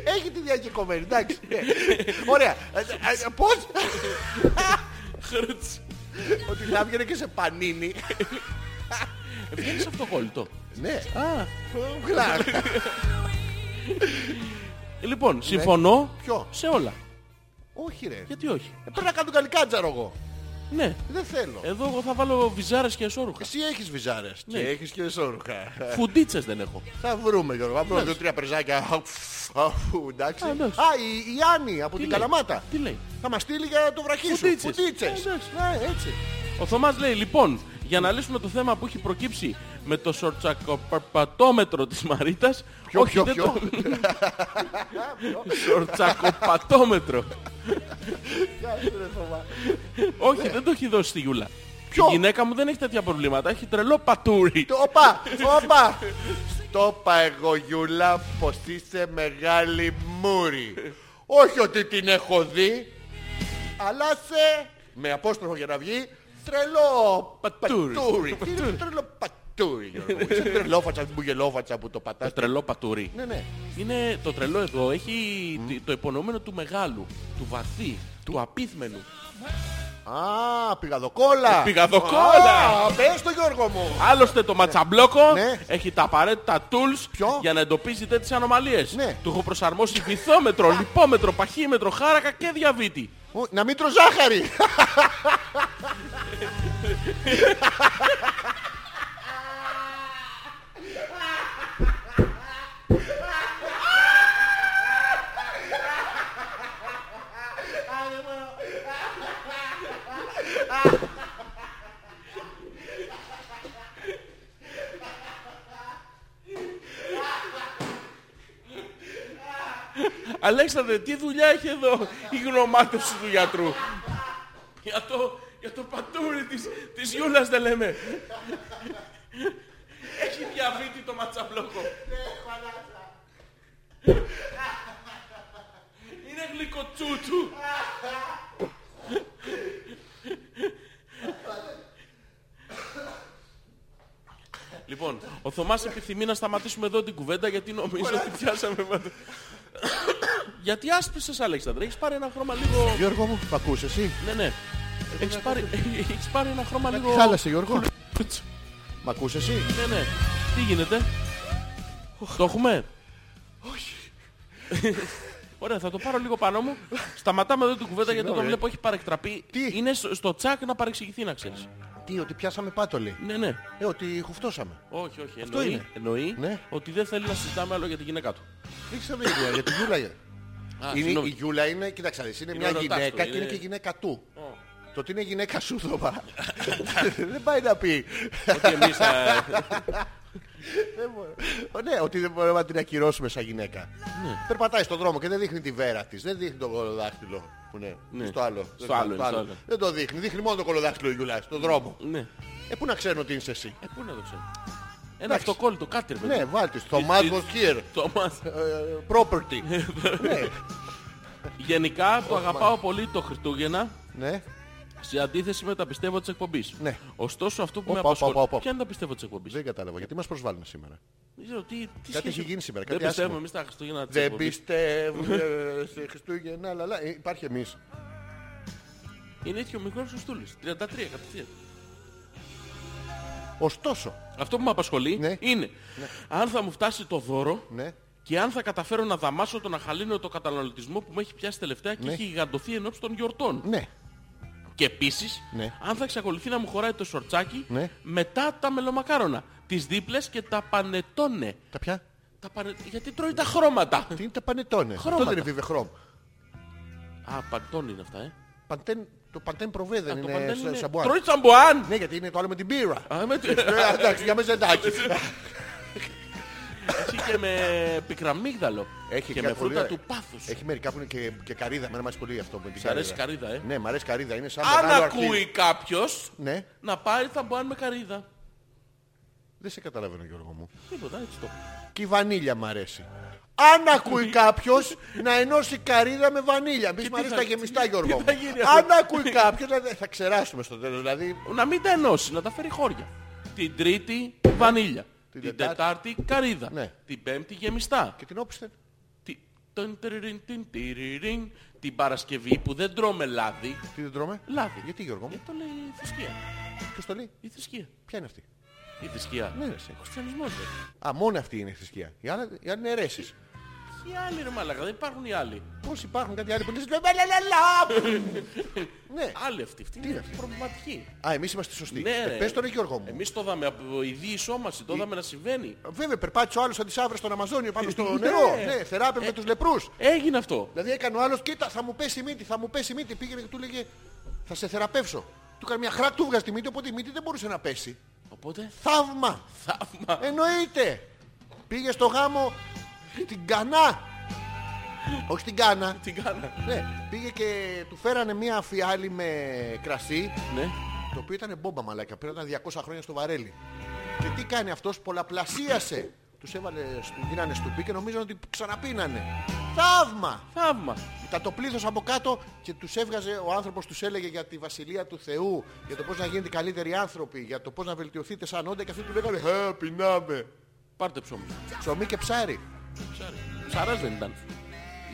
[SPEAKER 1] Έχει τη διακεκομένη, εντάξει. ναι. Ωραία. Ε, ε, Πώς.
[SPEAKER 2] Χρτς.
[SPEAKER 1] Ότι θα βγαίνει και σε πανίνι.
[SPEAKER 2] Ε, Βγαίνεις αυτοκόλλητο.
[SPEAKER 1] Ναι.
[SPEAKER 2] Α,
[SPEAKER 1] Κλακ.
[SPEAKER 2] ε, λοιπόν, συμφωνώ
[SPEAKER 1] Ναι. Ποιο?
[SPEAKER 2] σε όλα.
[SPEAKER 1] Όχι ρε.
[SPEAKER 2] Γιατί όχι.
[SPEAKER 1] Ε, Πρέπει να κάνω καλικάτζαρο εγώ. Ε,
[SPEAKER 2] Ναι.
[SPEAKER 1] Δεν θέλω.
[SPEAKER 2] Εδώ εγώ θα βάλω βιζάρες και εσόρουχα.
[SPEAKER 1] Εσύ έχεις βυζάρες
[SPEAKER 2] Ναι.
[SPEAKER 1] και έχεις και σόρουχα.
[SPEAKER 2] Φουντίτσες δεν έχω.
[SPEAKER 1] Θα βρούμε Γιώργο. Απλώ δύο-τρία περζάκια. Αφού, αφού, Εντάξει.
[SPEAKER 2] Α, εντάξει.
[SPEAKER 1] Ναι. Α, η, η Άννη από την
[SPEAKER 2] λέει?
[SPEAKER 1] Καλαμάτα.
[SPEAKER 2] Τι λέει.
[SPEAKER 1] Θα μας στείλει για το βραχί σου.
[SPEAKER 2] Φουντίτσες.
[SPEAKER 1] Φουτίτσες.
[SPEAKER 2] Ε, εντάξει.
[SPEAKER 1] Ναι, έτσι.
[SPEAKER 2] Ο Θωμάς λέει λοιπόν, για να λύσουμε το θέμα που έχει προκύψει με το σορτσακοπατόμετρο της Μαρίτας.
[SPEAKER 1] Ποιο, ποιο,
[SPEAKER 2] δεν
[SPEAKER 1] ποιο.
[SPEAKER 2] Το... σορτσακοπατόμετρο.
[SPEAKER 1] Κάτσε, ρε, Θωμά.
[SPEAKER 2] Όχι, δεν το έχει δώσει στη Γιούλα.
[SPEAKER 1] Ποιο?
[SPEAKER 2] Η γυναίκα μου δεν έχει τέτοια προβλήματα. Έχει τρελό πατούρι.
[SPEAKER 1] Το- Όπα, όπα. Το είπα εγώ Γιούλα πως είσαι μεγάλη μούρη. Όχι ότι την έχω δει, αλλά σε, με απόστροφο για να βγει, τρελό
[SPEAKER 2] Πατούρι.
[SPEAKER 1] πατούρι. Τι είναι τρελό πατούρι, Γιώργο μου. Είσαι τρελόφατσα, μπουγελόφατσα που το πατάς.
[SPEAKER 2] Το Ε, τρελό πατούρι.
[SPEAKER 1] Ναι, ναι.
[SPEAKER 2] Είναι το τρελό εδώ. Έχει τι- το υπονοούμενο του μεγάλου, του βαθύ, του απίθμενου.
[SPEAKER 1] Α, πηγαδοκόλα.
[SPEAKER 2] πηγαδοκόλα.
[SPEAKER 1] Α, Πες το Γιώργο μου.
[SPEAKER 2] Άλλωστε το ματσαμπλόκο
[SPEAKER 1] Ναι.
[SPEAKER 2] έχει τα απαραίτητα tools
[SPEAKER 1] Ποιο?
[SPEAKER 2] για να εντοπίζει τέτοιες ανομαλίες.
[SPEAKER 1] Ναι.
[SPEAKER 2] Του έχω προσαρμόσει βυθόμετρο, λιπόμετρο, παχύμετρο, χάρακα και διαβήτη.
[SPEAKER 1] Ω, Να μην τροζάχαρη.
[SPEAKER 2] Αλέξανδρε, τι δουλειά έχει εδώ η γνωμάτευση του γιατρού. για, το, για το πατούρι της, της Γιούλας δεν λέμε. έχει διαβήτη το ματσαμπλόκο. Είναι γλυκοτσούτσου. Λοιπόν, ο Θωμάς επιθυμεί να σταματήσουμε εδώ την κουβέντα γιατί νομίζω ότι πιάσαμε πάντα. γιατί άσπισες Αλέξανδρε, έχεις πάρει ένα χρώμα λίγο...
[SPEAKER 1] Γιώργο μου, μ' ακούς εσύ.
[SPEAKER 2] Ναι, ναι. Έχεις πάρει, έχεις πάρει ένα χρώμα λίγο...
[SPEAKER 1] Χάλασε Γιώργο. Μ' ακούς εσύ.
[SPEAKER 2] Ναι, ναι. Τι γίνεται. Το έχουμε. Ωραία, θα το πάρω λίγο πάνω μου. Σταματάμε εδώ την κουβέντα γιατί το
[SPEAKER 1] Συγγνώμη, ε.
[SPEAKER 2] βλέπω έχει παρεκτραπεί.
[SPEAKER 1] Τι?
[SPEAKER 2] Είναι στο στο τσακ να παρεξηγηθεί να ξέρεις.
[SPEAKER 1] Τι, ότι πιάσαμε πάτολη.
[SPEAKER 2] Ναι, ναι.
[SPEAKER 1] Ε, ότι χουφτώσαμε.
[SPEAKER 2] Όχι, όχι.
[SPEAKER 1] Αυτό
[SPEAKER 2] Εννοεί,
[SPEAKER 1] είναι.
[SPEAKER 2] εννοεί
[SPEAKER 1] Ναι.
[SPEAKER 2] ότι δεν θέλει να συζητάμε άλλο για τη γυναίκα του.
[SPEAKER 1] Έχεις τα ίδια, για τη Γιούλα. είναι,
[SPEAKER 2] συγγνώμη.
[SPEAKER 1] η Γιούλα είναι, κοίταξε, να δεις, είναι,
[SPEAKER 2] Είναι
[SPEAKER 1] μια
[SPEAKER 2] ερωτάς
[SPEAKER 1] γυναίκα
[SPEAKER 2] του,
[SPEAKER 1] και είναι
[SPEAKER 2] είναι-
[SPEAKER 1] και γυναίκα του. Το ότι είναι γυναίκα σου το πα. δεν πάει να πει.
[SPEAKER 2] Ότι εμείς... ε,
[SPEAKER 1] Δεν μπορεί. Ω, ναι, ότι δεν μπορούμε να την ακυρώσουμε σαν γυναίκα.
[SPEAKER 2] Ναι.
[SPEAKER 1] Περπατάει στον δρόμο και δεν δείχνει τη βέρα της. Δεν δείχνει το κολοδάχτυλο που είναι
[SPEAKER 2] Ναι.
[SPEAKER 1] στο άλλο.
[SPEAKER 2] Στο
[SPEAKER 1] Δεν-
[SPEAKER 2] άλλο, στο άλλο.
[SPEAKER 1] Δεν το δείχνει. Δείχνει μόνο το κολοδάχτυλο η Γιούλα στον δρόμο.
[SPEAKER 2] Ναι.
[SPEAKER 1] Ε, πού να ξέρουν ότι είναι εσύ.
[SPEAKER 2] Ε, πού να το ξέρω. Ένα αυτοκόλλητο, κάτι ρε παιδί.
[SPEAKER 1] Ναι, βάλτε. Το Thomas was here.
[SPEAKER 2] Το μας.
[SPEAKER 1] Ε, Property. ναι.
[SPEAKER 2] Γενικά το αγαπάω πολύ το Χριστούγεννα
[SPEAKER 1] ναι.
[SPEAKER 2] σε αντίθεση με τα πιστεύω της εκπομπής.
[SPEAKER 1] Ναι.
[SPEAKER 2] Ωστόσο αυτό που με
[SPEAKER 1] Όπα, όπα, όπα,
[SPEAKER 2] απασχολεί...
[SPEAKER 1] όπα.
[SPEAKER 2] Ποια είναι τα πιστεύω της εκπομπής.
[SPEAKER 1] Δεν κατάλαβα γιατί μας προσβάλλουν σήμερα.
[SPEAKER 2] Δεν ξέρω τι, τι σχέση-
[SPEAKER 1] έχει γίνει σήμερα,
[SPEAKER 2] Δεν
[SPEAKER 1] κάτι άσχημο.
[SPEAKER 2] πιστεύουμε εμείς τα Χριστούγεννα της
[SPEAKER 1] Δεν
[SPEAKER 2] εκπομπής.
[SPEAKER 1] πιστεύουμε σε Χριστούγεννα, αλλά υπάρχει εμείς.
[SPEAKER 2] Είναι έτσι και ο μικρός ο Στούλης. 33 κατευθείαν.
[SPEAKER 1] Ωστόσο,
[SPEAKER 2] Αυτό που με απασχολεί
[SPEAKER 1] Ναι.
[SPEAKER 2] είναι αν θα μου φτάσει το δώρο
[SPEAKER 1] ναι,
[SPEAKER 2] και αν θα καταφέρω να δαμάσω τον αχαλήνο το καταναλωτισμό που με έχει πιάσει τελευταία και
[SPEAKER 1] Ναι.
[SPEAKER 2] έχει γιγαντωθεί εν ώψη των γιορτών.
[SPEAKER 1] ναι.
[SPEAKER 2] Και επίσης
[SPEAKER 1] Ναι.
[SPEAKER 2] αν θα εξακολουθεί να μου χωράει το σορτσάκι
[SPEAKER 1] Ναι.
[SPEAKER 2] μετά τα μελομακάρονα, τις δίπλες και τα πανετόνε.
[SPEAKER 1] Τα πια.
[SPEAKER 2] Τα πανε... Γιατί τρώει τα χρώματα.
[SPEAKER 1] Τι είναι τα πανετόνε. Αυτό
[SPEAKER 2] Χρώματα.
[SPEAKER 1] δεν είναι βιβεχρόμ.
[SPEAKER 2] Α, παντών είναι αυτά, ε.
[SPEAKER 1] Παντέν, το παντέν προβέ δεν
[SPEAKER 2] Α, το
[SPEAKER 1] είναι
[SPEAKER 2] παντέν
[SPEAKER 1] σα-
[SPEAKER 2] είναι...
[SPEAKER 1] σαμπουάν.
[SPEAKER 2] Τρώει τσαμπουάν!
[SPEAKER 1] Ναι, γιατί είναι το άλλο με την πύρα.
[SPEAKER 2] Α, με τι-
[SPEAKER 1] Ε, Εντάξει, για μεζεντάκι.
[SPEAKER 2] Έχει και με πικραμίγδαλο.
[SPEAKER 1] Έχει
[SPEAKER 2] και
[SPEAKER 1] κάτι
[SPEAKER 2] με
[SPEAKER 1] πολύ
[SPEAKER 2] φρούτα
[SPEAKER 1] ωραίο.
[SPEAKER 2] του πάθους.
[SPEAKER 1] Έχει μερικά που είναι και, και καρύδα. Μένα μας πολύ αυτό με την
[SPEAKER 2] Σ' αρέσει καρύδα, ε.
[SPEAKER 1] Ναι, μ' αρέσει καρύδα. Είναι σαν
[SPEAKER 2] Αν
[SPEAKER 1] μεγάλο αρχείο.
[SPEAKER 2] ακούει κάποιος,
[SPEAKER 1] Ναι,
[SPEAKER 2] να πάρει τσαμπουάν με καρύδα.
[SPEAKER 1] δεν σε καταλαβαίνω Γιώργο μου.
[SPEAKER 2] Τίποτα, έτσι το.
[SPEAKER 1] Και η βανίλια μ' αρέσει. Αν ακούει κάποιος να ενώσει καρύδα με βανίλια. Μη μου αρέσει
[SPEAKER 2] θα-
[SPEAKER 1] τα γεμιστά
[SPEAKER 2] Ε. τι
[SPEAKER 1] Γιώργο
[SPEAKER 2] θα
[SPEAKER 1] μου.
[SPEAKER 2] γίνει αυτό.
[SPEAKER 1] Αν ακούει κάποιος να- θα ξεράσουμε στο τέλος. Δηλαδή
[SPEAKER 2] Να μην τα ενώσει, να τα φέρει χώρια. Την Τρίτη, βανίλια. Την,
[SPEAKER 1] Τετάρτη-
[SPEAKER 2] Τετάρτη, καρύδα.
[SPEAKER 1] Ναι.
[SPEAKER 2] Την Πέμπτη, γεμιστά.
[SPEAKER 1] και την όπιστε.
[SPEAKER 2] Τι- τον τριριν, την τυριριν. Την Παρασκευή που δεν τρώμε λάδι.
[SPEAKER 1] Τι δεν τρώμε.
[SPEAKER 2] Λάδι.
[SPEAKER 1] Γιατί Γιώργο μου.
[SPEAKER 2] Γιατί το λέει η θρησκεία.
[SPEAKER 1] Ποιος το λέει.
[SPEAKER 2] Η θρησκεία.
[SPEAKER 1] Ποια είναι αυτή.
[SPEAKER 2] Η θρησκεία.
[SPEAKER 1] Ναι, ρε, σε.
[SPEAKER 2] Ο χριστιανισμός ρε.
[SPEAKER 1] Α, μόνο αυτή είναι η θρησκεία. Οι άλλοι οι άλλοι είναι αιρέσεις.
[SPEAKER 2] Οι άλλοι ρε μαλάκα, δεν υπάρχουν οι άλλοι.
[SPEAKER 1] Πώς υπάρχουν κάτι άλλο που λες «Λαλαλαλα». Ναι.
[SPEAKER 2] Άλλοι αυτοί, αυτοί
[SPEAKER 1] είναι
[SPEAKER 2] είναι
[SPEAKER 1] αυτοί?
[SPEAKER 2] προβληματικοί.
[SPEAKER 1] Α, εμείς είμαστε σωστοί.
[SPEAKER 2] Ναι,
[SPEAKER 1] Ε,
[SPEAKER 2] ρε.
[SPEAKER 1] Πες το ρε Γιώργο μου.
[SPEAKER 2] Εμείς το είδαμε από ειδή ισόμαση, το είδαμε να συμβαίνει.
[SPEAKER 1] Βέβαια, περπάτησε ο άλλος αντισάβρε στον Αμαζόνιο πάνω στο
[SPEAKER 2] Ναι.
[SPEAKER 1] νερό. Ναι, θεράπευε τους λεπρούς.
[SPEAKER 2] Έγινε αυτό.
[SPEAKER 1] Δηλαδή έκανε ο άλλος, κοίτα, θα μου πέσει η μύτη, θα μου πέσει η μύτη. Πήγαινε και του λέγε, θα σε θεραπεύσω. Του έκανε μια χράκ, του βγάζει τη μύτη, οπότε η μύτη δεν μπορούσε να πέσει.
[SPEAKER 2] Οπότε,
[SPEAKER 1] Θαύμα!
[SPEAKER 2] θαύμα.
[SPEAKER 1] Εννοείται! Πήγε στο γάμο την Κανά. Όχι την Κάνα.
[SPEAKER 2] Τι κάνα.
[SPEAKER 1] Ναι, πήγε και του φέρανε μια φιάλη με κρασί,
[SPEAKER 2] Ναι.
[SPEAKER 1] το οποίο ήταν μπόμπα μαλάκα. Πήραν τα 200 χρόνια στο βαρέλι. Και τι κάνει αυτός, πολλαπλασίασε. Τους έβαλε, γίνανε στουπί και νομίζαν ότι ξαναπίνανε. Θαύμα!
[SPEAKER 2] Θαύμα.
[SPEAKER 1] Ήταν το πλήθος από κάτω και τους έβγαζε, ο άνθρωπος τους έλεγε για τη βασιλεία του Θεού, για το πώς να γίνετε καλύτεροι άνθρωποι, για το πώς να βελτιωθείτε σαν όντα και αυτοί του λέγανε «Ε, πεινάμε».
[SPEAKER 2] Πάρτε ψωμί.
[SPEAKER 1] Ψωμί και ψάρι.
[SPEAKER 2] Ψάρι. Ψαράς δεν ήταν.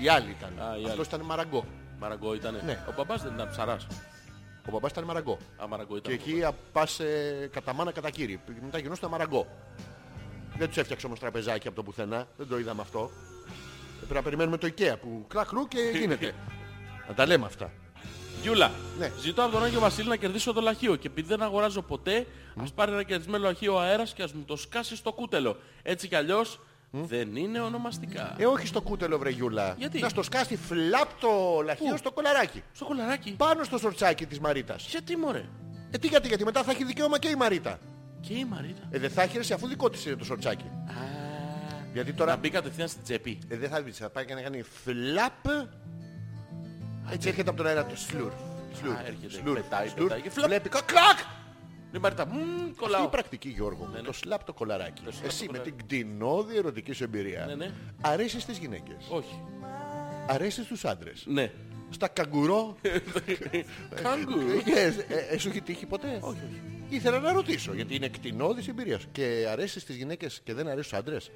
[SPEAKER 1] Οι άλλοι ήταν.
[SPEAKER 2] Α, οι άλλοι.
[SPEAKER 1] Αυτός ήταν μαραγκό.
[SPEAKER 2] Μαραγκό ήτανε.
[SPEAKER 1] Ναι.
[SPEAKER 2] Ο μπαμπάς δεν ήταν ψαράς.
[SPEAKER 1] Ο παπάς ήταν μαραγκό.
[SPEAKER 2] Α, μαραγκό ήταν.
[SPEAKER 1] Και εκεί α, πας ε, κατά μάνα κατά κύρι. Μετά γινόταν μαραγκό. Δεν τους έφτιαξε όμως τραπεζάκι από το πουθενά. Δεν το είδαμε αυτό. Ε, Πρέπει να περιμένουμε το IKEA που κλαχρού και γίνεται. να τα λέμε αυτά.
[SPEAKER 2] Γιούλα,
[SPEAKER 1] Ναι.
[SPEAKER 2] ζητώ από τον Άγιο Βασίλη να κερδίσω το λαχείο και επειδή δεν αγοράζω ποτέ, ας πάρει ένα κερδισμένο λαχείο αέρας και ας μου το σκάσει στο κούτελο. Έτσι κι αλλιώς δεν είναι ονομαστικά.
[SPEAKER 1] Ε, όχι στο κούτελο, βρε Γιούλα.
[SPEAKER 2] Γιατί?
[SPEAKER 1] Να στο σκάσει φλαπ το λαχείο
[SPEAKER 2] Πού?
[SPEAKER 1] στο κολαράκι.
[SPEAKER 2] Στο κολαράκι.
[SPEAKER 1] Πάνω στο σορτσάκι της Μαρίτας.
[SPEAKER 2] Γιατί μωρέ.
[SPEAKER 1] Ε, τι γιατί, γιατί μετά θα έχει δικαίωμα και η Μαρίτα.
[SPEAKER 2] Και η Μαρίτα.
[SPEAKER 1] Ε, δεν θα έχει ρε, σε αφού δικό της είναι το σορτσάκι. Γιατί
[SPEAKER 2] Να
[SPEAKER 1] τώρα
[SPEAKER 2] μπει κατευθείαν στην τσέπη.
[SPEAKER 1] ε, δεν θα βγει, θα πάει και να κάνει φλαπ. Έτσι έρχεται από τον αέρα του σλουρ. Σλουρ,
[SPEAKER 2] ναι. Α, έρχεται,
[SPEAKER 1] σλουρ,
[SPEAKER 2] πετάει,
[SPEAKER 1] σλουρ.
[SPEAKER 2] πετάει και φλαπ.
[SPEAKER 1] Βλέπει κα- κρακ.
[SPEAKER 2] Ναι, Μαρίτα, μμμ,
[SPEAKER 1] Αυτή η
[SPEAKER 2] κολλάω.
[SPEAKER 1] πρακτική Γιώργο μου, το σλαπ το κολαράκι.
[SPEAKER 2] σλαπ Ναι, το
[SPEAKER 1] Εσύ με
[SPEAKER 2] κολαράκι.
[SPEAKER 1] την κτηνόδη ερωτική σου
[SPEAKER 2] Ναι,
[SPEAKER 1] εμπειρία.
[SPEAKER 2] ναι.
[SPEAKER 1] Αρέσει στις γυναίκες,
[SPEAKER 2] Όχι.
[SPEAKER 1] αρέσεις στους άντρες.
[SPEAKER 2] Ναι.
[SPEAKER 1] Στα καγκουρό
[SPEAKER 2] Κάγκου.
[SPEAKER 1] Ε, ε, ε, σου έχει τύχει ποτέ.
[SPEAKER 2] Όχι, όχι.
[SPEAKER 1] Ήθελα να ρωτήσω, γιατί είναι κτηνώδης εμπειρία. σου. Και αρέσεις στις γυναίκες και δεν αρέσει στους άντρες.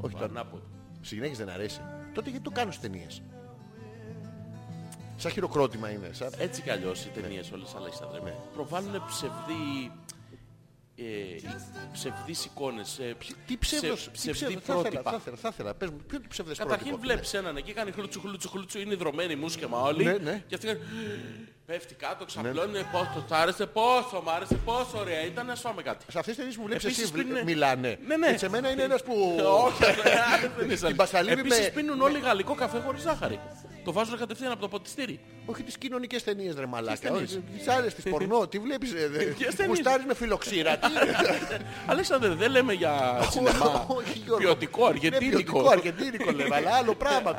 [SPEAKER 1] Όχι, τώρα.
[SPEAKER 2] Ανάποδο.
[SPEAKER 1] Στις γυναίκες δεν αρέσει. Τότε γιατί το κάνουν στις ταινίες. Σαν χειροκρότημα είναι. Σαν...
[SPEAKER 2] Έτσι κι αλλιώς οι ταινίες όλες αλλά οι σταδρέμες προβάλλουν ψευδή... ε, οι ψευδείς εικόνες, ε, ψη-
[SPEAKER 1] Τι ψεύδος,
[SPEAKER 2] ψευ-
[SPEAKER 1] τι
[SPEAKER 2] ψευδή
[SPEAKER 1] ψεύδος, θα ήθελα, θα
[SPEAKER 2] πρότυπα.
[SPEAKER 1] ήθελα, θα ήθελα. Πες μου, ποιο είναι το ψευδές
[SPEAKER 2] Καταρχήν
[SPEAKER 1] πρότυπο,
[SPEAKER 2] βλέπεις έναν εκεί, κάνει χλούτσου, χλούτσου, χλούτσου, είναι δρομένοι μουσκεμα όλοι.
[SPEAKER 1] Ναι, ναι.
[SPEAKER 2] Και αυτοί κάνουν, πέφτει κάτω, ξαπλώνει, «Ε, πόσο σ' άρεσε, πόσο μ' άρεσε, πόσο ωραία ήταν, ας φάμε κάτι.
[SPEAKER 1] Σε αυτές τις ταινίες που βλέπεις
[SPEAKER 2] Επίσης
[SPEAKER 1] εσύ βλέ-
[SPEAKER 2] πίνουν-
[SPEAKER 1] μιλάνε.
[SPEAKER 2] Ναι, ναι.
[SPEAKER 1] Και σε μένα είναι ένας που...
[SPEAKER 2] Όχι, δεν είναι σαν-
[SPEAKER 1] Την Πασαλίδη
[SPEAKER 2] Επίσης
[SPEAKER 1] με-
[SPEAKER 2] πίνουν όλοι γαλλικό καφέ χωρίς ζάχαρη. Το βάζουν κατευθείαν από το ποτιστήρι.
[SPEAKER 1] Όχι τις κοινωνικές ταινίες ρε μαλάκα.
[SPEAKER 2] ταινίες?
[SPEAKER 1] Όχι, Τις άλλες, τις πορνό, τι βλέπεις ρε. δε-
[SPEAKER 2] Ποιες ταινίες?
[SPEAKER 1] Γουστάρεις με φιλοξήρα. τι-
[SPEAKER 2] Αλέξανδρε, δεν λέμε για σινεμά.
[SPEAKER 1] Όχι, Γιώργο.
[SPEAKER 2] Ποιοτικό,
[SPEAKER 1] Ναι,
[SPEAKER 2] αργεντίνικο.
[SPEAKER 1] ποιοτικό, αργεντίνικο λέμε, αλλά άλλο πράγμα.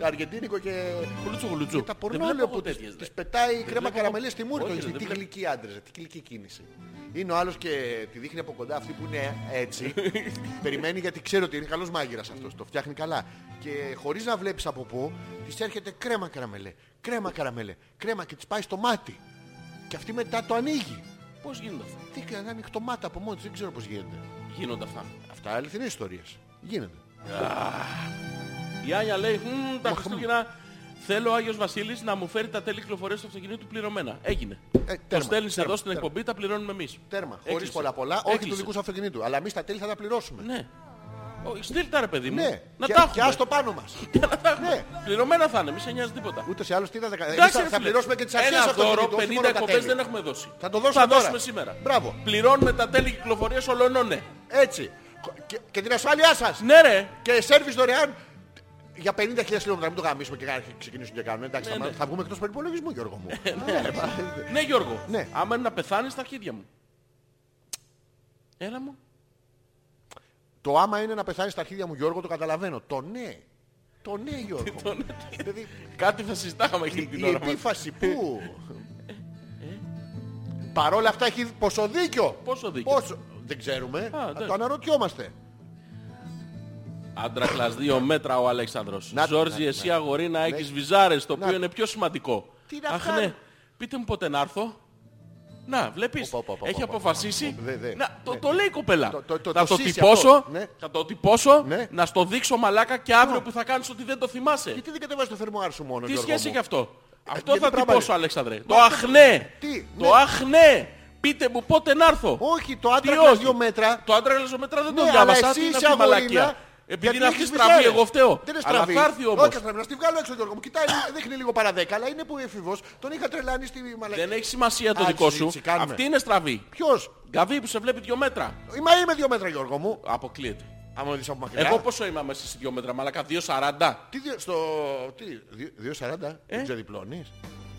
[SPEAKER 1] αργεντίνικο και...
[SPEAKER 2] Χλούτσου, χλούτσου.
[SPEAKER 1] Τα
[SPEAKER 2] Δεν
[SPEAKER 1] πορνό
[SPEAKER 2] βλέπω
[SPEAKER 1] λέω που
[SPEAKER 2] εγώ
[SPEAKER 1] τις,
[SPEAKER 2] τέτοιες,
[SPEAKER 1] τις
[SPEAKER 2] δε.
[SPEAKER 1] πετάει κρέμα
[SPEAKER 2] βλέπω-
[SPEAKER 1] καραμελιές στη μούρη.
[SPEAKER 2] Όχι,
[SPEAKER 1] το-
[SPEAKER 2] ρε, δεν
[SPEAKER 1] Τι
[SPEAKER 2] βλέπω.
[SPEAKER 1] γλυκή άντρες, ρε, τι γλυκή κίνηση. Είναι ο άλλος και τη δείχνει από κοντά αυτή που είναι έτσι. Περιμένει γιατί ξέρει ότι είναι καλός μάγειρας αυτός, το φτιάχνει καλά. Και χωρίς να βλέπεις από πού, της έρχεται κρέμα καραμελέ, κρέμα καραμελέ, κρέμα και της πάει στο μάτι. Και αυτή μετά το ανοίγει.
[SPEAKER 2] Πώς γίνονται αυτά.
[SPEAKER 1] Τι κάνει, ανοιχτό μάτι από μόνη της, δεν ξέρω πώς γίνεται.
[SPEAKER 2] Γίνονται αυτά.
[SPEAKER 1] Αυτά αληθινές ιστορίες. Γίνεται.
[SPEAKER 2] Η Άνια λέει, «Μμμ, τα Χριστούγεννα θέλω ο Άγιος Βασίλης να μου φέρει τα τέλη κυκλοφορίας του αυτοκινήτου πληρωμένα. Έγινε.
[SPEAKER 1] Ε,
[SPEAKER 2] Το
[SPEAKER 1] τέρμα,
[SPEAKER 2] στέλνεις
[SPEAKER 1] τέρμα,
[SPEAKER 2] εδώ
[SPEAKER 1] τέρμα.
[SPEAKER 2] στην εκπομπή, τα πληρώνουμε εμείς.
[SPEAKER 1] Τέρμα. Χωρί
[SPEAKER 2] Έκλεισε.
[SPEAKER 1] πολλά πολλά, όχι του
[SPEAKER 2] Έκλεισε.
[SPEAKER 1] δικού σου αυτοκινήτου. Αλλά εμείς τα τέλη θα τα πληρώσουμε.
[SPEAKER 2] Ναι. Ω, Στείλ τα ρε παιδί μου.
[SPEAKER 1] Ναι,
[SPEAKER 2] Να
[SPEAKER 1] και,
[SPEAKER 2] τα
[SPEAKER 1] και
[SPEAKER 2] έχουμε.
[SPEAKER 1] άστο πάνω μας.
[SPEAKER 2] Να τα έχουμε.
[SPEAKER 1] Ναι.
[SPEAKER 2] Πληρωμένα θα είναι, μη σε νοιάζει τίποτα.
[SPEAKER 1] Ούτε σε άλλο τι ήταν.
[SPEAKER 2] Εντάξει,
[SPEAKER 1] θα,
[SPEAKER 2] ρε
[SPEAKER 1] θα
[SPEAKER 2] φίλε.
[SPEAKER 1] πληρώσουμε και τις αρχές
[SPEAKER 2] Ένα δώρο,
[SPEAKER 1] αυτοκινήτου. όχι
[SPEAKER 2] 50
[SPEAKER 1] μόνο τα
[SPEAKER 2] εκπομπές
[SPEAKER 1] τέλη.
[SPEAKER 2] δεν έχουμε δώσει.
[SPEAKER 1] Θα το δώσουμε τώρα.
[SPEAKER 2] δώσουμε σήμερα.
[SPEAKER 1] Μπράβο.
[SPEAKER 2] Πληρώνουμε τα τέλη κυκλοφορίας όλων, ναι, ναι.
[SPEAKER 1] Έτσι. Και, και την ασφάλειά σας.
[SPEAKER 2] Ναι ρε.
[SPEAKER 1] Και σερβις δωρεάν για 50.000 χιλιόμετρα. Μην το γαμίσουμε και να ξεκινήσουν και κάνουν. Εντάξει, θα, θα βγούμε εκτός προπολογισμού, Γιώργο μου. Ε,
[SPEAKER 2] Ναι Γιώργο.
[SPEAKER 1] Ναι.
[SPEAKER 2] Άμα είναι να πεθάνεις στα αρχίδια μου. Έλα μου.
[SPEAKER 1] το άμα είναι να πεθάνεις στα αρχίδια μου, Γιώργο, το καταλαβαίνω. Το ναι. Το ναι, Γιώργο.
[SPEAKER 2] Το ναι.
[SPEAKER 1] Δηλαδή,
[SPEAKER 2] Κάτι θα συζητάγαμε
[SPEAKER 1] η,
[SPEAKER 2] εκείνη την
[SPEAKER 1] η
[SPEAKER 2] ώρα μας.
[SPEAKER 1] επίφαση που. Παρόλα αυτά έχει πόσο δίκιο.
[SPEAKER 2] Πόσο δίκιο?
[SPEAKER 1] Πόσο- Δεν ξέρουμε.
[SPEAKER 2] Α, εντάξει.
[SPEAKER 1] το αναρωτιόμαστε.
[SPEAKER 2] Άντρα κλας δύο μέτρα ο Αλέξανδρος.
[SPEAKER 1] Να-
[SPEAKER 2] Ζόρζι,
[SPEAKER 1] να-
[SPEAKER 2] εσύ αγορή να έχεις βυζάρες, το
[SPEAKER 1] Να-
[SPEAKER 2] οποίο είναι πιο σημαντικό.
[SPEAKER 1] Τι να
[SPEAKER 2] Αχ
[SPEAKER 1] κάνω.
[SPEAKER 2] ναι, πείτε μου πότε να έρθω. Να, βλέπεις,
[SPEAKER 1] Οπα, οπα, οπα,
[SPEAKER 2] έχει
[SPEAKER 1] οπα, οπα.
[SPEAKER 2] αποφασίσει.
[SPEAKER 1] Οπα, δε, δε.
[SPEAKER 2] Να, το,
[SPEAKER 1] Ναι.
[SPEAKER 2] το λέει η κοπέλα.
[SPEAKER 1] Το- το- το-
[SPEAKER 2] θα
[SPEAKER 1] το
[SPEAKER 2] το,
[SPEAKER 1] σύσι
[SPEAKER 2] τυπώσω,
[SPEAKER 1] αυτό. Ναι.
[SPEAKER 2] θα το τυπώσω,
[SPEAKER 1] Ναι.
[SPEAKER 2] να στο δείξω μαλάκα και αύριο που θα κάνεις ότι δεν το θυμάσαι.
[SPEAKER 1] Γιατί δεν κατεβάζεις το θερμοάρ σου μόνο,
[SPEAKER 2] Τι
[SPEAKER 1] Γιώργο
[SPEAKER 2] σχέση
[SPEAKER 1] μου? Ε,
[SPEAKER 2] έχει αυτό. Αυτό
[SPEAKER 1] γιατί
[SPEAKER 2] θα
[SPEAKER 1] πράγμα
[SPEAKER 2] τυπώσω,
[SPEAKER 1] είναι.
[SPEAKER 2] Αλέξανδρε. Το αχνέ.
[SPEAKER 1] Τι, ναι.
[SPEAKER 2] Το αχνέ. Πείτε μου πότε να έρθω.
[SPEAKER 1] Όχι, το
[SPEAKER 2] Τι
[SPEAKER 1] άντρα
[SPEAKER 2] όχι.
[SPEAKER 1] κλαις δύο μέτρα.
[SPEAKER 2] Το άντρα κλαζομέτρα δεν το
[SPEAKER 1] Ναι, αλλά
[SPEAKER 2] διάβασα.
[SPEAKER 1] εσύ
[SPEAKER 2] Τι είναι
[SPEAKER 1] είσαι
[SPEAKER 2] αυτή η
[SPEAKER 1] αγορίνα,
[SPEAKER 2] μαλακία.
[SPEAKER 1] γιατί
[SPEAKER 2] Επειδή είναι αυτή
[SPEAKER 1] έχεις
[SPEAKER 2] στραβή,
[SPEAKER 1] βυζάρες.
[SPEAKER 2] εγώ φταίω.
[SPEAKER 1] Δεν είναι
[SPEAKER 2] Αλλά
[SPEAKER 1] στραβή.
[SPEAKER 2] θα έρθει όμως.
[SPEAKER 1] Όχι, στραβή, να στη βγάλω έξω, Γιώργο μου. Κοιτάει, δείχνει λίγο παρά δέκα, αλλά είναι που εφηβός. Τον είχα τρελάνει στη μαλακή.
[SPEAKER 2] Δεν έχει σημασία το
[SPEAKER 1] Α,
[SPEAKER 2] δικό
[SPEAKER 1] τη
[SPEAKER 2] σου.
[SPEAKER 1] συζήτηση κάνουμε.
[SPEAKER 2] Αυτή είναι στραβή.
[SPEAKER 1] Ποιος?
[SPEAKER 2] Γκαβί που σε βλέπει δύο μέτρα.
[SPEAKER 1] Μα είμαι δύο μέτρα, Γιώργο μου.
[SPEAKER 2] Αποκλείεται.
[SPEAKER 1] Άμα δεις από μακριά.
[SPEAKER 2] Εγώ πόσο είμαι μέσα σε δύο μέτρα, μαλακά, 2,40.
[SPEAKER 1] Τι δύο, στο... Τι, δύο- 2.40,
[SPEAKER 2] Ε.
[SPEAKER 1] δεν ξεδιπλώνεις.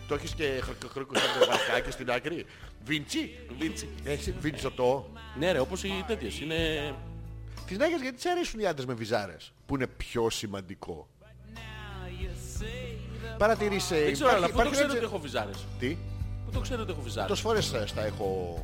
[SPEAKER 1] Το έχεις και χρυκοχρύκο σαν το βασκάκι στην άκρη. Βίντσι.
[SPEAKER 2] Βίντσι.
[SPEAKER 1] Έχεις βίντσοτό.
[SPEAKER 2] Ναι, ρε, όπως οι τέτοιες. Είναι.
[SPEAKER 1] Τις νέγες γιατί σε αρέσουν οι άντρες με βυζάρες. Που είναι πιο σημαντικό. Παρατηρήσε.
[SPEAKER 2] Δεν ξέρω, αλλά πού το ξέρω ότι
[SPEAKER 1] ένα-
[SPEAKER 2] έχω βυζάρες.
[SPEAKER 1] Τι.
[SPEAKER 2] Πού το ξέρω ότι έχω βυζάρες.
[SPEAKER 1] Τόσες φορές τα- τα έχω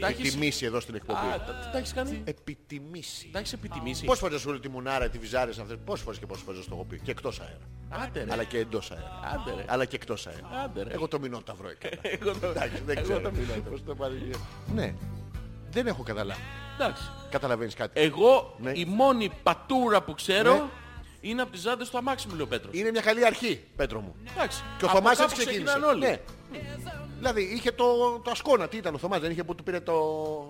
[SPEAKER 2] Τα έχεις-
[SPEAKER 1] επιτιμήσει εδώ στην εκπομπή.
[SPEAKER 2] Α, τα- τα έχεις κάνει.
[SPEAKER 1] Επιτιμήσει.
[SPEAKER 2] Τα έχεις επιτιμήσει.
[SPEAKER 1] Πόσες φορές σου λέει τη μουνάρα, τη βυζάρες αυτές. Πόσες φορές και πόσες φορές το έχω πει. Και εκτός αέρα.
[SPEAKER 2] Άντε, ρε.
[SPEAKER 1] Αλλά και εντός αέρα.
[SPEAKER 2] Άντε, ρε.
[SPEAKER 1] Αλλά και εκτός αέρα.
[SPEAKER 2] Άντε, ρε.
[SPEAKER 1] Εγώ το μηνόταυρο έκανα.
[SPEAKER 2] Εγώ το-
[SPEAKER 1] Εντάξει, δεν
[SPEAKER 2] εγώ
[SPEAKER 1] ξέρω.
[SPEAKER 2] το μιλάω.
[SPEAKER 1] Πώς το παρήγγειλε. Ναι. Δεν έχω καταλάβει.
[SPEAKER 2] Εντάξει.
[SPEAKER 1] Καταλαβαίνεις κάτι.
[SPEAKER 2] Εγώ
[SPEAKER 1] Ναι.
[SPEAKER 2] η μόνη πατούρα που
[SPEAKER 1] Ναι.
[SPEAKER 2] ξέρω είναι από τις Ζάντες στο αμάξι μου, λέει ο Πέτρος.
[SPEAKER 1] Είναι μια καλή αρχή, Πέτρο μου.
[SPEAKER 2] Εντάξει.
[SPEAKER 1] Και ο
[SPEAKER 2] Ναι. Από
[SPEAKER 1] Θωμάς
[SPEAKER 2] κάπου
[SPEAKER 1] έτσι ξεκίνησε.
[SPEAKER 2] ξεκινάνε όλοι.
[SPEAKER 1] Ναι. Δηλαδή είχε το, το ασκόνα. Τι ήταν ο Θωμάς, δεν είχε που του πήρε το...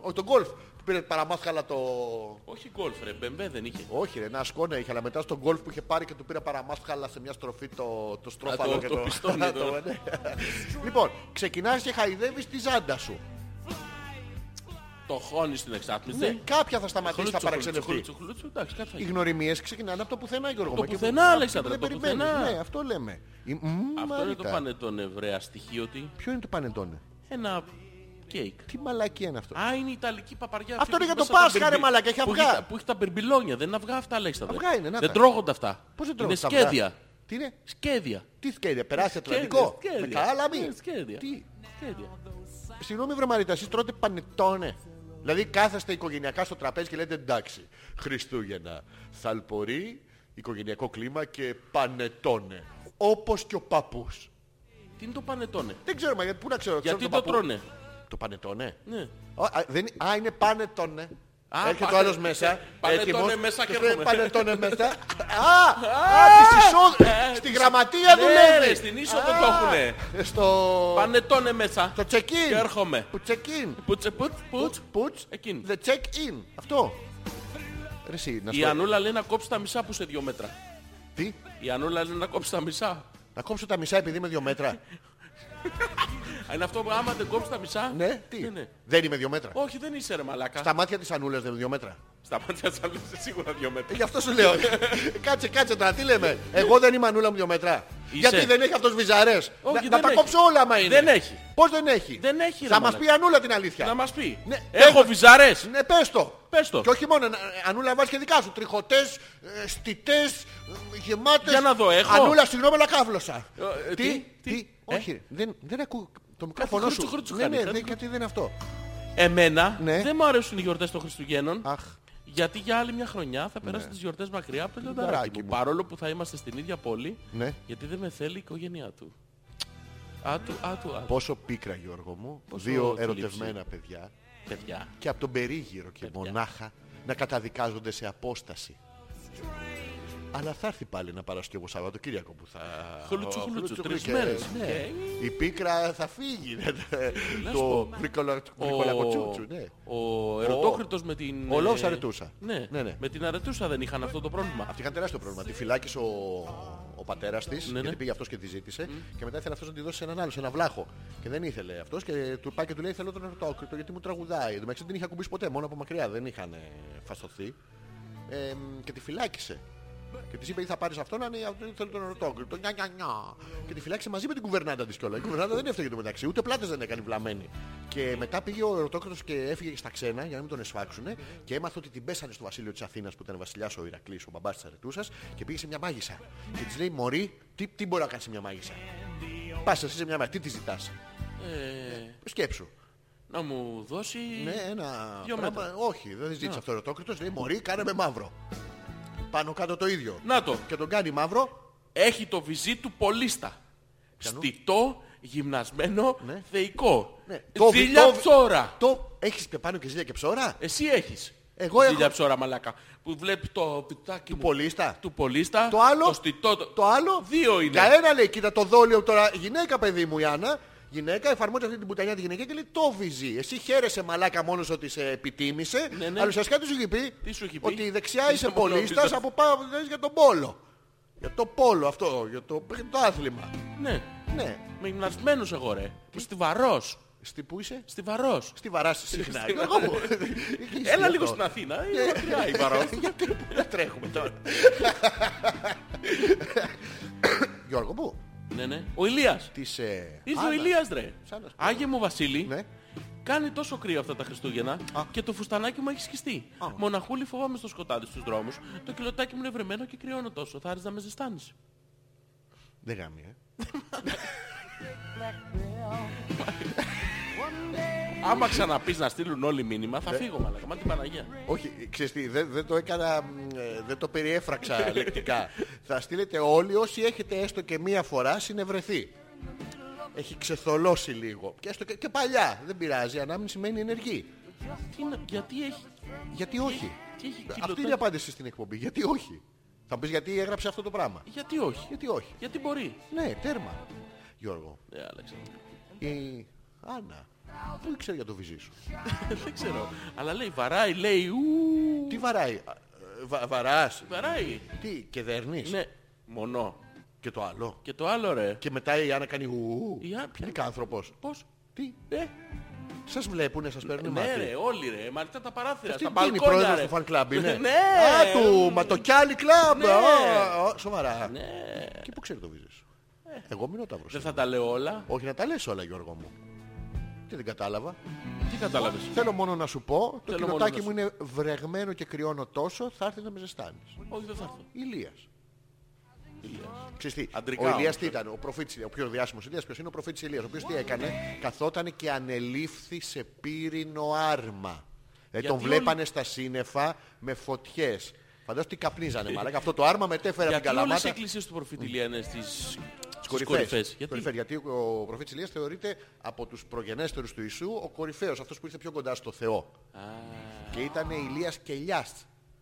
[SPEAKER 1] Όχι, το γκολφ. Του πήρε παραμάσχαλα το...
[SPEAKER 2] Όχι γκολφ ρε, μπεμπέ δεν είχε.
[SPEAKER 1] Όχι ρε, ένα ασκόνα είχε, αλλά μετά στον γκολφ που είχε πάρει και του πήρε παραμάσχαλα σε μια στροφή το, το στρόφαλο
[SPEAKER 2] Α, το-
[SPEAKER 1] και
[SPEAKER 2] το πιστώνει το-
[SPEAKER 1] ναι. λοιπόν, ξεκινάς και χαϊδεύεις τη ζάντα σου.
[SPEAKER 2] Το χώνει στην εξάτμιση.
[SPEAKER 1] Ναι, κάποια θα σταματήσει,
[SPEAKER 2] Χλούτσου,
[SPEAKER 1] θα
[SPEAKER 2] χλούτσου,
[SPEAKER 1] παραξενευτεί.
[SPEAKER 2] χλούτσου, χλούτσου, εντάξει, κάτι θα
[SPEAKER 1] Οι
[SPEAKER 2] γίνει.
[SPEAKER 1] γνωριμίες ξεκινάνε από το πουθενά, Γιώργο.
[SPEAKER 2] Το
[SPEAKER 1] μου, εκεί που-
[SPEAKER 2] πουθενά,
[SPEAKER 1] εκεί που
[SPEAKER 2] Αλέξανδρε,
[SPEAKER 1] δεν
[SPEAKER 2] το
[SPEAKER 1] περιμένεις.
[SPEAKER 2] πουθενά.
[SPEAKER 1] Ναι, αυτό λέμε. Η-
[SPEAKER 2] Αυτό είναι το
[SPEAKER 1] μάλιστα.
[SPEAKER 2] πανετόν Εβραία στοιχείο ότι
[SPEAKER 1] Ποιο είναι το πανετόνε.
[SPEAKER 2] ένα κέικ.
[SPEAKER 1] Τι μαλακία είναι αυτό.
[SPEAKER 2] Α, είναι η Ιταλική παπαριά.
[SPEAKER 1] Αυτό
[SPEAKER 2] αυτή
[SPEAKER 1] είναι
[SPEAKER 2] που
[SPEAKER 1] για το
[SPEAKER 2] μέσα τα
[SPEAKER 1] Πάσχα, ρε
[SPEAKER 2] μπερμπι-
[SPEAKER 1] μαλάκα, έχει
[SPEAKER 2] που
[SPEAKER 1] αυγά.
[SPEAKER 2] τα- Που έχει τα μπερμπιλόνια, δεν είναι αυγά αυτά, Αλέξανδρε.
[SPEAKER 1] Αυγά είναι, να
[SPEAKER 2] Δεν
[SPEAKER 1] τα.
[SPEAKER 2] τρώγονται αυτά.
[SPEAKER 1] Πώς δεν τρώγονται τα
[SPEAKER 2] Είναι
[SPEAKER 1] αυγά?
[SPEAKER 2] σκέδια.
[SPEAKER 1] Τι είναι.
[SPEAKER 2] Σκέδια.
[SPEAKER 1] Τι σκέδια, περάσει
[SPEAKER 2] Σκέδια,
[SPEAKER 1] Ατλαντικό.
[SPEAKER 2] σκέδια.
[SPEAKER 1] Με καλάμι.
[SPEAKER 2] Ναι, σκέδια.
[SPEAKER 1] Τι.
[SPEAKER 2] Σκέδια.
[SPEAKER 1] Συγγνώμη βρε Μαρίτα, εσείς τρώτε πανετόνε. Δηλαδή κάθεστε οικογενειακά στο τραπέζι και λέτε εντάξει, Χριστούγεννα, θαλπορεί, οικογενειακό κλίμα και πανετόνε. Όπως και ο παππούς.
[SPEAKER 2] Τι είναι το πανετόνε.
[SPEAKER 1] Δεν ξέρω, μα γιατί πού να ξέρω. ξέρω
[SPEAKER 2] Γιατί
[SPEAKER 1] τον
[SPEAKER 2] το
[SPEAKER 1] παππού.
[SPEAKER 2] τρώνε.
[SPEAKER 1] Το πανετόνε.
[SPEAKER 2] Ναι.
[SPEAKER 1] Α, δεν- α, είναι πανετόνε.
[SPEAKER 2] Α,
[SPEAKER 1] Έρχεται ο
[SPEAKER 2] πάνε-
[SPEAKER 1] άλλος μέσα.
[SPEAKER 2] Πανετώνε
[SPEAKER 1] έτοιμος,
[SPEAKER 2] μέσα και
[SPEAKER 1] τους λέει,
[SPEAKER 2] έρχομαι.
[SPEAKER 1] Πανετώνε μέσα. Α, α, τις εισόδου.
[SPEAKER 2] Ε,
[SPEAKER 1] Στη
[SPEAKER 2] τις-
[SPEAKER 1] γραμματεία
[SPEAKER 2] Ναι, ρε,
[SPEAKER 1] δουλεύει.
[SPEAKER 2] στην είσοδο το έχουνε.
[SPEAKER 1] Στο...
[SPEAKER 2] Πανετώνε μέσα.
[SPEAKER 1] Το check-in.
[SPEAKER 2] Και έρχομαι.
[SPEAKER 1] Που check-in.
[SPEAKER 2] Πουτσε πουτ, πουτ.
[SPEAKER 1] Πουτς.
[SPEAKER 2] Εκείνη.
[SPEAKER 1] The check-in. Αυτό. Ρε εσύ, να σου
[SPEAKER 2] Η
[SPEAKER 1] πω.
[SPEAKER 2] Ανούλα λέει να κόψει τα μισά που σε δύο μέτρα.
[SPEAKER 1] Τι.
[SPEAKER 2] Η Ανούλα λέει να κόψει τα μισά.
[SPEAKER 1] Να κόψω τα μισά επειδή είμαι δύο μέτρα.
[SPEAKER 2] Α, Είναι αυτό που άμα δεν κόψεις τα μισά.
[SPEAKER 1] Ναι, τι.
[SPEAKER 2] Ναι, ναι.
[SPEAKER 1] Δεν είμαι δύο μέτρα.
[SPEAKER 2] Όχι, δεν είσαι ρε μαλάκα.
[SPEAKER 1] Στα μάτια της Ανούλας δεν είμαι δύο μέτρα.
[SPEAKER 2] Στα μάτια σαν είσαι σίγουρα δύο μέτρα.
[SPEAKER 1] Ε, Γι' αυτό σου λέω. κάτσε, κάτσε τώρα, τι λέμε. Εγώ δεν είμαι Ανούλα μου δύο μέτρα.
[SPEAKER 2] Είσαι.
[SPEAKER 1] Γιατί δεν έχει αυτός βυζαρές.
[SPEAKER 2] Όχι,
[SPEAKER 1] να
[SPEAKER 2] δεν
[SPEAKER 1] να τα
[SPEAKER 2] έχει.
[SPEAKER 1] κόψω όλα άμα είναι.
[SPEAKER 2] Δεν έχει.
[SPEAKER 1] Πώς δεν έχει.
[SPEAKER 2] Δεν έχει, ρε
[SPEAKER 1] Θα μας
[SPEAKER 2] μαλάκα.
[SPEAKER 1] πει η Ανούλα την αλήθεια.
[SPEAKER 2] Να μας πει.
[SPEAKER 1] Ναι,
[SPEAKER 2] Έχω
[SPEAKER 1] έχω-
[SPEAKER 2] βυζαρές.
[SPEAKER 1] Ναι, πες το.
[SPEAKER 2] Πες το.
[SPEAKER 1] Και όχι μόνο, να- Ανούλα βάζει και δικά σου. Τριχωτές, ε, στιτές, ε, γεμάτες.
[SPEAKER 2] Για να δω, έχω.
[SPEAKER 1] Ανούλα, συγγνώμη, αλλά κάβλωσα.
[SPEAKER 2] Ε, ε,
[SPEAKER 1] τι,
[SPEAKER 2] τι,
[SPEAKER 1] τι,
[SPEAKER 2] τι, ε?
[SPEAKER 1] όχι, ρε, δεν, δεν ακούω. Το μικρόφωνο
[SPEAKER 2] χρούτσου,
[SPEAKER 1] σου.
[SPEAKER 2] χρούτσου
[SPEAKER 1] ναι,
[SPEAKER 2] κάνει,
[SPEAKER 1] ναι,
[SPEAKER 2] κάτι
[SPEAKER 1] δεν, κάτι δεν είναι αυτό.
[SPEAKER 2] Εμένα
[SPEAKER 1] Ναι.
[SPEAKER 2] δεν μου αρέσουν οι γιορτές των Χριστουγέννων.
[SPEAKER 1] Αχ.
[SPEAKER 2] Γιατί για άλλη μια χρονιά θα περάσω τις γιορτές μακριά από το λιονταράκι
[SPEAKER 1] Λιονταράκι
[SPEAKER 2] μου.
[SPEAKER 1] Ναι. μου.
[SPEAKER 2] Παρόλο που θα είμαστε στην ίδια πόλη,
[SPEAKER 1] Ναι.
[SPEAKER 2] γιατί δεν με θέλει η οικογένειά του. Άτου, άτου, άτου.
[SPEAKER 1] Πόσο πίκρα, Γιώργο μου.
[SPEAKER 2] Πόσο
[SPEAKER 1] Δύο
[SPEAKER 2] θλίψη.
[SPEAKER 1] ερωτευμένα παιδιά.
[SPEAKER 2] Παιδιά.
[SPEAKER 1] και από τον περίγυρο και μονάχα να καταδικάζονται σε απόσταση. Αλλά θα έρθει πάλι ένα Παρασκευό Σαββατοκύριακο που θα...
[SPEAKER 2] Χλουτσου, χλουτσου,
[SPEAKER 1] χλουτσου,
[SPEAKER 2] τρεις
[SPEAKER 1] και-
[SPEAKER 2] μέρες.
[SPEAKER 1] ναι.
[SPEAKER 2] Και-
[SPEAKER 1] Η πίκρα θα φύγει. ναι, ναι. Το βρικολακοτσούτσου, ναι.
[SPEAKER 2] ο ερωτόκριτος με την...
[SPEAKER 1] Ο Λόβς
[SPEAKER 2] ε,
[SPEAKER 1] Αρετούσα.
[SPEAKER 2] Ναι.
[SPEAKER 1] Ναι, ναι.
[SPEAKER 2] με την αρετούσα δεν είχαν αυτό το πρόβλημα.
[SPEAKER 1] Αυτή είχαν τεράστιο πρόβλημα. Τη φυλάκισε ο, ο πατέρας της,
[SPEAKER 2] Ναι, ναι.
[SPEAKER 1] γιατί πήγε αυτός και τη ζήτησε. Και μετά ήθελε αυτός να τη δώσει σε έναν άλλο, σε έναν βλάχο. Και δεν ήθελε αυτός και του πάει και του λέει: Θέλω τον ερωτόκριτο γιατί μου τραγουδάει. Εν τω μεταξύ δεν την είχε ακουμπήσει ποτέ, μόνο από μακριά δεν είχαν ε, φασωθεί. Ε, μ, και τη φυλάκισε. Και της είπε: «Ή Θα πάρεις αυτό να είναι αυτό, θέλω τον ερωτόκριτο. Νια, νια, νια. Και τη φυλάξε μαζί με την κουβερνάντα της κιόλας. Η κουβερνάντα δεν έφταιγε το μεταξύ, ούτε πλάτες δεν έκανε βλαμμένη. Και μετά πήγε ο ερωτόκριτος και έφυγε στα ξένα για να μην τον εσφάξουνε και έμαθε ότι την πέσανε στο βασίλειο της Αθήνας που ήταν βασιλιάς ο Ηρακλής, ο μπαμπάς της Αρετούσας και πήγε σε μια μάγισσα. Και της λέει: Μωρή, τι, τι μπορεί να κάνεις σε μια μάγισσα. Πας εσύ σε μια μάγισσα, τι της ζητάς.
[SPEAKER 2] Ε,
[SPEAKER 1] Σκέψου.
[SPEAKER 2] να μου δώσει...
[SPEAKER 1] Ναι,
[SPEAKER 2] Ε,
[SPEAKER 1] ένα.
[SPEAKER 2] Δυο
[SPEAKER 1] πράγμα- Όχι, δεν
[SPEAKER 2] Ναι.
[SPEAKER 1] ζήτησε αυτό ο ερωτόκριτος. Λέει: Μωρή, κάνε με μαύρο. Πάνω κάτω το ίδιο.
[SPEAKER 2] Να το.
[SPEAKER 1] Και τον κάνει μαύρο
[SPEAKER 2] Έχει το βυζί του πολίστα.
[SPEAKER 1] Πιανού?
[SPEAKER 2] Στιτό, γυμνασμένο,
[SPEAKER 1] Ναι.
[SPEAKER 2] θεϊκό.
[SPEAKER 1] Ναι.
[SPEAKER 2] Ζήλια
[SPEAKER 1] το-
[SPEAKER 2] Ε, ψώρα. Ε,
[SPEAKER 1] Το έχεις και πάνω και ζήλια και ψώρα.
[SPEAKER 2] Εσύ έχεις.
[SPEAKER 1] Εγώ
[SPEAKER 2] Ζήλια
[SPEAKER 1] έχω-
[SPEAKER 2] ψώρα μαλάκα. Που βλέπει το πιτάκι του
[SPEAKER 1] Πολίστα.
[SPEAKER 2] Του πολίστα.
[SPEAKER 1] Το άλλο.
[SPEAKER 2] Το στιτό. Το...
[SPEAKER 1] Το άλλο.
[SPEAKER 2] Δύο είναι.
[SPEAKER 1] Για ένα λέει, κοίτα το δόλιο τώρα. Γυναίκα, παιδί μου, η Άννα. Γυναίκα, εφαρμόζει αυτή την πουτανιά τη γυναίκα και λέει το βυζί. Εσύ χαίρεσαι μαλάκα μόνος ότι σε επιτίμησε.
[SPEAKER 2] Ναι, ναι.
[SPEAKER 1] Αλλά ουσιαστικά τι σου έχει πει.
[SPEAKER 2] Τι σου έχει πει?
[SPEAKER 1] Ότι η δεξιά
[SPEAKER 2] Είσαι
[SPEAKER 1] είσαι
[SPEAKER 2] μόνο
[SPEAKER 1] πολίστα
[SPEAKER 2] βυζός.
[SPEAKER 1] από πάνω λες, για τον πόλο. Για το πόλο αυτό, για το, για το άθλημα.
[SPEAKER 2] Ναι.
[SPEAKER 1] Ναι.
[SPEAKER 2] Με γυμνασμένος εγώ ρε. Στιβαρός.
[SPEAKER 1] Στη που είσαι?
[SPEAKER 2] Στιβαρός.
[SPEAKER 1] Στη βαράση συχνά.
[SPEAKER 2] Στη
[SPEAKER 1] Γιώργο μου.
[SPEAKER 2] Έλα λίγο στην Αθήνα. Είναι μακριά η Βαρός.
[SPEAKER 1] Ναι. Γιατί πού να τρέχουμε τώρα. Γιώργο μου,
[SPEAKER 2] ναι, ναι. Ο Ηλίας.
[SPEAKER 1] της... ε,
[SPEAKER 2] Ήρθε ο
[SPEAKER 1] Άννας.
[SPEAKER 2] Ηλίας ρε.
[SPEAKER 1] Σαν να σου πω.
[SPEAKER 2] Άγιε μου Βασίλη.
[SPEAKER 1] Ναι.
[SPEAKER 2] Κάνει τόσο κρύο αυτά τα Χριστούγεννα
[SPEAKER 1] Α.
[SPEAKER 2] και το φουστανάκι μου έχει σχιστεί. Μοναχούλη φοβάμαι στο σκοτάδι στους δρόμους. Το κιλοτάκι μου είναι βρεμένο και κρυώνω τόσο. Θα άρεσε να με ζεστάνεις.
[SPEAKER 1] Δεν γάμει, ε.
[SPEAKER 2] Άμα ξαναπείς να στείλουν όλοι μήνυμα,
[SPEAKER 1] Ναι.
[SPEAKER 2] θα φύγω μαλακά. Μα την Παναγία.
[SPEAKER 1] Όχι, ξέρεις τι, δεν, δεν το έκανα, μ, ε, δεν το περιέφραξα λεκτικά. Θα στείλετε όλοι όσοι έχετε έστω και μία φορά συνευρεθεί. Έχει ξεθολώσει λίγο. Και, έστω και, και παλιά, δεν πειράζει, ανάμνηση μένει ενεργή.
[SPEAKER 2] Τι είναι- γιατί έχει.
[SPEAKER 1] Γιατί όχι.
[SPEAKER 2] τι έχει
[SPEAKER 1] Αυτή
[SPEAKER 2] κιλοτάκι.
[SPEAKER 1] είναι η απάντηση στην εκπομπή. Γιατί όχι. Θα μου πεις γιατί έγραψε αυτό το πράγμα.
[SPEAKER 2] Γιατί όχι.
[SPEAKER 1] Γιατί όχι.
[SPEAKER 2] Γιατί μπορεί.
[SPEAKER 1] Ναι, τέρμα. Γιώργο,
[SPEAKER 2] Ε, Αλέξανδρε.
[SPEAKER 1] η Άννα, πού ήξερε για το βυζί σου.
[SPEAKER 2] Δεν ξέρω. Αλλά λέει βαράει, λέει ου.
[SPEAKER 1] Τι βαράει. α, ε, Βα, βαράς.
[SPEAKER 2] Βαράει.
[SPEAKER 1] Τι, και δέρνεις.
[SPEAKER 2] Ναι. Μονό.
[SPEAKER 1] Και το άλλο.
[SPEAKER 2] Και το άλλο ρε.
[SPEAKER 1] Και μετά η Άννα κάνει ου.
[SPEAKER 2] Η Άννα, ποια-
[SPEAKER 1] Είναι άνθρωπος.
[SPEAKER 2] Πώς.
[SPEAKER 1] Τι,
[SPEAKER 2] Ε,
[SPEAKER 1] σας βλέπουνε, σας παίρνουν
[SPEAKER 2] ναι
[SPEAKER 1] μάτι.
[SPEAKER 2] ρε, όλοι ρε. Μαρτιά τα παράθυρα.
[SPEAKER 1] Αυτή
[SPEAKER 2] Στα
[SPEAKER 1] τι είναι η
[SPEAKER 2] μπαλκόνια
[SPEAKER 1] πρόεδρος
[SPEAKER 2] ρε.
[SPEAKER 1] του φαν κλαμπ είναι.
[SPEAKER 2] Ναι.
[SPEAKER 1] Α, του ματοκιάλι κλαμπ.
[SPEAKER 2] Ναι.
[SPEAKER 1] Α, α, Σοβαρά.
[SPEAKER 2] Ναι. Ε.
[SPEAKER 1] Και πού ξέρει το βίζι σου. Εγώ μηνόταυρος.
[SPEAKER 2] Δεν θα τα λέω όλα.
[SPEAKER 1] Όχι να τα λες όλα Γιώργο μου. Τι δεν κατάλαβα.
[SPEAKER 2] Τι κατάλαβες.
[SPEAKER 1] Θέλω μόνο να σου πω, το
[SPEAKER 2] Θέλω
[SPEAKER 1] κοινοτάκι μου
[SPEAKER 2] μόνο
[SPEAKER 1] είναι βρεγμένο και κρυώνω τόσο, θα έρθει να με ζεστάνεις.
[SPEAKER 2] Όχι δεν θα έρθω.
[SPEAKER 1] Ηλίας. Ξέρεις τι,
[SPEAKER 2] Αντρικά
[SPEAKER 1] ο Ηλίας
[SPEAKER 2] όμως,
[SPEAKER 1] τι ήταν, ο προφήτης, ο πιο διάσημος Ηλίας, ποιος είναι ο προφήτης Ηλίας, ο οποίος τι έκανε, καθόταν και ανελήφθη σε πύρινο άρμα. Δηλαδή τον
[SPEAKER 2] όλοι-
[SPEAKER 1] βλέπανε στα σύννεφα με φωτιές. Φαντάζομαι τι καπνίζανε μαλάκα. Αυτό το άρμα μετέφερε από Ε, την
[SPEAKER 2] Γιατί όλες οι
[SPEAKER 1] Καλαμάτα.
[SPEAKER 2] εκκλησίες του προφήτη Ηλία είναι στις στις
[SPEAKER 1] Κορυφές.
[SPEAKER 2] κορυφές. Γιατί.
[SPEAKER 1] Κορυφές, γιατί ο προφήτης Ηλίας θεωρείται από τους προγενέστερους του Ιησού ο κορυφαίος, αυτός που ήρθε πιο κοντά στο Θεό. Και ήταν Ηλίας Κελιάς.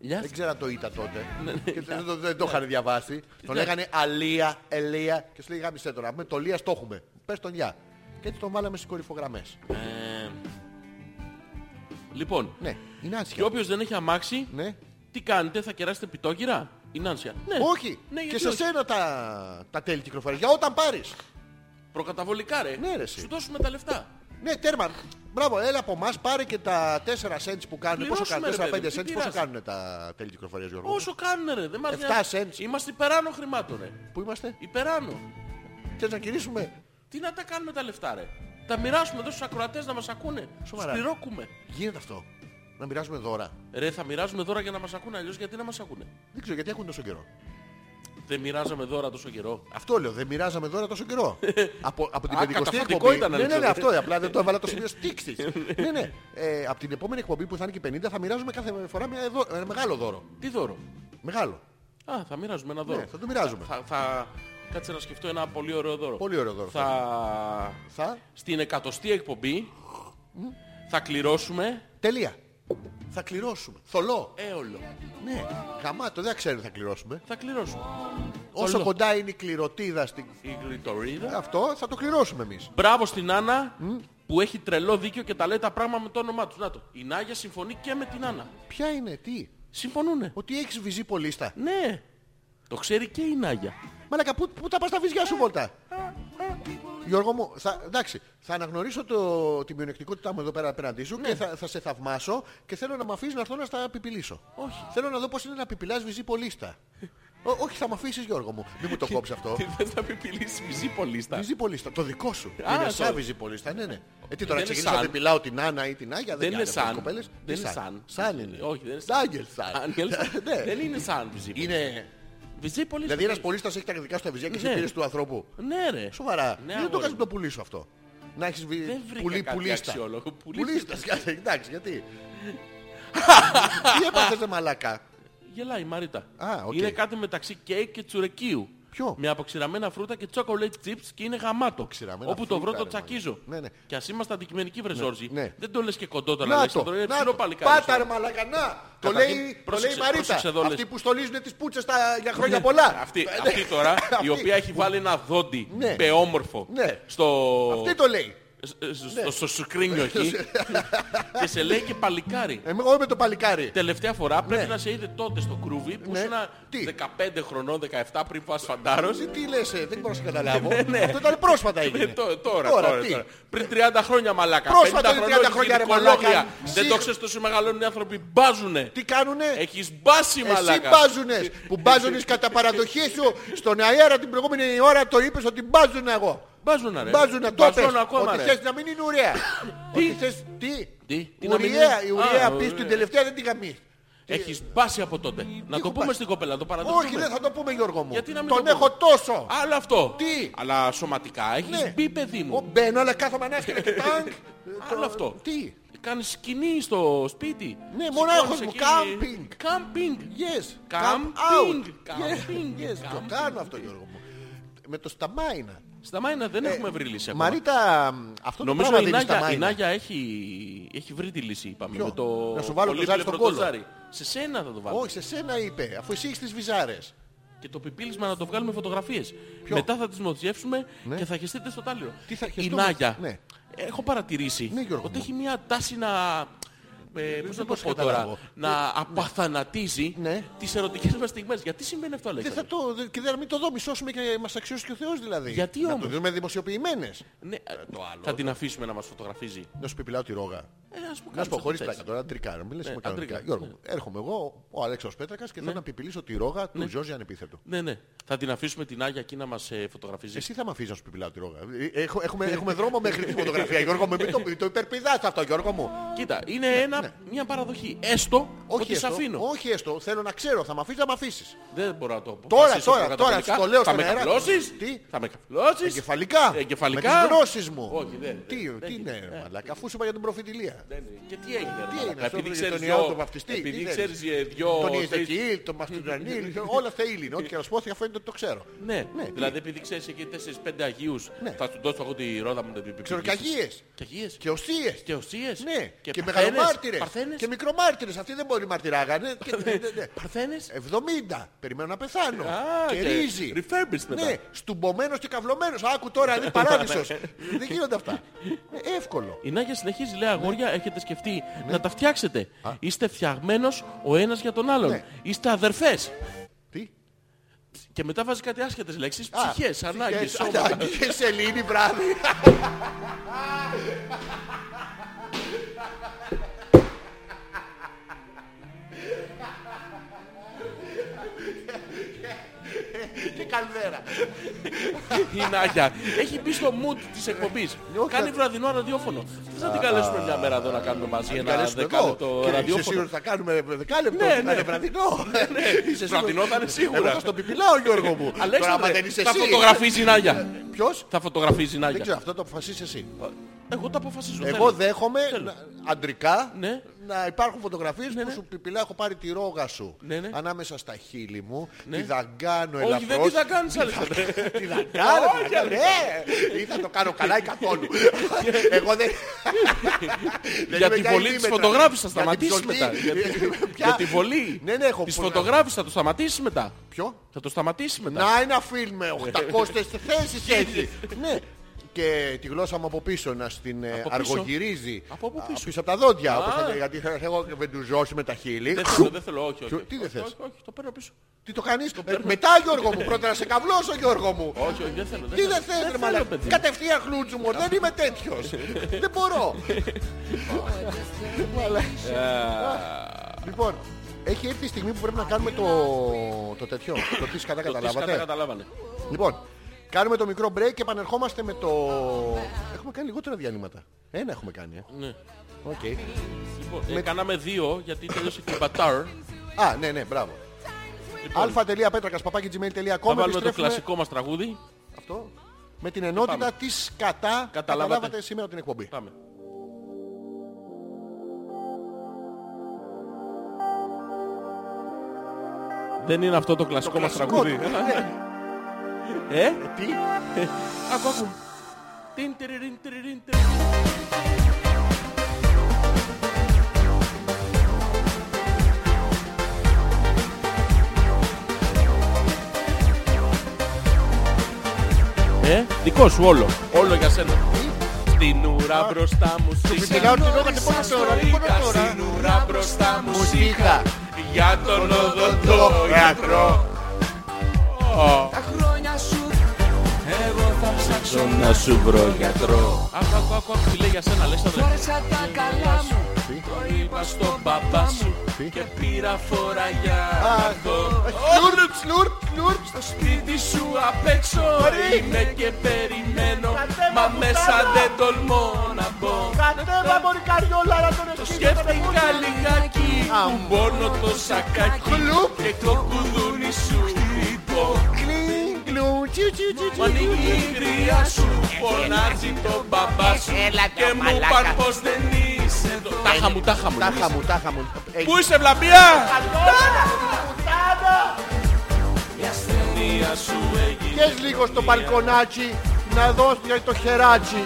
[SPEAKER 2] Ηλιάς. Ναι,
[SPEAKER 1] Δεν ξέρα το ήττα τότε. και δεν το, δεν το είχαν διαβάσει. Τον λέγανε Αλία, Ελία. Και σου λέει γάμισε τώρα. Με το Λία το έχουμε. Πες τον Λιά. Και έτσι τον βάλαμε στις κορυφογραμμές.
[SPEAKER 2] Ε, Λοιπόν,
[SPEAKER 1] Ναι, είναι
[SPEAKER 2] και
[SPEAKER 1] άσχημα.
[SPEAKER 2] όποιος δεν έχει αμάξι,
[SPEAKER 1] Ναι.
[SPEAKER 2] τι κάνετε, θα κεράσετε πιτόκυρα. Είναι άνσια. Ναι.
[SPEAKER 1] Όχι.
[SPEAKER 2] Ναι,
[SPEAKER 1] και
[SPEAKER 2] γιατί
[SPEAKER 1] σε
[SPEAKER 2] όχι.
[SPEAKER 1] σένα τα, τα τέλη κυκλοφορία. Για όταν πάρεις.
[SPEAKER 2] Προκαταβολικά ρε.
[SPEAKER 1] Ναι, ρε, εσύ.
[SPEAKER 2] Σου δώσουμε τα λεφτά.
[SPEAKER 1] Ναι, τέρμα. Μπράβο, έλα από εμάς, πάρε και τα 4 cents που κάνουν. Πόσο
[SPEAKER 2] Πληρώσουμε,
[SPEAKER 1] κάνουν, 4-5
[SPEAKER 2] ρε, παιδί, τι
[SPEAKER 1] cents, πόσο
[SPEAKER 2] πειράζει.
[SPEAKER 1] κάνουν τα τέλη κυκλοφορίας, Γιώργο.
[SPEAKER 2] Όσο κάνουνε ρε. Δεν μας
[SPEAKER 1] Εφτά
[SPEAKER 2] νοιάζει.
[SPEAKER 1] cents.
[SPEAKER 2] Είμαστε υπεράνω χρημάτων ρε.
[SPEAKER 1] Πού είμαστε,
[SPEAKER 2] Υπεράνω.
[SPEAKER 1] Θες να κυρίσουμε.
[SPEAKER 2] Τι να τα κάνουμε τα λεφτά ρε. Τα μοιράσουμε εδώ στους ακροατές να μας ακούνε.
[SPEAKER 1] Σοβαρά.
[SPEAKER 2] Τους πληρώνουμε.
[SPEAKER 1] Γίνεται αυτό. Να μοιράζουμε δώρα.
[SPEAKER 2] Ρε θα μοιράζουμε δώρα για να μας ακούνε αλλιώς γιατί να μας ακούνε.
[SPEAKER 1] Δεν ξέρω γιατί έχουν τόσο καιρό.
[SPEAKER 2] Δεν μοιράζαμε δώρα τόσο καιρό.
[SPEAKER 1] Αυτό λέω, δεν μοιράζαμε δώρα τόσο καιρό. από, από την
[SPEAKER 2] Α,
[SPEAKER 1] πεντηκοστή
[SPEAKER 2] καταφατικό
[SPEAKER 1] εκπομπή.
[SPEAKER 2] ήταν,
[SPEAKER 1] ναι, ναι, ναι,
[SPEAKER 2] Αλέξανδρε.
[SPEAKER 1] αυτό. Απλά δεν το έβαλα το σημείο στήξης. ναι, ναι. Ε, από την επόμενη εκπομπή που θα είναι και 50 θα μοιράζουμε κάθε φορά μια δω- ένα μεγάλο δώρο.
[SPEAKER 2] Τι δώρο.
[SPEAKER 1] Μεγάλο.
[SPEAKER 2] Α, θα μοιράζουμε ένα δώρο.
[SPEAKER 1] Ναι, θα το μοιράζουμε.
[SPEAKER 2] Θα, θα... Κάτσε να σκεφτώ ένα πολύ ωραίο δώρο.
[SPEAKER 1] Πολύ ωραίο δώρο.
[SPEAKER 2] Θα...
[SPEAKER 1] Θα.
[SPEAKER 2] Στην εκατοστή εκπομπή θα κληρώσουμε
[SPEAKER 1] Τελεία. Θα κληρώσουμε. Θολό.
[SPEAKER 2] έολο.
[SPEAKER 1] Ναι. Γαμάτο, δεν ξέρουμε θα κληρώσουμε.
[SPEAKER 2] Θα κληρώσουμε.
[SPEAKER 1] Όσο
[SPEAKER 2] Θολό.
[SPEAKER 1] κοντά είναι η κληρωτίδα στην...
[SPEAKER 2] Η γλιτορίδα.
[SPEAKER 1] Αυτό θα το κληρώσουμε εμείς.
[SPEAKER 2] Μπράβο στην Άννα που έχει τρελό δίκιο και τα λέει τα πράγματα με το όνομά τους. Να το. Η Νάγια συμφωνεί και με την Άννα.
[SPEAKER 1] Ποια είναι, τι.
[SPEAKER 2] Συμφωνούνε.
[SPEAKER 1] Ότι έχεις βυζί πολίστα.
[SPEAKER 2] Ναι. Το ξέρει και η Νάγια.
[SPEAKER 1] Μαλάκα, πού, πού τα πας τα βυζιά σου βόλτα. Γιώργο μου, θα, εντάξει, θα αναγνωρίσω το, τη μειονεκτικότητά μου εδώ πέρα απέναντί σου και θα, θα σε θαυμάσω και θέλω να με αφήσεις να έρθω να στα πιπιλήσω.
[SPEAKER 2] Όχι.
[SPEAKER 1] Θέλω να δω πώς είναι να πιπιλάς βυζί πολίστα. Ό, όχι, θα με αφήσεις Γιώργο μου. Μην μου το κόψεις αυτό.
[SPEAKER 2] Τι θες να πει πηλήσει μισή πολίστα.
[SPEAKER 1] Βυζί πολίστα, το δικό σου.
[SPEAKER 2] Α,
[SPEAKER 1] είναι σαν
[SPEAKER 2] sorry.
[SPEAKER 1] βυζί πολίστα, ναι, ναι. Ε, τι τώρα
[SPEAKER 2] είναι
[SPEAKER 1] ξεκινήσα να
[SPEAKER 2] σαν.
[SPEAKER 1] πιπιλάω την Άννα ή την Άγια,
[SPEAKER 2] Δεν είναι
[SPEAKER 1] κάνει αυτές οι
[SPEAKER 2] σαν.
[SPEAKER 1] κοπέλες. Τι
[SPEAKER 2] Δεν είναι σαν.
[SPEAKER 1] Σαν είναι.
[SPEAKER 2] Όχι, δεν είναι σαν.
[SPEAKER 1] Άγγελ σαν.
[SPEAKER 2] Άγγελ.
[SPEAKER 1] Ναι.
[SPEAKER 2] Δεν είναι σαν βυζί.
[SPEAKER 1] Είναι
[SPEAKER 2] Βυζί πολύ
[SPEAKER 1] Δηλαδή
[SPEAKER 2] στο
[SPEAKER 1] ένας
[SPEAKER 2] τέλος.
[SPEAKER 1] πολίτης έχει τα δικά σου τα βυζιά και σε
[SPEAKER 2] Ναι.
[SPEAKER 1] πήρες του ανθρώπου.
[SPEAKER 2] Ναι, ρε.
[SPEAKER 1] Σοβαρά.
[SPEAKER 2] Ναι,
[SPEAKER 1] δεν το
[SPEAKER 2] αγόρι
[SPEAKER 1] κάνεις
[SPEAKER 2] μου.
[SPEAKER 1] να το πουλήσω αυτό. Να έχεις βυ...
[SPEAKER 2] Δεν βρήκα
[SPEAKER 1] πουλί,
[SPEAKER 2] κάτι
[SPEAKER 1] πουλίστα.
[SPEAKER 2] αξιόλογο.
[SPEAKER 1] Πουλίστα.
[SPEAKER 2] Πουλίστας.
[SPEAKER 1] Εντάξει, γιατί. Τι έπαθες ρε μαλάκα.
[SPEAKER 2] Γελάει η Μαρίτα.
[SPEAKER 1] Α, οκ.
[SPEAKER 2] Είναι κάτι μεταξύ κέικ και τσουρεκίου.
[SPEAKER 1] Ποιο?
[SPEAKER 2] Με αποξηραμένα φρούτα και chocolate chips και είναι γαμάτο.
[SPEAKER 1] Ξηραμένα
[SPEAKER 2] Όπου το βρω
[SPEAKER 1] φρούτα, ρε,
[SPEAKER 2] το
[SPEAKER 1] μαλάκα.
[SPEAKER 2] τσακίζω.
[SPEAKER 1] Ναι, ναι.
[SPEAKER 2] Και ας είμαστε αντικειμενικοί, βρε Ζόρζι.
[SPEAKER 1] ναι.
[SPEAKER 2] Δεν το λες και κοντό τώρα,
[SPEAKER 1] Να το,
[SPEAKER 2] Αλέξανδρο. Είναι
[SPEAKER 1] να
[SPEAKER 2] ψηλό
[SPEAKER 1] το.
[SPEAKER 2] παλικάρι.
[SPEAKER 1] Πάτα ρε μαλάκα, να. Το
[SPEAKER 2] Καταρχήν,
[SPEAKER 1] λέει, το λέει
[SPEAKER 2] πρόσεξε,
[SPEAKER 1] η Μαρίτα.
[SPEAKER 2] πρόσεξε εδώ, λες. Ναι.
[SPEAKER 1] Αυτή που στολίζουν τις πούτσες τα... για χρόνια πολλά. Ε, Ναι.
[SPEAKER 2] Αυτή, αυτή τώρα, η
[SPEAKER 1] Αυτή.
[SPEAKER 2] οποία έχει βάλει ένα δόντι
[SPEAKER 1] Ναι.
[SPEAKER 2] πεόμορφο
[SPEAKER 1] Ναι.
[SPEAKER 2] στο,
[SPEAKER 1] Αυτή το λέει.
[SPEAKER 2] σ- σ-
[SPEAKER 1] Ναι.
[SPEAKER 2] στο, στο σκρίνιο εκεί και σε λέει και παλικάρι.
[SPEAKER 1] Εγώ είμαι Ε, το παλικάρι.
[SPEAKER 2] Τελευταία φορά πρέπει να σε είδε τότε στο κρούβι που
[SPEAKER 1] Ναι.
[SPEAKER 2] ήσουν
[SPEAKER 1] Τι?
[SPEAKER 2] 15 χρονών, 17 πριν πας φαντάρος.
[SPEAKER 1] Τι- Τι λες, ε, δεν μπορώ να σε καταλάβω.
[SPEAKER 2] Ναι, ναι.
[SPEAKER 1] Αυτό ήταν πρόσφατα
[SPEAKER 2] Ε,
[SPEAKER 1] έγινε.
[SPEAKER 2] τω- Τώρα, τώρα,
[SPEAKER 1] τι.
[SPEAKER 2] τώρα. Πριν 30 χρόνια μαλάκα.
[SPEAKER 1] Πρόσφατα
[SPEAKER 2] 50
[SPEAKER 1] είναι 30
[SPEAKER 2] χρονών,
[SPEAKER 1] χρόνια, ρε,
[SPEAKER 2] γυναικολόγια.
[SPEAKER 1] μαλάκα.
[SPEAKER 2] Δεν
[SPEAKER 1] Σύ-
[SPEAKER 2] το ξέρεις τόσο μεγαλώνουν οι άνθρωποι. Μπάζουνε.
[SPEAKER 1] Τι κάνουνε.
[SPEAKER 2] Έχεις μπάσει
[SPEAKER 1] Εσύ
[SPEAKER 2] μαλάκα. Ε,
[SPEAKER 1] μπάζουνες που μπάζουνες κατά παραδοχή σου στον αέρα την προηγούμενη ώρα το είπες ότι μπάζουνα εγώ.
[SPEAKER 2] Μπάζουνα ρε.
[SPEAKER 1] Μπάζουνα, το είπες
[SPEAKER 2] Μπαζώνω ακόμα
[SPEAKER 1] ότι
[SPEAKER 2] ρε.
[SPEAKER 1] θες να μην είναι ουραία. Ότι θες τι.
[SPEAKER 2] Τι, τι να μην
[SPEAKER 1] Ουραία,
[SPEAKER 2] είναι.
[SPEAKER 1] η ουραία
[SPEAKER 2] Α,
[SPEAKER 1] πεις την
[SPEAKER 2] ωραία.
[SPEAKER 1] τελευταία δεν την γαμείς.
[SPEAKER 2] Έχεις μπάσει από τότε. Να το
[SPEAKER 1] έχω
[SPEAKER 2] πούμε
[SPEAKER 1] πάει.
[SPEAKER 2] στην κοπέλα, να το παραδεχτούμε.
[SPEAKER 1] Όχι δεν θα το πούμε Γιώργο μου.
[SPEAKER 2] Γιατί να μην
[SPEAKER 1] Τον
[SPEAKER 2] το πούμε.
[SPEAKER 1] έχω τόσο.
[SPEAKER 2] Άλλο αυτό.
[SPEAKER 1] Τι?
[SPEAKER 2] Αλλά σωματικά έχεις
[SPEAKER 1] Ναι.
[SPEAKER 2] μπει παιδί
[SPEAKER 1] Ο,
[SPEAKER 2] μου.
[SPEAKER 1] Μπαίνω αλλά κάθομαι ανάσκελα και τάγκ.
[SPEAKER 2] Άλλο αυτό.
[SPEAKER 1] Τι.
[SPEAKER 2] Κάνεις σκηνή στο σπίτι.
[SPEAKER 1] Ναι, μονάχος
[SPEAKER 2] Σηκώνεις
[SPEAKER 1] μου.
[SPEAKER 2] εκεί.
[SPEAKER 1] Κάμπινγκ.
[SPEAKER 2] Κάμπινγκ.
[SPEAKER 1] Yes.
[SPEAKER 2] Come
[SPEAKER 1] Come
[SPEAKER 2] out.
[SPEAKER 1] out.
[SPEAKER 2] Come
[SPEAKER 1] Yes,
[SPEAKER 2] in.
[SPEAKER 1] yes,
[SPEAKER 2] Come
[SPEAKER 1] Το κάνω αυτό Γιώργο μου. Με το σταμάινα.
[SPEAKER 2] Στα Μάινα
[SPEAKER 1] Ε,
[SPEAKER 2] δεν έχουμε βρει λύση ακόμα.
[SPEAKER 1] Μαρίτα, μ, αυτό το
[SPEAKER 2] Νομίζω
[SPEAKER 1] πράγμα
[SPEAKER 2] η
[SPEAKER 1] δεν είναι
[SPEAKER 2] Νάγια, η
[SPEAKER 1] σταμάινα.
[SPEAKER 2] Νάγια έχει, έχει βρει τη λύση, είπαμε.
[SPEAKER 1] Ποιο?
[SPEAKER 2] Με το
[SPEAKER 1] Να σου βάλω το ζάρι στον
[SPEAKER 2] πολύπλευρο το
[SPEAKER 1] κόλο.
[SPEAKER 2] ζάρι. Σε σένα θα το βάλω.
[SPEAKER 1] Όχι, σε σένα είπε, αφού εσύ έχεις τις βυζάρες.
[SPEAKER 2] Και το πιπίλισμα να το βγάλουμε φωτογραφίες. Μετά θα τις μοτσιεύσουμε και θα χεστείτε στο τάλιρο.
[SPEAKER 1] Ναι. Τι θα
[SPEAKER 2] η
[SPEAKER 1] χεστούμε?
[SPEAKER 2] Νάγια,
[SPEAKER 1] Ναι.
[SPEAKER 2] έχω παρατηρήσει
[SPEAKER 1] Ναι, Γιώργο
[SPEAKER 2] ότι
[SPEAKER 1] μου.
[SPEAKER 2] έχει μια τάση να... Ε, πώς να το
[SPEAKER 1] μπορώ
[SPEAKER 2] πω
[SPEAKER 1] να καταλάβω.
[SPEAKER 2] τώρα, να απαθανατίζει
[SPEAKER 1] Ναι.
[SPEAKER 2] τις ερωτικές μας στιγμές. Γιατί συμβαίνει αυτό,
[SPEAKER 1] Δεν
[SPEAKER 2] Αλέξανδρε.
[SPEAKER 1] θα το, δε- και δεν μην το δω, μισώσουμε και μας αξιώσει και ο Θεός δηλαδή.
[SPEAKER 2] Γιατί
[SPEAKER 1] να
[SPEAKER 2] όμως?
[SPEAKER 1] το δούμε δημοσιοποιημένες.
[SPEAKER 2] Ναι,
[SPEAKER 1] Ε,
[SPEAKER 2] θα την αφήσουμε να μας φωτογραφίζει.
[SPEAKER 1] Να σου πει πιλάω τη ρόγα.
[SPEAKER 2] Ε, ας μου
[SPEAKER 1] Να
[SPEAKER 2] κάνεις
[SPEAKER 1] σου πω
[SPEAKER 2] ό,τι
[SPEAKER 1] χωρίς
[SPEAKER 2] θες.
[SPEAKER 1] πλάκα τώρα, τρικάρω. Μην λες
[SPEAKER 2] Ναι,
[SPEAKER 1] είμαι
[SPEAKER 2] αν
[SPEAKER 1] κανονικά.
[SPEAKER 2] τρικάρεις,
[SPEAKER 1] Γιώργο,
[SPEAKER 2] ναι.
[SPEAKER 1] μου, έρχομαι εγώ, ο Αλέξαος Πέτρακας και θέλω να πιπηλήσω τη ρόγα του Ζόρζη ανεπίθετου.
[SPEAKER 2] Ναι, ναι. Θα την αφήσουμε την Άγια εκεί να μας ε, φωτογραφίζει.
[SPEAKER 1] Εσύ θα με αφήσεις να σου πιπηλάω τη ρόγα. Ε, έχω- έχουμε,
[SPEAKER 2] Ναι.
[SPEAKER 1] έχουμε δρόμο μέχρι τη φωτογραφία, Γιώργο μου. Μην το, μην το υπερπηδάς αυτό, Γιώργο μου.
[SPEAKER 2] Κοίτα, είναι ένα, μια παραδοχή. Έστω ότι
[SPEAKER 1] έστω,
[SPEAKER 2] σε αφήνω.
[SPEAKER 1] Ναι, όχι έστω, θέλω να ξέρω, θα με αφήσεις, θα με αφήσεις.
[SPEAKER 2] Δεν μπορώ να το πω.
[SPEAKER 1] Τώρα,
[SPEAKER 2] Αποφασίσω
[SPEAKER 1] τώρα,
[SPEAKER 2] προκαταβολικά.
[SPEAKER 1] τώρα, σου το λέω
[SPEAKER 2] Θα
[SPEAKER 1] στον
[SPEAKER 2] με
[SPEAKER 1] αέρα.
[SPEAKER 2] καπλώσεις.
[SPEAKER 1] Τι?
[SPEAKER 2] Θα με καπλώσεις.
[SPEAKER 1] Εγκεφαλικά.
[SPEAKER 2] Ε, Εγκεφαλικά.
[SPEAKER 1] Με τις γνώσεις μου.
[SPEAKER 2] Όχι, δεν.
[SPEAKER 1] Τι,
[SPEAKER 2] δεν-
[SPEAKER 1] τι
[SPEAKER 2] ε. δεν-
[SPEAKER 1] είναι,
[SPEAKER 2] δεν-
[SPEAKER 1] ρε μαλάκα, αφού σου είπα για την προφητηλία.
[SPEAKER 2] δεν- Και τι έγινε. ρε
[SPEAKER 1] Τι
[SPEAKER 2] μαλάκα,
[SPEAKER 1] έγινε, αυτό
[SPEAKER 2] επειδή
[SPEAKER 1] βρήκε
[SPEAKER 2] ξέρεις
[SPEAKER 1] τον Ιωάννη
[SPEAKER 2] δυο-
[SPEAKER 1] τον Βαπτιστή, τι
[SPEAKER 2] Επειδή
[SPEAKER 1] δεν-
[SPEAKER 2] ξέρεις ε, δυο...
[SPEAKER 1] Τον
[SPEAKER 2] τέτοιους-
[SPEAKER 1] Ιεζεκιήλ, τον Μαστιντανίλ, όλα αυτά είναι. Ό,τι και να σου πω, θα φαίνεται γιατί το ξέρω.
[SPEAKER 2] Ναι,
[SPEAKER 1] Ναι,
[SPEAKER 2] δηλαδή επειδή ξέρεις εκεί 4-5 Αγίους,
[SPEAKER 1] Ναι.
[SPEAKER 2] θα του δώσω εγώ τη ρόδα μου. την-
[SPEAKER 1] Ξέρω και αγίες.
[SPEAKER 2] Και Αγίες.
[SPEAKER 1] Και οστείες.
[SPEAKER 2] Και οσίες.
[SPEAKER 1] Ναι, και, και
[SPEAKER 2] παρθένες.
[SPEAKER 1] μεγαλομάρτυρες.
[SPEAKER 2] Παρθένες.
[SPEAKER 1] Και μικρομάρτυρες. Αυτοί δεν μπορεί μαρτυράγανε. Και- ναι, ναι, ναι.
[SPEAKER 2] Παρθένες.
[SPEAKER 1] 70. Περιμένω να πεθάνω.
[SPEAKER 2] Α,
[SPEAKER 1] και
[SPEAKER 2] και
[SPEAKER 1] ρύζι.
[SPEAKER 2] refurbished μετά. Ναι.
[SPEAKER 1] Ναι, στουμπομένος και καυλωμένος. Άκου τώρα, είναι παράδεισος. δεν γίνονται αυτά. Ε, εύκολο.
[SPEAKER 2] Η Νάγια συνεχίζει, λέει
[SPEAKER 1] Ναι.
[SPEAKER 2] αγόρια, έχετε σκεφτεί να τα φτιάξετε. Είστε φτιαγμένος ο ένας για τον άλλον.
[SPEAKER 1] Ναι.
[SPEAKER 2] Είστε αδερφές.
[SPEAKER 1] Τι.
[SPEAKER 2] Και μετά βάζει κάτι άσχετες λέξεις,
[SPEAKER 1] Α,
[SPEAKER 2] ψυχές, ανάγκες,
[SPEAKER 1] ψυχές,
[SPEAKER 2] σώματα.
[SPEAKER 1] Ανάγκες, σελήνη, βράδυ. Και καλδέρα.
[SPEAKER 2] Η Νάγια έχει μπει στο mood της εκπομπής.
[SPEAKER 1] Ε, όχι,
[SPEAKER 2] Κάνει
[SPEAKER 1] θα-
[SPEAKER 2] βραδινό ραδιόφωνο. Θες να την καλέσουμε μια μέρα εδώ να κάνουμε μαζί ένα
[SPEAKER 1] Καλέσουμε εδώ.
[SPEAKER 2] δεκάλεπτο
[SPEAKER 1] Και Είσαι
[SPEAKER 2] ραδιόφωνο.
[SPEAKER 1] σίγουρος ότι θα κάνουμε δεκάλεπτο.
[SPEAKER 2] Ναι,
[SPEAKER 1] θα
[SPEAKER 2] ναι.
[SPEAKER 1] είναι βραδινό. Είσαι σίγουρος.
[SPEAKER 2] Βραδινό θα είναι σίγουρα.
[SPEAKER 1] Εγώ θα στο πιπιλάω Γιώργο μου. Τώρα άμα δεν
[SPEAKER 2] Αλέξανδρε,
[SPEAKER 1] είσαι
[SPEAKER 2] θα
[SPEAKER 1] εσύ.
[SPEAKER 2] φωτογραφίζεις η Νάγια.
[SPEAKER 1] Ποιος?
[SPEAKER 2] Θα φωτογραφίζεις η
[SPEAKER 1] Δεν
[SPEAKER 2] Νάγια.
[SPEAKER 1] ξέρω, αυτό το αποφασίσεις εσύ.
[SPEAKER 2] Εγώ τα αποφασίζω.
[SPEAKER 1] Εγώ
[SPEAKER 2] θέλω.
[SPEAKER 1] δέχομαι
[SPEAKER 2] Θέλω.
[SPEAKER 1] να- αντρικά
[SPEAKER 2] Ναι.
[SPEAKER 1] να υπάρχουν φωτογραφίες που σου πιπηλά έχω πάρει τη ρόγα σου
[SPEAKER 2] Ναι, ναι.
[SPEAKER 1] ανάμεσα στα χείλη μου, τη δαγκάνω ελαφρώς.
[SPEAKER 2] Όχι, δεν τι θα κάνεις, Αλέξανδρε.
[SPEAKER 1] Τη δαγκάνω, τη δαγκάνω, ναι. Ή θα το κάνω καλά ή καθόλου. Εγώ δεν... δεν
[SPEAKER 2] Για
[SPEAKER 1] είμαι
[SPEAKER 2] τη
[SPEAKER 1] για
[SPEAKER 2] βολή της
[SPEAKER 1] ημίμετρα.
[SPEAKER 2] φωτογράφησης θα
[SPEAKER 1] Για την
[SPEAKER 2] σταματήσεις
[SPEAKER 1] ψωλή.
[SPEAKER 2] μετά. Για τη-
[SPEAKER 1] Ποια-
[SPEAKER 2] Για τη βολή
[SPEAKER 1] Ναι, ναι, έχω
[SPEAKER 2] της
[SPEAKER 1] πολλά-
[SPEAKER 2] φωτογράφησης θα το σταματήσεις μετά.
[SPEAKER 1] Ποιο?
[SPEAKER 2] Θα το σταματήσεις μετά.
[SPEAKER 1] Να ένα φιλμ με 800 θέσεις έχει. ναι. Και τη γλώσσα μου από πίσω να στην ε,
[SPEAKER 2] Από πίσω?
[SPEAKER 1] αργογυρίζει.
[SPEAKER 2] Από πού
[SPEAKER 1] Α,
[SPEAKER 2] πίσω?
[SPEAKER 1] από τα δόντια.
[SPEAKER 2] Α.
[SPEAKER 1] όπως θα το- γιατί θα έχω βεντουζώσει με τα χείλη.
[SPEAKER 2] Δεν θέλω, δεν θέλω, όχι, όχι.
[SPEAKER 1] Τι δεν
[SPEAKER 2] Όχι,
[SPEAKER 1] θες?
[SPEAKER 2] όχι, Όχι, το παίρνω πίσω.
[SPEAKER 1] Τι το κάνεις. Ε, μετά Γιώργο μου. Πρώτα να σε καβλώσω Γιώργο μου.
[SPEAKER 2] Όχι, όχι, δεν θέλω.
[SPEAKER 1] Τι δεν
[SPEAKER 2] θέλω,
[SPEAKER 1] θες ρε
[SPEAKER 2] θέλω,
[SPEAKER 1] μαλάκα.
[SPEAKER 2] παιδί.
[SPEAKER 1] Κατευθείαν χλούτσουμορ. Δεν είμαι τέτοιος. Δεν μπορώ. Μαλάκα. Λοιπόν, έχει έρθει η στιγμή που πρέπει να κάνουμε το, το τέτοιο. Το τι κατά
[SPEAKER 2] Το τις κατά-
[SPEAKER 1] καταλάβατε.
[SPEAKER 2] Καταλάβανε.
[SPEAKER 1] Λοιπόν, κάνουμε το μικρό break και επανερχόμαστε με το... Έχουμε κάνει λιγότερα διαλύματα. Ένα έχουμε κάνει, ε.
[SPEAKER 2] Ναι.
[SPEAKER 1] Οκ.
[SPEAKER 2] Λοιπόν, ε, κάναμε δύο γιατί τελείωσε και η Μπατάρ.
[SPEAKER 1] Α, ναι, ναι, μπράβο.
[SPEAKER 2] Λοιπόν,
[SPEAKER 1] α.πέτρακα.gmail.com
[SPEAKER 2] Θα βάλουμε το κλασικό μας τραγούδι.
[SPEAKER 1] Αυτό. Με την ενότητα
[SPEAKER 2] πάμε.
[SPEAKER 1] της κατά καταλάβατε σήμερα την εκπομπή.
[SPEAKER 2] Πάμε. Δεν είναι αυτό το κλασικό μας
[SPEAKER 1] κλασικό
[SPEAKER 2] τραγούδι.
[SPEAKER 1] του, ναι.
[SPEAKER 2] Ε,
[SPEAKER 1] Τι,
[SPEAKER 2] άκου, άκου. Τιν, τυριριν, τυριριν, τυριριν. Ε, δικό σου όλο. Όλο για σένα. Στην ουρά μπροστά μου
[SPEAKER 1] Φυσικά
[SPEAKER 2] σήκω
[SPEAKER 1] ότι δεν έκανε πόνος τώρα, δεν πόνο τώρα.
[SPEAKER 2] Στην ουρά μπροστά μου σήκω
[SPEAKER 1] Μουσίκα.
[SPEAKER 2] Για τον οδοντόιατρο
[SPEAKER 6] Τα χρόνια σου εγώ θα ψάξω να σου βρω γιατρό
[SPEAKER 2] Άκου, άκου, άκου, άκου, τι λέει για σένα, Αλέξανδρε.
[SPEAKER 6] Φόρεσα τα καλά μου
[SPEAKER 2] Το είπα στον μπαμπά σου
[SPEAKER 1] Τι?
[SPEAKER 2] και πήρα φορά για
[SPEAKER 1] Α,
[SPEAKER 2] να δω.
[SPEAKER 1] Σλουρπ, σλουρπ, σλουρπ.
[SPEAKER 2] Στο σπίτι σου απ' έξω είμαι και περιμένω Μα μέσα δεν τολμώ να μπω
[SPEAKER 1] Κατέβα μπορεί καριόλα να τον
[SPEAKER 2] Το σκέφτηκα λιγάκι που μπώνω το σακάκι
[SPEAKER 1] Κλουπ.
[SPEAKER 2] Και το κουδούνι σου χτυπώ
[SPEAKER 1] Κλιν, κλουν, τσιου, τσιου, τσιου, τσιου.
[SPEAKER 2] Μου ανοίγει η γριά σου, φωνάζει τον μπαμπά σου Και μου είπαν πως δεν είσαι εδώ Τάχα μου, τάχα μου
[SPEAKER 1] Τάχα μου, τάχα μου. Ε,
[SPEAKER 2] Πού είσαι βλαμπία
[SPEAKER 1] Βγες λίγο στο μπαλκονάκι να δώσει το χεράκι.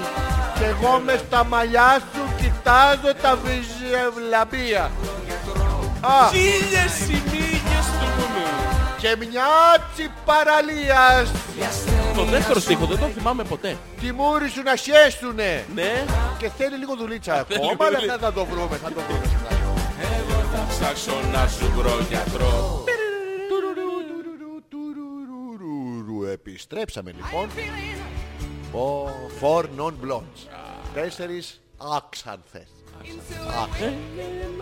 [SPEAKER 1] Και εγώ με στα μαλλιά σου κοιτάζω τα βιζευλαμπία. Α,
[SPEAKER 2] Χίλιες ημίγες του βουνού
[SPEAKER 1] και μια τσιπαραλίας.
[SPEAKER 2] Το δεύτερο στίχο δεν το θυμάμαι ποτέ
[SPEAKER 1] Τη μούρη σου να χέσουνε.
[SPEAKER 2] Ναι
[SPEAKER 1] Και θέλει λίγο δουλίτσα
[SPEAKER 2] θέλει
[SPEAKER 1] ακόμα,
[SPEAKER 2] λίγο
[SPEAKER 1] αλλά
[SPEAKER 2] δουλίτσα.
[SPEAKER 1] αυτά θα το βρούμε, θα το βρούμε. στην άκρη.
[SPEAKER 2] Ψάξω να σου βρω γιατρό
[SPEAKER 1] Τουρουρουρουρουρου, τουρουρουρουρου. Επιστρέψαμε λοιπόν. Ο Four Non Blondes. Τέσσερις άξανθες.
[SPEAKER 2] Ε.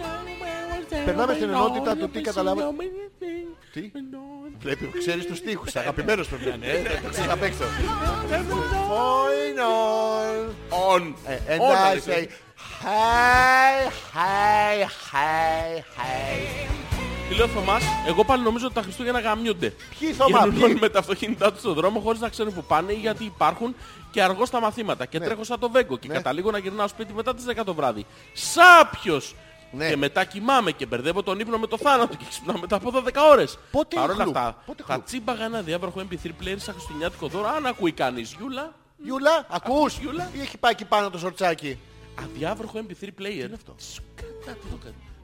[SPEAKER 1] Περνάμε στην ενότητα του τι καταλάβατε. Τι? Βλέπει, ξέρεις τους στίχους, αγαπημένος πρέπει να είναι. ε,
[SPEAKER 2] Ναι,
[SPEAKER 1] δεν το ξέρεις απ' έξω. Four Non.
[SPEAKER 2] On
[SPEAKER 1] Ε, And I
[SPEAKER 2] On, Αλέξη.
[SPEAKER 1] say, hi, hi, hi, hi.
[SPEAKER 2] Τι λέω Θωμάς, εγώ πάλι νομίζω ότι τα Χριστούγεννα γαμιούνται.
[SPEAKER 1] Ποιοι, Θωμά,
[SPEAKER 2] Γυρνούν
[SPEAKER 1] ποιοι?
[SPEAKER 2] με τα αυτοκίνητά τους στον δρόμο χωρίς να ξέρουν που πάνε ή γιατί υπάρχουν και αργό
[SPEAKER 1] Ναι.
[SPEAKER 2] στα μαθήματα. Και τρέχω σαν το βέγκο και καταλήγω να γυρνάω σπίτι μετά τις 10 το βράδυ. Σάπιος!
[SPEAKER 1] Ναι.
[SPEAKER 2] Και μετά κοιμάμαι και μπερδεύω τον ύπνο με το θάνατο και ξυπνάω μετά από 12 ώρες.
[SPEAKER 1] Πότε
[SPEAKER 2] Παρ' όλα
[SPEAKER 1] κλουμπ,
[SPEAKER 2] αυτά,
[SPEAKER 1] πότε
[SPEAKER 2] θα
[SPEAKER 1] κλουμπ.
[SPEAKER 2] τσίμπαγα ένα διάβραχο MP3 player σαν χριστουγεννιάτικο δώρο, αν ακούει κανείς Γιούλα,
[SPEAKER 1] Γιούλα, ακούς
[SPEAKER 2] Γιούλα.
[SPEAKER 1] ή έχει πάει εκεί πάνω το σορτσάκι.
[SPEAKER 2] αδιάβροχο MP3 player. Είναι αυτό.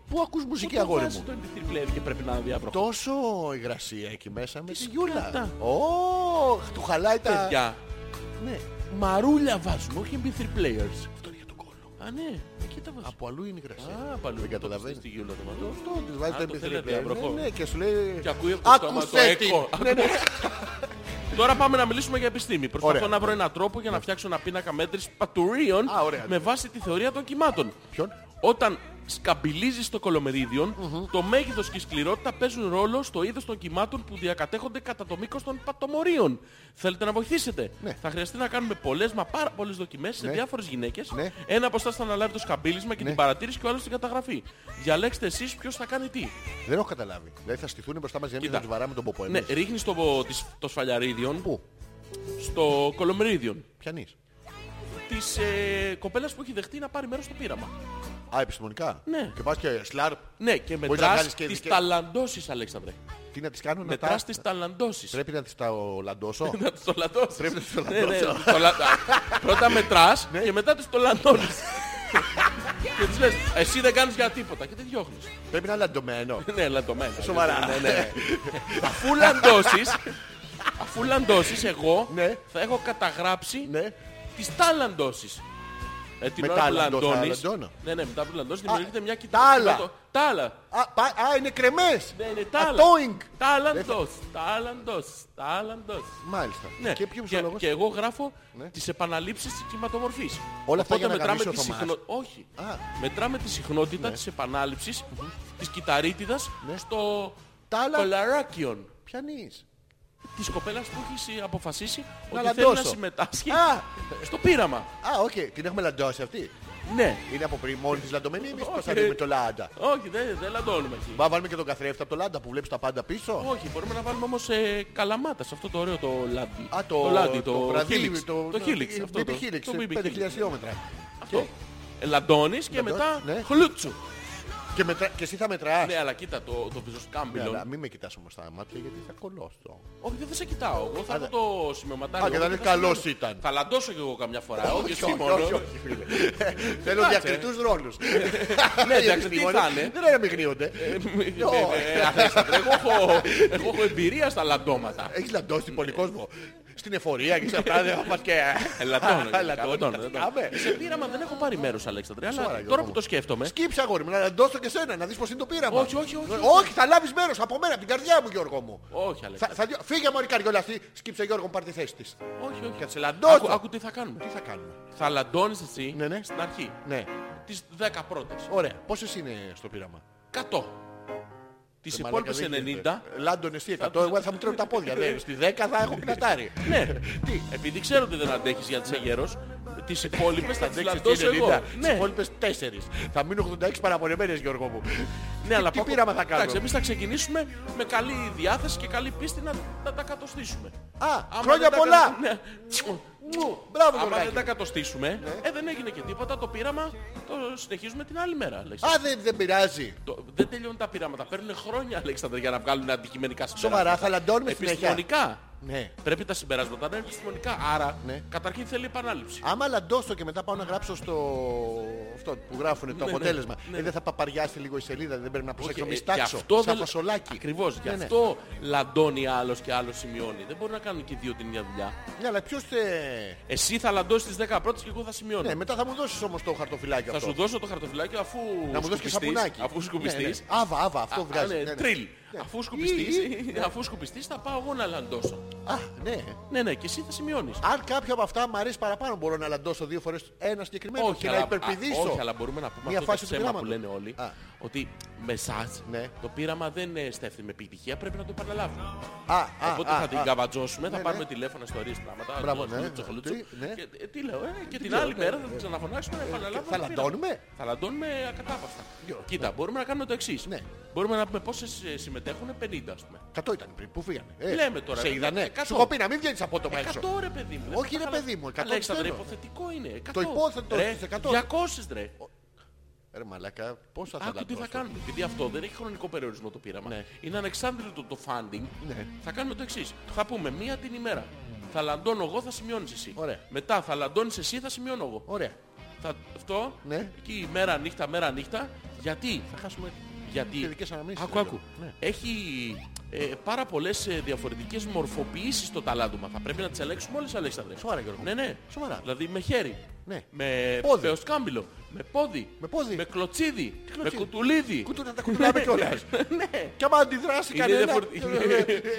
[SPEAKER 1] Πού ακούς μουσική αγόρι μου.
[SPEAKER 2] το MP3 player και πρέπει να είναι αδιάβροχο.
[SPEAKER 1] Τόσο υγρασία εκεί μέσα με τη Γιούλα.
[SPEAKER 2] σκάτα.
[SPEAKER 1] Ω, του χαλάει τα...
[SPEAKER 2] Παιδιά,
[SPEAKER 1] Ναι,
[SPEAKER 2] μαρούλια βάζουμε, όχι MP3 players.
[SPEAKER 1] αυτό είναι για τον κόλλο.
[SPEAKER 2] Α, ναι, εκεί τα βάζουμε.
[SPEAKER 1] Από αλλού είναι υγρασία.
[SPEAKER 2] Α, παλιό.
[SPEAKER 1] Δεν καταλαβαίνεις.
[SPEAKER 2] Στη Γιούλα το βάζω.
[SPEAKER 1] Αυτό της βάζει
[SPEAKER 2] Α,
[SPEAKER 1] το
[SPEAKER 2] το θέλει
[SPEAKER 1] MP3
[SPEAKER 2] αδιάβροχο.
[SPEAKER 1] player. Ναι, και σου λέει...
[SPEAKER 2] Και ακούει από το στόμα το
[SPEAKER 1] Άκουσε την.
[SPEAKER 2] echo.
[SPEAKER 1] Ναι, ναι.
[SPEAKER 2] Τώρα πάμε να μιλήσουμε για επιστήμη. Προσπαθώ
[SPEAKER 1] Ωραία. Ναι.
[SPEAKER 2] να βρω έναν τρόπο για να φτιάξω ένα πίνακα μέτρηση πατουρίων
[SPEAKER 1] Α, ωραία. ναι.
[SPEAKER 2] με βάση τη θεωρία των κυμάτων.
[SPEAKER 1] Ποιον?
[SPEAKER 2] Όταν σκαμπιλίζεις το κολομεριδιον το μέγεθος και η σκληρότητα παίζουν ρόλο στο είδος των κυμάτων που διακατέχονται κατά το μήκος των πατομορίων. Θέλετε να βοηθήσετε.
[SPEAKER 1] Ναι.
[SPEAKER 2] Θα χρειαστεί να κάνουμε πολλές μα πάρα πολλές δοκιμές σε
[SPEAKER 1] Ναι.
[SPEAKER 2] διάφορες γυναίκες.
[SPEAKER 1] Ναι.
[SPEAKER 2] Ένα από εσάς θα αναλάβει το σκαμπίλισμα και την παρατήρηση και ο άλλος την καταγραφή. Διαλέξτε εσείς ποιος θα κάνει τι.
[SPEAKER 1] Δεν έχω καταλάβει. Δηλαδή θα στηθούν μπροστά μας για να
[SPEAKER 2] Κοίτα.
[SPEAKER 1] τους βαράμε τον ποπό.
[SPEAKER 2] Ναι,
[SPEAKER 1] εμείς.
[SPEAKER 2] ρίχνεις το, τις- το σφαλιαρίδιον
[SPEAKER 1] Πού,
[SPEAKER 2] στο κολομερίδιον.
[SPEAKER 1] πιανείς.
[SPEAKER 2] της ε, κοπέλας που έχει δεχτεί να πάρει μέρος στο πείραμα.
[SPEAKER 1] Α, επιστημονικά.
[SPEAKER 2] Ναι.
[SPEAKER 1] Και πας και σλαρπ.
[SPEAKER 2] Ναι, και
[SPEAKER 1] να κάνεις
[SPEAKER 2] μετράς
[SPEAKER 1] και
[SPEAKER 2] τις
[SPEAKER 1] ειδικές-
[SPEAKER 2] ταλαντώσεις, Αλέξανδρε.
[SPEAKER 1] Τι να τις κάνω να τα...
[SPEAKER 2] Μετράς τις ταλαντώσεις.
[SPEAKER 1] Πρέπει να τις τα ολαντώσω.
[SPEAKER 2] Να τις τολαντώσεις.
[SPEAKER 1] Πρέπει να τις
[SPEAKER 2] Ναι, ναι,
[SPEAKER 1] τολαντώσω. Ναι.
[SPEAKER 2] τις τολα- Α, Πρώτα μετράς και μετά τις τολαντώνεις. Και της λες, εσύ δεν κάνεις για τίποτα και τη διώχνεις.
[SPEAKER 1] Πρέπει να είναι λαντωμένο.
[SPEAKER 2] Ναι, λαντωμένο.
[SPEAKER 1] Σοβαρά.
[SPEAKER 2] Ναι, ναι. Αφού λαντώσεις, αφού λαντώσεις εγώ
[SPEAKER 1] Ναι.
[SPEAKER 2] θα έχω καταγράψει
[SPEAKER 1] Ναι.
[SPEAKER 2] τις ταλαντώσεις. Ε, την
[SPEAKER 1] Με
[SPEAKER 2] ώρα που
[SPEAKER 1] τάλαντο θα
[SPEAKER 2] λαντώνεις,
[SPEAKER 1] λαντώνω.
[SPEAKER 2] ναι, ναι, μετά που λαντώνεις δημιουργείται μια κοιτά.
[SPEAKER 1] τάλα.
[SPEAKER 2] Τα άλλα.
[SPEAKER 1] Α, πα- α, είναι κρεμές.
[SPEAKER 2] Ναι, είναι
[SPEAKER 1] Α,
[SPEAKER 2] τάλα.
[SPEAKER 1] τόινγκ.
[SPEAKER 2] Τάλαντος, τάλαντος, τάλαντος.
[SPEAKER 1] Μάλιστα.
[SPEAKER 2] Ναι.
[SPEAKER 1] Και ποιος είναι ο λόγος.
[SPEAKER 2] και εγώ γράφω
[SPEAKER 1] Ναι.
[SPEAKER 2] τις επαναλήψεις της κυματομορφής.
[SPEAKER 1] Όλα αυτά
[SPEAKER 2] Οπότε
[SPEAKER 1] για να
[SPEAKER 2] μετράμε
[SPEAKER 1] γαμίσει ο
[SPEAKER 2] τη
[SPEAKER 1] Θωμάς.
[SPEAKER 2] συχνο- Όχι.
[SPEAKER 1] Α.
[SPEAKER 2] Μετράμε τη συχνότητα της επανάληψης της κυταρίτιδας
[SPEAKER 1] Ναι.
[SPEAKER 2] στο
[SPEAKER 1] Τάλα.
[SPEAKER 2] κολαράκιον
[SPEAKER 1] Πιανείς.
[SPEAKER 2] της κοπέλας που έχεις αποφασίσει
[SPEAKER 1] Να
[SPEAKER 2] ότι θέλει να
[SPEAKER 1] λαντώσω.
[SPEAKER 2] συμμετάσχει
[SPEAKER 1] Α.
[SPEAKER 2] στο πείραμα.
[SPEAKER 1] Α, οκ. Την έχουμε λαντώσει αυτή.
[SPEAKER 2] Ναι.
[SPEAKER 1] Είναι από πριν μόλις της λαντωμένης ή εμείς που
[SPEAKER 2] Όχι.
[SPEAKER 1] θα δούμε το λάντα.
[SPEAKER 2] Όχι, δεν δεν λαντώνουμε εκεί.
[SPEAKER 1] Μα βάλουμε και τον καθρέφτη από το λάντα που βλέπεις τα πάντα πίσω.
[SPEAKER 2] Όχι, μπορούμε να βάλουμε όμως ε, καλαμάτα σε αυτό το ωραίο το λάδι.
[SPEAKER 1] Α, το,
[SPEAKER 2] λάδι, το,
[SPEAKER 1] βραδύ,
[SPEAKER 2] Helix. Το, Helix, αυτό
[SPEAKER 1] BB
[SPEAKER 2] το,
[SPEAKER 1] Helix,
[SPEAKER 2] το Ναι,
[SPEAKER 1] σε
[SPEAKER 2] BB
[SPEAKER 1] 5.000
[SPEAKER 2] Helix.
[SPEAKER 1] χιλιόμετρα.
[SPEAKER 2] Αυτό. Ε, λαντώνεις και
[SPEAKER 1] Λαντώνεις,
[SPEAKER 2] μετά
[SPEAKER 1] ναι.
[SPEAKER 2] χλούτσου.
[SPEAKER 1] Και, μετρα... και εσύ θα μετράς.
[SPEAKER 2] Ναι, αλλά κοίτα το, το
[SPEAKER 1] Ναι,
[SPEAKER 2] βυζοσκάμπυλο.
[SPEAKER 1] αλλά μην με κοιτάς όμως στα μάτια γιατί θα κολλώσω.
[SPEAKER 2] Όχι, δεν θα σε κοιτάω. Εγώ θα
[SPEAKER 1] Άντε.
[SPEAKER 2] έχω το σημειωματάρι.
[SPEAKER 1] Α, και θα
[SPEAKER 2] Εγώ
[SPEAKER 1] λες,
[SPEAKER 2] θα σε
[SPEAKER 1] καλός
[SPEAKER 2] κοιτάω.
[SPEAKER 1] ήταν.
[SPEAKER 2] Θα λαντώσω κι εγώ καμιά φορά. Όχι, εσύ
[SPEAKER 1] όχι,
[SPEAKER 2] μόνος.
[SPEAKER 1] όχι, όχι, φίλε. Θέλω
[SPEAKER 2] Κάτσε.
[SPEAKER 1] διακριτούς ρόλους.
[SPEAKER 2] Ναι,
[SPEAKER 1] Οι
[SPEAKER 2] εντάξει, τι
[SPEAKER 1] επιστήμονες
[SPEAKER 2] θα είναι.
[SPEAKER 1] Δεν είναι να μην γνύονται.
[SPEAKER 2] Ε, ε, Αλέξανδρε, Εγώ έχω- εγώ έχω εμπειρία στα λαντώματα.
[SPEAKER 1] Έχεις λαντώσει πολύ κόσμο. Στην εφορία και σε αυτά δεν θα πας και...
[SPEAKER 2] Ε, Ελαττώνω.
[SPEAKER 1] Ελαττώνω, κάμε.
[SPEAKER 2] Σε πείραμα δεν έχω πάρει μέρος, Αλέξανδρε.
[SPEAKER 1] Ε, Σοβαρά,
[SPEAKER 2] Αλλά
[SPEAKER 1] Γιώργο
[SPEAKER 2] τώρα
[SPEAKER 1] μου.
[SPEAKER 2] που το σκέφτομαι,
[SPEAKER 1] Σκύψε αγόρι μου, να λαντώσω και σένα, να δεις πως είναι το πείραμα.
[SPEAKER 2] Όχι, όχι, όχι.
[SPEAKER 1] Όχι, θα λάβεις μέρος από μένα, από την καρδιά μου Γιώργο μου.
[SPEAKER 2] όχι,
[SPEAKER 1] Θα,
[SPEAKER 2] Αλέξανδρε.
[SPEAKER 1] θα, διω- φύγε μωρή καριολαστή, σκύψε Γιώργο μου πάρ' τη θέση της.
[SPEAKER 2] Όχι, όχι.
[SPEAKER 1] Θα σε λαντώσω.
[SPEAKER 2] Άκου, άκου τι θα κάνουμε.
[SPEAKER 1] Τι θα κάνουμε.
[SPEAKER 2] Θα λαντώνεις εσύ
[SPEAKER 1] Ναι, ναι.
[SPEAKER 2] στην αρχή.
[SPEAKER 1] Ναι,
[SPEAKER 2] Τις 10 πρώτες.
[SPEAKER 1] ωραία. Πόσες είναι στο πείραμα.
[SPEAKER 2] 100.
[SPEAKER 1] Ε,
[SPEAKER 2] Τις υπόλοιπες 90.
[SPEAKER 1] Λάντον εσύ 100, εγώ θα μου τρώνε τα πόδια. ναι. Στη 10 θα έχω πλατάρι.
[SPEAKER 2] Ναι. Επειδή ξέρω ότι δεν αντέχεις γιατί
[SPEAKER 1] Ναι.
[SPEAKER 2] είσαι γέρος, τις υπόλοιπες θα τις
[SPEAKER 1] Αντέξε
[SPEAKER 2] λαντώσω
[SPEAKER 1] τι
[SPEAKER 2] εγώ.
[SPEAKER 1] 90, τις
[SPEAKER 2] Ναι.
[SPEAKER 1] υπόλοιπες 4. Θα μείνουν 86 παραπονεμένες Γιώργο μου.
[SPEAKER 2] Ναι, αλλά
[SPEAKER 1] τι
[SPEAKER 2] πάω-
[SPEAKER 1] πείραμα θα κάνουμε?
[SPEAKER 2] Εντάξει, εμείς θα ξεκινήσουμε με καλή διάθεση και καλή πίστη να, να τα κατοστήσουμε.
[SPEAKER 1] Α,
[SPEAKER 2] Άμα
[SPEAKER 1] χρόνια
[SPEAKER 2] δεν τα
[SPEAKER 1] πολλά.
[SPEAKER 2] κα- Ναι.
[SPEAKER 1] Μου, Μπράβο
[SPEAKER 2] Άμα δεν
[SPEAKER 1] Γιώργο.
[SPEAKER 2] τα κατοστήσουμε, ε, δεν έγινε και τίποτα. Το πείραμα το συνεχίζουμε την άλλη μέρα. Αλέξανδρε.
[SPEAKER 1] Α, δεν, δεν πειράζει.
[SPEAKER 2] Το- δεν τελειώνουν τα πειράματα. Παίρνουν χρόνια, Αλέξανδρε, για να βγάλουν αντικειμενικά συμπεράσματα.
[SPEAKER 1] Σοβαρά, θα λαντώνουμε συνέχεια.
[SPEAKER 2] Επιστημονικά.
[SPEAKER 1] Ναι.
[SPEAKER 2] Πρέπει τα συμπεράσματα να είναι επιστημονικά. Άρα,
[SPEAKER 1] Ναι.
[SPEAKER 2] καταρχήν θέλει επανάληψη.
[SPEAKER 1] Άμα λαντώσω και μετά πάω να γράψω στο αυτό που γράφουν το
[SPEAKER 2] ναι.
[SPEAKER 1] αποτέλεσμα.
[SPEAKER 2] Ναι,
[SPEAKER 1] Ε,
[SPEAKER 2] ναι.
[SPEAKER 1] δεν θα παπαριάσει λίγο η σελίδα, δεν πρέπει να προσέξω να μη
[SPEAKER 2] ε,
[SPEAKER 1] στάξω.
[SPEAKER 2] γι' αυτό
[SPEAKER 1] Σαν
[SPEAKER 2] δεν-
[SPEAKER 1] φασολάκι.
[SPEAKER 2] Ακριβώς. Γι'
[SPEAKER 1] Ναι, ναι.
[SPEAKER 2] αυτό λαντώνει άλλος και άλλος σημειώνει. Δεν μπορεί να κάνουν και δύο την ίδια δουλειά.
[SPEAKER 1] Ναι, αλλά ποιος... Ε...
[SPEAKER 2] Εσύ θα λαντώσεις τις 10 πρώτες και εγώ θα σημειώνω.
[SPEAKER 1] Ναι, μετά θα μου δώσεις όμως το χαρτοφυλάκι
[SPEAKER 2] θα
[SPEAKER 1] αυτό.
[SPEAKER 2] σου δώσω το χαρτοφυλάκιο αφού.
[SPEAKER 1] Να μου δώσεις και
[SPEAKER 2] σκουπιστείς-
[SPEAKER 1] σαπουνάκι.
[SPEAKER 2] Αφού
[SPEAKER 1] Ναι,
[SPEAKER 2] σκουπιστείς.
[SPEAKER 1] ναι. Άβα, άβα, αυτό βγάζει. Ναι, ναι.
[SPEAKER 2] Τριλ.
[SPEAKER 1] Ναι.
[SPEAKER 2] Αφού
[SPEAKER 1] Ή,
[SPEAKER 2] σκουπιστείς, αφού σκουπιστείς, θα πάω εγώ να λαντώσω.
[SPEAKER 1] Α, ναι.
[SPEAKER 2] Ναι, ναι, και εσύ θα σημειώνεις.
[SPEAKER 1] Αν κάποιο από αυτά μου αρέσει παραπάνω, μπορώ να λαντώσω δύο φορές ένα συγκεκριμένο και να
[SPEAKER 2] αλλά-
[SPEAKER 1] υπερπηδήσω.
[SPEAKER 2] α, όχι, αλλά μπορούμε να πούμε
[SPEAKER 1] Μια
[SPEAKER 2] αυτό το
[SPEAKER 1] φάση του
[SPEAKER 2] ψέμα που
[SPEAKER 1] πειράματος.
[SPEAKER 2] λένε όλοι.
[SPEAKER 1] Α.
[SPEAKER 2] Ότι με εσάς
[SPEAKER 1] Ναι.
[SPEAKER 2] το πείραμα δεν ε, στέφθη με επιτυχία, πρέπει να το επαναλάβουμε.
[SPEAKER 1] Α, α,
[SPEAKER 2] Οπότε
[SPEAKER 1] α,
[SPEAKER 2] θα
[SPEAKER 1] α.
[SPEAKER 2] την καβατζώσουμε, θα
[SPEAKER 1] Ναι,
[SPEAKER 2] πάρουμε
[SPEAKER 1] ναι.
[SPEAKER 2] τηλέφωνα ιστορίες πράγματα.
[SPEAKER 1] Μπράβο,
[SPEAKER 2] το
[SPEAKER 1] ναι,
[SPEAKER 2] χλούτσο,
[SPEAKER 1] ναι.
[SPEAKER 2] χλούτσο.
[SPEAKER 1] Τι, ναι.
[SPEAKER 2] Και, ε, τι λέω, ε, και την άλλη μέρα θα την ξαναφωνάξουμε να επαναλάβουμε.
[SPEAKER 1] Ε, Θα
[SPEAKER 2] το πείραμα.
[SPEAKER 1] λαντώνουμε?
[SPEAKER 2] Θα λαντώνουμε ακατάπαυστα.
[SPEAKER 1] Γιο,
[SPEAKER 2] Κοίτα, μπορούμε να κάνουμε το εξής.
[SPEAKER 1] Ναι.
[SPEAKER 2] Μπορούμε να πούμε ε, πόσε συμμετέχουν, 50 ας πούμε.
[SPEAKER 1] Εκατό ήταν πριν, πού φύγανε. Ε,
[SPEAKER 2] Λέμε τώρα,
[SPEAKER 1] Σε
[SPEAKER 2] ρε,
[SPEAKER 1] είδανε.
[SPEAKER 2] εκατό.
[SPEAKER 1] Σου έχω πει να μην βγαίνεις απότομα έξω.
[SPEAKER 2] 100 ρε παιδί μου. δεν
[SPEAKER 1] Όχι,
[SPEAKER 2] θα
[SPEAKER 1] ρε
[SPEAKER 2] χαλά-
[SPEAKER 1] παιδί μου, εκατό
[SPEAKER 2] Αλέξανδρε,
[SPEAKER 1] ξέρω.
[SPEAKER 2] υποθετικό είναι. 100.
[SPEAKER 1] Το υπόθετο
[SPEAKER 2] Ρε,
[SPEAKER 1] της εκατό.
[SPEAKER 2] 200 ρε.
[SPEAKER 1] Ρε μαλακά, πόσα θα
[SPEAKER 2] Άκου
[SPEAKER 1] τα
[SPEAKER 2] τι θα
[SPEAKER 1] δώσω.
[SPEAKER 2] κάνουμε. Επειδή αυτό δεν έχει χρονικό περιορισμό το πείραμα. Είναι ανεξάντλητο το funding.
[SPEAKER 1] Ναι.
[SPEAKER 2] Θα κάνουμε το εξής. Θα πούμε μία την ημέρα. Θα λαντώνω εγώ, θα σημειώνεις εσύ.
[SPEAKER 1] Ωραία.
[SPEAKER 2] Μετά θα λαντώνεις εσύ, θα σημειώνω εγώ.
[SPEAKER 1] Ωραία.
[SPEAKER 2] Θα, αυτό.
[SPEAKER 1] Ναι.
[SPEAKER 2] Εκεί μέρα νύχτα, μέρα νύχτα. Γιατί.
[SPEAKER 1] Θα χάσουμε
[SPEAKER 2] Γιατί.
[SPEAKER 1] Τελικές αναμνήσεις,
[SPEAKER 2] Άκου, άκου.
[SPEAKER 1] Ναι.
[SPEAKER 2] Έχει ε, πάρα πολλές ε, διαφορετικές μορφοποιήσεις το ταλάντουμα. Θα πρέπει να τις ελέγξουμε όλες, Αλέξανδρε.
[SPEAKER 1] Σοβαρά, Γιώργο.
[SPEAKER 2] Ναι, ναι.
[SPEAKER 1] Σοβαρά.
[SPEAKER 2] Δηλαδή με χέρι.
[SPEAKER 1] Ναι.
[SPEAKER 2] Με
[SPEAKER 1] Πόδι.
[SPEAKER 2] πεοσκάμπυλο. Με πόδι.
[SPEAKER 1] Με πόδι.
[SPEAKER 2] Με κλωτσίδι. Με
[SPEAKER 1] κλωτσίδι.
[SPEAKER 2] κουτουλίδι.
[SPEAKER 1] Κουτου- να τα κουτουλάμε
[SPEAKER 2] Ναι.
[SPEAKER 1] κιόλας.
[SPEAKER 2] Ναι.
[SPEAKER 1] Και άμα αντιδράσει
[SPEAKER 2] Είναι,
[SPEAKER 1] κανένα... Ε,
[SPEAKER 2] διαφορε- είναι-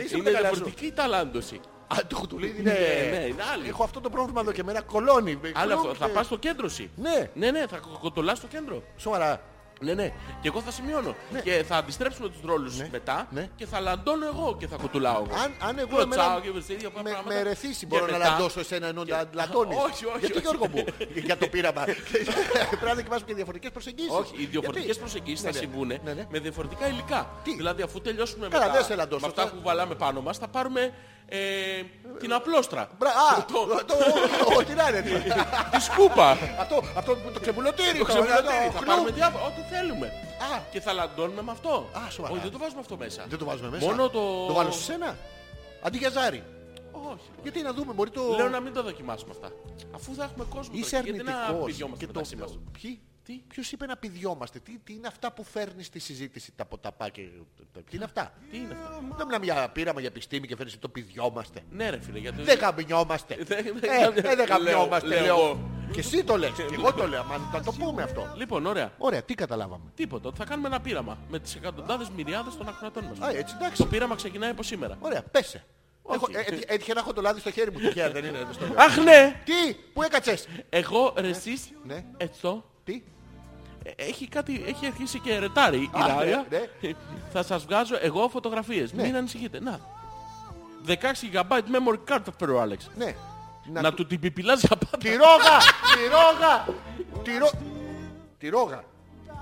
[SPEAKER 1] Είσαι με τα
[SPEAKER 2] είναι
[SPEAKER 1] καλά σου.
[SPEAKER 2] διαφορετική η ταλάντωση.
[SPEAKER 1] Α, το κουτουλίδι
[SPEAKER 2] Ναι,
[SPEAKER 1] είναι...
[SPEAKER 2] ναι, είναι άλλη.
[SPEAKER 1] Έχω αυτό το πρόβλημα εδώ και μέρα. Κολώνει. με
[SPEAKER 2] Άλλο αυτό.
[SPEAKER 1] κλούκτε.
[SPEAKER 2] Θα πας στο κέντρο εσύ.
[SPEAKER 1] Ε, Ναι.
[SPEAKER 2] Ναι, ναι, θα κοτολάς στο κέντρο.
[SPEAKER 1] Σοβαρά.
[SPEAKER 2] Ναι, ναι. Και εγώ θα σημειώνω. Και θα αντιστρέψουμε τους ρόλους
[SPEAKER 1] Ναι.
[SPEAKER 2] μετά
[SPEAKER 1] Ναι.
[SPEAKER 2] και θα λαντώνω εγώ και θα κουτουλάω εγώ.
[SPEAKER 1] Αν, αν εγώ
[SPEAKER 2] Κλωτσάω
[SPEAKER 1] εμένα
[SPEAKER 2] και βρίσκω ίδια
[SPEAKER 1] με,
[SPEAKER 2] πράγματα.
[SPEAKER 1] με ρεθίσει
[SPEAKER 2] Και
[SPEAKER 1] μπορώ να
[SPEAKER 2] μετά-
[SPEAKER 1] λαντώσω εσένα ενώ να λαντώνεις.
[SPEAKER 2] Όχι, όχι,
[SPEAKER 1] Γιατί
[SPEAKER 2] όχι.
[SPEAKER 1] Γιώργο μου, για το πείραμα. Πρέπει να δοκιμάσουμε και διαφορετικές προσεγγίσεις.
[SPEAKER 2] Όχι, οι διαφορετικέ
[SPEAKER 1] Γιατί?
[SPEAKER 2] προσεγγίσεις
[SPEAKER 1] Ναι,
[SPEAKER 2] θα
[SPEAKER 1] ναι.
[SPEAKER 2] συμβούν
[SPEAKER 1] Ναι, ναι.
[SPEAKER 2] με διαφορετικά υλικά.
[SPEAKER 1] Τι?
[SPEAKER 2] Δηλαδή, αφού τελειώσουμε
[SPEAKER 1] Καλά, δεν σε
[SPEAKER 2] με, τα,
[SPEAKER 1] λαντώσω,
[SPEAKER 2] με αυτά
[SPEAKER 1] θα-
[SPEAKER 2] που βαλάμε πάνω μας θα πάρουμε ε, την απλόστρα.
[SPEAKER 1] Μπρα- Α, το, το, το- ό,τι να είναι. δηλαδή.
[SPEAKER 2] τη σκούπα.
[SPEAKER 1] Αυτό, αυτό που το ξεμουλωτήρι.
[SPEAKER 2] Το ξεβουλωτήρι. Θα
[SPEAKER 1] χλουπ.
[SPEAKER 2] πάρουμε διάφορα. Ό,τι θέλουμε.
[SPEAKER 1] Α.
[SPEAKER 2] Και θα λαντώνουμε με αυτό.
[SPEAKER 1] Α, σοβαρά.
[SPEAKER 2] Όχι, δεν το βάζουμε αυτό μέσα.
[SPEAKER 1] Δεν το βάζουμε μέσα.
[SPEAKER 2] Μόνο το.
[SPEAKER 1] Το βάλω σε σένα. Αντί για ζάρι.
[SPEAKER 2] Όχι.
[SPEAKER 1] Γιατί να δούμε, μπορεί το...
[SPEAKER 2] Λέω να μην τα δοκιμάσουμε αυτά. Αφού θα έχουμε κόσμο.
[SPEAKER 1] Είσαι
[SPEAKER 2] τώρα, γιατί να
[SPEAKER 1] αρνητικός.
[SPEAKER 2] πηδιόμαστε μεταξύ μας.
[SPEAKER 1] Ποιοι?
[SPEAKER 2] Τι?
[SPEAKER 1] Ποιος είπε να πηδιόμαστε, τι, τι είναι αυτά που φέρνεις στη συζήτηση, τα ποταπά και... τα- Τι είναι αυτά.
[SPEAKER 2] Τι είναι αυτό.
[SPEAKER 1] Δεν μιλάμε για πείραμα, για επιστήμη και φέρνεις το πηδιόμαστε.
[SPEAKER 2] Ναι, ρε φίλε, γιατί.
[SPEAKER 1] Δεν γαμπινιόμαστε.
[SPEAKER 2] Δεν- δεν-
[SPEAKER 1] Ε, ε, Δεν
[SPEAKER 2] λέω-
[SPEAKER 1] γαμπινιόμαστε,
[SPEAKER 2] λέω
[SPEAKER 1] λέω.
[SPEAKER 2] εγώ.
[SPEAKER 1] Και εσύ το λες. και Εγώ το λέω, μα να το πούμε αυτό.
[SPEAKER 2] Λοιπόν, ωραία.
[SPEAKER 1] Ωραία, τι καταλάβαμε.
[SPEAKER 2] Τίποτα. Ότι Θα κάνουμε ένα πείραμα με τις εκατοντάδες μυριάδες των ακροατών μας.
[SPEAKER 1] Α, έτσι, εντάξει.
[SPEAKER 2] Το πείραμα ξεκινάει από σήμερα.
[SPEAKER 1] Ωραία, πέσε.
[SPEAKER 2] Όχι.
[SPEAKER 1] Έχω- ε, έτυχε- Έτυχε να έχω το λάδι στο χέρι μου. Τυχαία δεν είναι. δεν στο λέω.
[SPEAKER 2] Αχ, ναι!
[SPEAKER 1] Τι, πού έκατσες.
[SPEAKER 2] Εγώ, ρε, εσείς,
[SPEAKER 1] Ναι.
[SPEAKER 2] ετσό.
[SPEAKER 1] Τι,
[SPEAKER 2] Ε, Έχει, κάτι, έχει αρχίσει και ρετάρει η
[SPEAKER 1] Α,
[SPEAKER 2] Ράγα.
[SPEAKER 1] ναι,
[SPEAKER 2] Θα σας βγάζω εγώ φωτογραφίες. Μην ανησυχείτε. Να. 16 GB memory card θα φέρω, Άλεξ.
[SPEAKER 1] ναι.
[SPEAKER 2] Να, του την πιπιλάς για πάντα.
[SPEAKER 1] Τη ρόγα, τη ρόγα, τη ρό... Τη ρόγα.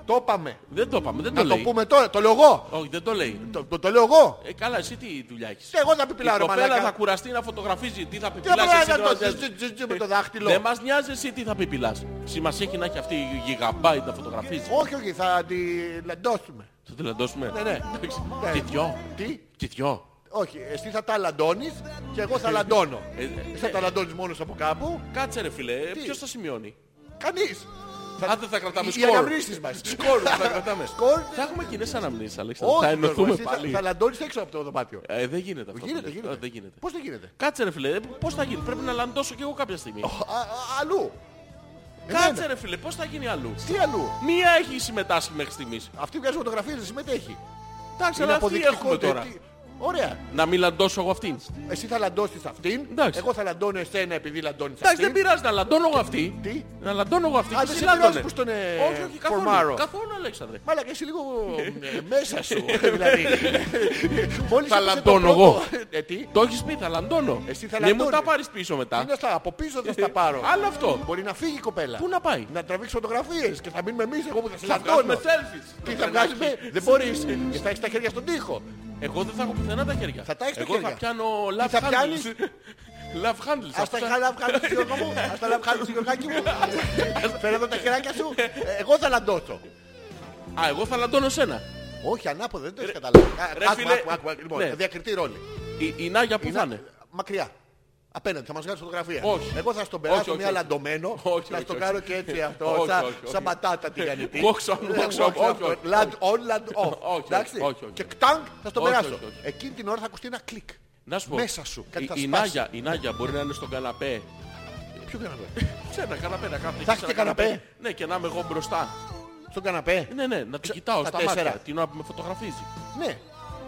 [SPEAKER 1] Το είπαμε.
[SPEAKER 2] Δεν το είπαμε, δεν
[SPEAKER 1] Να
[SPEAKER 2] το
[SPEAKER 1] το
[SPEAKER 2] λέει.
[SPEAKER 1] πούμε τώρα, το λέω εγώ.
[SPEAKER 2] Όχι, δεν το λέει.
[SPEAKER 1] Το, το- το λέω εγώ.
[SPEAKER 2] Ε, καλά, εσύ τι δουλειά έχεις.
[SPEAKER 1] Και εγώ θα
[SPEAKER 2] Η
[SPEAKER 1] πιπιλάρω,
[SPEAKER 2] κοπέλα θα
[SPEAKER 1] μαλάκα.
[SPEAKER 2] κουραστεί να φωτογραφίζει τι θα
[SPEAKER 1] Τι να
[SPEAKER 2] πιπιλάς
[SPEAKER 1] πρέπει
[SPEAKER 2] εσύ
[SPEAKER 1] να
[SPEAKER 2] τώρα,
[SPEAKER 1] κάνω,
[SPEAKER 2] δεν-
[SPEAKER 1] τζι- τζι- τζι- με το δάχτυλο.
[SPEAKER 2] Δεν μας νοιάζει εσύ τι θα πιπιλάς. Σημασία έχει να έχει αυτή η γιγαμπάιτ να φωτογραφίζει.
[SPEAKER 1] Όχι, όχι, θα τη λαντώσουμε.
[SPEAKER 2] Θα τη λαντώσουμε.
[SPEAKER 1] Ναι, ναι.
[SPEAKER 2] Εντάξει.
[SPEAKER 1] Ναι.
[SPEAKER 2] Τι δυο.
[SPEAKER 1] Τι,
[SPEAKER 2] Τι δυο.
[SPEAKER 1] όχι, εσύ θα τα λαντώνεις και εγώ θα λαντώνω.
[SPEAKER 2] Ε, ε,
[SPEAKER 1] Εσύ θα τα λαντώνεις μόνος από κάπου.
[SPEAKER 2] Κάτσε ρε φίλε, ποιος θα σημειώνει.
[SPEAKER 1] Κανείς.
[SPEAKER 2] Α, δεν θα κρατάμε
[SPEAKER 1] Οι
[SPEAKER 2] σκόρ.
[SPEAKER 1] αναμνήσεις μας.
[SPEAKER 2] Σκόρ δεν θα κρατάμε.
[SPEAKER 1] Σκόρ.
[SPEAKER 2] Θα έχουμε κοινές αναμνήσεις, Αλέξανδρο.
[SPEAKER 1] Όχι,
[SPEAKER 2] Θα
[SPEAKER 1] Γιώργο,
[SPEAKER 2] ενωθούμε
[SPEAKER 1] εσύ θα-
[SPEAKER 2] πάλι.
[SPEAKER 1] Θα λαντώνεις έξω από το δωμάτιο.
[SPEAKER 2] Ε, δεν γίνεται αυτό.
[SPEAKER 1] Γίνεται,
[SPEAKER 2] που λες.
[SPEAKER 1] γίνεται.
[SPEAKER 2] Ε, Δεν γίνεται.
[SPEAKER 1] Πώς δεν γίνεται.
[SPEAKER 2] Κάτσε ρε φίλε, πώς θα γίνει. Πρέπει να λαντώσω κι εγώ κάποια στιγμή.
[SPEAKER 1] Α, α, Αλλού.
[SPEAKER 2] Κάτσε
[SPEAKER 1] Εμένα.
[SPEAKER 2] ρε φίλε, πώς θα γίνει αλλού.
[SPEAKER 1] Τι αλλού.
[SPEAKER 2] Μία έχει συμμετάσχει μέχρι στιγμής.
[SPEAKER 1] Αυτή βγάζει φωτογραφίες, δεν συμμετέχει.
[SPEAKER 2] Εντάξει,
[SPEAKER 1] Είναι
[SPEAKER 2] αλλά αυτή
[SPEAKER 1] αποδεικτικό
[SPEAKER 2] έχουμε
[SPEAKER 1] το
[SPEAKER 2] τώρα.
[SPEAKER 1] τι- Ωραία.
[SPEAKER 2] Να μην λαντώσω εγώ αυτήν.
[SPEAKER 1] Εσύ θα λαντώσεις αυτήν.
[SPEAKER 2] Εντάξει.
[SPEAKER 1] Εγώ θα λαντώνω εσένα επειδή λαντώνεις
[SPEAKER 2] Εντάξει, δεν
[SPEAKER 1] αυτήν.
[SPEAKER 2] πειράζει να λαντώνω εγώ αυτή.
[SPEAKER 1] Τι?
[SPEAKER 2] Να λαντώνω εγώ αυτή.
[SPEAKER 1] Α,
[SPEAKER 2] και
[SPEAKER 1] δεν
[SPEAKER 2] εσύ
[SPEAKER 1] σε
[SPEAKER 2] λάντωνε.
[SPEAKER 1] πειράζει που στον, ε,
[SPEAKER 2] Όχι, όχι, καθόλου.
[SPEAKER 1] φορμάρω.
[SPEAKER 2] Καθόλου, Αλέξανδρε.
[SPEAKER 1] Μάλακα, είσαι λίγο ε, μέσα σου. δηλαδή. Μόλις
[SPEAKER 2] Θα
[SPEAKER 1] έπεσε το
[SPEAKER 2] λαντώνω
[SPEAKER 1] πρώτο-
[SPEAKER 2] εγώ.
[SPEAKER 1] Ε, τι.
[SPEAKER 2] Το έχεις πει, θα λαντώνω.
[SPEAKER 1] Εσύ θα
[SPEAKER 2] Μην μου
[SPEAKER 1] λαντώνεις.
[SPEAKER 2] τα πάρεις πίσω μετά.
[SPEAKER 1] Είναι στα από πίσω θα τα πάρω.
[SPEAKER 2] Άλλο αυτό.
[SPEAKER 1] Μπορεί να φύγει η κοπέλα.
[SPEAKER 2] Πού να πάει.
[SPEAKER 1] Να τραβήξει φωτογραφίες και θα μείνουμε εμείς εγώ που θα σε
[SPEAKER 2] Θα βγάζουμε
[SPEAKER 1] λαντώνω.
[SPEAKER 2] selfies.
[SPEAKER 1] Τι
[SPEAKER 2] Το
[SPEAKER 1] θα
[SPEAKER 2] κρανάκι.
[SPEAKER 1] βγάζουμε, δεν μπορείς. Και θα έχεις τα χέρια στον τοίχο.
[SPEAKER 2] Εγώ δεν θα έχω πουθενά τα χέρια.
[SPEAKER 1] Θα τα έχεις τα
[SPEAKER 2] Εγώ
[SPEAKER 1] χέρια.
[SPEAKER 2] θα πιάνω love
[SPEAKER 1] θα πιάνεις?
[SPEAKER 2] handles. Love handles.
[SPEAKER 1] Ας τα
[SPEAKER 2] Αυτά-
[SPEAKER 1] χαλαμπχάνεις Γιώργο μου, ας τα λαμπχάνεις Γιώργακι μου. Φέρε εδώ τα χεράκια σου, Ε, εγώ θα λαντώσω.
[SPEAKER 2] Α, εγώ θα λαντώνω σένα.
[SPEAKER 1] Όχι, ανάποδα, δεν το έχεις καταλάβει. Α,
[SPEAKER 2] Ε, ρε
[SPEAKER 1] άκου,
[SPEAKER 2] φίλε,
[SPEAKER 1] άκου, άκου, άκου.
[SPEAKER 2] ναι.
[SPEAKER 1] Λοιπόν, διακριτή ρόλη.
[SPEAKER 2] Η, η Νάγια που θα
[SPEAKER 1] Είναι
[SPEAKER 2] είναι.
[SPEAKER 1] μακριά. Απέναντι, θα μας βγάλεις φωτογραφία.
[SPEAKER 2] Όχι.
[SPEAKER 1] Εγώ θα στον
[SPEAKER 2] Όχι,
[SPEAKER 1] περάσω
[SPEAKER 2] όχι,
[SPEAKER 1] μια
[SPEAKER 2] όχι.
[SPEAKER 1] λαντωμένο,
[SPEAKER 2] Όχι,
[SPEAKER 1] θα
[SPEAKER 2] όχι,
[SPEAKER 1] στον
[SPEAKER 2] όχι.
[SPEAKER 1] κάνω και έτσι αυτό,
[SPEAKER 2] Όχι,
[SPEAKER 1] σαν-
[SPEAKER 2] όχι, όχι.
[SPEAKER 1] σαν πατάτα τηγανιτή.
[SPEAKER 2] Walks on,
[SPEAKER 1] Ε,
[SPEAKER 2] walks off, όχι, όχι.
[SPEAKER 1] Land on, land
[SPEAKER 2] όχι,
[SPEAKER 1] off. Εντάξει.
[SPEAKER 2] όχι, όχι.
[SPEAKER 1] Και κτάνγκ θα στον
[SPEAKER 2] Όχι,
[SPEAKER 1] περάσω.
[SPEAKER 2] όχι, όχι.
[SPEAKER 1] Εκείνη την ώρα θα ακουστεί ένα κλικ.
[SPEAKER 2] Να σου πω.
[SPEAKER 1] Μέσα σου, κάτι
[SPEAKER 2] η,
[SPEAKER 1] θα
[SPEAKER 2] η,
[SPEAKER 1] σπάσει.
[SPEAKER 2] Νάγια, η Νάγια μπορεί να είναι στον καναπέ.
[SPEAKER 1] Ποιο καναπέ.
[SPEAKER 2] Σε ένα καναπέ να κάθεται.
[SPEAKER 1] Θα
[SPEAKER 2] εκεί
[SPEAKER 1] έχει
[SPEAKER 2] σε
[SPEAKER 1] και
[SPEAKER 2] ένα
[SPEAKER 1] καναπέ.
[SPEAKER 2] Ναι, και να είμαι εγώ μπροστά.
[SPEAKER 1] Στον καναπέ.
[SPEAKER 2] Ναι, ναι, να την κοιτάω
[SPEAKER 1] τα
[SPEAKER 2] στα
[SPEAKER 1] τέσσερα.
[SPEAKER 2] μάτια. Την ώρα που με φωτογραφίζει.
[SPEAKER 1] Ναι.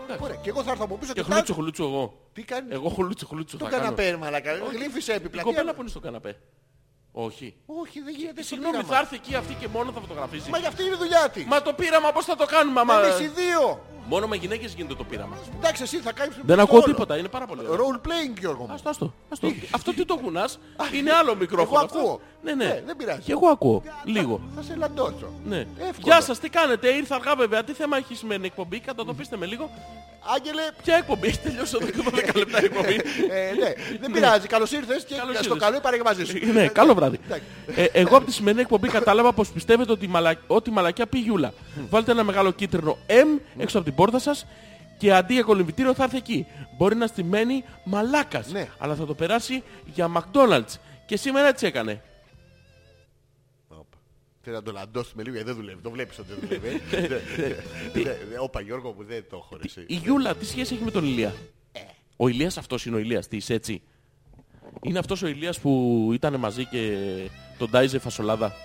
[SPEAKER 2] Εντάξει.
[SPEAKER 1] Ωραία. Και εγώ θα έρθω από πίσω
[SPEAKER 2] Και
[SPEAKER 1] και θα...
[SPEAKER 2] χλούτσο, χλούτσο εγώ.
[SPEAKER 1] Τι κάνεις.
[SPEAKER 2] Εγώ χλούτσο, χλούτσο.
[SPEAKER 1] Το
[SPEAKER 2] θα κάνω.
[SPEAKER 1] καναπέ, μαλακά. Γλύφησε
[SPEAKER 2] Η Ε,
[SPEAKER 1] επιπλατεία.
[SPEAKER 2] κοπέλα που είναι στον καναπέ. Όχι.
[SPEAKER 1] Όχι, δεν γίνεται. στο
[SPEAKER 2] Συγγνώμη,
[SPEAKER 1] πείραμα.
[SPEAKER 2] θα έρθει εκεί αυτή και μόνο θα φωτογραφίζει.
[SPEAKER 1] Μα για αυτή είναι η δουλειά της.
[SPEAKER 2] Μα το πείραμα πώς θα το κάνουμε, άμα...
[SPEAKER 1] Εμείς οι δύο.
[SPEAKER 2] Μόνο με γυναίκες γίνεται το πείραμα.
[SPEAKER 1] Εντάξει, εσύ θα κάνεις...
[SPEAKER 2] Δεν
[SPEAKER 1] το
[SPEAKER 2] ακούω
[SPEAKER 1] όλο.
[SPEAKER 2] τίποτα, είναι πάρα πολύ ωραίο.
[SPEAKER 1] Role playing, Γιώργο μου.
[SPEAKER 2] Άστο, άστο. άστο. Αυτό τι το κουνάς, είναι άλλο μικρόφωνο. αυτό.
[SPEAKER 1] ακούω.
[SPEAKER 2] Ναι, ναι.
[SPEAKER 1] Ναι, δεν πειράζει.
[SPEAKER 2] Και εγώ ακούω. Λίγο.
[SPEAKER 1] Θα σε λαντώσω.
[SPEAKER 2] Ναι.
[SPEAKER 1] Εύκολο.
[SPEAKER 2] Γεια σας, τι κάνετε, ήρθα αργά βέβαια. Τι θέμα έχει με την εκπομπή, κατατοπίστε με λίγο.
[SPEAKER 1] Άγγελε,
[SPEAKER 2] Ποια εκπομπή, έχει τελειώσει εδώ και 12 λεπτά η εκπομπή.
[SPEAKER 1] ε, ναι, δεν πειράζει. Καλώς ήρθες και
[SPEAKER 2] Καλώς
[SPEAKER 1] στο
[SPEAKER 2] ήρθες.
[SPEAKER 1] καλό είπα να μαζί σου.
[SPEAKER 2] Ναι, καλό δηλαδή. Ε, εγώ από τη σημερινή εκπομπή κατάλαβα πως πιστεύετε ότι, η μαλα... ότι η μαλακιά πει γιούλα. Βάλτε ένα μεγάλο κίτρινο M έξω από την πόρτα σας και αντί για κολυμβητήριο θα έρθει εκεί. Μπορεί να στημένη μαλάκας,
[SPEAKER 1] Ναι.
[SPEAKER 2] αλλά θα το περάσει για McDonald's. Και σήμερα έτσι έκανε.
[SPEAKER 1] Όπα. Θέλω να το λαντώσουμε λίγο γιατί δεν δουλεύει. Το βλέπεις ότι δεν δουλεύει. ε. Δε- δε- δε- ναι. Όπα Γιώργο μου δεν το έχω ρε, εσύ.
[SPEAKER 2] Ναι. Η Γιούλα τι σχέση έχει με τον Ηλία. Ο Ηλίας αυτός είναι ο Ηλίας, τι είσαι έτσι. Είναι αυτός ο Ηλίας που ήταν μαζί και τον τάιζε φασολάδα.
[SPEAKER 1] Α,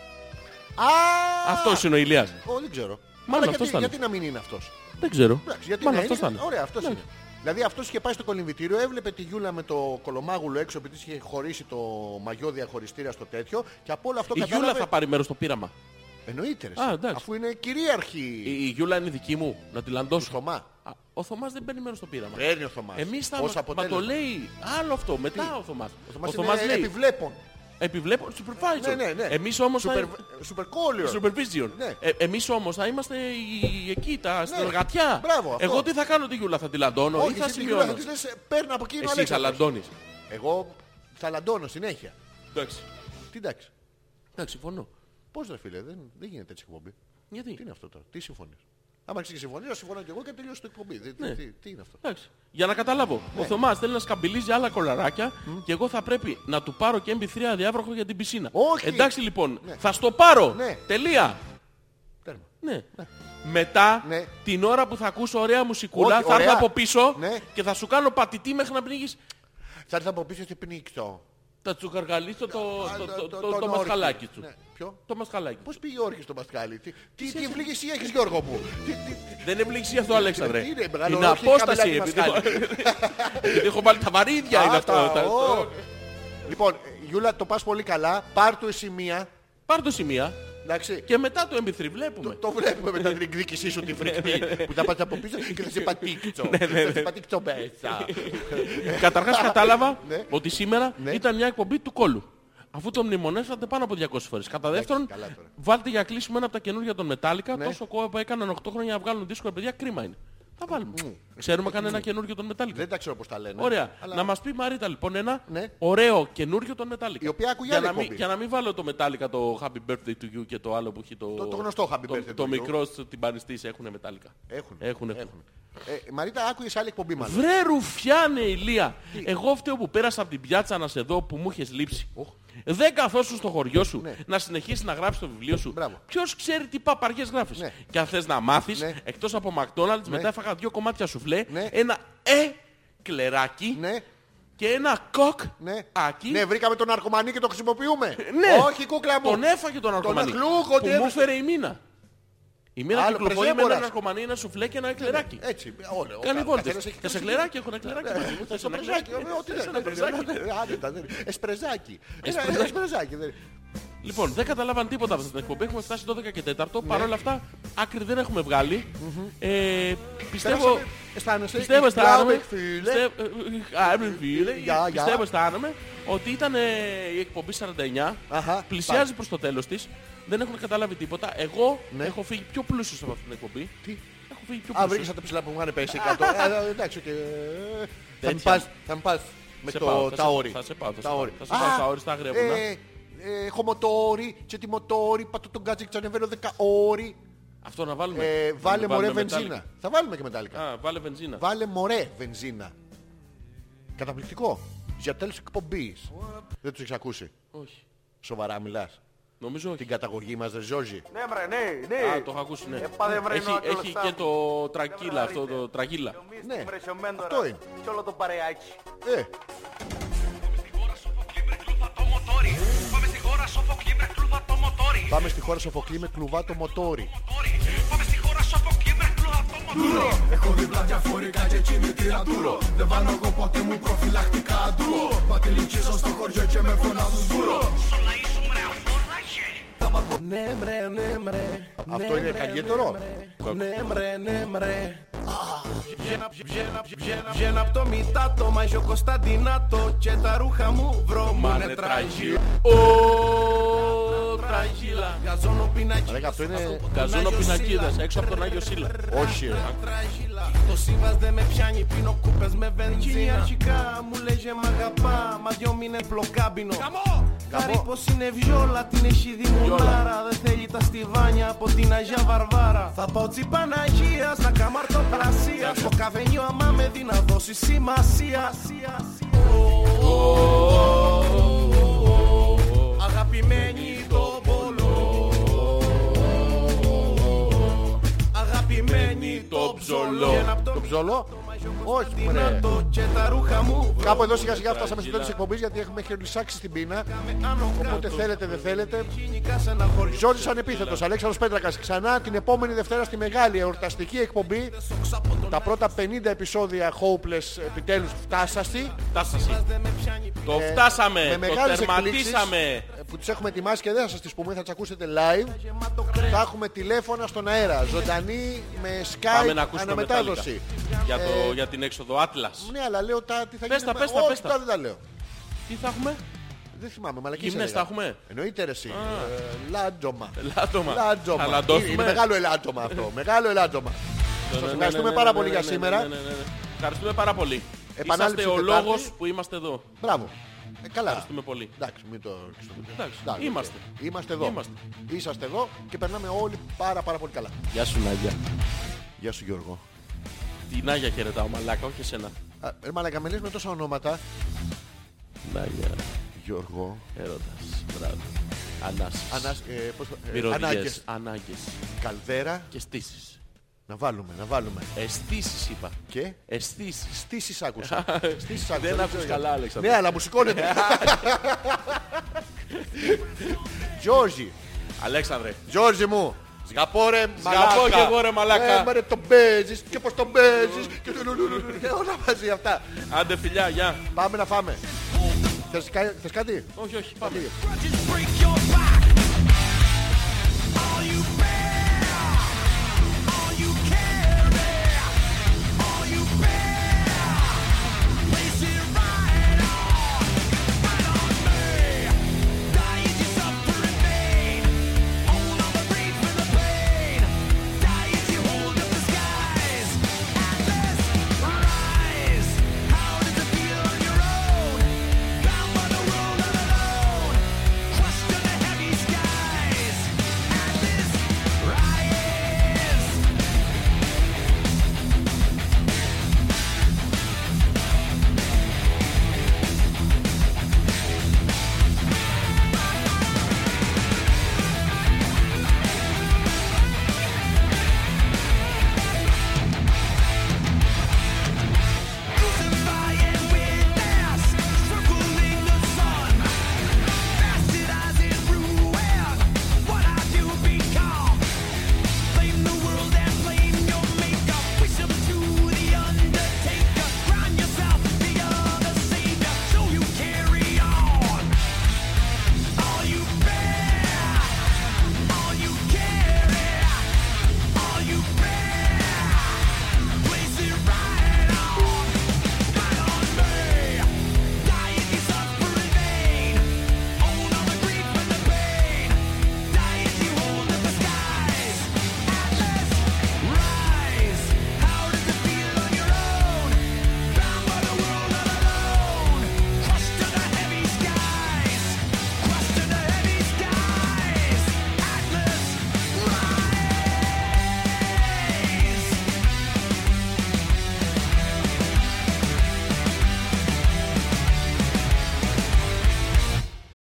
[SPEAKER 2] Αυτός είναι ο Ηλίας.
[SPEAKER 1] Ω, δεν ξέρω.
[SPEAKER 2] Μάλλον
[SPEAKER 1] Αλλά
[SPEAKER 2] αυτός
[SPEAKER 1] γιατί-
[SPEAKER 2] ήταν.
[SPEAKER 1] Γιατί να μην είναι αυτός.
[SPEAKER 2] Δεν ξέρω.
[SPEAKER 1] Εντάξει, γιατί
[SPEAKER 2] Μάλλον
[SPEAKER 1] να
[SPEAKER 2] αυτός
[SPEAKER 1] είναι.
[SPEAKER 2] ήταν.
[SPEAKER 1] Ωραία, αυτός
[SPEAKER 2] Ναι.
[SPEAKER 1] είναι. Δηλαδή αυτός είχε πάει στο κολυμβητήριο, έβλεπε τη Γιούλα με το κολομάγουλο έξω επειδή της είχε χωρίσει το μαγιό διαχωριστήρα στο τέτοιο και από όλο αυτό
[SPEAKER 2] Η
[SPEAKER 1] κατάλαβε...
[SPEAKER 2] Γιούλα θα πάρει μέρος στο πείραμα.
[SPEAKER 1] Εννοείται ρε,
[SPEAKER 2] Α,
[SPEAKER 1] εσύ.
[SPEAKER 2] εντάξει.
[SPEAKER 1] αφού είναι κυρίαρχη
[SPEAKER 2] Η, η Γιούλα είναι δική μου, να τη λαντώσω.
[SPEAKER 1] Θωμά.
[SPEAKER 2] Α, ο Θωμάς δεν παίρνει μέρος στο πείραμα.
[SPEAKER 1] Παίρνει ο Θωμάς.
[SPEAKER 2] Εμείς θα...
[SPEAKER 1] Ως
[SPEAKER 2] Μας
[SPEAKER 1] αποτέλεσμα. Ναι.
[SPEAKER 2] το λέει άλλο αυτό, μετά ο Θωμάς.
[SPEAKER 1] Ο Θωμάς, είναι
[SPEAKER 2] λέει,
[SPEAKER 1] επιβλέπων.
[SPEAKER 2] επιβλέπω, supervisor.
[SPEAKER 1] Ναι, ναι, ναι.
[SPEAKER 2] Εμείς όμως θα...
[SPEAKER 1] Super, super caller.
[SPEAKER 2] Supervision.
[SPEAKER 1] Ναι.
[SPEAKER 2] Ε, εμείς όμως θα είμαστε οι- εκεί, τα στεργατιά.
[SPEAKER 1] Μπράβο, αυτό.
[SPEAKER 2] Εγώ τι θα κάνω τη Γιούλα, θα τη λαντώνω ή
[SPEAKER 1] Όχι,
[SPEAKER 2] θα
[SPEAKER 1] εσύ τη Γιούλα θα
[SPEAKER 2] σημειώνω.
[SPEAKER 1] της λες, παίρνα από εκείνο
[SPEAKER 2] Εσύ θα
[SPEAKER 1] Αλέξανδρος.
[SPEAKER 2] λαντώνεις.
[SPEAKER 1] Εγώ θα λαντώνω συνέχεια.
[SPEAKER 2] Εντάξει.
[SPEAKER 1] Τι εντάξει.
[SPEAKER 2] Εντάξει, συμφωνώ.
[SPEAKER 1] Πώς ρε φίλε, δεν, δεν γίνεται έτσι εκπομπή.
[SPEAKER 2] Γιατί.
[SPEAKER 1] Τι είναι αυτό τώρα, τι συμφωνείς. Άμα αρχίσει και συμφωνείς, να συμφωνώ και εγώ και τελειώσει το εκπομπή. Τι,
[SPEAKER 2] Ναι.
[SPEAKER 1] τι- τι, τι είναι αυτό.
[SPEAKER 2] Εντάξει. Για να καταλάβω. Ο Θωμάς θέλει να σκαμπιλίζει άλλα κολαράκια και εγώ θα πρέπει να του πάρω και MP3 αδιάβροχο για την πισίνα.
[SPEAKER 1] Όχι.
[SPEAKER 2] Εντάξει λοιπόν.
[SPEAKER 1] Ναι.
[SPEAKER 2] Θα στο πάρω.
[SPEAKER 1] Ναι.
[SPEAKER 2] Τελεία.
[SPEAKER 1] Τέρμα.
[SPEAKER 2] Ναι. Μετά
[SPEAKER 1] Ναι.
[SPEAKER 2] την ώρα που θα ακούσω ωραία μουσικούλα
[SPEAKER 1] Όχι,
[SPEAKER 2] θα έρθω
[SPEAKER 1] ωραία.
[SPEAKER 2] από πίσω
[SPEAKER 1] Ναι.
[SPEAKER 2] και θα σου κάνω πατητή μέχρι να πνίγεις
[SPEAKER 1] Θα έρθει από πίσω και πνίξω.
[SPEAKER 2] τα τσουκαργαλίστο το,
[SPEAKER 1] Α,
[SPEAKER 2] το,
[SPEAKER 1] το-
[SPEAKER 2] το,
[SPEAKER 1] το-
[SPEAKER 2] το-
[SPEAKER 1] τον
[SPEAKER 2] το
[SPEAKER 1] όρκη.
[SPEAKER 2] μασχαλάκι του.
[SPEAKER 1] Ναι. Ποιο?
[SPEAKER 2] Το μασχαλάκι.
[SPEAKER 1] Πώς πήγε ο Όρκης στο Πασκάλι. Τι, τι, τι ευλίγηση έχεις Γιώργο μου. Τι- τι- τι-
[SPEAKER 2] Δεν εμπλήξει αυτό, Αλέξανδρε.
[SPEAKER 1] Τι είναι, μεγάλο
[SPEAKER 2] Είναι
[SPEAKER 1] όρκη,
[SPEAKER 2] απόσταση.
[SPEAKER 1] καμπελάκι
[SPEAKER 2] Επειδή
[SPEAKER 1] μασχάλι.
[SPEAKER 2] επειδή έχω βάλει τα βαρύδια είναι
[SPEAKER 1] Α,
[SPEAKER 2] αυτό.
[SPEAKER 1] τα-
[SPEAKER 2] τα-
[SPEAKER 1] ω. Λοιπόν, Γιούλα το πας πολύ καλά. Πάρ' το εσύ μία.
[SPEAKER 2] Πάρ' το σημεία
[SPEAKER 1] Εντάξει.
[SPEAKER 2] και μετά το MP3 βλέπουμε.
[SPEAKER 1] Το βλέπουμε μετά την εκδίκησή σου τη
[SPEAKER 2] Ναι,
[SPEAKER 1] φρικτή που θα πας από πίσω και θα σε πατήξω. Θα σε πατήξω μέσα.
[SPEAKER 2] Καταρχάς κατάλαβα
[SPEAKER 1] Ναι.
[SPEAKER 2] ότι σήμερα
[SPEAKER 1] Ναι.
[SPEAKER 2] ήταν μια εκπομπή του κόλου. Αφού το μνημονεύσατε πάνω από 200 φορές. Κατά δεύτερον,
[SPEAKER 1] καλά τώρα. Ναι.
[SPEAKER 2] βάλτε για κλείσιμο ένα από τα καινούργια των Metallica. Τόσο κόμμα που έκαναν 8 χρόνια να βγάλουν δίσκο, ρε παιδιά, κρίμα είναι. Θα βάλουμε. Ξέρουμε κανένα καινούργιο των Metallica.
[SPEAKER 1] Δεν τα ξέρω πώς τα λένε.
[SPEAKER 2] Ωραία.
[SPEAKER 1] Αλλά
[SPEAKER 2] Να μας πει η Μαρίτα λοιπόν ένα
[SPEAKER 1] Ναι.
[SPEAKER 2] ωραίο καινούργιο των Metallica.
[SPEAKER 1] Η οποία ακούει
[SPEAKER 2] για,
[SPEAKER 1] άλλη
[SPEAKER 2] να μην,
[SPEAKER 1] εκπομπή.
[SPEAKER 2] για να μην βάλω το Metallica το Happy Birthday to You και το άλλο που έχει το...
[SPEAKER 1] Το- το γνωστό Happy
[SPEAKER 2] το,
[SPEAKER 1] Birthday
[SPEAKER 2] Το,
[SPEAKER 1] to You.
[SPEAKER 2] μικρό στην Πανιστής έχουνε Metallica.
[SPEAKER 1] Έχουν.
[SPEAKER 2] Έχουν, έχουν.
[SPEAKER 1] Ε, Μαρίτα, άκουγες άλλη εκπομπή μάλλον.
[SPEAKER 2] Βρε ρουφιάνε ηλία. Εγώ φταίω που πέρασα από την πιάτσα να σε δω που μου είχες λείψει. Δεν καθόσου στο χωριό σου
[SPEAKER 1] Ναι.
[SPEAKER 2] να συνεχίσει να γράφει το βιβλίο σου.
[SPEAKER 1] Μπράβο.
[SPEAKER 2] Ποιος ξέρει τι παπαριές γράφεις.
[SPEAKER 1] Ναι.
[SPEAKER 2] Και αν θες να μάθεις,
[SPEAKER 1] Ναι.
[SPEAKER 2] εκτός από McDonald's, μετά έφαγα δύο κομμάτια σουφλέ,
[SPEAKER 1] Ναι.
[SPEAKER 2] ένα ε κλεράκι
[SPEAKER 1] Ναι.
[SPEAKER 2] και ένα κοκ
[SPEAKER 1] Ναι.
[SPEAKER 2] άκι.
[SPEAKER 1] ναι, βρήκαμε τον αρκομανί και το χρησιμοποιούμε.
[SPEAKER 2] Ναι.
[SPEAKER 1] Όχι, κούκλα μου.
[SPEAKER 2] Τον έφαγε τον αρκομανί.
[SPEAKER 1] αχλούχο,
[SPEAKER 2] που
[SPEAKER 1] τι
[SPEAKER 2] μου
[SPEAKER 1] έβρισε.
[SPEAKER 2] έφερε η μήνα. Η μήνα
[SPEAKER 1] Άλλο
[SPEAKER 2] κυκλοφορεί με
[SPEAKER 1] πρεζέμπορας.
[SPEAKER 2] έναν αρκομανί, ένα σουφλέ και ένα κλεράκι.
[SPEAKER 1] Έτσι, όλο. ο
[SPEAKER 2] Κάνει
[SPEAKER 1] ναι. Ε, καθένας
[SPEAKER 2] βόλτες.
[SPEAKER 1] έχει
[SPEAKER 2] Και σε
[SPEAKER 1] το Ναι,
[SPEAKER 2] κλεράκι έχω ένα κλεράκι. μαζί μου, θες
[SPEAKER 1] Στο
[SPEAKER 2] ένα
[SPEAKER 1] πρεζάκι,
[SPEAKER 2] κλεράκι?
[SPEAKER 1] ε, ό,τι
[SPEAKER 2] Θες ένα
[SPEAKER 1] δεν
[SPEAKER 2] πρεζάκι?
[SPEAKER 1] Εσπρεζάκι.
[SPEAKER 2] Εσπρεζάκι.
[SPEAKER 1] Ένα Εσπρεζάκι. δεν-
[SPEAKER 2] Λοιπόν, δεν καταλάβαν τίποτα από αυτή την εκπομπή. Έχουμε φτάσει 12 και 4.
[SPEAKER 1] Ναι.
[SPEAKER 2] Παρ' όλα αυτά, άκρη δεν έχουμε βγάλει. Ε, πιστεύω.
[SPEAKER 1] Περάσαμε, Αισθάνεσαι.
[SPEAKER 2] Πιστεύω, αισθάνομαι.
[SPEAKER 1] Μπράβο, ε, φίλε.
[SPEAKER 2] πιστεύω- ε, ε, άρε, φίλε,
[SPEAKER 1] Γεια, γεια.
[SPEAKER 2] Πιστεύω, αισθάνομαι ότι ήταν ε, η εκπομπή 49.
[SPEAKER 1] Αχα,
[SPEAKER 2] Πλησιάζει προς το τέλος της. Δεν έχουν καταλάβει τίποτα. Εγώ έχω φύγει πιο πλούσιος από αυτή την εκπομπή.
[SPEAKER 1] Τι.
[SPEAKER 2] Έχω φύγει πιο
[SPEAKER 1] Ναι. Α,
[SPEAKER 2] πλούσιος.
[SPEAKER 1] βρήκες τα ψηλά που μου είχαν πέσει κάτω. Ε, Εντάξει, και... Θα μου
[SPEAKER 2] Τέτοια.
[SPEAKER 1] πας, θα μου πας με
[SPEAKER 2] Σε πάω,
[SPEAKER 1] το
[SPEAKER 2] θα
[SPEAKER 1] τα
[SPEAKER 2] σε-
[SPEAKER 1] όρη.
[SPEAKER 2] θα σε πάω, θα
[SPEAKER 1] Τα
[SPEAKER 2] σε
[SPEAKER 1] όρη.
[SPEAKER 2] πάω. Θα σε πάω
[SPEAKER 1] Α,
[SPEAKER 2] στα όρη, στα αγρεύουνα.
[SPEAKER 1] ε, ε, Έχω μοτόρι, και τη μοτόρι, πατώ τον γκάτζι, ξανεβαίνω δεκα όρι.
[SPEAKER 2] Αυτό να βάλουμε.
[SPEAKER 1] Ε,
[SPEAKER 2] Να
[SPEAKER 1] Βάλε
[SPEAKER 2] το
[SPEAKER 1] μωρέ
[SPEAKER 2] βάλουμε
[SPEAKER 1] βενζίνα. Θα βάλουμε και μετάλλικα.
[SPEAKER 2] Metallica. Α, βάλε βενζίνα.
[SPEAKER 1] Βάλε μωρέ βενζίνα. Καταπληκτικό. Για τέλος εκπομπής. Δεν τους έχεις ακούσει.
[SPEAKER 2] Όχι.
[SPEAKER 1] Σοβαρά μιλάς.
[SPEAKER 2] Νομίζω όχι.
[SPEAKER 1] Την Ε, καταγωγή μας, ρε Ζόζη.
[SPEAKER 6] Ναι, βρε, ναι, ναι.
[SPEAKER 2] Α, το έχω ακούσει, ναι. Έχει, έχει και το τρακύλα αυτό, το τραγίλα.
[SPEAKER 1] Ναι, αυτό
[SPEAKER 6] Αυτό
[SPEAKER 1] είναι.
[SPEAKER 6] είναι. Και όλο το παρεάκι.
[SPEAKER 1] Ε,
[SPEAKER 5] Πάμε στη χώρα Σοφοκλή με κλούβα το μοτόρι.
[SPEAKER 1] πάμε στη χώρα Σοφοκλή με κλουβά το μοτόρι.
[SPEAKER 5] Πάμε στη χώρα Σοφοκλή με κλούβα το μοτόρι.
[SPEAKER 7] Έχω δίπλα διαφορικά και έτσι μικρή τούρο Δεν βάνω εγώ ποτέ μου προφυλακτικά αντούρο Πατηλικίζω στο χωριό και με φωνάζουν σβούρο
[SPEAKER 5] Όλα ήσουν ρε αφόραγε.
[SPEAKER 8] Ναι μρε, ναι μρε.
[SPEAKER 1] Αυτό είναι καλύτερο.
[SPEAKER 8] Ναι μρε, ναι μρε. Βγαίνω από το μητάτο, μαγιο Κωνσταντινάτο και τα ρούχα μου βρωμάνε τραγί.
[SPEAKER 2] Ω, τραγίλα.
[SPEAKER 8] Γαζώνω πινακίδας,
[SPEAKER 1] Ρε, αυτό είναι...
[SPEAKER 2] Καζόνο πινακίδας έξω από τον Άγιο Σίλα.
[SPEAKER 1] Όχι ρε.
[SPEAKER 8] τραγίλα. Το σύμβας δεν με πιάνει, πίνω κούπες με βενζίνη Αρχικά μου λέγε μ' αγαπά, μα δυο μήνες μπλοκάμπινο Χάρη πως είναι βιόλα, την έχει δει μουνάρα Δεν θέλει τα στιβάνια από την Αγία Βαρβάρα Θα πάω τσι Παναγίας, να κάνω αρτοπλασία Στο καβενιό άμα με δει να δώσει σημασία Αγαπημένη το πολλό Αγαπημένη το ψολό
[SPEAKER 1] Το ψολό. Όχι, μωρέ.
[SPEAKER 8] το και τα ρούχα μου
[SPEAKER 1] Κάπου εδώ σιγά σιγά φτάσαμε στο τέλος της εκπομπής γιατί έχουμε χειρονισάξει στην πείνα. Οπότε θέλετε, δεν θέλετε.
[SPEAKER 8] Γενικά σε ένα χωριό
[SPEAKER 1] Ζόρι ανεπίθετος. Αλέξανδρος Πέτρακας ξανά την επόμενη Δευτέρα στη μεγάλη εορταστική εκπομπή. Τα πρώτα 50 επεισόδια Hopeless επιτέλους φτάσαστη. Ε,
[SPEAKER 2] Φτάσαμε. Το
[SPEAKER 1] με
[SPEAKER 2] φτάσαμε. Το
[SPEAKER 1] μεγάλες
[SPEAKER 2] τερματίσαμε.
[SPEAKER 1] εκπλήξεις, ε, που τις έχουμε ετοιμάσει και δεν θα σας τις πούμε, θα τις ακούσετε live. Θα έχουμε τηλέφωνα στον αέρα, ζωντανή με
[SPEAKER 2] Πάμε
[SPEAKER 1] Skype
[SPEAKER 2] να ακούσουμε
[SPEAKER 1] αναμετάδοση. Ε.
[SPEAKER 2] Metallica. Για, το, για την έξοδο Atlas.
[SPEAKER 1] Ναι, αλλά λέω τα τι θα
[SPEAKER 2] Πες
[SPEAKER 1] γίνει.
[SPEAKER 2] τα,
[SPEAKER 1] με-
[SPEAKER 2] πες τα,
[SPEAKER 1] Όχι,
[SPEAKER 2] πες τα.
[SPEAKER 1] τώρα δεν τα λέω.
[SPEAKER 2] Τι θα έχουμε.
[SPEAKER 1] Δεν θυμάμαι, μαλακή.
[SPEAKER 2] Γυμνές τα έχουμε?
[SPEAKER 1] Εννοείται ρε εσύ. Ε, Λάντζομα.
[SPEAKER 2] Λάτωμα.
[SPEAKER 1] Λάντζομα. Είναι-
[SPEAKER 2] Θα
[SPEAKER 1] Είναι
[SPEAKER 2] λαντώσουμε.
[SPEAKER 1] μεγάλο ελάττωμα αυτό. Μεγάλο ελάττωμα.
[SPEAKER 2] Ναι,
[SPEAKER 1] Σας
[SPEAKER 2] ναι,
[SPEAKER 1] ευχαριστούμε
[SPEAKER 2] ναι,
[SPEAKER 1] πάρα
[SPEAKER 2] ναι,
[SPEAKER 1] πολύ
[SPEAKER 2] ναι,
[SPEAKER 1] για
[SPEAKER 2] ναι,
[SPEAKER 1] σήμερα.
[SPEAKER 2] ναι, ναι, ναι, ναι. Ευχαριστούμε πάρα πολύ.
[SPEAKER 1] Επανάληψη
[SPEAKER 2] Είσαστε ο
[SPEAKER 1] Τετάρτη.
[SPEAKER 2] λόγος που είμαστε εδώ.
[SPEAKER 1] Μπράβο. Ε, καλά.
[SPEAKER 2] Ευχαριστούμε πολύ.
[SPEAKER 1] Εντάξει, μην το
[SPEAKER 2] Εντάξει,
[SPEAKER 1] Εντάξει,
[SPEAKER 2] είμαστε.
[SPEAKER 1] οκ. Είμαστε εδώ.
[SPEAKER 2] Είμαστε.
[SPEAKER 1] Είσαστε εδώ και περνάμε όλοι πάρα πάρα πολύ καλά.
[SPEAKER 2] Γεια σου Νάγια.
[SPEAKER 1] Γεια σου Γιώργο.
[SPEAKER 2] Την Νάγια χαιρετάω μαλάκα, όχι εσένα.
[SPEAKER 1] Α, Ρε μαλακα, με λες με τόσα ονόματα.
[SPEAKER 2] Νάγια,
[SPEAKER 1] Γιώργο.
[SPEAKER 2] έρωτας, μπράβο. Ανάσεις.
[SPEAKER 1] Ανάς, ε, πώς, το- ε,
[SPEAKER 2] Μυρωδιές,
[SPEAKER 1] ανάγκες.
[SPEAKER 2] ανάγκες
[SPEAKER 1] Καλδέρα.
[SPEAKER 2] και στήσεις.
[SPEAKER 1] Να βάλουμε, να βάλουμε.
[SPEAKER 2] Αισθήσεις είπα.
[SPEAKER 1] Και
[SPEAKER 2] Αισθήσεις.
[SPEAKER 1] στήσεις άκουσα. στήσεις άκουσα.
[SPEAKER 2] Δεν
[SPEAKER 1] ξέρω
[SPEAKER 2] άκουσες
[SPEAKER 1] γιατί.
[SPEAKER 2] καλά, Αλέξανδρε.
[SPEAKER 1] Ναι, αλλά μου σηκώνεται. Γιώργη.
[SPEAKER 2] Αλέξανδρε,
[SPEAKER 1] Γιώργη μου. Σγαπώ ρε μαλάκα.
[SPEAKER 2] κι εγώ, ρε, μαλάκα.
[SPEAKER 1] Ε, μα, ρε, τον παίζεις και πως τον παίζεις. και το λουλουλουλουλου. Και Ναι, όλα μαζί αυτά.
[SPEAKER 2] άντε φιλιά, γεια.
[SPEAKER 1] Πάμε να φάμε. Θες, κα- θες κάτι?
[SPEAKER 2] Όχι, όχι, πάμε.
[SPEAKER 6] Grudges break your